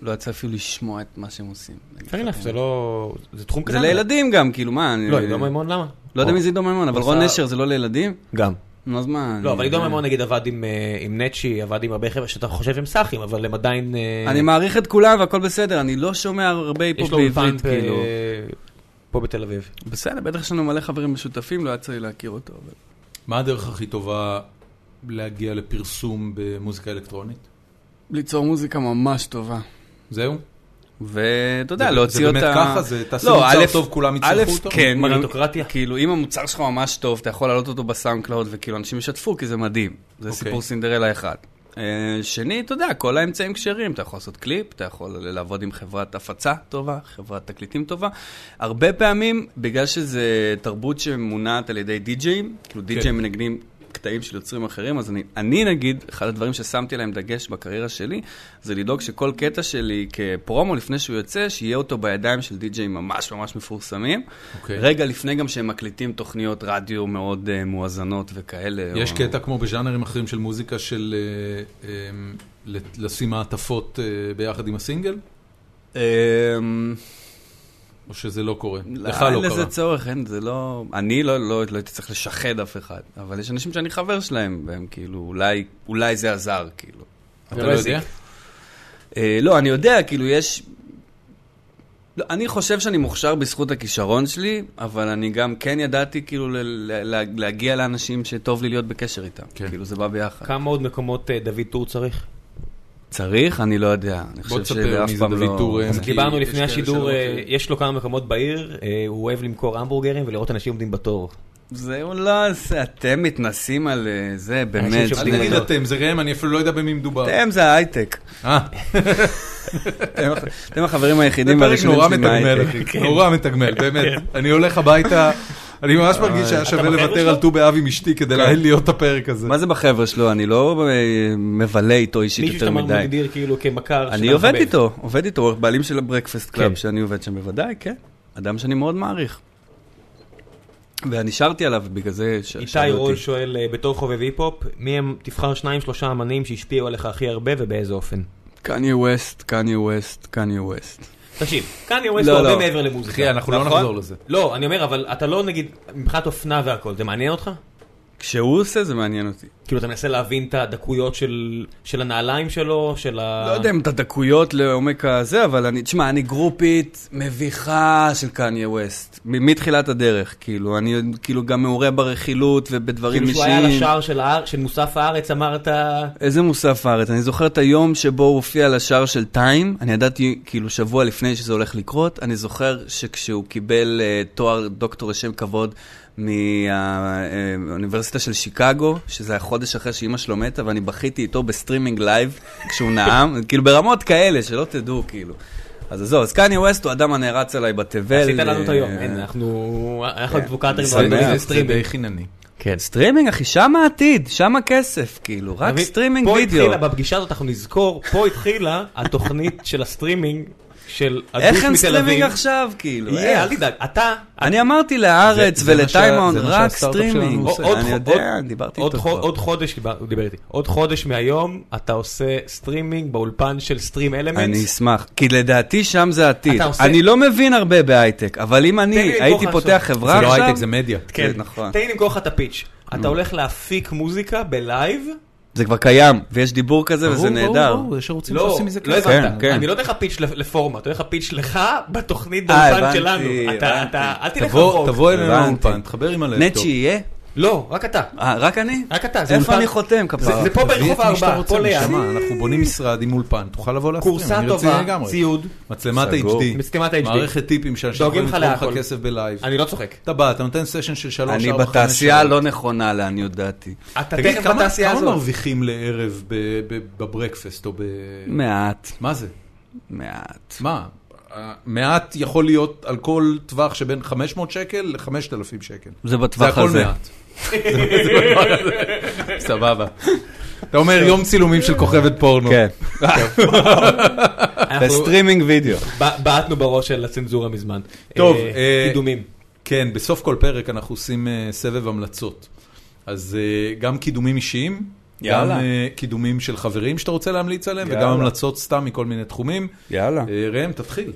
[SPEAKER 3] לא יצא אפילו לשמוע את מה שהם עושים. להגיד לך
[SPEAKER 6] Fair
[SPEAKER 3] את
[SPEAKER 6] enough,
[SPEAKER 3] האמת.
[SPEAKER 6] זה לא... זה תחום קטן.
[SPEAKER 3] זה לילדים גם, כאילו, מה, אני...
[SPEAKER 6] לא, עידו מימון למה?
[SPEAKER 3] לא יודע מי זה עידו מימון, אבל
[SPEAKER 6] עשה-
[SPEAKER 3] רון נשר זה לא לילדים?
[SPEAKER 4] גם.
[SPEAKER 3] נו, אז מה...
[SPEAKER 4] לא,
[SPEAKER 3] אני-
[SPEAKER 4] אבל עידו מימון נגיד עבד עם, אה, עם נצ'י, עבד עם הרבה חבר'ה שאתה חושב שהם סאחים, אבל הם עדיין... אה,
[SPEAKER 3] אני מעריך את כולם והכל בסדר, אני לא שומע הרבה
[SPEAKER 4] יש
[SPEAKER 3] פה
[SPEAKER 4] לו אולפן
[SPEAKER 3] בעברית,
[SPEAKER 4] אה,
[SPEAKER 3] כאילו.
[SPEAKER 4] פה בתל אביב.
[SPEAKER 3] בסדר, בטח יש לנו מלא חברים משותפים, לא יצא לי להכיר אותו. אבל-
[SPEAKER 1] מה הדרך הכי טובה להגיע לפרסום במוזיקה אלקטרונית?
[SPEAKER 3] ליצור מוזיקה ממש טובה.
[SPEAKER 1] זהו?
[SPEAKER 3] ואתה
[SPEAKER 1] זה-
[SPEAKER 3] יודע,
[SPEAKER 1] זה
[SPEAKER 3] להוציא אותה...
[SPEAKER 1] באמת ככה? זה- תעשה
[SPEAKER 3] לא,
[SPEAKER 1] מוצר
[SPEAKER 3] א',
[SPEAKER 1] טוב, כולם יצרכו
[SPEAKER 3] א',
[SPEAKER 1] אותו?
[SPEAKER 3] כן,
[SPEAKER 4] מריטוקרטיה.
[SPEAKER 3] כאילו, אם המוצר שלך ממש טוב, אתה יכול להעלות אותו בסאונדקלאוד, וכאילו, אנשים ישתפו, כי זה מדהים. זה
[SPEAKER 1] אוקיי.
[SPEAKER 3] סיפור סינדרלה אחד. אה, שני, אתה יודע, כל האמצעים כשרים, אתה יכול לעשות קליפ, אתה יכול לעבוד עם חברת הפצה טובה, חברת תקליטים טובה. הרבה פעמים, בגלל שזה תרבות שמונעת על ידי די-ג'אים,
[SPEAKER 1] כן.
[SPEAKER 3] כאילו די-ג'אים מנגנים קטעים של יוצרים אחרים, אז אני, אני נגיד, אחד הדברים ששמתי להם דגש בקריירה שלי, זה לדאוג שכל קטע שלי כפרומו לפני שהוא יוצא, שיהיה אותו בידיים של די-ג'אים ממש ממש מפורסמים.
[SPEAKER 1] אוקיי.
[SPEAKER 3] רגע לפני גם שהם מקליטים תוכניות רדיו מאוד uh, מואזנות וכאלה.
[SPEAKER 1] יש
[SPEAKER 3] או-
[SPEAKER 1] קטע כמו בז'אנרים אחרים של מוזיקה של אה, אה, לת- לשים מעטפות אה, ביחד עם הסינגל?
[SPEAKER 3] אמ,
[SPEAKER 1] או שזה לא קורה? לך לא
[SPEAKER 3] אין
[SPEAKER 1] קרה.
[SPEAKER 3] לזה צורך, אין, זה לא... אני לא, לא, לא הייתי צריך לשחד אף אחד, אבל יש אנשים שאני חבר שלהם, והם כאילו, אולי, אולי זה עזר, כאילו.
[SPEAKER 1] אתה לא יודע?
[SPEAKER 3] אה, לא, אני יודע, כאילו, יש... לא, אני חושב שאני מוכשר בזכות הכישרון שלי, אבל אני גם כן ידעתי כאילו ל- ל- לה- להגיע לאנשים שטוב לי להיות בקשר איתם.
[SPEAKER 1] כן.
[SPEAKER 3] כאילו, זה בא ביחד.
[SPEAKER 4] כמה עוד מקומות אה, דוד טור צריך?
[SPEAKER 3] צריך? אני לא יודע. אני חושב
[SPEAKER 1] תספר
[SPEAKER 3] שאף
[SPEAKER 1] מי זה
[SPEAKER 3] פעם
[SPEAKER 1] דוד
[SPEAKER 3] לא...
[SPEAKER 1] טור, אה,
[SPEAKER 4] אז
[SPEAKER 1] כי
[SPEAKER 4] דיברנו
[SPEAKER 1] יש
[SPEAKER 4] לפני
[SPEAKER 1] כאלה
[SPEAKER 4] השידור,
[SPEAKER 1] שלא
[SPEAKER 4] אה,
[SPEAKER 1] מכירים.
[SPEAKER 4] יש לו כמה מקומות בעיר, אה, הוא אוהב למכור המבורגרים ולראות אנשים עומדים בתור.
[SPEAKER 3] זהו, לא, זה- אתם מתנסים על אה, זה, באמת.
[SPEAKER 1] אל
[SPEAKER 4] שעובדים
[SPEAKER 1] תגיד
[SPEAKER 4] אותו.
[SPEAKER 1] אתם, זה ראם, אני אפילו לא יודע במי מדובר.
[SPEAKER 3] אתם זה ההייטק.
[SPEAKER 1] אה,
[SPEAKER 3] אתם הח- אתם החברים היחידים
[SPEAKER 1] פרק
[SPEAKER 3] והראשונים
[SPEAKER 1] נורא
[SPEAKER 3] שלי
[SPEAKER 1] מתגמל,
[SPEAKER 3] מההייטק.
[SPEAKER 1] אחי, נורא מתגמל, באמת. אני הולך הביתה, אני ממש מרגיש שהיה שווה לוותר על ט"ו באב עם אשתי כדי לה- להיות הפרק הזה.
[SPEAKER 3] מה זה בחבר'ה שלו? אני לא אה, מבלה איתו אישית
[SPEAKER 4] מישהו
[SPEAKER 3] יותר
[SPEAKER 4] שאתה
[SPEAKER 3] מדי.
[SPEAKER 4] מגדיר כאילו כמכר.
[SPEAKER 3] אני
[SPEAKER 4] שאתה
[SPEAKER 3] עובד
[SPEAKER 4] מחבב.
[SPEAKER 3] איתו, עובד איתו, הוא הבעלים של הברקפסט
[SPEAKER 4] כן.
[SPEAKER 3] קלאב, שאני עובד שם בוודאי, כן. אדם שאני מאוד מעריך. ואני שרתי עליו, בגלל זה ש-
[SPEAKER 4] איתי
[SPEAKER 3] שאלו
[SPEAKER 4] רול
[SPEAKER 3] אותי.
[SPEAKER 4] שואל, אה, בתור חובב היפ-הופ, מי הם, תבחר שניים שלושה אמנים שהשפיעו עליך הכי הרבה ובאיזה אופן?
[SPEAKER 3] קניה ווסט, קניה ווסט, קניה ווסט.
[SPEAKER 4] תקשיב, קניה ווסט
[SPEAKER 3] לא,
[SPEAKER 4] הוא הרבה
[SPEAKER 3] לא.
[SPEAKER 4] מעבר למוזיקה.
[SPEAKER 1] אחי, אנחנו לא
[SPEAKER 4] נכון?
[SPEAKER 1] נחזור לזה.
[SPEAKER 4] לא, אני אומר, אבל אתה לא נגיד, מבחינת אופנה והכל, זה מעניין אותך?
[SPEAKER 3] כשהוא עושה זה מעניין אותי.
[SPEAKER 4] כאילו, אתה מנסה להבין את הדקויות של של הנעליים שלו, של ה...
[SPEAKER 3] לא יודע אם את הדקויות לעומק הזה, אבל אני, תשמע, אני גרופית מביכה של קניה ווסט, מ- מתחילת הדרך, כאילו, אני כאילו גם מעורה ברכילות ובדברים
[SPEAKER 4] כאילו שהוא
[SPEAKER 3] אישיים.
[SPEAKER 4] היה על השער של ההר- של מוסף הארץ, אמרת...
[SPEAKER 3] איזה מוסף הארץ? אני זוכר את היום שבו הוא הופיע על השער של טיים, אני ידעתי כאילו שבוע לפני שזה הולך לקרות, אני זוכר שכשהוא קיבל אה, תואר דוקטור לשם כבוד מהאוניברסיטה של שיקגו, שזה היה חודש אחרי שאימא שלו מתה, ואני בכיתי איתו בסטרימינג לייב כשהוא נאם, (laughs) כאילו ברמות כאלה, שלא תדעו כאילו. אז זהו, אז קניה ווסט הוא האדם הנערץ עליי בתבל.
[SPEAKER 4] עשית לנו את היום,
[SPEAKER 3] אה,
[SPEAKER 4] אין, אנחנו... אנחנו
[SPEAKER 3] כן.
[SPEAKER 4] אדבוקטרים
[SPEAKER 1] זה-
[SPEAKER 3] יודע,
[SPEAKER 1] זה-
[SPEAKER 4] בעולם
[SPEAKER 1] זה די
[SPEAKER 4] סטרימינג.
[SPEAKER 1] חינני.
[SPEAKER 4] כן.
[SPEAKER 3] סטרימינג, אחי, שם העתיד, שם הכסף, כאילו, רק סטרימינג
[SPEAKER 4] פה
[SPEAKER 3] וידאו.
[SPEAKER 4] התחילה, בפגישה הזאת אנחנו נזכור, פה התחילה התוכנית של הסטרימינג של הדוש מתל אביב.
[SPEAKER 3] איך אין סטרימינג עכשיו, כאילו?
[SPEAKER 4] יהיה,
[SPEAKER 3] איך?
[SPEAKER 4] אל תדאג, אתה...
[SPEAKER 3] אני אמרתי להארץ
[SPEAKER 1] זה- זה מה שה-
[SPEAKER 3] ולטיימאון
[SPEAKER 1] זה מה
[SPEAKER 3] רק
[SPEAKER 1] שהסטארט-אפ שלנו
[SPEAKER 3] סטרימינג.
[SPEAKER 1] עושה.
[SPEAKER 4] עוד
[SPEAKER 3] אני
[SPEAKER 4] חו-
[SPEAKER 3] יודע,
[SPEAKER 4] עוד-
[SPEAKER 3] דיברתי
[SPEAKER 4] עוד
[SPEAKER 3] איתו
[SPEAKER 4] חו-
[SPEAKER 3] כבר.
[SPEAKER 4] עוד חודש, דיבר- הוא דיבר איתי, עוד חודש מהיום אתה עושה סטרימינג באולפן של סטרים
[SPEAKER 3] אני
[SPEAKER 4] אלמנטס.
[SPEAKER 3] אשמח, כי לדעתי שם זה העתיד.
[SPEAKER 4] אתה עושה-
[SPEAKER 3] אני לא מבין הרבה בהייטק, אבל אם אני
[SPEAKER 4] לי למכור
[SPEAKER 3] הייתי
[SPEAKER 4] לך
[SPEAKER 3] פותח
[SPEAKER 4] עכשיו.
[SPEAKER 3] חברה
[SPEAKER 1] זה לא הייטק,
[SPEAKER 3] עכשיו,
[SPEAKER 1] זה מדיה.
[SPEAKER 3] כן, נכון.
[SPEAKER 4] תן לי למכור לך את הפיץ'. אתה הולך להפיק מוזיקה בלייב?
[SPEAKER 3] זה כבר קיים, ויש דיבור כזה וזה נהדר.
[SPEAKER 1] יש ערוצים
[SPEAKER 4] לא,
[SPEAKER 1] שעושים מזה
[SPEAKER 4] לא
[SPEAKER 1] כסף.
[SPEAKER 3] כן,
[SPEAKER 4] הבנת.
[SPEAKER 3] כן.
[SPEAKER 4] אני לא אתן לך פיץ' לפ- לפורמט, אני אתן לך פיץ' לך בתוכנית
[SPEAKER 3] אה,
[SPEAKER 4] באולפן
[SPEAKER 3] הבנתי,
[SPEAKER 4] שלנו. אתה-
[SPEAKER 3] הבנתי.
[SPEAKER 4] אתה, אל תלך
[SPEAKER 1] תבוא
[SPEAKER 4] רחוק.
[SPEAKER 1] תבוא אלינו
[SPEAKER 3] הבנתי.
[SPEAKER 1] לאולפן, תחבר עם הלפטופ.
[SPEAKER 3] נצ'י יהיה?
[SPEAKER 4] לא, רק אתה.
[SPEAKER 3] אה, רק אני?
[SPEAKER 4] רק אתה, זה
[SPEAKER 3] איפה
[SPEAKER 4] אולפן-
[SPEAKER 3] אני חותם כפרה?
[SPEAKER 4] זה פה
[SPEAKER 1] תביא את
[SPEAKER 4] ברחוב
[SPEAKER 1] מי שאתה
[SPEAKER 4] הארבעה,
[SPEAKER 1] רוצה,
[SPEAKER 4] פה ליד.
[SPEAKER 1] נשמה, אנחנו בונים משרד עם אולפן, תוכל לבוא להפריע,
[SPEAKER 4] קורסה
[SPEAKER 1] אני רציני
[SPEAKER 4] טובה,
[SPEAKER 1] לגמרי.
[SPEAKER 4] ציוד.
[SPEAKER 1] מצלמת
[SPEAKER 3] סגור.
[SPEAKER 1] HD,
[SPEAKER 4] מצלמת HD.
[SPEAKER 1] מערכת טיפים שאנשים
[SPEAKER 4] דואגים
[SPEAKER 1] יכולים
[SPEAKER 4] לך
[SPEAKER 1] לתרום לך
[SPEAKER 4] להכל.
[SPEAKER 1] כסף בלייב.
[SPEAKER 4] אני לא צוחק.
[SPEAKER 1] אתה בא, אתה נותן סשן של שלוש,
[SPEAKER 3] אני
[SPEAKER 1] ארבע, חמש
[SPEAKER 3] בתעשייה לא-
[SPEAKER 1] שעות.
[SPEAKER 3] הלא נכונה, לעניות דעתי.
[SPEAKER 4] אתה
[SPEAKER 1] תגיד,
[SPEAKER 4] תכף
[SPEAKER 1] כמה-
[SPEAKER 4] בתעשייה
[SPEAKER 1] כמה
[SPEAKER 4] הזאת.
[SPEAKER 1] מרוויחים לערב ב- ב- בברקפסט או ב...
[SPEAKER 3] מעט,
[SPEAKER 1] מה זה?
[SPEAKER 3] מעט.
[SPEAKER 1] מה? אה, מעט יכול להיות על כל טווח שבין 500 שקל ל-5,000 שקל.
[SPEAKER 3] זה
[SPEAKER 1] זה
[SPEAKER 3] בטווח
[SPEAKER 1] הכל
[SPEAKER 3] הזה. (laughs)
[SPEAKER 1] מעט. זה בטווח הזה. סבבה. אתה אומר
[SPEAKER 3] (laughs)
[SPEAKER 1] יום צילומים של כוכבת פורנו.
[SPEAKER 3] כן,
[SPEAKER 4] אנחנו-
[SPEAKER 3] בסטרימינג וידאו.
[SPEAKER 4] ב- בעטנו בראש של הצנזורה מזמן.
[SPEAKER 1] טוב,
[SPEAKER 4] אה,
[SPEAKER 1] אה,
[SPEAKER 4] קידומים.
[SPEAKER 1] כן, בסוף כל פרק אנחנו עושים אה, סבב המלצות. אז אה, גם קידומים אישיים,
[SPEAKER 3] יאללה.
[SPEAKER 1] גם אה, קידומים של חברים שאתה רוצה להמליץ עליהם, וגם
[SPEAKER 3] יאללה.
[SPEAKER 1] המלצות סתם מכל מיני תחומים.
[SPEAKER 3] יאללה.
[SPEAKER 1] אה, ראם, תתחיל.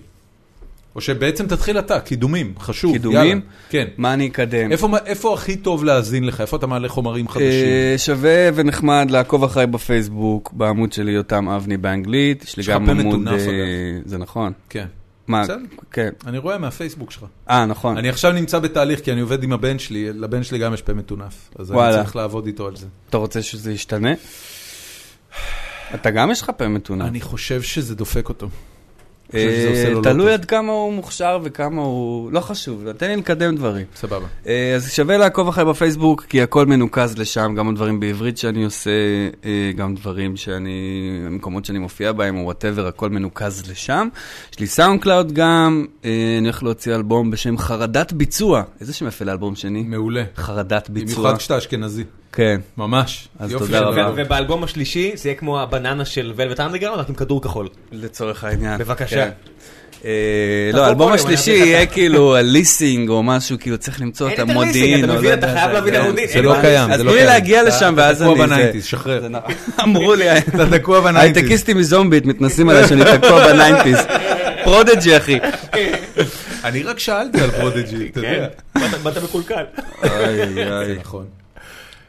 [SPEAKER 1] או שבעצם תתחיל אתה, קידומים, חשוב.
[SPEAKER 3] קידומים?
[SPEAKER 1] יאללה, כן.
[SPEAKER 3] מה אני אקדם?
[SPEAKER 1] איפה, איפה הכי טוב להאזין לך? איפה אתה מעלה חומרים חדשים?
[SPEAKER 3] אה, שווה ונחמד לעקוב אחריי בפייסבוק, בעמוד שלי יותם אבני באנגלית. יש לי
[SPEAKER 1] יש לך
[SPEAKER 3] גם
[SPEAKER 1] פה
[SPEAKER 3] עמוד...
[SPEAKER 1] מטונף,
[SPEAKER 3] אה,
[SPEAKER 1] אגב.
[SPEAKER 3] זה נכון.
[SPEAKER 1] כן.
[SPEAKER 3] מה?
[SPEAKER 1] בסדר.
[SPEAKER 3] כן.
[SPEAKER 1] אני רואה מהפייסבוק שלך.
[SPEAKER 3] אה, נכון.
[SPEAKER 1] אני עכשיו נמצא בתהליך, כי אני עובד עם הבן שלי, לבן שלי גם יש פה מטונף. אז אני
[SPEAKER 3] וואלה.
[SPEAKER 1] צריך לעבוד איתו על זה.
[SPEAKER 3] אתה רוצה שזה ישתנה? אתה גם יש לך פה מתונה.
[SPEAKER 1] אני חושב שזה דופק אותו.
[SPEAKER 3] אה,
[SPEAKER 1] חושב שזה עושה לו לא טוב.
[SPEAKER 3] תלוי עד כמה הוא מוכשר וכמה הוא... לא חשוב, תן לי לקדם דברים.
[SPEAKER 1] סבבה.
[SPEAKER 3] אה, אז שווה לעקוב אחרי בפייסבוק, כי הכל מנוקז לשם, גם הדברים בעברית שאני עושה, אה, גם דברים שאני, המקומות שאני מופיע בהם, או וואטאבר, הכל מנוקז לשם. יש לי סאונד קלאוד גם, אה, אני הולך להוציא אלבום בשם חרדת ביצוע. איזה שם יפה לאלבום שני?
[SPEAKER 1] מעולה.
[SPEAKER 3] חרדת ביצוע.
[SPEAKER 1] במיוחד כשאתה אשכנזי.
[SPEAKER 3] כן.
[SPEAKER 1] ממש.
[SPEAKER 3] אז
[SPEAKER 1] יופי
[SPEAKER 3] תודה
[SPEAKER 1] של
[SPEAKER 3] רבה.
[SPEAKER 1] דבר.
[SPEAKER 4] ו- ובאלבום השלישי זה יהיה כמו הבננה של ולווט אנדרגרונד, רק עם כדור כחול.
[SPEAKER 3] לצורך העניין.
[SPEAKER 4] בבקשה.
[SPEAKER 3] כן. אה,
[SPEAKER 4] תבוא
[SPEAKER 3] לא, האלבום
[SPEAKER 4] פה,
[SPEAKER 3] השלישי
[SPEAKER 4] אני אביא לך
[SPEAKER 3] יהיה כאילו הליסינג או משהו, כאילו צריך למצוא
[SPEAKER 4] אין
[SPEAKER 3] את
[SPEAKER 4] את הליסינג,
[SPEAKER 3] המודיעין.
[SPEAKER 4] אתה
[SPEAKER 3] או לא
[SPEAKER 4] מבין? אתה
[SPEAKER 3] יודע,
[SPEAKER 4] חייב להביא את
[SPEAKER 3] כן.
[SPEAKER 4] המודיעין.
[SPEAKER 1] זה לא
[SPEAKER 4] הבנתי.
[SPEAKER 1] קיים,
[SPEAKER 3] אז
[SPEAKER 1] זה לא
[SPEAKER 3] תנו
[SPEAKER 1] קיים.
[SPEAKER 3] לי להגיע לשם, ואז אני...
[SPEAKER 1] אתה תקוע
[SPEAKER 3] זה-
[SPEAKER 1] בניינטיז, שחרר.
[SPEAKER 3] (laughs) אמרו
[SPEAKER 1] (laughs)
[SPEAKER 3] לי,
[SPEAKER 1] אתה תקוע בניינטיז.
[SPEAKER 3] הייטקיסטים מזומבית מתנסים עליי שאני תקוע (laughs) בניינטיז. פרודג'י, אחי.
[SPEAKER 1] אני רק שאלתי על פרודג'י,
[SPEAKER 3] כן.
[SPEAKER 1] אתה יודע.
[SPEAKER 4] באת- באת (laughs) מקולקל.
[SPEAKER 3] אוקיי.
[SPEAKER 1] זה נכון.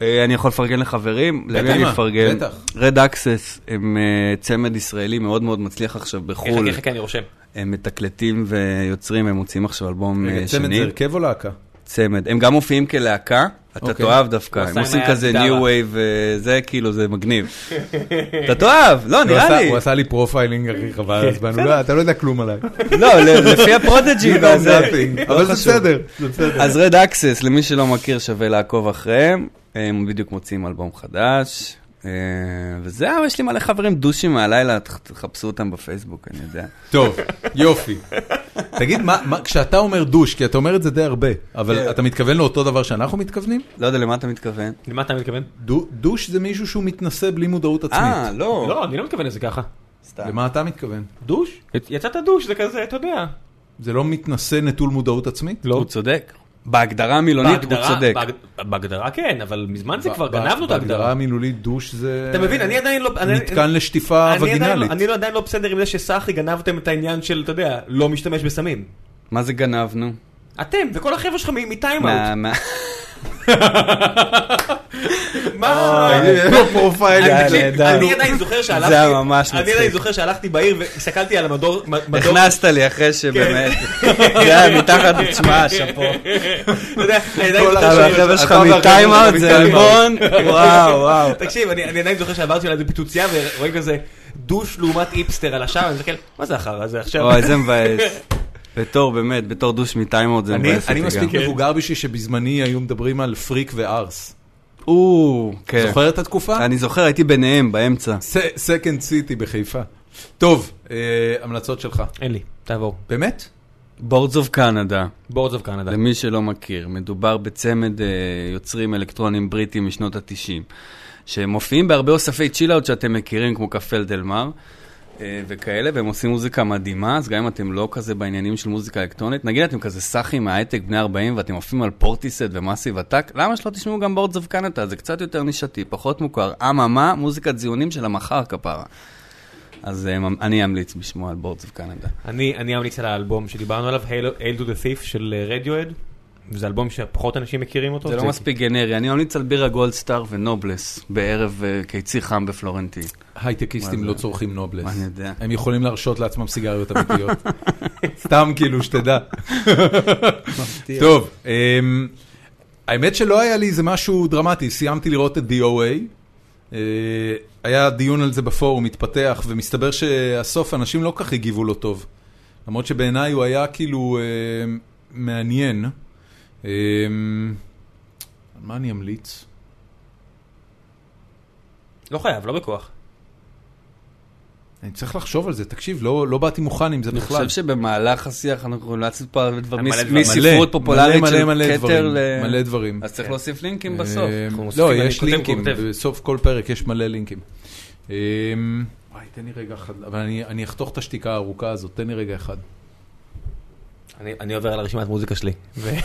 [SPEAKER 3] אה, אני יכול לפרגן לחברים? למי אני
[SPEAKER 1] מה,
[SPEAKER 3] מפרגן?
[SPEAKER 1] בטח.
[SPEAKER 3] רד אקסס הם אה, צמד ישראלי מאוד מאוד מצליח עכשיו בחו"ל.
[SPEAKER 4] חכה, חכה, אני רושם.
[SPEAKER 3] הם מתקלטים ויוצרים, הם מוציאים עכשיו אלבום
[SPEAKER 1] רגע,
[SPEAKER 3] אה,
[SPEAKER 1] צמד זה
[SPEAKER 3] שני.
[SPEAKER 1] הרכב או להקה?
[SPEAKER 3] צמד. הם גם מופיעים כלהקה, אתה
[SPEAKER 1] אוקיי.
[SPEAKER 3] תאהב דווקא,
[SPEAKER 4] הוא
[SPEAKER 3] הם
[SPEAKER 4] עשה
[SPEAKER 3] עושים
[SPEAKER 4] עם היד
[SPEAKER 3] כזה
[SPEAKER 4] טרה.
[SPEAKER 3] ניו וייב, זה כאילו, זה מגניב. (laughs) אתה תאהב, לא,
[SPEAKER 1] הוא עשה-
[SPEAKER 3] נראה לי. כן.
[SPEAKER 1] הוא עשה לי פרופיילינג הכי חבל על הזמן, הוא לא- אתה לא יודע כלום
[SPEAKER 3] (laughs)
[SPEAKER 1] עליי.
[SPEAKER 3] לא, ל- לפי
[SPEAKER 1] (laughs)
[SPEAKER 3] הפרודג'י
[SPEAKER 1] You know
[SPEAKER 3] וזה.
[SPEAKER 1] nothing,
[SPEAKER 3] לא
[SPEAKER 1] אבל זה
[SPEAKER 3] חשוב.
[SPEAKER 1] בסדר, זה בסדר.
[SPEAKER 3] אז רד אקסס, למי שלא מכיר, שווה לעקוב אחריהם. הם בדיוק מוציאים אלבום חדש. אה, וזהו, יש לי מלא חברים דושים מהלילה, תח- תחפשו אותם בפייסבוק, אני יודע.
[SPEAKER 1] טוב, יופי. תגיד, מה- מה- כשאתה אומר דוש, כי אתה אומר את זה די הרבה,
[SPEAKER 3] כן.
[SPEAKER 1] אבל אתה מתכוון לאותו דבר שאנחנו מתכוונים?
[SPEAKER 3] לא יודע למה אתה מתכוון.
[SPEAKER 4] למה אתה מתכוון?
[SPEAKER 1] דו- דוש זה מישהו שהוא מתנשא בלי מודעות
[SPEAKER 3] אה,
[SPEAKER 1] עצמית.
[SPEAKER 3] לא.
[SPEAKER 4] לא, אני לא מתכוון לזה ככה.
[SPEAKER 3] סתם.
[SPEAKER 1] למה אתה מתכוון?
[SPEAKER 4] דוש? יצאת דוש, זה כזה, אתה יודע.
[SPEAKER 1] זה לא מתנשא נטול מודעות עצמית?
[SPEAKER 4] לא.
[SPEAKER 3] הוא צודק. בהגדרה המילונית הוא
[SPEAKER 4] בהגדרה-
[SPEAKER 3] צודק.
[SPEAKER 4] בהג- בהגדרה כן, אבל מזמן זה
[SPEAKER 1] ב-
[SPEAKER 4] כבר
[SPEAKER 1] ב-
[SPEAKER 4] גנבנו את
[SPEAKER 1] בהגדרה
[SPEAKER 4] ההגדרה.
[SPEAKER 1] המילולית דוש זה...
[SPEAKER 4] אתה מבין, אני עדיין לא... אני-
[SPEAKER 1] מתקן לשטיפה
[SPEAKER 4] אני עדיין לא-
[SPEAKER 1] וגינלית.
[SPEAKER 4] אני לא- עדיין לא בסדר עם זה שסחי גנבתם את העניין של, אתה יודע, לא משתמש בסמים.
[SPEAKER 3] מה זה גנבנו?
[SPEAKER 4] אתם וכל החבר'ה שלך מ- מטיימאוט.
[SPEAKER 3] מה- מה-
[SPEAKER 4] מה?
[SPEAKER 3] אה,
[SPEAKER 1] פרופיילינג.
[SPEAKER 3] זה
[SPEAKER 4] תקשיב,
[SPEAKER 3] נהדר.
[SPEAKER 4] לא אני עדיין זוכר שהלכתי,
[SPEAKER 3] זה היה ממש
[SPEAKER 4] אני
[SPEAKER 3] מצחיק.
[SPEAKER 4] עדיין זוכר שהלכתי בעיר והסתכלתי על המדור, מדור,
[SPEAKER 3] הכנסת לי אחרי שבאמת,
[SPEAKER 4] כן.
[SPEAKER 3] זה היה מתחת, תשמע, שאפו.
[SPEAKER 4] אתה יודע, אני עדיין
[SPEAKER 1] כל
[SPEAKER 4] זוכר
[SPEAKER 3] אתה
[SPEAKER 1] החבר'ה
[SPEAKER 4] ש-
[SPEAKER 3] והחבר'ה שלך
[SPEAKER 1] אתה והחבר'ה
[SPEAKER 3] מטיימאוט
[SPEAKER 1] שלך
[SPEAKER 3] זה
[SPEAKER 1] מ-Time
[SPEAKER 3] עלבון, וואו, וואו.
[SPEAKER 4] תקשיב, אני אני עדיין זוכר שעברתי על איזה פיצוציה ורואים כזה דוש לעומת איפסטר על השער, אני מסתכל, מה זה החרא הזה עכשיו?
[SPEAKER 3] אוי, זה מבאס. בתור, באמת, בתור דוש מטיימאוט זה
[SPEAKER 1] אני,
[SPEAKER 3] מבאס
[SPEAKER 1] אני
[SPEAKER 3] אותי גם.
[SPEAKER 1] מספיק מבוגר בשביל שבזמני היו מדברים על פריק וארס.
[SPEAKER 3] או, כן.
[SPEAKER 1] זוכר את התקופה?
[SPEAKER 3] אני זוכר, הייתי ביניהם, באמצע.
[SPEAKER 1] סקנד סיטי בחיפה. טוב, אה, המלצות שלך.
[SPEAKER 4] אין לי, תעבור.
[SPEAKER 1] באמת?
[SPEAKER 3] בורדס אוף קנדה,
[SPEAKER 4] בורדס אוף קנדה.
[SPEAKER 3] למי שלא מכיר, מדובר בצמד אה, יוצרים אלקטרונים בריטים משנות ה-90, שמופיעים בהרבה אוספי צ'ילאוט שאתם מכירים, כמו קפל דל מר. אה, וכאלה, והם עושים מוזיקה מדהימה, אז גם אם אתם לא כזה בעניינים של מוזיקה אלקטרונית, נגיד אתם כזה סאחים מההייטק בני 40 ואתם עופים על פורטיסט ומאסיב עתק, למה שלא תשמעו גם בורדס אוף קנטה? זה קצת יותר נישתי, פחות מוכר. אממה, מוזיקת זיונים של המחר כפרה. אז אה, ממ- אני אמליץ בשמו על בורדס אוף קנדה.
[SPEAKER 4] אני אני אמליץ על האלבום שדיברנו עליו, Hail to the Thief של רדיואד, וזה אלבום שפחות אנשים מכירים אותו.
[SPEAKER 3] זה לא מספיק גנרי, אני ממליץ על בירה גולדסטאר ונובלס בערב אה, קיצי חם בפלורנטי.
[SPEAKER 1] הייטקיסטים
[SPEAKER 3] מה
[SPEAKER 1] לא
[SPEAKER 3] זה?
[SPEAKER 1] צורכים נובלס.
[SPEAKER 3] מה אני יודע?
[SPEAKER 1] הם יכולים להרשות לעצמם סיגריות אמיתיות. (laughs) סתם כאילו, שתדע. טוב, אמ, האמת שלא היה לי איזה משהו דרמטי, סיימתי לראות את DOA. אה, היה דיון על זה בפורום, התפתח, ומסתבר שהסוף אנשים לא כל כך הגיבו לו טוב. למרות שבעיניי הוא היה כאילו אה, מעניין. אה, על מה אני אמליץ?
[SPEAKER 4] לא חייב, לא בכוח.
[SPEAKER 1] אני צריך לחשוב על זה, תקשיב, לא, לא באתי מוכן עם זה
[SPEAKER 3] אני
[SPEAKER 1] בכלל.
[SPEAKER 3] חושב שבמהלך השיח אנחנו המלצנו פה על דבר-
[SPEAKER 4] מלא
[SPEAKER 3] מס-
[SPEAKER 4] דברים.
[SPEAKER 3] מספרות פופולרית
[SPEAKER 1] מלא,
[SPEAKER 3] של
[SPEAKER 1] מלא, מלא
[SPEAKER 3] כתר
[SPEAKER 1] דברים,
[SPEAKER 3] ל...
[SPEAKER 1] מלא דברים.
[SPEAKER 3] אז צריך להוסיף לינקים בסוף.
[SPEAKER 1] אה,
[SPEAKER 4] אנחנו מוסיפים,
[SPEAKER 1] לא,
[SPEAKER 4] אני
[SPEAKER 1] יש
[SPEAKER 4] כותב,
[SPEAKER 1] לינקים,
[SPEAKER 4] כותב.
[SPEAKER 1] בסוף כל פרק יש מלא לינקים. אה, וואי, תן לי רגע אחד, אבל אני- אני אחתוך את השתיקה הארוכה הזאת, תן לי רגע אחד.
[SPEAKER 4] אני, אני עובר על הרשימת מוזיקה שלי. ו... (laughs)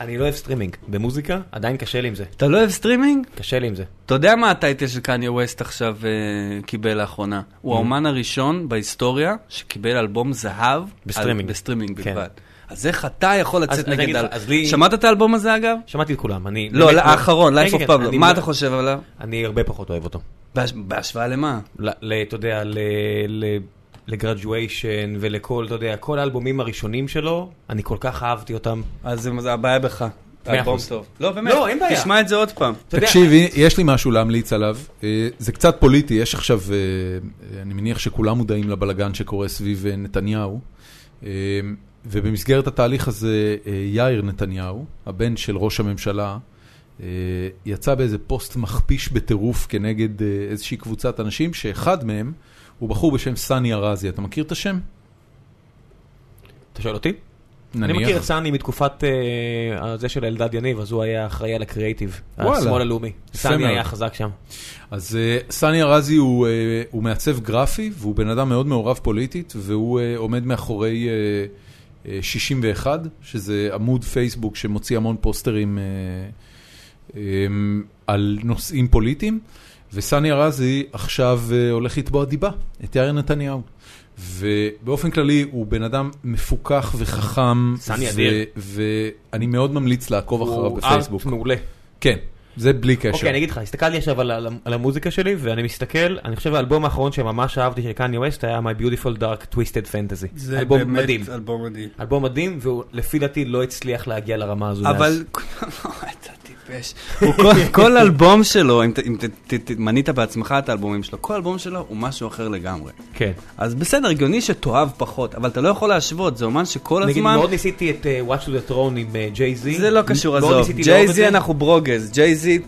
[SPEAKER 4] אני לא אוהב סטרימינג. במוזיקה עדיין קשה לי עם זה.
[SPEAKER 3] אתה לא אוהב סטרימינג?
[SPEAKER 4] קשה לי עם זה.
[SPEAKER 3] אתה יודע מה הטייטל של קניה ווסט עכשיו אה, קיבל לאחרונה? הוא האומן הראשון בהיסטוריה שקיבל אלבום זהב. על-
[SPEAKER 4] בסטרימינג.
[SPEAKER 3] בסטרימינג
[SPEAKER 4] כן.
[SPEAKER 3] בלבד. אז איך אתה יכול לצאת
[SPEAKER 4] אז אני
[SPEAKER 3] נגד...
[SPEAKER 4] אגיד לך,
[SPEAKER 3] אל-
[SPEAKER 4] אז לי-
[SPEAKER 3] שמעת את האלבום הזה אגב?
[SPEAKER 4] שמעתי את כולם. אני...
[SPEAKER 3] לא,
[SPEAKER 4] באמת
[SPEAKER 3] האחרון,
[SPEAKER 4] כן,
[SPEAKER 3] Life
[SPEAKER 4] כן,
[SPEAKER 3] of
[SPEAKER 4] כן,
[SPEAKER 3] Pablo.
[SPEAKER 4] אני
[SPEAKER 3] מה
[SPEAKER 4] לא-
[SPEAKER 3] אתה חושב עליו?
[SPEAKER 4] אני הרבה פחות אוהב אותו.
[SPEAKER 3] בהש- בהשוואה למה?
[SPEAKER 4] ל- ל- אתה יודע, לגרדואשן ולכל, אתה יודע, כל האלבומים הראשונים שלו, אני כל כך אהבתי אותם.
[SPEAKER 3] אז זה- זה הבעיה בך.
[SPEAKER 4] מאה
[SPEAKER 3] אלבום
[SPEAKER 4] אחוז.
[SPEAKER 3] טוב. לא, באמת.
[SPEAKER 4] לא, אין בעיה.
[SPEAKER 3] תשמע את זה עוד פעם.
[SPEAKER 4] אתה יודע-
[SPEAKER 1] תקשיבי, יש לי משהו להמליץ עליו. אה, זה קצת פוליטי, יש עכשיו, אה, אה, אני מניח שכולם מודעים לבלגן שקורה סביב אה, נתניהו. אה, ובמסגרת התהליך הזה, אה, יאיר נתניהו, הבן של ראש הממשלה, אה, יצא באיזה פוסט מכפיש בטירוף כנגד אה, איזושהי קבוצת אנשים, שאחד מהם הוא בחור בשם סני ארזי. אתה מכיר את השם?
[SPEAKER 4] אתה שואל אותי?
[SPEAKER 1] נניח.
[SPEAKER 4] אני מכיר את סני מתקופת אה, זה של אלדד יניב, אז הוא היה אחראי על הקריאייטיב.
[SPEAKER 1] וואלה.
[SPEAKER 4] השמאל הלאומי.
[SPEAKER 1] יפה
[SPEAKER 4] סני
[SPEAKER 1] מאוד.
[SPEAKER 4] היה חזק שם.
[SPEAKER 1] אז אה, סני ארזי הוא, אה, הוא מעצב גרפי, והוא בן אדם מאוד מעורב פוליטית, והוא אה, עומד מאחורי אה, אה, 61, שזה עמוד פייסבוק שמוציא המון פוסטרים אה, אה, על נושאים פוליטיים, וסני ארזי עכשיו אה, הולך לתבוע דיבה, את יאיר נתניהו. ובאופן כללי הוא בן אדם מפוקח וחכם,
[SPEAKER 4] סני
[SPEAKER 1] ו-
[SPEAKER 4] אדיר.
[SPEAKER 1] ואני מאוד ממליץ לעקוב אחריו
[SPEAKER 4] הוא
[SPEAKER 1] בפייסבוק.
[SPEAKER 4] ארט מעולה.
[SPEAKER 1] כן, זה בלי קשר.
[SPEAKER 4] אוקיי, אני אגיד לך, הסתכלתי עכשיו על, על, על המוזיקה שלי, ואני מסתכל, אני חושב האלבום האחרון שממש אהבתי של קניה ווסט היה My Beautiful Dark Twisted Fantasy. זה אלבום מדהים.
[SPEAKER 3] אלבום מדהים.
[SPEAKER 4] אלבום מדהים, והוא לפי דעתי לא הצליח להגיע לרמה הזו. מאז.
[SPEAKER 3] אבל, לא, אתה טיפש. הוא כל-
[SPEAKER 4] (laughs)
[SPEAKER 3] כל אלבום שלו, אם ת- אם ת- ת- ת- מנית בעצמך את האלבומים שלו, כל אלבום שלו הוא משהו אחר לגמרי.
[SPEAKER 4] כן.
[SPEAKER 3] אז בסדר, הגיוני שתאהב פחות, אבל אתה לא יכול להשוות, זה אומן שכל
[SPEAKER 4] נגיד,
[SPEAKER 3] הזמן...
[SPEAKER 4] מאוד ניסיתי את אה, Watch to the Throne עם ג'יי זי.
[SPEAKER 3] זה לא קשור, עזוב. ג'יי זי אנחנו ברוגז, ג'יי זי...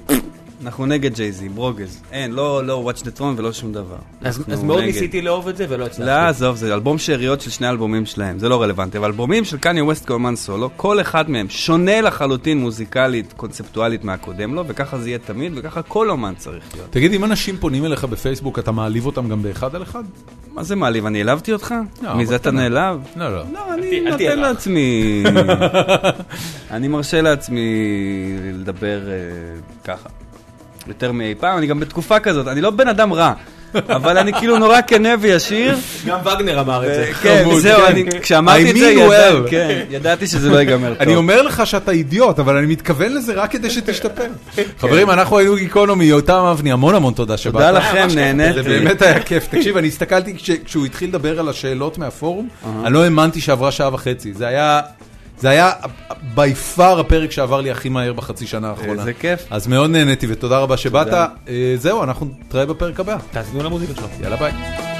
[SPEAKER 3] אנחנו נגד ג'יי זי, ברוגז. אין, לא לא Watch the Throne ולא שום דבר.
[SPEAKER 4] אז
[SPEAKER 3] אנחנו
[SPEAKER 4] אז מאוד
[SPEAKER 3] נגד.
[SPEAKER 4] ניסיתי לאהוב את זה ולא
[SPEAKER 3] לא,
[SPEAKER 4] הצלחתי.
[SPEAKER 3] עזוב, זה אלבום שאריות של שני אלבומים שלהם, זה לא רלוונטי, אבל אלבומים של קניה ווסט כאומן סולו, כל אחד מהם שונה לחלוטין מוזיקלית, קונספטואלית מהקודם לו, וככה זה יהיה תמיד, וככה כל אומן צריך להיות.
[SPEAKER 1] תגיד, אם אנשים פונים אליך בפייסבוק, אתה מעליב אותם גם באחד על אחד?
[SPEAKER 3] מה זה מעליב, אני העלבתי אותך?
[SPEAKER 1] לא,
[SPEAKER 3] מזה אתה
[SPEAKER 1] בקטנה.
[SPEAKER 3] נעלב?
[SPEAKER 1] לא, לא.
[SPEAKER 3] לא, אני
[SPEAKER 4] אל תהיה
[SPEAKER 3] נותן
[SPEAKER 4] רך.
[SPEAKER 3] לעצמי...
[SPEAKER 4] (laughs)
[SPEAKER 3] אני מרשה לעצמי לדבר אה, ככה. יותר מאי פעם, אני גם בתקופה כזאת, אני לא בן אדם רע, אבל אני כאילו נורא כנה וישיר.
[SPEAKER 4] גם וגנר אמר את זה.
[SPEAKER 3] כן,
[SPEAKER 1] חמוד,
[SPEAKER 3] זהו,
[SPEAKER 1] כן,
[SPEAKER 3] אני-
[SPEAKER 1] כן.
[SPEAKER 3] כשאמרתי את
[SPEAKER 1] I
[SPEAKER 3] זה,
[SPEAKER 1] mean
[SPEAKER 3] ידע-
[SPEAKER 1] well.
[SPEAKER 3] כן, ידעתי שזה לא ייגמר
[SPEAKER 1] אני
[SPEAKER 3] טוב.
[SPEAKER 1] אומר לך שאתה אידיוט, אבל אני מתכוון לזה רק כדי
[SPEAKER 3] (laughs)
[SPEAKER 1] שתשתפר. חברים, אנחנו היינו גיקונומי, יותם אבני, המון המון תודה שבאת.
[SPEAKER 3] תודה לכם, נהניתי.
[SPEAKER 1] זה באמת היה כיף. תקשיב, אני הסתכלתי כש- כשהוא התחיל לדבר על השאלות מהפורום, אני לא האמנתי שעברה שעה וחצי. זה היה... זה היה by far הפרק שעבר לי הכי מהר בחצי שנה האחרונה.
[SPEAKER 3] איזה כיף.
[SPEAKER 1] אז מאוד נהניתי ותודה רבה שבאת. אה, זהו, אנחנו נתראה בפרק הבא.
[SPEAKER 4] תאזינו למוזיקה שלו.
[SPEAKER 1] יאללה ביי.